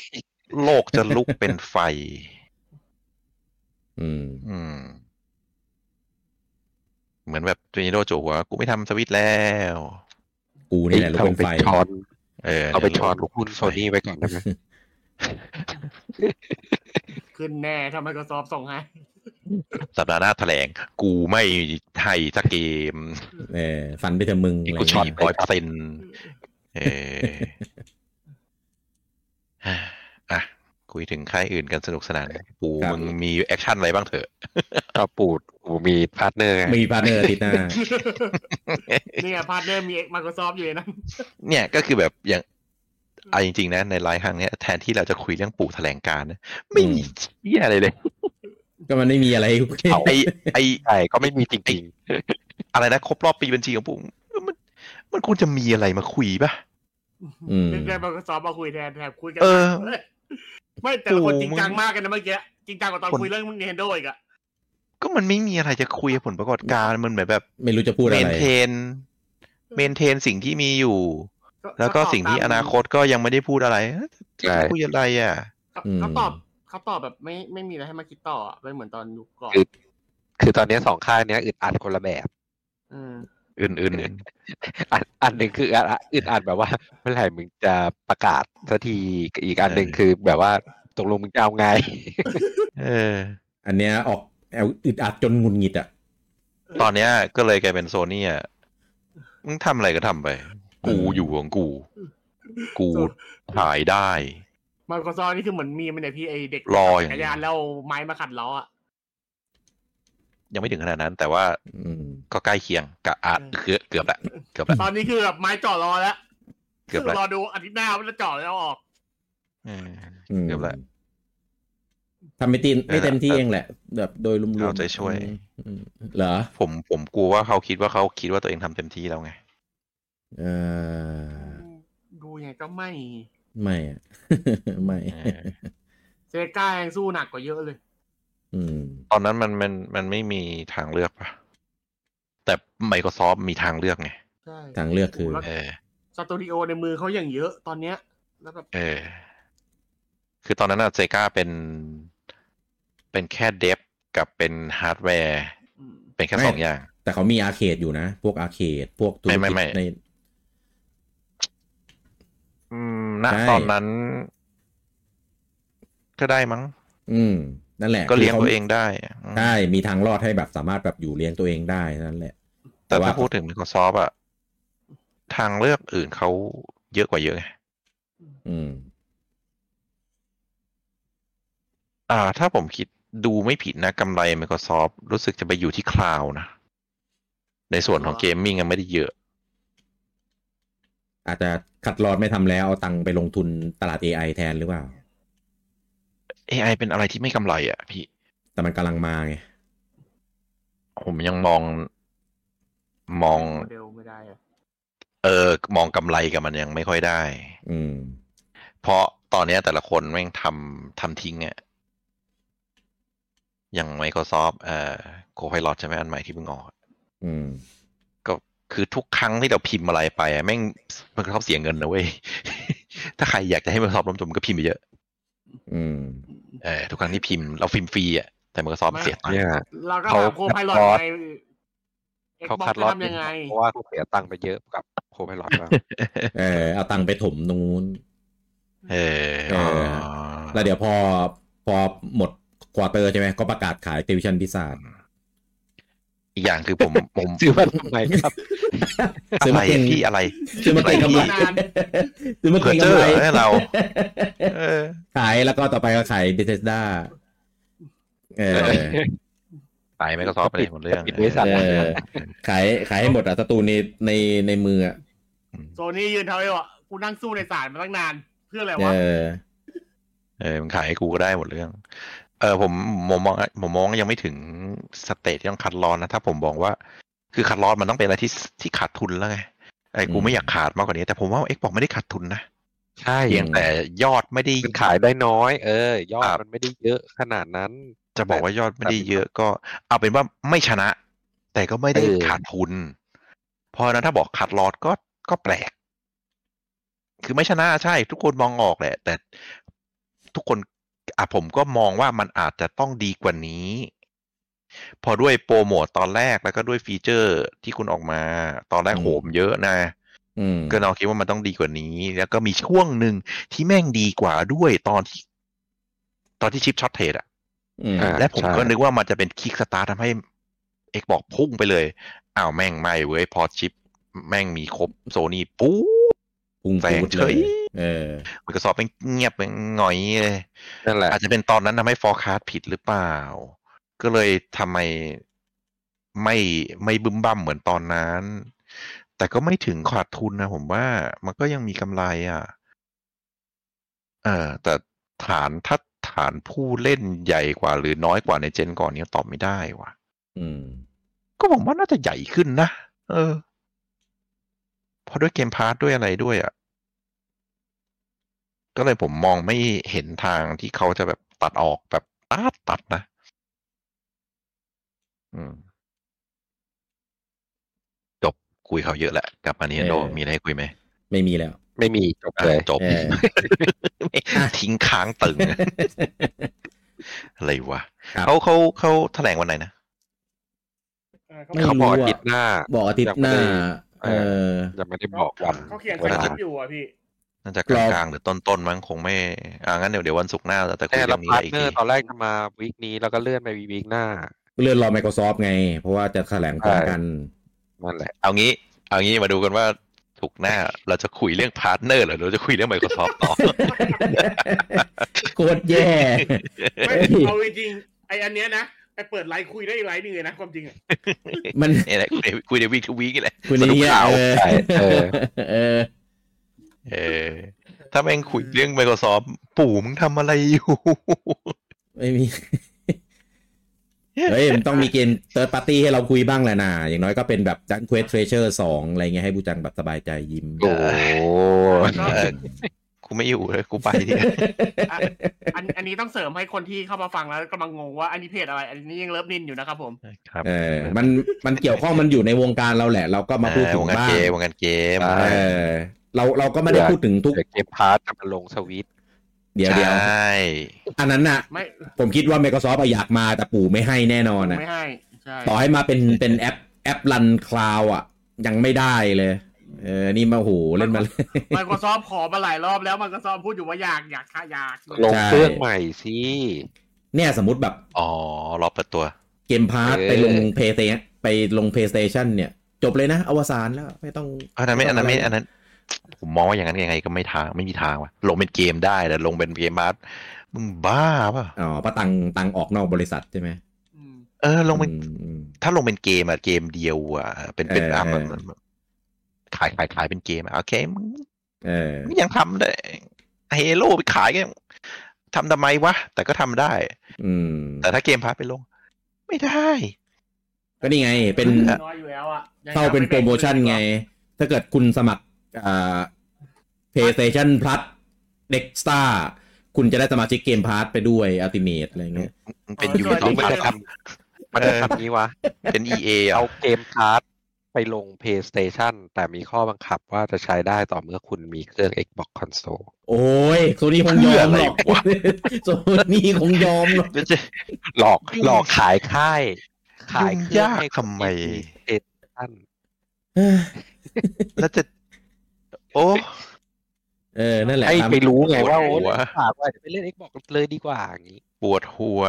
[SPEAKER 2] โลกจะลุกเป็นไฟ
[SPEAKER 1] อืม
[SPEAKER 2] อืม เหมือนแบบจูนิโดจั่วหัวกูไม่ทำสวิตช์แล้ว
[SPEAKER 1] กูนี่แหละลูกเป็น
[SPEAKER 4] เอาไป
[SPEAKER 1] ไฟ
[SPEAKER 4] ช้อน
[SPEAKER 2] เออ
[SPEAKER 4] เอาไป
[SPEAKER 2] ดี๋ยว
[SPEAKER 4] ช้อน
[SPEAKER 2] โลก
[SPEAKER 4] หุ้นโซนี่ไว้ก่อนได้ไหม
[SPEAKER 5] ขึ้นแน่ถ้า Microsoft ส่งให้
[SPEAKER 2] สัปดาห์หน้าแถลง กูไม่ให้สักเกม
[SPEAKER 1] เออฝันไปเถอะมึ
[SPEAKER 2] อี
[SPEAKER 1] งะ
[SPEAKER 2] ก
[SPEAKER 1] ไร
[SPEAKER 2] กู
[SPEAKER 1] ย่าง
[SPEAKER 2] ช็อต
[SPEAKER 1] เงี้ย
[SPEAKER 2] ร้อยเปอร์เซ็นเออ อ่ะคุยถึงค่ายอื่นกันสนุกสนาน ปู่มึงมีแอคชั่นอะไรบ้างเถอะ
[SPEAKER 4] ก็ปูดกูมีพาร์ทเนอร์ไง
[SPEAKER 1] มีพาร์ทเนอร์อาทิตย์ห น้า
[SPEAKER 5] นี่ไงพาร์ทเนอร์มี Microsoft อยู่ในนั้น
[SPEAKER 2] เนี่ยก็คือแบบอย่างเอาจริงๆนะในไลน์ครั้งเนี้ยแทนที่เราจะคุยเรื่องปู่แถลงการณ์นะไม่มีเชี่ยอะไรเลย
[SPEAKER 1] ก็มันไม่มีอะไร
[SPEAKER 2] ไอไอ
[SPEAKER 4] ใช่ก็ไม่มีจริง
[SPEAKER 2] อะไรนะครบรอบปีบัญชีของปู่มัน มันควรจะมีอะไรมาคุยป่ะ
[SPEAKER 1] อืม
[SPEAKER 5] นึกได้ Microsoft มาคุยแทนแถบคุยกัน
[SPEAKER 2] เออ
[SPEAKER 5] ไม่แต่ละคนจริงจังมากกันนะเมื่อกี้จริงจังกว่าตอนคุยเรื่อง Nintendo อีกอะ
[SPEAKER 2] ก็มันไม่มีอะไรจะคุยกับผลประกอบการมันเหมือนแบบ
[SPEAKER 1] ไม่รู้จะพูด
[SPEAKER 2] เม
[SPEAKER 1] อะ
[SPEAKER 2] น
[SPEAKER 1] ไร
[SPEAKER 2] เทนเมนเทนสิ่งที่มีอยู่ แล้วก็
[SPEAKER 5] ตบ
[SPEAKER 2] สิ่งที่
[SPEAKER 5] ตม
[SPEAKER 2] อนาคตก็ยังไม่ได้พูดอะไร
[SPEAKER 4] ๆใช่
[SPEAKER 2] คุยอะไรอ่ะ
[SPEAKER 5] เขา
[SPEAKER 1] อืม
[SPEAKER 5] เขาตอบเขาตอบแบบไม่ไม่มีอะไรให้มาคิดต่ออะไม่เหมือนตอนยุคก่อน
[SPEAKER 4] คือคือตอนนี้สองค่ายเนี้ยอึดอัดคนละแบบ
[SPEAKER 5] อืม
[SPEAKER 2] อื่นๆ
[SPEAKER 4] อันอันหนึ่งคืออันอึดอัดแบบว่า เมื่อไหร่มึงจะประกาศสักทีอีกอันหนึ่งคือแบบว่าตกลงมึงจะเอาไง
[SPEAKER 2] เออ
[SPEAKER 1] อ อันเนี้ยออกแอวอึดอัดจนหงุนหงิดอ่ะ
[SPEAKER 2] ตอนเนี้ยก็เลยกลายเป็นโซนี่อ่ะมึงทำอะไรก็ทำไป กูอยู่ของกู กูถ่ายได้
[SPEAKER 3] มาโคซอนี่คือเหมือนมีมันเนี่ยพี่ไอเด็ก
[SPEAKER 2] รออย่าง
[SPEAKER 3] จักร
[SPEAKER 2] เดีย
[SPEAKER 3] ยาน
[SPEAKER 2] ว
[SPEAKER 3] แล้วไม้มาขัดล้ออ่ะ
[SPEAKER 2] ยังไม่ถึงขนาดนั้น แต่ว่า
[SPEAKER 1] อืม
[SPEAKER 2] ก็ใกล้เคียงกับอาร์ตเกือบเกือบละเกือบละ
[SPEAKER 3] ตอนนี้คือแบบไม้จ่อรอแล้ว
[SPEAKER 2] เกือบละ
[SPEAKER 3] รอดูอาทิตย์หน้ามันจะจ่อแล้วออก
[SPEAKER 2] อืม
[SPEAKER 1] อืม
[SPEAKER 2] เกือบละ
[SPEAKER 1] ทำไม่ตีน
[SPEAKER 2] เออ
[SPEAKER 1] ไม่เต็มที่เองแหละ แบบโดยรวมๆ
[SPEAKER 2] เอาใจช่วย
[SPEAKER 1] อืมเหรอ
[SPEAKER 2] ผมผมกลัวว่าเขาคิดว่าเขาคิดว่าตัวเองทำเต็มที่แล้วไง
[SPEAKER 1] เออ
[SPEAKER 3] ดูยังไงก็ไม่
[SPEAKER 1] ไม่อะ ไม่
[SPEAKER 2] เออ
[SPEAKER 3] เซก้ายังสู้หนักกว่าเยอะเลย
[SPEAKER 1] อืม
[SPEAKER 2] ตอนนั้นมันมันมันไม่มีทางเลือกปะแต่ Microsoft มีทางเลือกไง
[SPEAKER 3] ใช่
[SPEAKER 1] ทางเลือกคือ
[SPEAKER 3] โโหแล้ว
[SPEAKER 2] เออ
[SPEAKER 3] สตูดิโอในมือเขาอย่างเยอะตอนเนี้ย แล้วแบบ
[SPEAKER 2] เออ คือตอนนั้นอะเซกาเป็น เป็นแค่เดฟกับเป็นฮาร์ดแวร์
[SPEAKER 3] อืม
[SPEAKER 2] เป็นแค่
[SPEAKER 1] ไม่
[SPEAKER 2] สองอย่าง
[SPEAKER 1] แต่เขามีอาร์เคดอยู่นะ พวกอาร์เคดพวกธุร
[SPEAKER 2] ไม่
[SPEAKER 1] กิจ
[SPEAKER 2] ไม่ไม่
[SPEAKER 1] ใน
[SPEAKER 2] อืมณ
[SPEAKER 1] ใช่
[SPEAKER 2] ตอนนั้น ก็ได้มั้ง
[SPEAKER 1] อืม นั่นแหละ
[SPEAKER 2] ก็เลี้ยง
[SPEAKER 1] คืขา
[SPEAKER 2] ตัวเองได้อืม
[SPEAKER 1] ใช่ มีทางรอดให้แบบสามารถแบบอยู่เลี้ยงตัวเองได้นั่นแหละ
[SPEAKER 2] แต่
[SPEAKER 1] แต่ว่า
[SPEAKER 2] ถ้าพูดถึง Microsoft อะทางเลือกอื่นเขาเยอะกว่าเยอะไง
[SPEAKER 1] อืม
[SPEAKER 2] อ่า ถ้าผมคิดดูไม่ผิดนะกำไร Microsoft รู้สึกจะไปอยู่ที่คลาวนะ ในส่วนของเกมมิ่งอะไม่ได้เยอะ
[SPEAKER 1] อาจจะขัดรอดไม่ทำแล้วเอาตังค์ไปลงทุนตลาด AI แทนหรือเปล่า
[SPEAKER 2] AI เป็นอะไรที่ไม่กำไรอะพี่
[SPEAKER 1] แต่มันกำลังมาไง
[SPEAKER 2] ผมยังมองมอง
[SPEAKER 3] โมเดลไม่ได้อะ
[SPEAKER 2] เออ มองกำไรกับมันยังไม่ค่อยได้
[SPEAKER 1] อืม
[SPEAKER 2] เพราะตอนเนี้ยแต่ละคนแม่งทำทำทิ้งอะอย่าง Microsoft เอ่อ Copilot ใช่ไหมอันใหม่ที่เพิ่งออก
[SPEAKER 1] อืม
[SPEAKER 2] ก็คือทุกครั้งที่เราพิมพ์อะไรไปอะแม่งมันเขาเสียเงินนะเว้ย ถ้าใครอยากจะให้ Microsoft ล้มจมก็พิมพ์ไปเยอะ
[SPEAKER 1] อืม
[SPEAKER 2] เออทุกครั้งที่พิมพ์เราพิมพ์ฟรีอะแต่ Microsoft เสียตังค์
[SPEAKER 4] เนี่ย
[SPEAKER 3] เราก็
[SPEAKER 4] เขา
[SPEAKER 3] ถามโคไพลอต
[SPEAKER 4] คัด
[SPEAKER 3] ไง
[SPEAKER 4] ลอต
[SPEAKER 3] เอ็ก
[SPEAKER 4] เขา
[SPEAKER 3] บอก
[SPEAKER 4] คัดลอต
[SPEAKER 3] ทำยังไง
[SPEAKER 4] เพราะว่าเขาเสียตังค์ไปเยอะกับโคไพลอตแล้ว
[SPEAKER 1] เออเอาตังค์ไปถมตรงนู้น
[SPEAKER 2] เออ
[SPEAKER 1] เออ แล้วเดี๋ยวพอพอหมดควอเตอร์ใช่ไหมก็ประกาศขายดิวิชันพิซซ่า
[SPEAKER 2] อีกอย่างคือผมผม
[SPEAKER 4] ซื้อมาทำไมครับ
[SPEAKER 2] อะไรอะพี่อะไร
[SPEAKER 1] ซื้อมาเก็งกำไร
[SPEAKER 3] ไม่นาน
[SPEAKER 1] ซื้อมาเก็งกำไร
[SPEAKER 2] เผื่อเจอให้เรา เออ
[SPEAKER 1] ขายแล้วก็ต่อไปก็ขายเบเ e สดาเออ
[SPEAKER 2] ตายไหมก็ซอฟไปเลยหมดเรื่อง
[SPEAKER 4] ปิดบริษัท
[SPEAKER 1] เออ ขายขายให้หมดอะศัตรูในในในมืออะ
[SPEAKER 3] โซนี่ยืนเท้าเอวอ่ะกูนั่งสู้ในศาลมาตั้งนาน เพื่ออะไร
[SPEAKER 1] เอ
[SPEAKER 3] วะ
[SPEAKER 1] อ
[SPEAKER 2] เออมันขายให้กูก็ได้หมดเรื่อง เออผมผมมองผมมองว่ายังไม่ถึงสเตจที่ต้องคัดลอนนะ ถ้าผมบอกว่า คือคัดลอนมันต้องเป็นอะไรที่ที่ขาดทุนแล้วไงไอ้กู
[SPEAKER 1] อืม
[SPEAKER 2] ไม่อยากขาดมากกว่านี้ แต่ผมว่าเอ็กบอกไม่ได้ขาดทุนนะ
[SPEAKER 4] ใช่
[SPEAKER 2] เพียงแต่ยอดไม่ได้
[SPEAKER 4] มันขายได้น้อย เออ ยอด
[SPEAKER 2] ครับ
[SPEAKER 4] มันไม่ได้เยอะขนาดนั้น
[SPEAKER 2] จะบอกว่ายอดไม่ได้เยอะก็ เอาเป็นว่าไม่ชนะ แต่ก็ไม่ได้
[SPEAKER 4] เออ
[SPEAKER 2] ขาดทุน เพราะฉะนั้นถ้าบอกขาดลอดก็ก็แปลก คือไม่ชนะใช่ ทุกคนมองออกแหละ แต่ทุกคนอ่ะผมก็มองว่ามันอาจจะต้องดีกว่านี้ พอด้วยโปรโมทตอนแรกแล้วก็ด้วยฟีเจอร์ที่คุณออกมา ตอนแรก
[SPEAKER 1] อืม
[SPEAKER 2] โหมเยอะนะ
[SPEAKER 1] อืม
[SPEAKER 2] ก็เราคิดว่ามันต้องดีกว่านี้ แล้วก็มีช่วงหนึ่งที่แม่งดีกว่าด้วยตอนที่ ตอนที่ชิปช็อตเทรดอะ
[SPEAKER 1] อืม
[SPEAKER 4] อ่า
[SPEAKER 2] และผม
[SPEAKER 4] ใช่
[SPEAKER 2] ก็นึกว่ามันจะเป็นคิกสตาร์ททำให้เอกบอกพุ่งไปเลย อ้าวแม่งไม่เว้ย พอชิป แม่งมีครบโซนี่ปุ๊บ
[SPEAKER 1] พุ่ง
[SPEAKER 2] แสง
[SPEAKER 1] ปูด
[SPEAKER 2] เฉ
[SPEAKER 1] เลย
[SPEAKER 2] ย
[SPEAKER 1] เออ
[SPEAKER 2] มันก็สอบเป็นเงียบเป็นหงอยเลย
[SPEAKER 4] นั่นแหละ
[SPEAKER 2] อาจจะเป็นตอนนั้นทำให้ฟอร์คาสผิดหรือเปล่า ก็เลยทำไมไม่ไม่บึ้มบั่มเหมือนตอนนั้น แต่ก็ไม่ถึงขาดทุนนะผมว่ามันก็ยังมีกำไรอ่ะ เออ แต่ฐานถ้าฐานผู้เล่นใหญ่กว่า หรือน้อยกว่าในเจนก่อนเนี้ตอบไม่ได้ว่ะ
[SPEAKER 1] อืม
[SPEAKER 2] ก็ผมว่าน่าจะใหญ่ขึ้นนะ เออเพราะด้วยเกมพาร์ทด้วยอะไรด้วยอะ่ะ ก็เลยผมมองไม่เห็นทางที่เขาจะแบบตัดออกแบบตัดตัดนะ อืม จบคุยเขาเยอะแหละกลับมา Nintendo
[SPEAKER 1] เออ
[SPEAKER 2] มีอะไรให้คุยไหม
[SPEAKER 1] ไม่มีแล้ว
[SPEAKER 4] ไม่มีจบ
[SPEAKER 2] อ่ะ
[SPEAKER 4] เลย
[SPEAKER 2] จบ
[SPEAKER 1] เออ
[SPEAKER 2] ทิ้งค้างตึง อะไรวะ
[SPEAKER 1] ครับ
[SPEAKER 2] เขาเขาเขาแถลงวันไหนนะ
[SPEAKER 3] เออเขา
[SPEAKER 1] ไม่
[SPEAKER 4] เขา
[SPEAKER 1] รู้
[SPEAKER 4] บอกอา
[SPEAKER 1] อะ
[SPEAKER 4] ทิตย์หน้า
[SPEAKER 1] บอกอาทิตย์หน้า
[SPEAKER 4] ยังไม่
[SPEAKER 1] เอ
[SPEAKER 4] ได้
[SPEAKER 1] อ
[SPEAKER 4] ยังไม่ได้บอกวัน
[SPEAKER 3] เขาเขียนส
[SPEAKER 4] เวลา
[SPEAKER 3] คริปต์อยู่อ่ะพี่
[SPEAKER 2] น่าจะกลางๆหรือต้นๆมั้งคงไม่อ่างั้นเดี๋ยวเดี๋ยววันศุกร์หน้าแต่คุย
[SPEAKER 4] แต่
[SPEAKER 2] เรื่
[SPEAKER 4] เรา
[SPEAKER 2] องนี้
[SPEAKER 4] พาร์ท
[SPEAKER 2] อีก
[SPEAKER 4] เนอ
[SPEAKER 2] ที
[SPEAKER 4] ร์ตอนแรกจะมาวีคนี้แล้วก็เลื่อนไปวีคหน้า
[SPEAKER 1] เลื่อนรอ Microsoft ไง เพราะว่าจะแถลงพร้อมกัน
[SPEAKER 4] นั่นแหละ
[SPEAKER 2] เอางี้ เอางี้มาดูกันว่าถูกร์หน้าเราจะคุยเรื่องพาร์ทเนอร์หรือเราจะคุยเรื่อง Microsoft ต่อ
[SPEAKER 1] โคตรแย่
[SPEAKER 5] ไม่
[SPEAKER 1] เฮ้ย
[SPEAKER 5] เอาจริงๆไออันเนี้ยนะไปเปิดไลฟ์คุยได้อีกไลฟ์หนึงเลยนะความจริงอะ
[SPEAKER 1] มัน
[SPEAKER 2] เนี่ยแหละคุยคุยในวีคทูวีนี่แหละ
[SPEAKER 1] คุณ
[SPEAKER 2] สนุก
[SPEAKER 1] นี่
[SPEAKER 2] ข่าว
[SPEAKER 1] เออ
[SPEAKER 4] ใช่เออ
[SPEAKER 1] เออ
[SPEAKER 2] เออ ถ้าแม่งคุยเรื่อง Microsoft ปู่มึงทำอะไรอยู่
[SPEAKER 1] ไม่มี เฮ้ย มันต้องมีเกมเติร์ดปาร์ตี้ให้เราคุยบ้างแหละนะอย่างน้อยก็เป็นแบบจันเควสเทรเชอร์สองอะไรเงี้ยให้บูจังแบบสบายใจยิ้ม
[SPEAKER 4] โอ้โห
[SPEAKER 2] เออกูไม่อยู่เลยกูไปเนี่ย
[SPEAKER 5] อันอันนี้ต้องเสริมให้คนที่เข้ามาฟังแล้วกำลังงงว่าอันนี้เพจอะไร อันนี้ยังเลิฟนินอยู่นะครับผม
[SPEAKER 2] ครับ
[SPEAKER 1] เออ มัน มันเกี่ยวข้องมันอยู่ในวงการเราแหละ เราก็มาพูด
[SPEAKER 2] เออ
[SPEAKER 1] ถึ
[SPEAKER 2] ว
[SPEAKER 1] ง
[SPEAKER 2] งการ
[SPEAKER 1] บ้าง
[SPEAKER 2] เกมวงการเกม
[SPEAKER 1] เออ เรา เราก็ไม่ได้พูดถึงทุก
[SPEAKER 4] เดี๋ยวเกมพาร์ทจะมาลงสวิตช์
[SPEAKER 1] เดี๋ยวเดี๋ยว
[SPEAKER 2] ใช่
[SPEAKER 1] อันนั้นน่ะ
[SPEAKER 5] ไม่
[SPEAKER 1] ผมคิดว่า Microsoft อะอยากมาแต่ปู่ไม่ให้แน่นอนนะ
[SPEAKER 5] ไม่ให้ใช่
[SPEAKER 1] ต่อให้มาเป็น เป็นแอป แอปรันคลาวอ่ะ ยังไม่ได้เลย เออ นี่มาโหเล่นมา
[SPEAKER 5] มันก็ซอมขอมาหลายรอบแล้วมันก็ซอมพูดอยู่ว่าอยากอยากค่ะอยาก
[SPEAKER 4] ลง
[SPEAKER 1] ใช่
[SPEAKER 4] เครื่องใหม่สิ
[SPEAKER 1] เนี่ยสมมติแบบ
[SPEAKER 2] อ๋อรอบเปิดตัว
[SPEAKER 1] เกมพาร์ท
[SPEAKER 4] เออ
[SPEAKER 1] ไปลงเพย์เตไปลงเพย์สเตชันเนี่ย จบเลยนะ อวสานแล้วไม่ต้อง
[SPEAKER 2] อันนั้นไม่
[SPEAKER 1] ต้อ
[SPEAKER 2] อั
[SPEAKER 1] น ง
[SPEAKER 2] นั้นไม่
[SPEAKER 1] อะไร
[SPEAKER 2] อันนั้น ผมมองว่าอย่างนั้นยังไงก็ไม่ทางไม่มีทางว่ะลงเป็นเกมได้แต่ลงเป็นเกมมาร์ทมึงบ้าป่ะ
[SPEAKER 1] อ๋อประตังตังออกนอกบริษัทใช่ไหม
[SPEAKER 5] อืม
[SPEAKER 2] เออลงเป็น
[SPEAKER 1] อืมอืม
[SPEAKER 2] ถ้าลงเป็นเกมอะเกมเดียวอะเป็นเป็น
[SPEAKER 1] เออ
[SPEAKER 2] อ่ะมัน
[SPEAKER 1] เออ
[SPEAKER 2] มันขายขายขายเป็นเกมอะโอเคมึง
[SPEAKER 1] เออ
[SPEAKER 2] มึงยังทำได้เฮโร่ไปขายกันทำทำไมวะ แต่ก็ทำได้
[SPEAKER 1] อืม
[SPEAKER 2] แต่ถ้าเกมพาร์ทไปลง ไม่ได้
[SPEAKER 1] ก็นี่ไงเป็น
[SPEAKER 5] น้อยอยู่แล้วอะยัง
[SPEAKER 1] เข้าเป็นโปรโมชั่นไง ถ้าเกิดคุณสมัครอ่า PlayStation Plus Nextstar คุณจะได้สมาชิกเกมพาร์ทไปด้วยอัลติเมทอะไรเงี้ย
[SPEAKER 2] มันเป็น
[SPEAKER 5] เออ
[SPEAKER 2] ยู
[SPEAKER 5] ช่ว
[SPEAKER 2] นิ
[SPEAKER 5] ย
[SPEAKER 2] ตอ
[SPEAKER 5] ดิ
[SPEAKER 2] ง
[SPEAKER 4] มัน
[SPEAKER 2] เป็น
[SPEAKER 4] จะทำมันจะทำนี้วะ
[SPEAKER 2] เป็นเอเออะ
[SPEAKER 4] เอาเกมพาร์ทไปลง PlayStation แต่มีข้อบังคับว่าจะใช้ได้ต่อเมื่อคุณมีเครื่อง Xbox Console
[SPEAKER 1] โอ้ยโซนี่คงยอมหรอกโซนี่คงยอมหรอก
[SPEAKER 2] มันจะ
[SPEAKER 4] หลอกหลอกขายค่าย ขายเครื่องให้
[SPEAKER 2] ยุ่งยาก
[SPEAKER 4] คน
[SPEAKER 2] ทำไม
[SPEAKER 4] เอท่าน
[SPEAKER 2] แล้วจะ โอ้
[SPEAKER 1] เออนั่นแหละ
[SPEAKER 4] ให้
[SPEAKER 1] ตาม
[SPEAKER 4] ไปรู้ไงว่าโอ้
[SPEAKER 2] หัว
[SPEAKER 4] ฝากว่าจะไปเล่น Xbox เลยดีกว่าอย่างนี้
[SPEAKER 2] ปวดหัว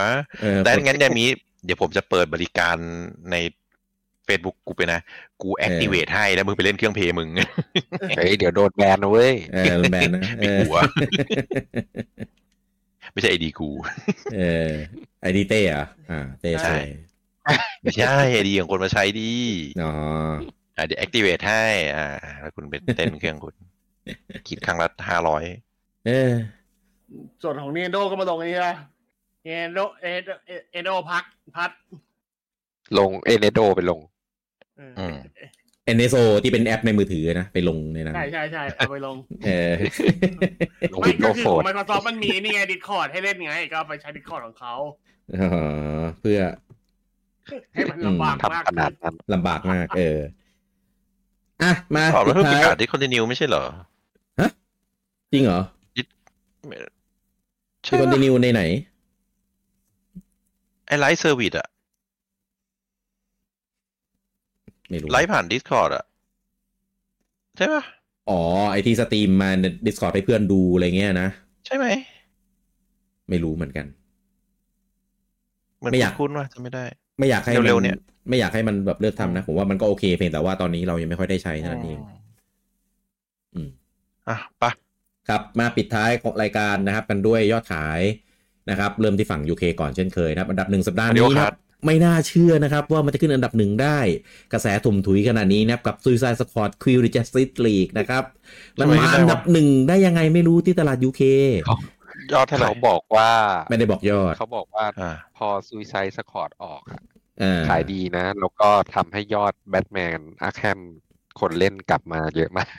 [SPEAKER 1] เออ
[SPEAKER 2] แต่งั้นอย่างนี้ เดี๋ยวผมจะเปิดบริการใน Facebook กูไปนะ กูแอคทีเวทให้แล้วมึงไปเล่นเครื่องเพย์มึง
[SPEAKER 4] เฮ้ยเดี๋ยวโดนแบนนะเว้ย
[SPEAKER 1] เออแบนนะเอ
[SPEAKER 2] ปิด
[SPEAKER 1] อ
[SPEAKER 2] หัว ไม่ใช่ไอดีกู
[SPEAKER 1] เออไอดีเต้เหรอะอ่าเต้ใช่
[SPEAKER 2] ใช่ ไม่ใช่ไอดีของคนมาใช้ดี
[SPEAKER 1] อ๋อ
[SPEAKER 2] อ่ะเดี๋ยวแอคทีเวทให้ อ่า แล้วคุณไปเต้นเครื่อง คุณ คิดครั้งละห้าร้อย
[SPEAKER 1] เออ
[SPEAKER 5] ส่วนของเนนโดก็มาลงอันนี้ละเนนโดเอนเอนโดพักพัด
[SPEAKER 4] ลงเอเนโดไปลง
[SPEAKER 5] เออ
[SPEAKER 2] อืม
[SPEAKER 1] เอนโซที่เป็นแอปในมือถือนะ ไปลงในนั้น
[SPEAKER 5] ใช่ใช่ใช่เอาไปลง
[SPEAKER 1] เออ
[SPEAKER 4] ลง
[SPEAKER 5] ไม่
[SPEAKER 4] วินโด
[SPEAKER 5] ก็
[SPEAKER 4] ว์
[SPEAKER 5] คือ
[SPEAKER 4] โฟ
[SPEAKER 5] ขอน ง Microsoft มันมีนี่ไง Discord ให้เล่นไง ก็เอาไปใช้ Discord ของเขา
[SPEAKER 1] อ๋อเพื่อ
[SPEAKER 5] ให้มันลำบากมาก
[SPEAKER 4] ทำขนาดนั้น
[SPEAKER 1] ลำบากมาก เออ อ่ะ มา
[SPEAKER 2] ตอบแล้ว
[SPEAKER 1] สุด
[SPEAKER 2] เพิ่งป
[SPEAKER 1] ท้าย
[SPEAKER 2] ระกาศดิคอนติเนียไม่ใช่เหรอ
[SPEAKER 1] จริงเหรอ
[SPEAKER 2] ใช่
[SPEAKER 1] ที่คอนติ
[SPEAKER 2] ปะ
[SPEAKER 1] เนียในไหน
[SPEAKER 2] ไอไลฟ์เซอร์วิสอะ
[SPEAKER 1] ไม่รู้
[SPEAKER 2] ไลฟ์ผ่าน Discord อะใช่ปะ
[SPEAKER 1] อ๋อ ไอที่สตรีมมาดิสคอร์ดให้เพื่อนดูอะไรเงี้ยนะ
[SPEAKER 2] ใช่ไหม
[SPEAKER 1] ไม่รู้เหมือนกัน
[SPEAKER 2] เหมือน
[SPEAKER 1] ไม่อยาก
[SPEAKER 2] คุ้นๆว่าจะไม่ได้
[SPEAKER 1] ไม่อยากให้มั
[SPEAKER 2] เร็วๆเนี่ย
[SPEAKER 1] ไม่อยากให้มันแบบเลิกทำนะ ผมว่ามันก็โอเคเพียงแต่ว่าตอนนี้เรายังไม่ค่อยได้ใช้เท่านั้นเอง อืม
[SPEAKER 2] อ่ะไปะ
[SPEAKER 1] ครับมาปิดท้ายของรายการนะครับ กันด้วยยอดขายนะครับ เริ่มที่ฝั่ง UK ก่อนเช่นเคยนะครับ อันดับหนึ่งสัปดาห์นี้
[SPEAKER 2] เดี๋ยว
[SPEAKER 1] นะ
[SPEAKER 2] ค
[SPEAKER 1] ค
[SPEAKER 2] รั
[SPEAKER 1] รับบ ไม่น่าเชื่อนะครับ ว่ามันจะขึ้นอันดับหนึ่งได้ กระแสถมถุยขนาดนี้นะครับ กับ Suicide Squad q u e r Justice League นะครับ มันมาอันดับหนึ่งได้ยังไงไม่รู้ที่ตลาด UK
[SPEAKER 2] ยอดเท่าไหร่
[SPEAKER 4] เขาบอกว่า
[SPEAKER 1] ไม่ได้บอกยอด
[SPEAKER 4] เขาบอกว่า
[SPEAKER 2] อ่า
[SPEAKER 4] พอซูซ i ยสคอร์ดออกอะ
[SPEAKER 1] อ่
[SPEAKER 4] ขายดีนะ แล้วก็ทำให้ยอดแบทแมนอาร์แคมคนเล่นกลับมาเยอะมาก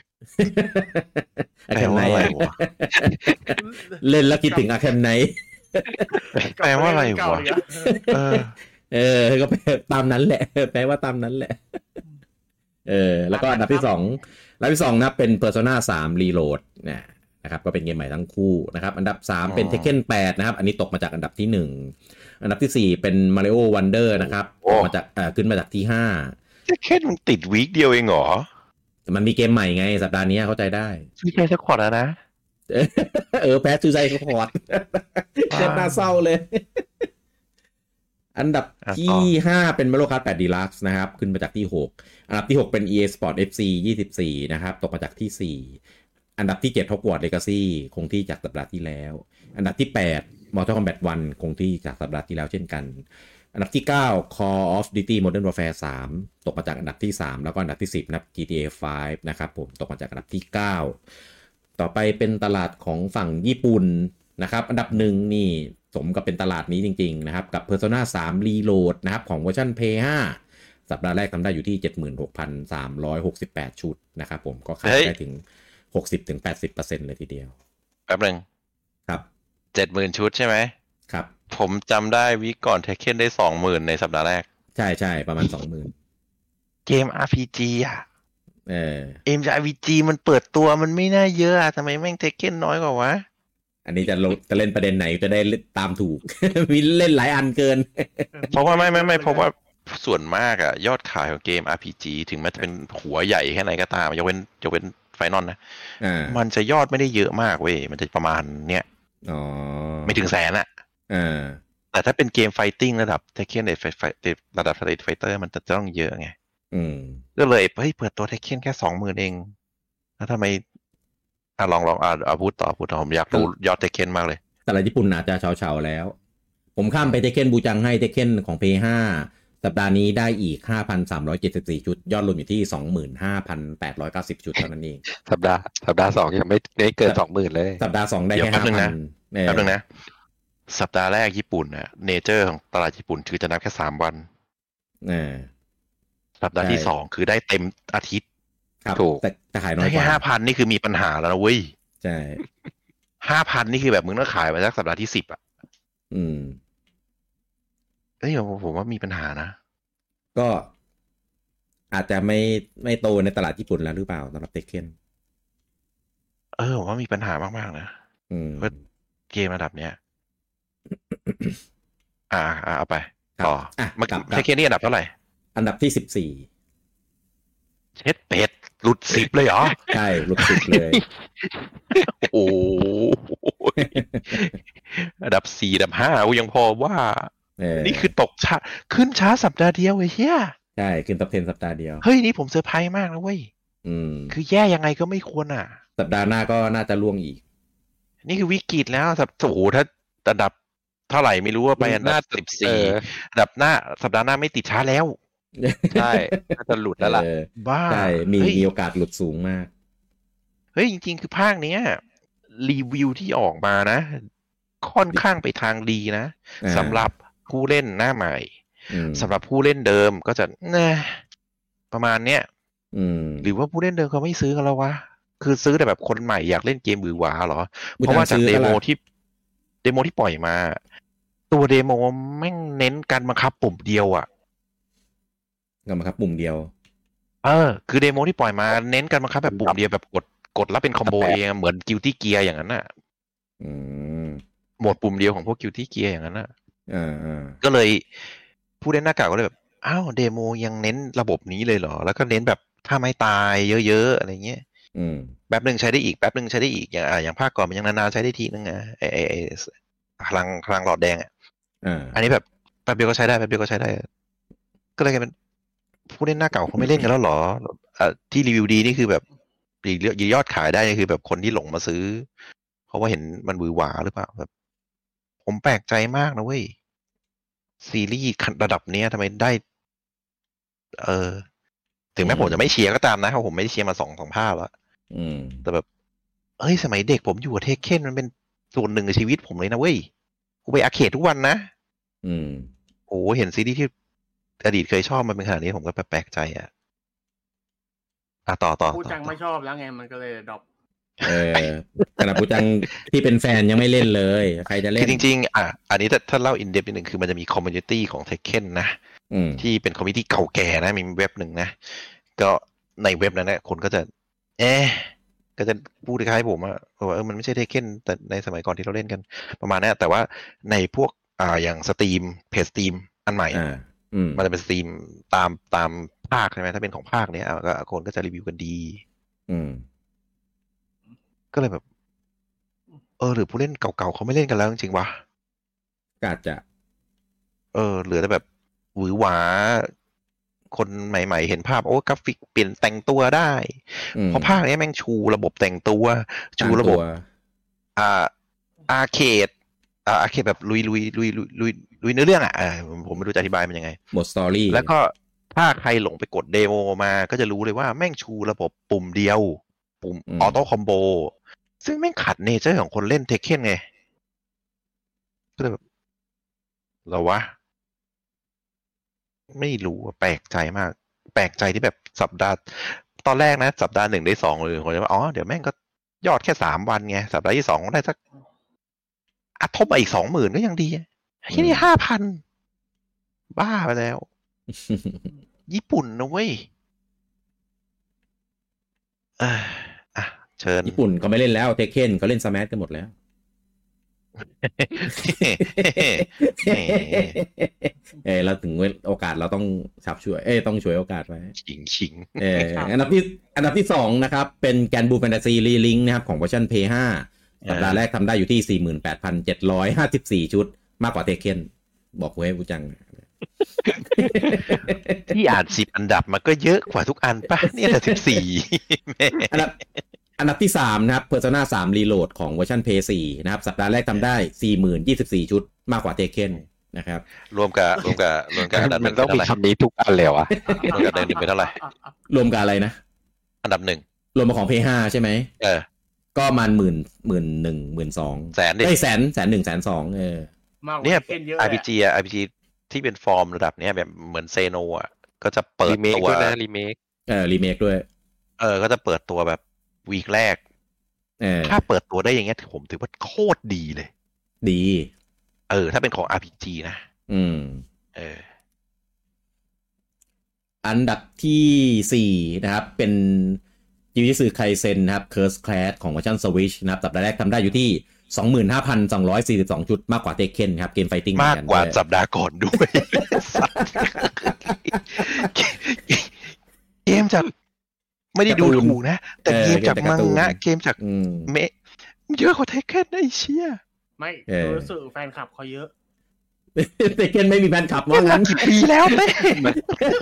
[SPEAKER 1] อาแคมไนท์
[SPEAKER 2] แปลว่าอะไรวะ
[SPEAKER 1] เล่นแล้วคิดถึงอาแคมไนท์
[SPEAKER 2] แปลว่าอะไร
[SPEAKER 5] เก่าว
[SPEAKER 2] ะ
[SPEAKER 5] เลยอ
[SPEAKER 2] เออ
[SPEAKER 1] เออ ก็แปลตามนั้นแหละ แปลว่าตามนั้นแหละ เออ แล้วก็อันดับที่สอง อันดับที่สองนะครับเป็น Persona 3 Reload นะนะครับก็เป็นเกมใหม่ทั้งคู่นะครับอันดับ 3 เป็น
[SPEAKER 2] อ๋อ
[SPEAKER 1] Tekken 8 นะครับ อันนี้ตกมาจากอันดับที่ 1 อันดับทีสี่ 4 เป็น Mario Wonder นะครับ
[SPEAKER 2] โอ้
[SPEAKER 1] ต
[SPEAKER 2] โห
[SPEAKER 1] กมาจากเอ่อขึ้นมาจากที่
[SPEAKER 2] แค่มันติดวีคเดียวเองเหรอ
[SPEAKER 1] 5 มันมีเกมใหม่ไง สัปดาห์นี้เข้าใจได้
[SPEAKER 2] ชื่อใจสะขอดแล้วนะ
[SPEAKER 1] เออแพ้ทูไซคอร์ด
[SPEAKER 2] ว้าว
[SPEAKER 1] เล่นน่าเศร้าเลย อันดับ
[SPEAKER 2] อ่ะต่
[SPEAKER 1] ที่
[SPEAKER 2] อ
[SPEAKER 1] ห้าเป็นมาริโอคาร์ด8ดีลักซ์นะครับ ขึ้นมาจากที่หกอันดับที่หกเป็น EA Sport FC 24 นะครับ ตกมาจากที่สี่อันดับที่เจ็ด Hogwarts Legacy คงที่จากสัปดาห์ที่แล้ว อันดับที่แปด Mortal Kombat 1 คงที่จากสัปดาห์ที่แล้วเช่นกัน อันดับที่ 9 Call of Duty Modern Warfare 3 ตกมาจากอันดับที่ 3 แล้วก็อันดับที่ 10นะครับ GTA 5 นะครับผม ตกมาจากอันดับที่ 9 ต่อไปเป็นตลาดของฝั่งญี่ปุ่นนะครับ อันดับหนึ่งนี่สมกับเป็นตลาดนี้จริงๆนะครับ กับ Persona 3 Reload นะครับ ของเวอร์ชัน Play 5 สัปดาห์แรกทำได้อยู่ที่ 76,368 ชุดนะครับผมก็ขาย
[SPEAKER 2] เฮ้ย
[SPEAKER 1] ได้ถึง 60-80%เลยทีเดียว
[SPEAKER 2] แป๊บหนึ่ง
[SPEAKER 1] ครับ
[SPEAKER 2] เจ็ดหมื่นชุดใช่ไหม
[SPEAKER 1] ครับ
[SPEAKER 2] ผมจำได้วิก่อนเทคเ e นได้สองหมื่นในสัปดาห์แรก
[SPEAKER 1] ใช่ใช่ประมาณ 20,000
[SPEAKER 2] เกม RPG อ่ะ
[SPEAKER 1] เออ
[SPEAKER 2] เอ็มจาก RPG มันเปิดตัวมันไม่น่าเยอะอะทำไมแม่งเทคเ e นน้อยกว่าวะ
[SPEAKER 1] อันนี้จะลงจะเล่นประเด็นไหนจะได้ตามถูก มีเล่นหลายอันเกิน
[SPEAKER 2] เพราะว่าไม่ไม่ไม่เพราะว่าส่วนมากอะยอดขายของเกม RPG ถึงแม้จะเป็นหัวใหญ่แค่ไหนก็ตามยกเว้นยกเว้นไฟนอลนะ
[SPEAKER 1] อ่า
[SPEAKER 2] มันจะยอดไม่ได้เยอะมากเว้ย มันจะประมาณเนี้ย
[SPEAKER 1] อ๋อ
[SPEAKER 2] ไม่ถึงแสนอะ
[SPEAKER 1] อ่า
[SPEAKER 2] แต่ถ้าเป็นเกมไฟติ้งระดับเทคเ e นเดทไฟระดับสตรีทไฟเตอร์มันจะต้องเยอะไง
[SPEAKER 1] อืม
[SPEAKER 2] ก็เลยเฮ้ยเปิดตัวเทคเ e นแค่สองหมื่นเอง แล้วทำไมอ่ะลองลองอ่ะเอาพูดต่อพูดต่อผมอยากรู้ยอดเทคเ e นมากเลย
[SPEAKER 1] ตลาดญี่ปุ่นอาจจะเฉาๆแล้ว ผมข้ามไปเทเ e นบูจังให้เทเ e นของ p 5สัปดาห์นี้ได้อีก 5,374 ชุด ยอดรวมอยู่ที่ 25,890 ชุดเท่านั้นเอง
[SPEAKER 4] สัปดาห์สัปดาห์สองยังไม่ได้เกินสองหมื่นเลย
[SPEAKER 1] สัปดาห์ 2 ได้
[SPEAKER 2] เดี๋
[SPEAKER 1] แค่
[SPEAKER 2] ยวแป๊บนึงนะ
[SPEAKER 1] 5,000เออ
[SPEAKER 2] แป๊บนึงนะ สัปดาห์แรกญี่ปุ่นนะเนเจอร์ของตลาดญี่ปุ่นคือจะนับแค่สามวัน
[SPEAKER 1] เออ
[SPEAKER 2] สัปดาห์ที่
[SPEAKER 1] ใช่
[SPEAKER 2] สองคือได้เต็มอาทิตย์
[SPEAKER 1] ครับ
[SPEAKER 4] ถูก
[SPEAKER 1] แต่แต่ขายน้อ
[SPEAKER 2] ได้
[SPEAKER 1] ยก
[SPEAKER 2] แค่
[SPEAKER 1] ว่า
[SPEAKER 2] ห้าพันนี่คือมีปัญหาแล้วนะเว้ย
[SPEAKER 1] ใช่
[SPEAKER 2] ห้าพันนี่คือแบบมึงต้องขายไปสักสัปดาห์ที่สิบอ่ะ
[SPEAKER 1] อืม
[SPEAKER 2] เอ้ยผมผมว่ามีปัญหานะ
[SPEAKER 1] ก็อาจจะไม่ไม่โตในตลาดญี่ปุ่นแล้วหรือเปล่าสำหรับเทเ e น
[SPEAKER 2] เออผมว่ามีปัญหามากๆนะ
[SPEAKER 1] อืม
[SPEAKER 2] ก็ เกมระดับเนี้ย อ่าอ่าเอาไปต่อ
[SPEAKER 1] ครับอ่ะ
[SPEAKER 2] เมื่อกี้
[SPEAKER 1] ครับครับ
[SPEAKER 2] เทคเ e นนี่อันดับเท่าไหร่
[SPEAKER 1] อันดับที่ 14
[SPEAKER 2] เช็ดเป็ดหลุดสิบเลยเหรอ
[SPEAKER 1] ใช่หลุดติดเลย
[SPEAKER 2] โอ้โห อันดับสี่อันดับห้ากูยังพอว่า
[SPEAKER 1] เออ
[SPEAKER 2] นี่คือตกช้าขึ้นช้าสัปดาห์เดียวไอ้เหี้ย
[SPEAKER 1] ใช่ ขึ้นตับเทนสัปดาห์เดียว
[SPEAKER 2] เฮ้ย นี่ผมเซอร์ไพรส์มากนะเว้ย
[SPEAKER 1] อืม
[SPEAKER 2] คือแย่ยังไงก็ไม่ควรอ่ะ
[SPEAKER 1] สัปดาห์หน้าก็น่าจะล่วงอีก
[SPEAKER 2] นี่คือวิกฤตแล้วสัปโอ้โหถ้าอันดับเท่าไหร่ไม่รู้ว่าไปอันดับสิบ
[SPEAKER 4] เอ
[SPEAKER 2] สี่
[SPEAKER 4] อ
[SPEAKER 2] อันดับหน้า สัปดาห์หน้าไม่ติดช้าแล้ว
[SPEAKER 4] ใช่น่าจะหลุดแล้วล่ะ
[SPEAKER 1] เออ
[SPEAKER 2] บ้า
[SPEAKER 1] ใช่ มี
[SPEAKER 2] เฮ้ย
[SPEAKER 1] มีโอกาสหลุดสูงมาก
[SPEAKER 2] เฮ้ย จริง ๆ คือภาคเนี้ย รีวิวที่ออกมานะ ค่อนข้างไปทางดีนะ
[SPEAKER 1] อ่า
[SPEAKER 2] สำหรับผู้เล่นหน้าใหม่
[SPEAKER 1] อืม
[SPEAKER 2] สำหรับผู้เล่นเดิมก็จะนะประมาณเนี้ย
[SPEAKER 1] อืม
[SPEAKER 2] หรือว่าผู้เล่นเดิมเขาไม่ซื้อกันแล้ววะคือซื้อแต่แบบคนใหม่อยากเล่นเกมบือหวาเหรอ เพราะว่าจากเดโมที่เดโมที่ปล่อยมา ตัวเดโมแม่งเน้นการบังคับปุ่มเดียวอะ่ะ
[SPEAKER 1] ก็มาครับปุ่มเดียว
[SPEAKER 2] เออคือเดโมที่ปล่อยมาเน้นการบังคับแบบปุ่มเดียวแบบกดกดแล้วเป็นคอมโบ
[SPEAKER 4] แบบ
[SPEAKER 2] เองอะเหมือนกิ l ตี้เกียร์อย่างนั้นน่ะ
[SPEAKER 1] อืม
[SPEAKER 2] โหมดปุ่มเดียวของพวกกิ l ตี้เกียร์อย่างนั้นน่ะ
[SPEAKER 1] อ่าอ่า
[SPEAKER 2] ก็เลยผู้เล่นหน้ากากก็เลยแบบอ้าวเดโมยังเน้นระบบนี้เลยเหรอ แล้วก็เน้นแบบถ้าไม่ตายเยอะๆอะไรเงี้ย
[SPEAKER 1] อืม
[SPEAKER 2] แป๊บหนึ่งใช้ได้อีกแป๊บหนึ่งใช้ได้อีกอย่างอ่าอย่างภาคก่อนมันยังนานๆใช้ได้ทีนึงอะไอไอ้ไอ้พลังพลังหลอดแดงอ่ะ
[SPEAKER 1] อ่า
[SPEAKER 2] อันนี้แบบแป๊บเดียวก็ใช้ได้แป๊บเดียวก็ใช้ได้ ก็เลยกลายเป็นผู้เล่นหน้าเก่าคงไม่เล่นกันแล้วเหรออ่ะที่รีวิวดีนี่คือแบบรีเลือกยอดขายได้นี่คือแบบคนที่หลงมาซื้อ เพราะว่าเห็นมันหวือหวาหรือเปล่าแบบ ผมแปลกใจมากนะเว้ยซีรีส์ระดับเนี้ยทำไมได้ เออ ถึงแม้ผมจะไม่เชียร์ก็ตามนะครับผมไม่ได้เชียร์มาสองสองภาคแล้ว
[SPEAKER 1] อืม
[SPEAKER 2] แต่แบบ เอ้ย สมัยเด็กผมอยู่กับเทคเคนมันเป็นส่วนหนึ่งในชีวิตผมเลยนะเว้ย กูไปอาร์เคดทุกวันนะ
[SPEAKER 1] อืม
[SPEAKER 2] โอ้โหเห็นซีรีส์ที่อดีตเคยชอบมันเป็นขนาดนี้ผมก็แปลกใจอ่ะ อ่ะต่อต่อต่อ
[SPEAKER 3] ผู้จัง
[SPEAKER 2] ต่
[SPEAKER 3] ไม่
[SPEAKER 2] อ
[SPEAKER 3] ชอบแล้วไงมันก็เลยดรอป
[SPEAKER 1] เออขนาดปูจังที่เป็นแฟนยังไม่เล่นเลย ใครจะเล่
[SPEAKER 2] คื
[SPEAKER 1] น
[SPEAKER 2] อจริง ๆ อ่ะ อันนี้ถ้าถ้าเล่าอินเดปนิดหนึ่งคือมันจะมีคอมมูนิตี้ของเทคเคนนะ
[SPEAKER 1] อืม
[SPEAKER 2] ที่เป็นคอมมิตี้เก่าแก่นะ มีเว็บหนึ่งนะ ก็ในเว็บนั้นนะคนก็จะ เอ๊ะก็จะพูดคล้ายๆผมอะว่าเออมันไม่ใช่เทเ e นแต่ในสมัยก่อนที่เราเล่นกัน ประมาณนั้นแต่ว่าในพวกอ่าอย่างสตรีมเพจสตรีมอันใหม่
[SPEAKER 1] อ่า อืม
[SPEAKER 2] มันจะเป็นสตรีมตามตาม ภาคใช่ไหมถ้าเป็นของภาคเนี้ยอ่ะก็คนก็จะรีวิวกันดี
[SPEAKER 1] อืม
[SPEAKER 2] ก็เลยแบบ เออ หรือผู้เล่นเก่าๆเขาไม่เล่นกันแล้วจริงๆวะ
[SPEAKER 1] ก็อาจจะ
[SPEAKER 2] เออเหลือแต่แบบหวือหวา คนใหม่ๆ เห็นภาพ โอ้กราฟิกเปลี่ยนแต่งตัวได้
[SPEAKER 1] อืม
[SPEAKER 2] เพราะภาคเนี้ยแม่งชูระบบแต่งตัว ชูระบบ
[SPEAKER 1] ตามตัว
[SPEAKER 2] อ่าอาร์เคดอ่าอาร์เคดแบบลุยลุยลุยลุยลุยลุยเนื้อเรื่องอ่ะเออผมไม่รู้จะอธิบายมันยังไง
[SPEAKER 1] หมดสตอรี่
[SPEAKER 2] แล้วก็ถ้าใครหลงไปกดเดโมมาก็จะรู้เลยว่าแม่งชูระบบปุ่มเดียว ปุ่มออโต้คอมโบ ซึ่งแม่งขัดเนเจอร์ของคนเล่นเทคเ e นไง ก็เลยแบบเหราวะ ไม่รู้อะแปลกใจมาก แปลกใจที่แบบสัปดาห์ ตอนแรกนะ สัปดาห์หนึ่งได้สองเลยผมจะว่าอ๋อ เดี๋ยวแม่งก็ยอดแค่สามวันไง สัปดาห์ที่สองได้สักอัดทบไปอีกสองหมื่นก็ยังดีอะที่นี่ห้าพันบ้าไปแล้ว ญี่ปุ่นนะเว้ยเอ่ออ่ะ เชิญ
[SPEAKER 1] ญี่ปุ่นเขาไม่เล่นแล้วเทคเคนเขาเล่นสมาร์ทกันหมดแล้ว เออเราถึงเวลาโอกาสเราต้องฉับช่วย เอ้ยต้องช่วยโอกาสไว้
[SPEAKER 2] ชิงชิง
[SPEAKER 1] เอออันดับที่อันดับที่สองนะครับ เป็นแกนบูแฟนตาซีรีลิงนะครับ ของเวอร์ชัน p 5สัปดาห์แรกทำได้อยู่ที่ 48,754 ชุด มากกว่าเทเคนบอกไว้กูจัง
[SPEAKER 2] ที่อ่านสิบอันดับมันก็เยอะกว่าทุกอันปะเนี่ยแต่สิบสี่
[SPEAKER 1] อันดับอันดับที่ 3 นะครับ Persona 3 Reload ของเวอร์ชัน p 4นะครับ สัปดาห์แรกทำได้ 40,024 ชุด มากกว่าเทเคนนะครับ
[SPEAKER 2] รวมกับรวมกับรวมกับอันดับห
[SPEAKER 4] มั
[SPEAKER 2] นึ่
[SPEAKER 4] น
[SPEAKER 2] ง
[SPEAKER 4] ต้อง
[SPEAKER 2] เป็น
[SPEAKER 4] มี
[SPEAKER 2] เท่าไหร่
[SPEAKER 4] คำนี้ทุกอันเลยวะ
[SPEAKER 2] รวมกับอันดับหนึ่งเป็นเท่าไหร่
[SPEAKER 1] รวมกับอะไรนะ
[SPEAKER 2] อันดับหนึ่ง
[SPEAKER 1] รวมมาของ p 5ใช่ไหม
[SPEAKER 2] เออ
[SPEAKER 1] ก็ประมันหมื่นหมื่นหนึ่งหมื่นสอง
[SPEAKER 2] แสนดิ
[SPEAKER 1] ไอ้ยแสนแสนหนึ่งแสนสองเออ
[SPEAKER 5] มากกว่า
[SPEAKER 2] เนี่ย
[SPEAKER 5] เคนเยอะเลย
[SPEAKER 2] RPG อะ RPG ที่เป็นฟอร์มระดับเนี้ยแบบเหมือนเซโนอ่ะ ก็จะเปิด
[SPEAKER 4] รีเมค
[SPEAKER 2] ตัว
[SPEAKER 4] ด้วยนะรีเมค
[SPEAKER 1] เออรีเมคด้วย
[SPEAKER 2] เออ ก็จะเปิดตัวแบบวีคแรก
[SPEAKER 1] เออ
[SPEAKER 2] ถ้าเปิดตัวได้อย่างเงี้ยผมถือว่าโคตรดีเลย
[SPEAKER 1] ดี
[SPEAKER 2] เออ ถ้าเป็นของ RPG นะ
[SPEAKER 1] อืม
[SPEAKER 2] เออ
[SPEAKER 1] อันดับที่สี่นะครับ เป็นยูจิสึไคเซนนะครับ Curse Clash ของเวอร์ชัน Switch นะครับ สัปดาห์แรกทำได้อยู่ที่ 25,242 ชุดมากกว่าเทคเ e นครับเกมไฟติ้ง
[SPEAKER 2] มากกว่า
[SPEAKER 1] สั
[SPEAKER 2] สัปดาห์ก่อนด้วย เกมจาก ไม่ได้ดูถูกนะ แต่เกมจากมังงะ เกมจาก
[SPEAKER 1] อืม
[SPEAKER 2] เมะเยอะกว่าเทคเคนนะไอเชี่ย
[SPEAKER 5] ไม่
[SPEAKER 1] เออ
[SPEAKER 5] รู้สึกแฟนคลับเขาเยอะ
[SPEAKER 1] เทคเ e นไม่มีแฟนคลับ
[SPEAKER 2] เล่
[SPEAKER 1] ว่าน
[SPEAKER 2] มา
[SPEAKER 1] งั้น
[SPEAKER 2] กี่ปี แล้วเต้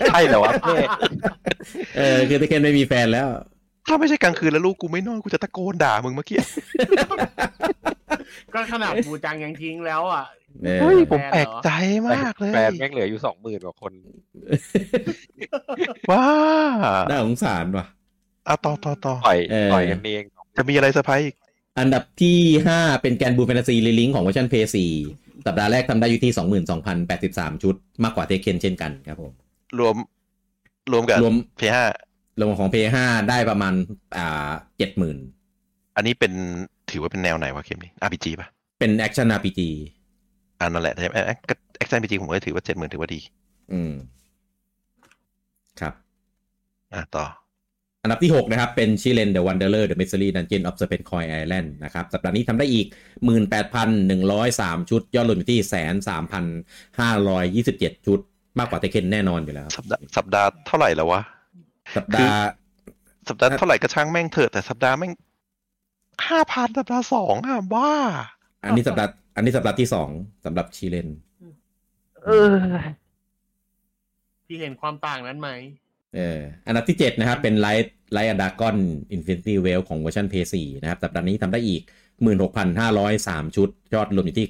[SPEAKER 4] ใช่เหรอวะเพ่
[SPEAKER 1] เออ คือเทคเ e นไม่มีแฟนแล้ว
[SPEAKER 2] ถ้าไม่ใช่กลางคืนแล้วลูกกูไม่นอน กูจะตะโกนด่ามึงเมื่อกี้
[SPEAKER 5] ก็ขนาดบูจังยังทิ้งแล้วอ่ะ
[SPEAKER 1] เออ
[SPEAKER 2] เฮ้ย ผมแปลกใจมากเลย
[SPEAKER 4] แฟนแม่งเหลืออยู่สองหมื่นกว่าคน
[SPEAKER 2] ว้า
[SPEAKER 1] น่าสงสารว่ะ
[SPEAKER 2] เอาต่อต่อต่อ
[SPEAKER 4] ปล่อย
[SPEAKER 1] เออ
[SPEAKER 4] ปล่อยกันเอง
[SPEAKER 2] จะมีอะไรเซอร์ไพรส์อีก
[SPEAKER 1] อันดับที่ 5 เป็นแกนบูแฟนตาซีรีลิงของเวอร์ชัน p 4สัปดาห์แรกทำได้อยู่ที่ 22,083 ชุด มากกว่าเทคเ e นเช่นกันครับผม
[SPEAKER 2] รวม รวมกับ
[SPEAKER 1] รวม
[SPEAKER 2] เพย์ห้าร
[SPEAKER 1] วมของ p 5ได้ประมาณอ่า70,000
[SPEAKER 2] อันนี้เป็นถือว่าเป็นแนวไหนวะเกมนี้ RPG ป่ะ
[SPEAKER 1] เป็นแอคชั่น RPG
[SPEAKER 2] อันนั่นแหละใช่ไหมแอคชั่นพีจีผมก็ถือว่าเจ็ดหมื่นถือว่าดี
[SPEAKER 1] อืม ครับ
[SPEAKER 2] อ่ะต่อ
[SPEAKER 1] อันดับที่ 6 นะครับ เป็นชิเลนเดอะวันเดอร์เลอร์เดอะมิสซิลี่ดันเจียนออฟสเปนคอยไอแลนด์นะครับ สัปดาห์นี้ทำได้อีก 18,103 ชุด ยอดรวมอยู่ที่แสนสามพันห้าร้อยยี่สิบเจ็ดชุด มากกว่าเทคเ e นแน่นอนอยู่แล้ว
[SPEAKER 2] สัปดาห์สัปดาห์เท่าไหร่แล้ววะ
[SPEAKER 1] สัปดาห์
[SPEAKER 2] สัปดาห์เท่าไหร่ก็ช่างแม่งเถอะแต่สัปดาห์แม่งห้าพันสัปดาห์สองอ่ะบ้า
[SPEAKER 1] อันนี้สัปดาห์อันนี้สัปดาห์ที่สองสำหรับชิเลน
[SPEAKER 5] พี่เห็นความต่างนั้นไหม
[SPEAKER 1] เอออันดับที่ 7 นะครับ เป็นไลท์ไลท์อดากอนอินฟินิตี้เวลของเวอร์ชัน p 4นะครับ สัปดาห์นี้ทำได้อีก 16,503 ชุด ยอดรวมอยู่ที่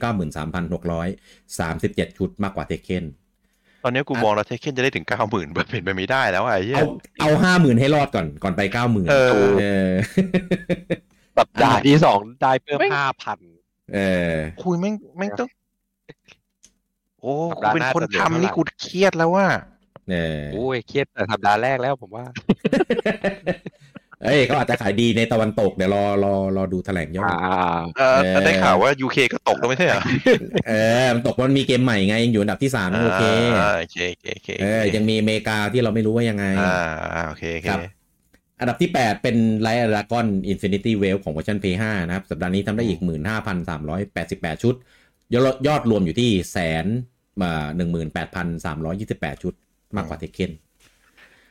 [SPEAKER 1] 93,637 ชุดมากกว่าเทคเ e น
[SPEAKER 2] ตอนนี้กูมองแล้วเทคเคนจะได้ถึงเก้าหมื่น แบบเป็นไปไม่ได้แล้วอะไอ้เหี้ย
[SPEAKER 1] เอาเอา 50,000 ให้รอดก่อนก่อนไป 90,000
[SPEAKER 2] เออ
[SPEAKER 1] เออ
[SPEAKER 4] สัปดาห์ที่สองได้เพิ่มห้าพัน
[SPEAKER 1] เออ
[SPEAKER 2] คุยแม่งแม่งต้อง โอ้
[SPEAKER 4] สัป
[SPEAKER 2] กู
[SPEAKER 4] ดาห์
[SPEAKER 2] เป็นคน
[SPEAKER 4] หน้าจะเหลือ
[SPEAKER 2] ทำ
[SPEAKER 4] เท่าไหร่
[SPEAKER 2] นี่กูเครียดแล้วว่า
[SPEAKER 1] เออ
[SPEAKER 4] โอ้ยเครียดแต่สัปดาห์แรกแล้วผมว่า
[SPEAKER 1] เอ้ยเขาอาจจะขายดีในตะวันตก เดี๋ยวรอรอรอดูแถลงยอด
[SPEAKER 4] อ่า
[SPEAKER 2] เออ
[SPEAKER 1] เออ
[SPEAKER 2] ได้ข่าวว่า UK ก็ตกแล้วไม่ใช่เหรอ
[SPEAKER 1] เออมันตกเพราะมันมีเกมใหม่ไงยังอยู่อันดับที่สามยังโอเค
[SPEAKER 2] อ่าโอเคโอเคโอเค
[SPEAKER 1] เออยังมีอเมริกาที่เราไม่รู้ว่ายังไง
[SPEAKER 2] อ่าอ่าโอเคโอเค
[SPEAKER 1] ครับ อันดับที่ 8 เป็นไลท์ดากอนอินฟินิตี้เวลของเวอร์ชัน p 5นะครับ สัปดาห์นี้ทำได้อีก 15,388 ชุด ยอดยอดรวมอยู่ที่แสนหนึ่งหมื่นแปดพันสามร้อยยี่สิบแปดชุด มากกว่าเทคเ e น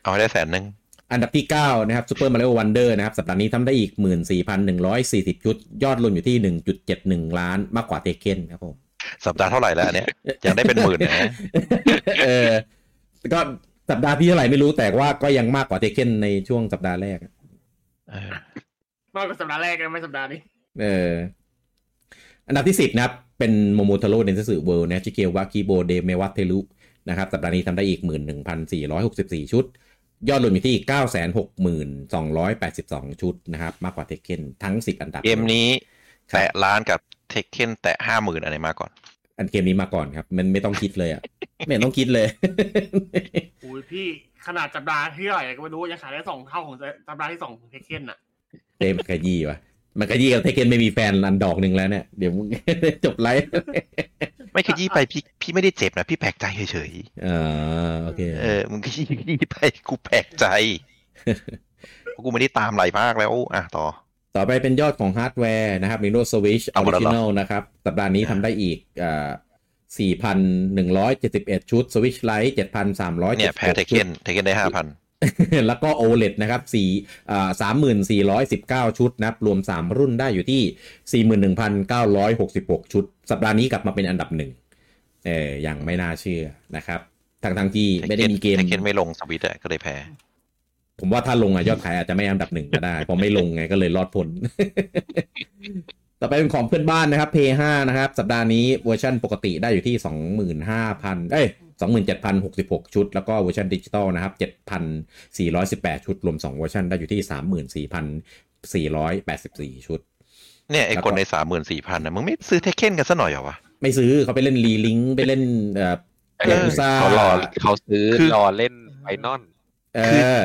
[SPEAKER 2] เอาให้ได้แสนหนึ่ง
[SPEAKER 1] อันดับที่ 9 นะครับ Super Mario Wonder นะครับ สัปดาห์นี้ทำได้อีก 14,140 ชุด ยอดรวมอยู่ที่ 1.71 ล้านมากกว่าเทเ e นครับผม
[SPEAKER 2] สัปดาห์เท่าไหร่แล้วอันเนี้ยยังได้เป็นหมื่นนะ
[SPEAKER 1] เออก็สัปดาห์ที่เท่าไหร่ไม่รู้แต่ว่าก็ยังมากกว่าเทเ e นในช่วงสัปดาห์แรก
[SPEAKER 2] เออ
[SPEAKER 5] มากกว่าสัปดาห์แรกนะไม่สัปดาห์นี้
[SPEAKER 1] เออ อันดับที่ 10 นะครับ เป็นโมโมทาโร่เดนซ s เวิลด์นะชิเกวากิโบเดเมวัตเทลุนะครับ สัปดาห์นี้ทำได้อีก 11,464 ชุด ยอดรวมอยู่ที่ 9,6282 ชุดนะครับ มากกว่าเทเ e นทั้ง 10 อันดับ
[SPEAKER 2] เกมนี้
[SPEAKER 1] ครับ
[SPEAKER 2] แตะล้านกับเทคเคนแตะห้าหมื่นอะไรมาก่อน
[SPEAKER 1] อันเกมนี้มาก่อนครับ มันไม่ต้องคิด เลยอ่ะ ไม่เห็นต้องคิดเลย
[SPEAKER 5] อุ้ยพี่ขนาดสัปดาห์ที่เท่าไหร่ก็ไม่รู้ยังขายได้สองเท่าของสัปดาห์ที่สองของเทคเคนน่ะ
[SPEAKER 1] เต้มันขยี้วะมันขยี้กับเทเกนไม่มีแฟนอันดอกหนึ่งแล้วเนี่ย เดี๋ยวมึง จบไลฟ์
[SPEAKER 2] ไม่ขยี้ไปพี่พี่ไม่ได้เจ็บนะพี่แปลกใจเฉย
[SPEAKER 1] อ่าโอเค
[SPEAKER 2] ๆเออมึงขยี้ขยี้ไปกูแปลกใจเพราะกูไม่ได้ตามไหลมากแล้วอ่ะต่อ
[SPEAKER 1] ต่อไปเป็นยอดของฮาร์ดแวร์นะครับ Nintendo Switch
[SPEAKER 2] เอาหมดแล้วเหรอ
[SPEAKER 1] Original นะครับ สัปดาห์นี้ทำได้อีกอ่า4,171 ชุด Switch Lite 7,376
[SPEAKER 2] เนี่ยแพ้เทคเคนเทคเคนได้ห้าพัน
[SPEAKER 1] ชุด แล้วก็ OLED นะครับ4อ่า3419 ชุดนะครับ รวม 3 รุ่นได้อยู่ที่ 41,966 ชุด สัปดาห์นี้กลับมาเป็นอันดับหนึ่งเออยังไม่น่าเชื่อนะครับทั้งทงๆที่ไม่ได้มีเกม
[SPEAKER 2] เทคเคนไม่ลงสวิตอะก็เลยแพ้
[SPEAKER 1] ผมว่าถ้าลงอะยอดขายอาจจะไม่อันดับหนึ่งก็ได้ พอไม่ลงไงก็เลยรอดพ้น ต่อไปเป็นของเพื่อนบ้านนะครับ p 5นะครับ สัปดาห์นี้เวอร์ชันปกติได้อยู่ที่ 25,000 เอ้ย 27,066 ชุด แล้วก็เวอร์ชันดิจิตอลนะครับ 7,418 ชุด รวม 2 เวอร์ชันได้อยู่ที่ 34,484 ชุด
[SPEAKER 2] เนี่ยไอคนในสามหมื่นสี่พันนะมึงไม่ซื้อเทคเคนกันซะหน่อยเหรอวะ
[SPEAKER 1] ไม่ซื้อเขาไปเล่นรีลิงไปเล่นเอ่อ
[SPEAKER 4] เอ
[SPEAKER 1] เออ
[SPEAKER 4] อ
[SPEAKER 1] อุตส่าห์
[SPEAKER 4] เขารอเขาซื้อ
[SPEAKER 2] คือ
[SPEAKER 4] รอเล่นไฟนอล
[SPEAKER 1] เออ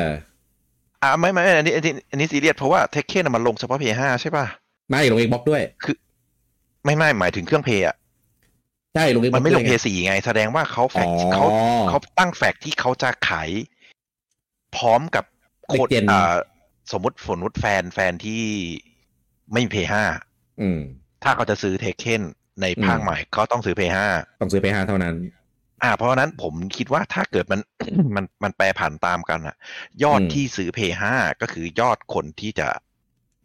[SPEAKER 2] อ่ะไม่ไม่ไม่อันนี้อันนี้อันนี้ซีเรียสเพราะว่าเทคเคนมันลงเฉพาะเพย์ห้าใช่ป่ะ
[SPEAKER 1] ไม่ลงเอกบ็อกด้วย
[SPEAKER 2] ไม่ไม่หมายถึงเครื่องเพย์อ่ะ
[SPEAKER 1] ใช่ลงเอกบ็
[SPEAKER 2] มั
[SPEAKER 1] อน ก
[SPEAKER 2] ไม่ลงเพ
[SPEAKER 1] ด้วย
[SPEAKER 2] ย์สี่ไง แสดงว่าเขาแฟ
[SPEAKER 1] อ๋อก
[SPEAKER 2] เขาเขาตั้งแฟกที่เขาจะขายพร้อมกับโคตรอ่าสมมติสมมติแฟนแฟนที่ไม่มีเพย์ห้า
[SPEAKER 1] อืม
[SPEAKER 2] ถ้าเขาจะซื้อเทคเคนในภาค
[SPEAKER 1] อืม
[SPEAKER 2] ใหม่เขาต้องซื้อเพย์ห้า
[SPEAKER 1] ต้องซื้อไปห้าเท่านั้น
[SPEAKER 2] อ่าเพราะฉะนั้นผมคิดว่าถ้าเกิดมัน มันมันแปรผันตามกันอะยอด
[SPEAKER 1] อืม
[SPEAKER 2] ที่ซื้อเพย์ห้าก็คือยอดคนที่จะ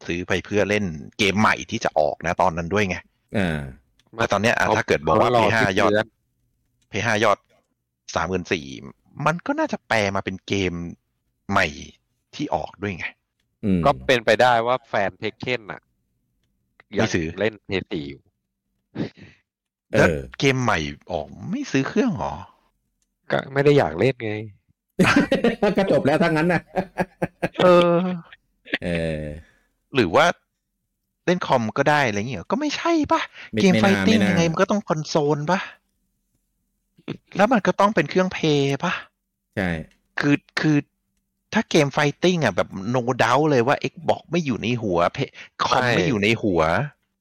[SPEAKER 2] ซื้อไปเพื่อเล่นเกมใหม่ที่จะออกนะตอนนั้นด้วยไง
[SPEAKER 1] อ่า
[SPEAKER 2] แต่ตอนเนี้ยอ่ะถ้าเกิดบอกว่า
[SPEAKER 4] ข
[SPEAKER 2] เพ
[SPEAKER 4] ร
[SPEAKER 2] ย์ห้า
[SPEAKER 4] สิ้น
[SPEAKER 2] ยอด
[SPEAKER 4] เน
[SPEAKER 2] เพย์ห้ายอดสามหมื่นสี่มันก็น่าจะแปลมาเป็นเกมใหม่ที่ออกด้วยไง
[SPEAKER 1] อืม
[SPEAKER 4] ก็เป็นไปได้ว่าแฟนเทคเคนอ่ะ
[SPEAKER 2] ไม่ซื้อ
[SPEAKER 4] เล่นเพย์สี่อยู่
[SPEAKER 1] เอ
[SPEAKER 2] แล้ว
[SPEAKER 1] อ
[SPEAKER 2] เกมใหม่ออกไม่ซื้อเครื่องหรอ
[SPEAKER 4] ก็ไม่ได้อยากเล่นไง
[SPEAKER 1] ก็จบแล้ว ทั้งนั้นนะ
[SPEAKER 2] เออ
[SPEAKER 1] เออ
[SPEAKER 2] หรือว่าเล่นคอมก็ได้อะไรอย่างเงี้ยก็ไม่ใช่ปะ เกมไฟ
[SPEAKER 1] น่า
[SPEAKER 2] ติ้ง
[SPEAKER 1] น่า
[SPEAKER 2] ยังไงมันก็ต้องคอนโซลป่ะ แล้วมันก็ต้องเป็นเครื่องเพย์ป่ะ
[SPEAKER 1] ใช่
[SPEAKER 2] คือคือถ้าเกมไฟติ้งอ่ะแบบ no doubt เลยว่า Xbox ไม่อยู่ในหัว Play- คอม
[SPEAKER 4] ใช่
[SPEAKER 2] ไม่อยู่ในหัว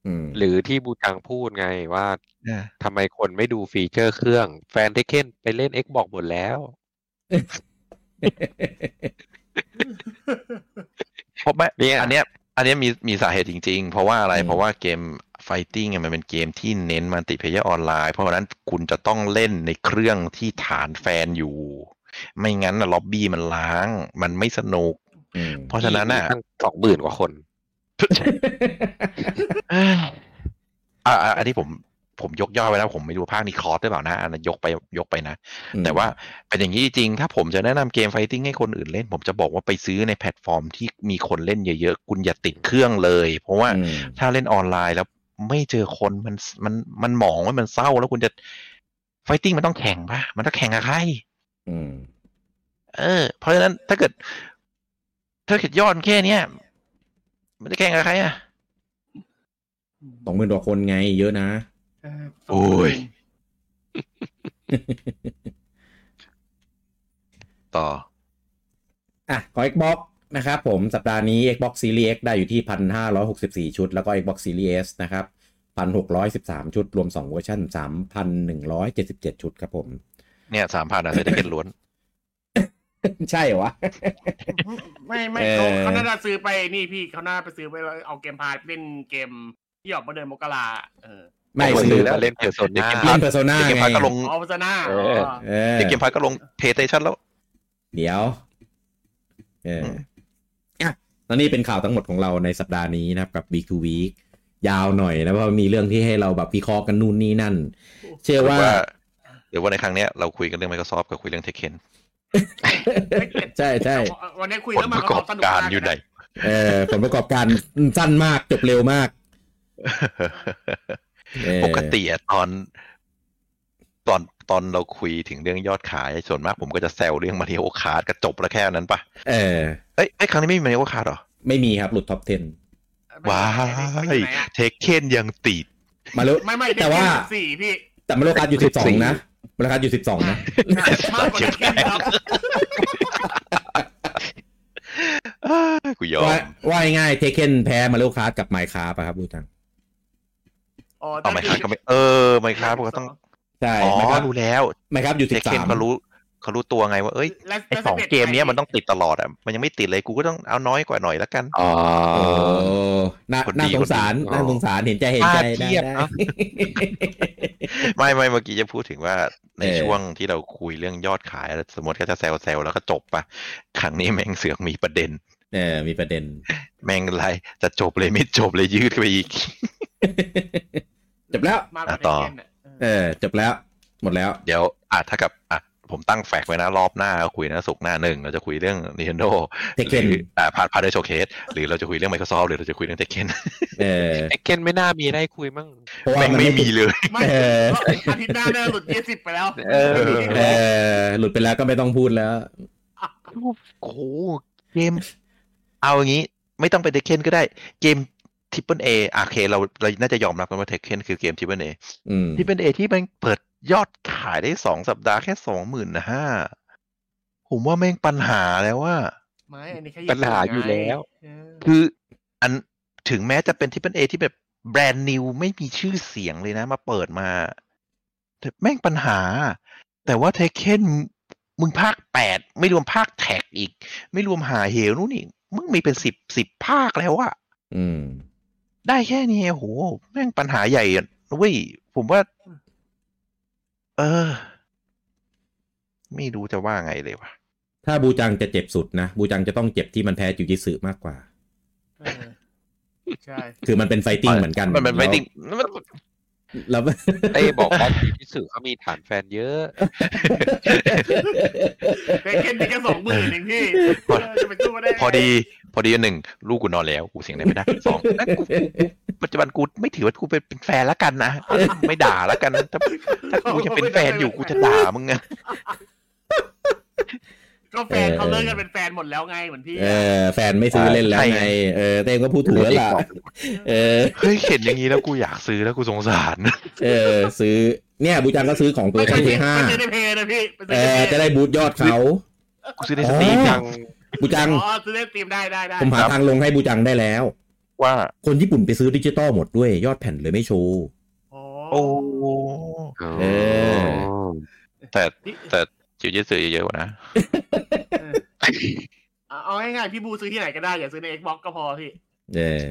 [SPEAKER 1] อืม
[SPEAKER 4] หรือที่บูจังพูดไงว่า
[SPEAKER 2] นะ
[SPEAKER 4] ทำไมคนไม่ดูฟีเจอร์เครื่อง แฟนเทคเคนไปเล่น Xbox หมดแล้ว
[SPEAKER 2] เพราะไม่
[SPEAKER 4] เนี่ย
[SPEAKER 2] อันเนี้ย อันเนี้ยมีมีสาเหตุจริง ๆ เพราะว่าอะไร
[SPEAKER 1] อืม
[SPEAKER 2] เพราะว่าเกมไฟติ้งมันเป็นเกมที่เน้นมัลติเพเยอร์ออนไลน์ เพราะฉะนั้นคุณจะต้องเล่นในเครื่องที่ฐานแฟนอยู่ ไม่งั้นนะล็อบบี้มันล้าง มันไม่สนุก
[SPEAKER 1] อืม
[SPEAKER 2] เพราะฉะนั้นน่ะ
[SPEAKER 4] สองหมื่นกว่าคน
[SPEAKER 2] อ่าอ่าอ่าอันนี้ผมผมยกย่อไว้แล้วผมไม่รู้ภาคนี้คอร์สหรือเปล่านะอันนั้นยกไปยกไปนะ แต่ว่าเป็นอย่างนี้จริงๆถ้าผมจะแนะนำเกมไฟติ้งให้คนอื่นเล่น ผมจะบอกว่าไปซื้อในแพลตฟอร์มที่มีคนเล่นเยอะๆ คุณอย่าติดเครื่องเลย เพราะว่า
[SPEAKER 1] อืม
[SPEAKER 2] ถ้าเล่นออนไลน์แล้วไม่เจอคนมันมันมันหมองว่ามันเศร้าแล้วคุณจะไฟติ้งมันต้องแข่งปะมันต้องแข่งกับใคร
[SPEAKER 1] อืม
[SPEAKER 2] เออ เพราะฉะนั้นถ้าเกิด ถ้าเกิดยอดแค่เนี้ยมันจะแข่งกับใครอ่ะ
[SPEAKER 1] สองหมื่นกว่าคนไงเยอะนะ
[SPEAKER 5] เออ
[SPEAKER 2] โอ้ย ต่อ
[SPEAKER 1] อ่ะของ Xbox นะครับผมสัปดาห์นี้ Xbox Series X ได้อยู่ที่ 1,564 ชุด แล้วก็ Xbox Series S นะครับ 1,613 ชุด รวม 2 เวอร์ชัน3,177 ชุดครับผม
[SPEAKER 2] เนี่ยสามพันอะเศรษฐกิจล้วน
[SPEAKER 1] ใช่เหรอวะ
[SPEAKER 5] ไม่ไม่
[SPEAKER 1] เอ
[SPEAKER 5] เขา
[SPEAKER 1] อ
[SPEAKER 5] เขาน่าจะซื้อไปนี่พี่เขาน่าไปซื้อไปแล้วเอาเกมพาร์ทเป็นเกมที่ออกมาเดือนมกราเออ
[SPEAKER 1] ไม่
[SPEAKER 4] ผม
[SPEAKER 1] ซื้
[SPEAKER 4] ซื้
[SPEAKER 1] อ
[SPEAKER 4] อ
[SPEAKER 1] เล่
[SPEAKER 4] แล้ว
[SPEAKER 1] น
[SPEAKER 4] เล่นเพย์โซน
[SPEAKER 1] เพอร์โซนา
[SPEAKER 2] เกม
[SPEAKER 1] ไง
[SPEAKER 2] พาร์ทก็ลง
[SPEAKER 5] เอาซะหน้า
[SPEAKER 4] เออ
[SPEAKER 1] เออ
[SPEAKER 2] เกมพาร์ทก็ลงเพย์สเตชันแล้ว
[SPEAKER 1] เดี๋ยว เอออ่ะแล้วนี่เป็นข่าวทั้งหมดของเราในสัปดาห์นี้นะครับกับ Week to Week ยาวหน่อยนะ เพราะมีเรื่องที่ให้เราแบบวิเคราะห์กันนู่นนี่นั่น เชื่อว่า
[SPEAKER 2] หรือว่าในครั้งเนี้ยเราคุยกันเรื่อง Microsoft กับคุยเรื่อง Tekken
[SPEAKER 1] ใช่ใช่
[SPEAKER 5] วันนี้คุย
[SPEAKER 2] ผ
[SPEAKER 5] แล้
[SPEAKER 2] ล
[SPEAKER 5] ว
[SPEAKER 2] ป
[SPEAKER 5] มัน
[SPEAKER 2] ระกอบ
[SPEAKER 5] สนุ
[SPEAKER 2] การ
[SPEAKER 5] มาก
[SPEAKER 2] อยู่ไหน
[SPEAKER 5] นะ
[SPEAKER 1] เออผลประกอบการ สั้นมากจบเร็วมากเออ
[SPEAKER 2] ปกติอะตอน ตอนตอนเราคุยถึงเรื่องยอดขายส่วนมากผมก็จะแซวเรื่องมาริโอคาร์ดกระจบแล้วแค่นั้นปะ
[SPEAKER 1] เออ
[SPEAKER 2] เอ้ยเอ้ยครั้งนี้ไม่มีมาริโอคาร์ดหรอ
[SPEAKER 1] ไม่มีครับหลุดท็อป
[SPEAKER 2] ว้า
[SPEAKER 5] ไม่
[SPEAKER 2] ย
[SPEAKER 5] ใช่ไหนอะ
[SPEAKER 2] เทคเคนยังติด
[SPEAKER 1] 10 มาแล้ว
[SPEAKER 5] ไม่ไม่
[SPEAKER 1] แต่ว่า
[SPEAKER 5] สี่พี่
[SPEAKER 1] แต่มาโลกาอยู่12 นะมาโลกาอยู่12 นะ
[SPEAKER 5] มากกว่าแค่นี้ครับ
[SPEAKER 2] อ้ากูยอม
[SPEAKER 1] ว่าว่าง่ายเทเคนแพ้มาโลกากับไมค์คาร์ปะครับดูจัง
[SPEAKER 5] อ๋อ
[SPEAKER 2] เอาไมค้าก็ไม่เออไมค้าพวกก็ต้อง
[SPEAKER 1] ใช่
[SPEAKER 2] อ๋อ
[SPEAKER 1] ไมค์คาร์
[SPEAKER 2] รู้แล้ว
[SPEAKER 1] ไมค์คาร์อยู่
[SPEAKER 2] เทคเคนเขา
[SPEAKER 1] 13
[SPEAKER 2] รู้เขารู้ตัวไงว่าเอ้ย
[SPEAKER 5] และ
[SPEAKER 2] ไอ
[SPEAKER 5] และ
[SPEAKER 2] สอง
[SPEAKER 5] ป็ด
[SPEAKER 2] เกมเนี้ยมันต้องติดตลอดอ่ะมันยังไม่ติดเลยกูก็ต้องเอาน้อยกว่าหน่อยละกัน
[SPEAKER 4] อ๋อ
[SPEAKER 1] โอ้น่า
[SPEAKER 2] คนดี
[SPEAKER 1] น่าสงสาร
[SPEAKER 4] คนดี
[SPEAKER 1] น่าสงสารเห็นใจเห็นใจ
[SPEAKER 4] น่า
[SPEAKER 1] ได้
[SPEAKER 4] เทียบ
[SPEAKER 1] ได้
[SPEAKER 4] เนอะ
[SPEAKER 2] ไม่ไม่เมื่อกี้จะพูดถึงว่าใน
[SPEAKER 1] เออ
[SPEAKER 2] ช่วงที่เราคุยเรื่องยอดขายแล้วสมมติก็จะแซวแซวแล้วก็จบปะครั้งนี้แม่งเสือกมีประเด็น
[SPEAKER 1] เออมีประเด็น
[SPEAKER 2] แม่งไรจะจบเลยไม่จบเลยยืดไปอีก
[SPEAKER 1] จบแล้ว
[SPEAKER 5] มากกว่า
[SPEAKER 2] อ่ะต่อ
[SPEAKER 5] เทคเคนน่ะเออ
[SPEAKER 1] เออจบแล้ว หมดแล้ว
[SPEAKER 2] เดี๋ยวอ่ะถ้ากับอ่ะผมตั้งแฟกไว้นะรอบหน้าเราคุยนะสุกร์หน้าหนึ่งเราจะคุยเรื่อง Nintendo
[SPEAKER 1] เทเคน
[SPEAKER 2] หรืออ่าพาร์ทพาร์ทเดอร์โชเคสหรือเราจะคุยเรื่อง Microsoft หรือเราจะคุยเรื่องเทคเคน
[SPEAKER 1] เออ
[SPEAKER 4] ไอเคนไม่น่ามีได้คุยมั่ง
[SPEAKER 1] เพราะว่า
[SPEAKER 2] แม่ง
[SPEAKER 1] มัน
[SPEAKER 2] ไม่
[SPEAKER 1] ไม่
[SPEAKER 2] มีเลย
[SPEAKER 5] ไม่ก็อาทิตย์หน้าเนี่ยหลุดยี่สิบไปแล้ว
[SPEAKER 4] เออ
[SPEAKER 1] เออหลุดไปแล้วก็ไม่ต้องพูดแล้ว
[SPEAKER 2] โอ้โหเกม เอาอย่างนี้ ไม่ต้องเป็นเทคเคนก็ได้เกมทริปเปิลเออ่ะโอเคเราเราน่าจะยอมรับกันว่าเทคเคนคือเกมทริปเปิลเอ
[SPEAKER 1] อืม
[SPEAKER 2] ทริปเปิลเอที่มันเปิดยอดขายได้สองสัปดาห์แค่สองหมื่นห้าผมว่าแม่งปัญหาแล้วว่า
[SPEAKER 5] ไม่อันนี้แค่
[SPEAKER 4] ปัญหาอยู่แล้ว
[SPEAKER 5] เออ
[SPEAKER 2] คืออันถึงแม้จะเป็นทริปเปิลเอที่แบบแบรนด์นิวไม่มีชื่อเสียงเลยนะ มาเปิดมาแต่แม่งปัญหา แต่ว่าเทเคนมึงภาคแปดไม่รวมภาคแท็กอีก ไม่รวมหาเหวนู่นนี่มึงมีเป็นสิบสิบภาคแล้วอะ
[SPEAKER 1] อืม
[SPEAKER 2] ได้แค่นี้โอ้โหแม่งปัญหาใหญ่อะเว้ยผมว่า เออ ไม่รู้จะว่าไงเลยวะ
[SPEAKER 1] ถ้าบูจังจะเจ็บสุดนะ บูจังจะต้องเจ็บที่มันแพ้จิวจิสึมากกว่า
[SPEAKER 5] เออใช่
[SPEAKER 1] คือมันเป็นไฟติ้งเหมือนกัน
[SPEAKER 2] มันเป็นไฟติ้งมัน
[SPEAKER 1] แล้ว
[SPEAKER 4] เต้บอกว่าทีที่สื่อเขามีฐานแฟนเยอะ
[SPEAKER 5] เทคเคนมีแค่สองหมื่นเองพี่
[SPEAKER 2] พอ
[SPEAKER 5] เออจะไปสู้มาได้ไง
[SPEAKER 2] พอดี พอดีหนึ่งลูกกูนอนแล้วกูเสียงไหนไม่ได้สองนั่นกูกูปัจจุบันกูไม่ถือว่ากูเป็นเป็นแฟนแล้วกันนะไม่ด่าแล้วกันถ้าถ้ากูจะเป็นแฟนอยู่กูจะด่ามึงอะ
[SPEAKER 5] ก็แฟนเขา
[SPEAKER 1] เออ
[SPEAKER 5] เลิกกันเป็นแฟนหมดแล้วไงเหมือนพี่
[SPEAKER 1] เออแฟนไม่ซื้อเล่นแล้วไง เออเต้ก็พูดถูกแล้วล่ะ เออ
[SPEAKER 2] เฮ้ยเห็นอย่างนี้แล้วกูอยากซื้อแล้วกูสงสาร
[SPEAKER 1] เออ ซื้อ เนี่ยบูจังก็ซื้อของตัว
[SPEAKER 5] ไม่
[SPEAKER 1] ช่อง
[SPEAKER 5] ใช่
[SPEAKER 1] ที่ห้า
[SPEAKER 5] ไม่ใช่ในเพย์นะพี่ไม่ใช่
[SPEAKER 1] เอ
[SPEAKER 5] ในเพ
[SPEAKER 1] อจะ
[SPEAKER 5] ย์
[SPEAKER 1] ได้บูทยอดเขา
[SPEAKER 2] กูซื้อในสตรีมยัง
[SPEAKER 1] บูจัง
[SPEAKER 5] อ๋อซื้อเล่นสตรีมได้ได้ได้
[SPEAKER 1] ผมหาทางลงให้บูจังได้แล้ว
[SPEAKER 2] ว่า
[SPEAKER 1] คนญี่ปุ่นไปซื้อดิจิตอลหมดด้วย ยอดแผ่นเลยไม่โชว์
[SPEAKER 2] โอ้
[SPEAKER 1] เออ
[SPEAKER 2] แต่แต่จิวเยซื้อเยอะกว่านะ
[SPEAKER 5] เอาง่ายๆพี่บูซื้อที่ไหนก็ได้อย่าซื้อใน Xbox ก็พอพี่
[SPEAKER 1] เออ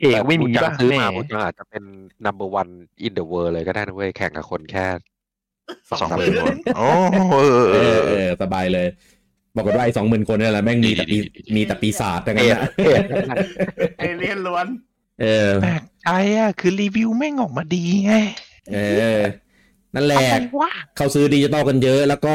[SPEAKER 2] เอกไม่มี
[SPEAKER 4] จั
[SPEAKER 2] ป่ะ
[SPEAKER 4] งซื้อมา
[SPEAKER 2] แห
[SPEAKER 4] บุญจังอาจจะเป็น number one in the world เลยก็ได้นะเว้ยแข่งกับคนแค่
[SPEAKER 2] สองหมื่นคนโอ้
[SPEAKER 1] เอ
[SPEAKER 2] เออเอ
[SPEAKER 1] อ
[SPEAKER 2] อ
[SPEAKER 1] เอ
[SPEAKER 2] เออ
[SPEAKER 1] อสบายเลยบอกกันว่าไอ้สองหมื่นคนนี่แหละแม่งมีแต่ปี
[SPEAKER 2] ดีดีดีดี
[SPEAKER 1] มีแต่ปีศาจทั้งนั้นนะ
[SPEAKER 5] เอเลียนล้วน
[SPEAKER 1] เออ
[SPEAKER 2] แปลกใจอะคือรีวิวแม่งออกมาดีไง
[SPEAKER 1] เออ นั่นแหละ
[SPEAKER 2] อะไรวะ
[SPEAKER 1] เขาซื้อดิจิตอลกันเยอะ แล้วก็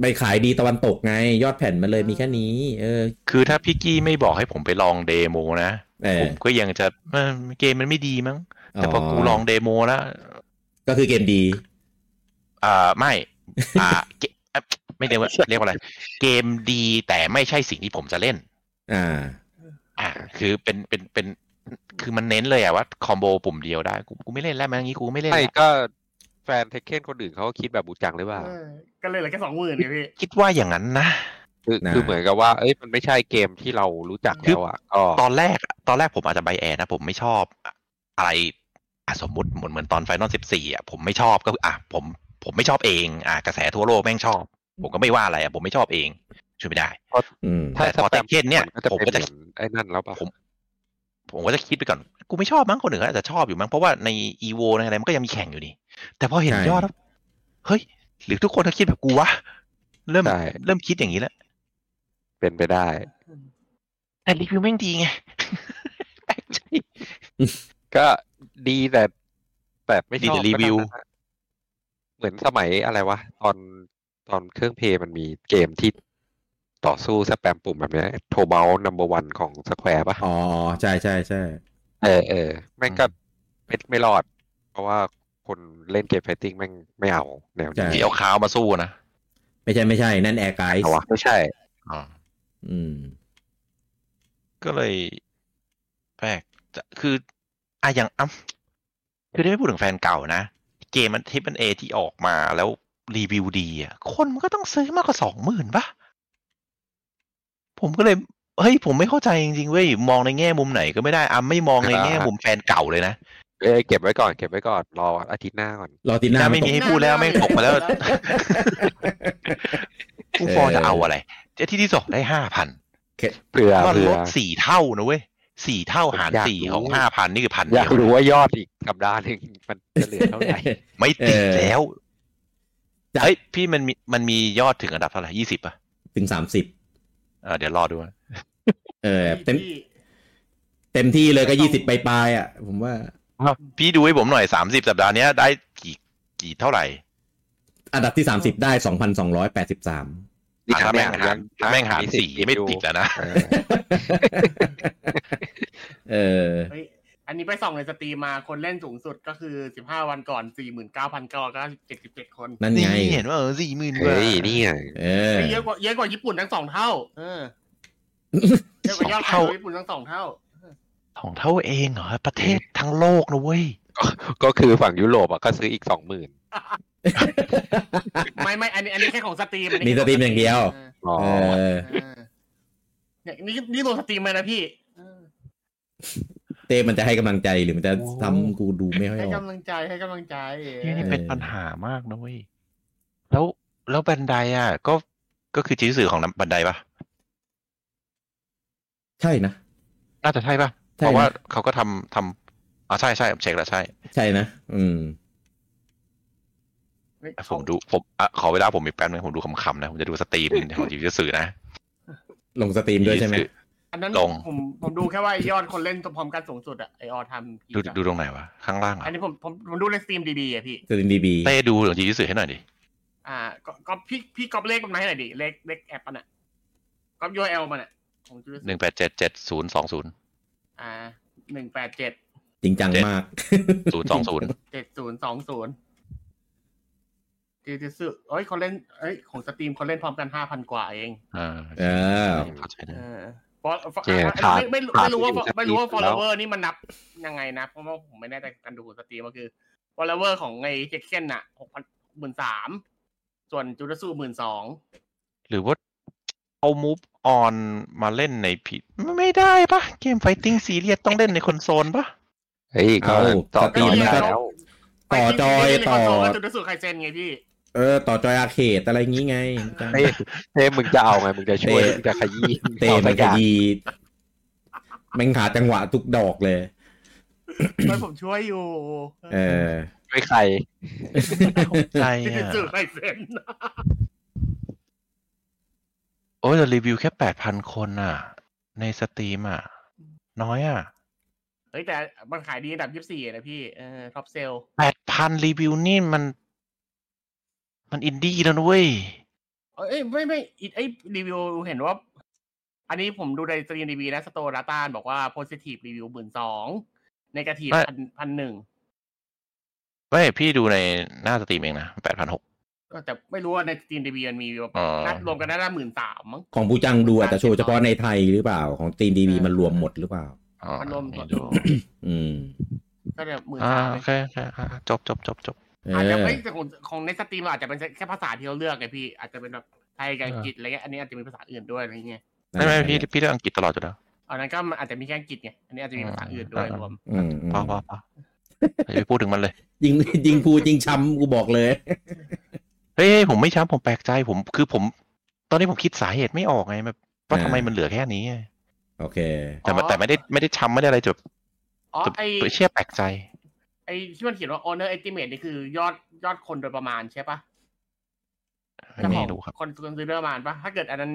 [SPEAKER 1] ไปขายดีตะวันตกไง ยอดแผ่นมันเลยมีแค่นี้ เออ
[SPEAKER 2] คือถ้าพี่กี้ไม่บอกให้ผมไปลองเดโมนะ
[SPEAKER 1] เออ
[SPEAKER 2] ผมก็ยังจะเอิ่มเกมมันไม่ดีมั้ง แต่พอกูลองเดโมแล้ว
[SPEAKER 1] ก็คือเกมดี
[SPEAKER 2] อ่าไม่ อ่าเกเอ่อไม่ เรียกว่าเรียกว่าอะไร เกมดีแต่ไม่ใช่สิ่งที่ผมจะเล่น
[SPEAKER 1] อ่า
[SPEAKER 2] อ่า คือเป็นเป็นเป็น คือมันเน้นเลยอะว่าคอมโบปุ่มเดียวได้ กูกูไม่เล่นแล้วมันอย่างงี้กูไม่เล่น
[SPEAKER 4] ไม่
[SPEAKER 2] แล้ว
[SPEAKER 4] ก็แฟนเทคเคนคนอื่นเขาก็คิดแบบบุญจังหรือเปล่า
[SPEAKER 5] ๆก็เลยเหลือแค่สองหมื่นเนี่ยพี่
[SPEAKER 2] คิดว่าอย่างนั้นนะ
[SPEAKER 4] คือ
[SPEAKER 1] นะ
[SPEAKER 4] คือเหมือนกับว่า เอ้ยมันไม่ใช่เกมที่เรารู้จักแล้วอ่ะก็
[SPEAKER 2] ตอนแรกอะตอนแรกผมอาจจะไบแอร์นะ ผมไม่ชอบอะไรอ่ะสมมติเหมือนเหมือนตอนไฟนอลสิบสี่อ่ะผมไม่ชอบก็คืออ่ะผมผมไม่ชอบเองอ่ะกระแสทั่วโลกแม่งชอบ ผมก็ไม่ว่าอะไรอ่ะผมไม่ชอบเองช่วยไม่ได้
[SPEAKER 1] อืม
[SPEAKER 4] ถ้า
[SPEAKER 2] แต่พอ
[SPEAKER 4] สแตม
[SPEAKER 2] Tekken เนี่ย
[SPEAKER 4] มันก็จะ
[SPEAKER 2] ผม
[SPEAKER 4] เป็น
[SPEAKER 2] ก็จะ
[SPEAKER 4] เหมือนไอ้นั่นแล้วป่ะ
[SPEAKER 2] ผม ผมก็จะคิดไปก่อน กูไม่ชอบมั้งคนอื่นเขาอาจจะชอบอยู่มั้งเพราะว่าในอีโวในอะไรมันก็ยังมีแข่งอยู่นี่ แต่พอเห็น
[SPEAKER 1] ใช่
[SPEAKER 2] ยอดแล้วเฮ้ย หรือทุกคนเขาคิดแบบกูวะเริ่ม
[SPEAKER 4] ใช่
[SPEAKER 2] เริ่มคิดอย่างนี้แล้ว
[SPEAKER 4] เป็นไปได้
[SPEAKER 2] แต่รีวิวแม่งดีไง แปลกใจ
[SPEAKER 4] ก็ดีแต่แต่ไม่ชอบ
[SPEAKER 2] ดีแต่รีวิว
[SPEAKER 4] ก็นั่นนะฮะเหมือนสมัยอะไรวะ ตอนตอนเครื่องเพลย์มันมีเกมที่ต่อสู้สแปมปุ่มแบบเนี้โทเบลนัมเบอร์วันของสแควร์ปะ
[SPEAKER 1] อ๋อ ใช่ใช่ใช่
[SPEAKER 4] เออเออแม่งก็ไม่ไม่รอด เพราะว่าคนเล่นเกมไฟติ้งแม่งไม่เอาแนว
[SPEAKER 1] ใช่
[SPEAKER 4] นี้
[SPEAKER 2] ที่เอาขาวมาสู้นะ
[SPEAKER 1] ไม่ใช่ไม่ใช่ นั่นแอร์ไกด์
[SPEAKER 4] เอาวะไม่ใช่
[SPEAKER 2] อ๋อ
[SPEAKER 1] อืม
[SPEAKER 2] ก็เลยแปลกจะคืออะอย่างอ้ำคือได้ไม่พูดถึงแฟนเก่านะ เกมมันทิปมันเอที่ออกมาแล้วรีวิวดีอ่ะ คนมันก็ต้องซื้อมากกว่าสองหมื่นป่ะ ผมก็เลย เฮ้ย ผมไม่เข้าใจจริงๆเว้ย มองในแง่มุมไหนก็ไม่ได้อ้ำไม่มองในแง่มุมแฟนเก่าเลยนะ
[SPEAKER 4] เอ้ยเก็บไว้ก่อนเก็บไว้ก่อนรออาทิตย์หน้าก่อน
[SPEAKER 1] รอติดหน้า
[SPEAKER 2] หน้าไม่
[SPEAKER 1] ไม่ต
[SPEAKER 2] มี
[SPEAKER 1] ก
[SPEAKER 2] ให้พูดแล้วแม่งตกไปแล้ว กูฟอ
[SPEAKER 1] เออ
[SPEAKER 2] จะเอาอะไรเจ้าที่ที่สองได้ห้าพัน
[SPEAKER 4] เผื่อ
[SPEAKER 2] มัน
[SPEAKER 4] เผื่
[SPEAKER 2] ล
[SPEAKER 4] อ
[SPEAKER 2] ดสี่เท่านะเว้ยสี่เท่าหาร
[SPEAKER 4] อยาก
[SPEAKER 2] สี่
[SPEAKER 4] รู้
[SPEAKER 2] ของห้าพันนี่คือพัน
[SPEAKER 4] อ
[SPEAKER 2] เดี
[SPEAKER 4] ยาย ก
[SPEAKER 2] ว
[SPEAKER 4] รู้ว่ายอดอีกสัปดาห์หนึ่งมันจะเหลือเท่าไหร่
[SPEAKER 2] ไม่ติดแล้ว
[SPEAKER 1] จ้ะ
[SPEAKER 2] เฮ้ยพี่มันมีมันมียอดถึงอันดับเท่าไหร่ยี่สิบอ่ะ
[SPEAKER 1] ถึงสามสิบ
[SPEAKER 2] เออเดี๋ยวรอดูนะ
[SPEAKER 1] เออ
[SPEAKER 3] ที่
[SPEAKER 1] เต็มเต็
[SPEAKER 3] ที่
[SPEAKER 1] มที่เลยก็ยี่สิบไปลายๆอ่ะ ผมว่า
[SPEAKER 2] พี่ดูให้ผมหน่อยสามสิบสัปดาห์เนี้ยได้กี่กี่เท่าไหร่
[SPEAKER 1] อันดับที่สามสิบได้สองพันสองร้อยแปดสิบสาม
[SPEAKER 4] นี่
[SPEAKER 2] อ่ะ
[SPEAKER 4] ถ้า
[SPEAKER 2] ถ้า
[SPEAKER 4] แม่
[SPEAKER 2] แม่
[SPEAKER 4] ง
[SPEAKER 2] ง
[SPEAKER 4] หา
[SPEAKER 2] หาร รถ้าแม่งหาร
[SPEAKER 4] มีสิท
[SPEAKER 2] สี่
[SPEAKER 4] ธิ์
[SPEAKER 2] ไม่
[SPEAKER 4] อยู่
[SPEAKER 2] ติดแล้วนะ
[SPEAKER 4] เออ
[SPEAKER 1] เออ
[SPEAKER 3] เฮ้ยอันนี้ไปส่องในสตรีมมาคนเล่นสูงสุดก็คือสิบห้าวันก่อนสี่หมื่นเก้าพันเก้าร้อยเจ็ดสิบเจ็ดคน
[SPEAKER 1] นั่นไง
[SPEAKER 2] เห็นว่าเออสี่หมื่นกว่า
[SPEAKER 4] เฮ้ยนี่ไง
[SPEAKER 1] เออ
[SPEAKER 3] เยอะกว่าเยอะกว่าญี่ปุ่นทั้งสองเท่า เออเยอะกว่ายอดขายของญี่ปุ่นทั้งสองเท่า
[SPEAKER 2] สองเท่าเองเหรอประเทศทั้งโลกนะเว้ย
[SPEAKER 4] ก็คือฝั่งยุโรปอ่ะก็ซื้ออีกสองหมื่น
[SPEAKER 3] ไม่ไม่อันนี้อันนี้แค่ของสตรีมอันนี้
[SPEAKER 1] มีสตรีมอย่างเดียว
[SPEAKER 4] อ๋อ
[SPEAKER 1] เออ
[SPEAKER 3] เออเนี่ยนี่นี่ลงสตรีมเลยนะพี่เออ
[SPEAKER 1] เต้มันจะให้กำลังใจหรือมันจะทำกูดูไม่ค่อย
[SPEAKER 3] ให้
[SPEAKER 1] ออก
[SPEAKER 3] กำลังใจให้กำลังใจเอ
[SPEAKER 2] นี่
[SPEAKER 3] อ
[SPEAKER 2] นี่เป็นปัญหามากนะเว้ย แล้วแล้วบันไดอ่ะ ก็ก็คือจีสื่อของบันไดปะ
[SPEAKER 1] ใช่นะ
[SPEAKER 2] น่าจะใช่ปะ
[SPEAKER 1] ใช่
[SPEAKER 2] เพราะว่า
[SPEAKER 1] นะ
[SPEAKER 2] เขาก็ทำทำอ๋อใช่ใช่ผมเช็คแล้วใช่
[SPEAKER 1] ใช่นะ อืม
[SPEAKER 3] เฮ้ย
[SPEAKER 2] ผมดูผมอ่ะขอเวลาผมอีกแป๊บนึงผมดูคำๆนะผมจะดูสตรี มของจีสื่อนะ
[SPEAKER 1] ลงสตรีมด้วยใช่ไหม
[SPEAKER 3] อันนั้น
[SPEAKER 2] ลง
[SPEAKER 3] ผมผมดูแค่ว่ายอดคนเล่นพร้อมกันสูงสุดอะไอออทำ
[SPEAKER 2] ดูดูตรงไหนวะ ข้างล่างเหร
[SPEAKER 3] อัน
[SPEAKER 2] อ่ะ
[SPEAKER 3] นี้ผมผมผมดูในสตรีมดีๆอะพี่
[SPEAKER 1] สตรีมดีบี
[SPEAKER 2] เต้ดูของจีสื่อให้หน่อยดิ
[SPEAKER 3] อ่าก็ก็พี่พี่ก๊อปเลขมันมาให้หน่อยดิเลขเลขแอปมันอะก๊อปยูเอลมันอะของจุล
[SPEAKER 2] หนึ่งแปดเจ็ดเจ็ดศูนย์สองศูนย์
[SPEAKER 3] อ่าหนึ่งแปดเจ็ด
[SPEAKER 1] จริงจังมาก
[SPEAKER 2] ศูนย์สองศูนย์
[SPEAKER 3] เจ็ดศูนย์สองศูนย์จิจิสึเอ้ยคนเล่นเอ้ยของสตรีมคนเล่นพร้อมกันห้าพันกว่าเอง
[SPEAKER 2] อ่า
[SPEAKER 1] เออ
[SPEAKER 2] เข้าใจได้
[SPEAKER 3] เออ follow-
[SPEAKER 4] โอเค
[SPEAKER 3] อ่ะ
[SPEAKER 4] ขาด
[SPEAKER 3] ไม่ไม่
[SPEAKER 4] ขา
[SPEAKER 3] ไม่
[SPEAKER 4] ด
[SPEAKER 3] รู้ว่า
[SPEAKER 4] ที่อยู่
[SPEAKER 3] ไม่รู้ว่า
[SPEAKER 4] สักนิดแล้ว
[SPEAKER 3] follower นี่มันนับยังไงนะ เพราะว่าผมไม่แน่ใจการดูสตรีมก็คือ follower ของไอ้เจ็กเก้นน่ะหกพันหมื่นสามส่วนจูดาสู้หมื่นสอง
[SPEAKER 2] หรือว่าเอามูฟออนมาเล่นในผิดไม่ได้ปะเกมไฟติ้งซีเรียสต้องเล่นในคอนโซล ปะ
[SPEAKER 4] เฮ้ยก็
[SPEAKER 1] เอา
[SPEAKER 4] ต่อ
[SPEAKER 1] สตรีม
[SPEAKER 4] ต่อได้
[SPEAKER 1] ก็ต่อจอย
[SPEAKER 4] แล้ว
[SPEAKER 1] ต่อ
[SPEAKER 3] จูดาสู้ใครเซนไงพี่
[SPEAKER 1] เออ ต่อจอยอาร์เคดอะไรงี้ไง
[SPEAKER 4] เต้เต้มึงจะเอาไงมึงจะช่วย
[SPEAKER 1] เต้
[SPEAKER 4] มึงจะขยี้
[SPEAKER 1] เต้
[SPEAKER 4] อา
[SPEAKER 1] มั
[SPEAKER 4] สั
[SPEAKER 1] น
[SPEAKER 4] กอ
[SPEAKER 1] จะ
[SPEAKER 4] ย่าง
[SPEAKER 1] ดีแม่งหาจังหวะทุกดอกเลย
[SPEAKER 3] ไม่ผมช่วยอยู่
[SPEAKER 1] เออ
[SPEAKER 4] ไม่ใคร
[SPEAKER 2] ใจ
[SPEAKER 3] จูดา
[SPEAKER 2] อ่ะ
[SPEAKER 3] สู้ใครเซน
[SPEAKER 2] โอ้ยแต่รีวิวแค่แปดพันคนอ่ะ ในสตรีมอ่ะ น้อยอ่ะ
[SPEAKER 3] เฮ้ยแต่มันขายดีอันดับยี่สี่นะพี่ เออท็อปเซล
[SPEAKER 2] แปดพันรีวิวนี่มัน มันอินดี้แล้วนะเว้ย
[SPEAKER 3] เอ้ยไม่ไม่อีไอ้รีวิวเห็นว่า อันนี้ผมดูในสตรีมดีบีนะสโตร์ลาตานบอกว่า positive review หมื่นสองนกาทีฟ
[SPEAKER 2] ไม่
[SPEAKER 3] พันพันหนึ่ง
[SPEAKER 2] ไม่พี่ดูในหน้าสตรีมเองนะแปดพันหก
[SPEAKER 3] เออแต่ไม่รู้ว่าในสตรีมดีบีมันมีแบบ
[SPEAKER 2] อ๋อ
[SPEAKER 3] นัดรวมกันได้ละหมื่นสามมั้ง
[SPEAKER 1] ของผู้จังดูอาจจะโชว์เฉพาะในไทยหรือเปล่า ของตีนดีบีมันรวมหมดหรือเปล่า
[SPEAKER 2] อ๋อ
[SPEAKER 3] พันรวม
[SPEAKER 2] ไม่ดู
[SPEAKER 1] อืม
[SPEAKER 3] ก็เนี่ยหมื่น
[SPEAKER 2] อ่า
[SPEAKER 3] สาม
[SPEAKER 2] โอเคโอเคอ่ะจบจบจบจบ
[SPEAKER 1] เอ
[SPEAKER 3] อาจจะ
[SPEAKER 1] อ
[SPEAKER 3] ไม่แต่ของของในสตรีมเราอาจจะเป็นแค่ภาษาที่เราเลือกไงพี่ อาจจะเป็นแบบไทยกับอังกฤษอะไรเงี้ยอันนี้อาจจะมีภาษาอื่นด้วยอะไรเงี้ย
[SPEAKER 2] ไม่ไม่พี่พี่เรื่องอังกฤษตลอดอยู่แล้ว
[SPEAKER 3] อันนั้นก็มันอาจจะมีแค่อังกฤษไงอันนี้อาจจะมีภาษาอื่นด้วยรวม
[SPEAKER 1] อืมอืม
[SPEAKER 2] พอพอพออย่าไปพูดถึงมันเลย
[SPEAKER 1] ยิงยิงพูดยิงช้ำกูบอกเลย
[SPEAKER 2] เฮ้ยเฮ้ยผมไม่ช้ำผมแปลกใจผมคือผม ตอนนี้ผมคิดสาเหตุไม่ออกไงแบบว่าทำไมมันเหลือแค่นี้ไง
[SPEAKER 1] โอเค
[SPEAKER 2] แต่มัน
[SPEAKER 3] อ๋อ
[SPEAKER 2] แต่ไม่ได้ไม่ได้ช้ำไม่ได้อะไรจบ
[SPEAKER 3] อ๋อไอ
[SPEAKER 2] เชื่อแปลกใจ
[SPEAKER 3] ไอที่มันเขียนว่า owner estimate นี่คือยอดยอดคนโดยประมาณใช่ปะ
[SPEAKER 2] ไม่รู้ครับ
[SPEAKER 3] คนซื้อโดยประมาณปะถ้าเกิดอันนั้น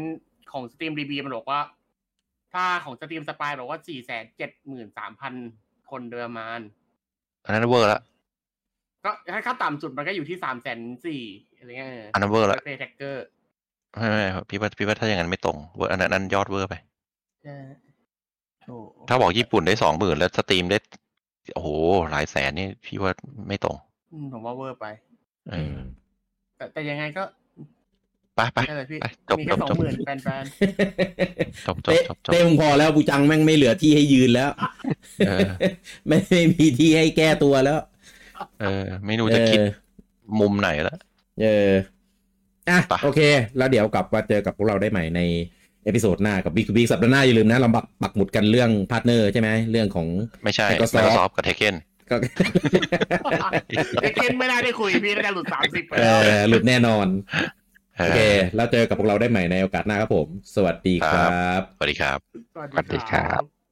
[SPEAKER 3] ของสตรีมดีบีมันบอกว่า ถ้าของสตรีมสปายบอกว่าสี่แสนเจ็ดหมื่นสามพันคนโดยประมาณ
[SPEAKER 2] อันนั้นเวอร์ละ
[SPEAKER 3] ก็ถ้าค่าต่ำสุดมันก็อยู่ที่สามแสนสี่อะไรเงี้ย
[SPEAKER 2] อันนั้นเวอร์ละ
[SPEAKER 3] เพย์แท็กเกอร์
[SPEAKER 2] ไม่ไม่ไม่พี่ว่าพี่ว่าถ้าอย่างนั้นไม่ตรงเวอร์อันนั้นอันนั้นยอดเวอร์ไป
[SPEAKER 3] โอ้
[SPEAKER 2] ถ้าบอกญี่ปุ่นได้สองหมื่นแล้วสตรีมได้ โอ้โห หลายแสนนี่พี่ว่าไม่ตรง
[SPEAKER 3] อืมผมว่าเวอร์ไป
[SPEAKER 2] เออ
[SPEAKER 3] แต่แต่ยังไงก็
[SPEAKER 2] ไปไป
[SPEAKER 3] นั่นแหละพี่
[SPEAKER 2] ไปจบ
[SPEAKER 3] มีแค่
[SPEAKER 2] จบ
[SPEAKER 3] สอ
[SPEAKER 2] จบ
[SPEAKER 3] งหมื่นแฟน
[SPEAKER 2] จบจบ
[SPEAKER 1] เต้
[SPEAKER 2] จบจบ
[SPEAKER 1] เต้มงพอแล้วกูจังแม่งไม่เหลือที่ให้ยืนแล้ว
[SPEAKER 2] เออ
[SPEAKER 1] ไม่ไม่มีที่ให้แก้ตัวแล้ว
[SPEAKER 2] เออ ไม่รู้จะคิด
[SPEAKER 1] เออ
[SPEAKER 2] มุมไหนแล้ว
[SPEAKER 1] เออ อ่ะ
[SPEAKER 2] ไป
[SPEAKER 1] โอเค แล้วเดี๋ยวกลับมาเจอกับพวกเราได้ใหม่ในเอพิโซดหน้ากับบิ๊กบิ๊กสัปดาห์หน้าอย่าลืมนะ เราปักปักหมุดกันเรื่องพาร์ทเนอร์ใช่ไหม เรื่องของ
[SPEAKER 2] ไม่ใช่
[SPEAKER 1] Microsoft
[SPEAKER 2] Microsoft กับ Tekken
[SPEAKER 1] ก็
[SPEAKER 3] ๆเด็กเกนไม่ได้ได้คุยพี่น่าจะหลุดสามสิบไป
[SPEAKER 1] เอ
[SPEAKER 3] แล้ว
[SPEAKER 1] อหลุดแน่นอน
[SPEAKER 2] เอ
[SPEAKER 1] โอ
[SPEAKER 2] อ
[SPEAKER 1] เค แล้วเจอกับพวกเราได้ใหม่ในโอกาสหน้าครับผม สวัสดีครับ
[SPEAKER 2] สวัสดีครับ
[SPEAKER 4] สวัสดีครับ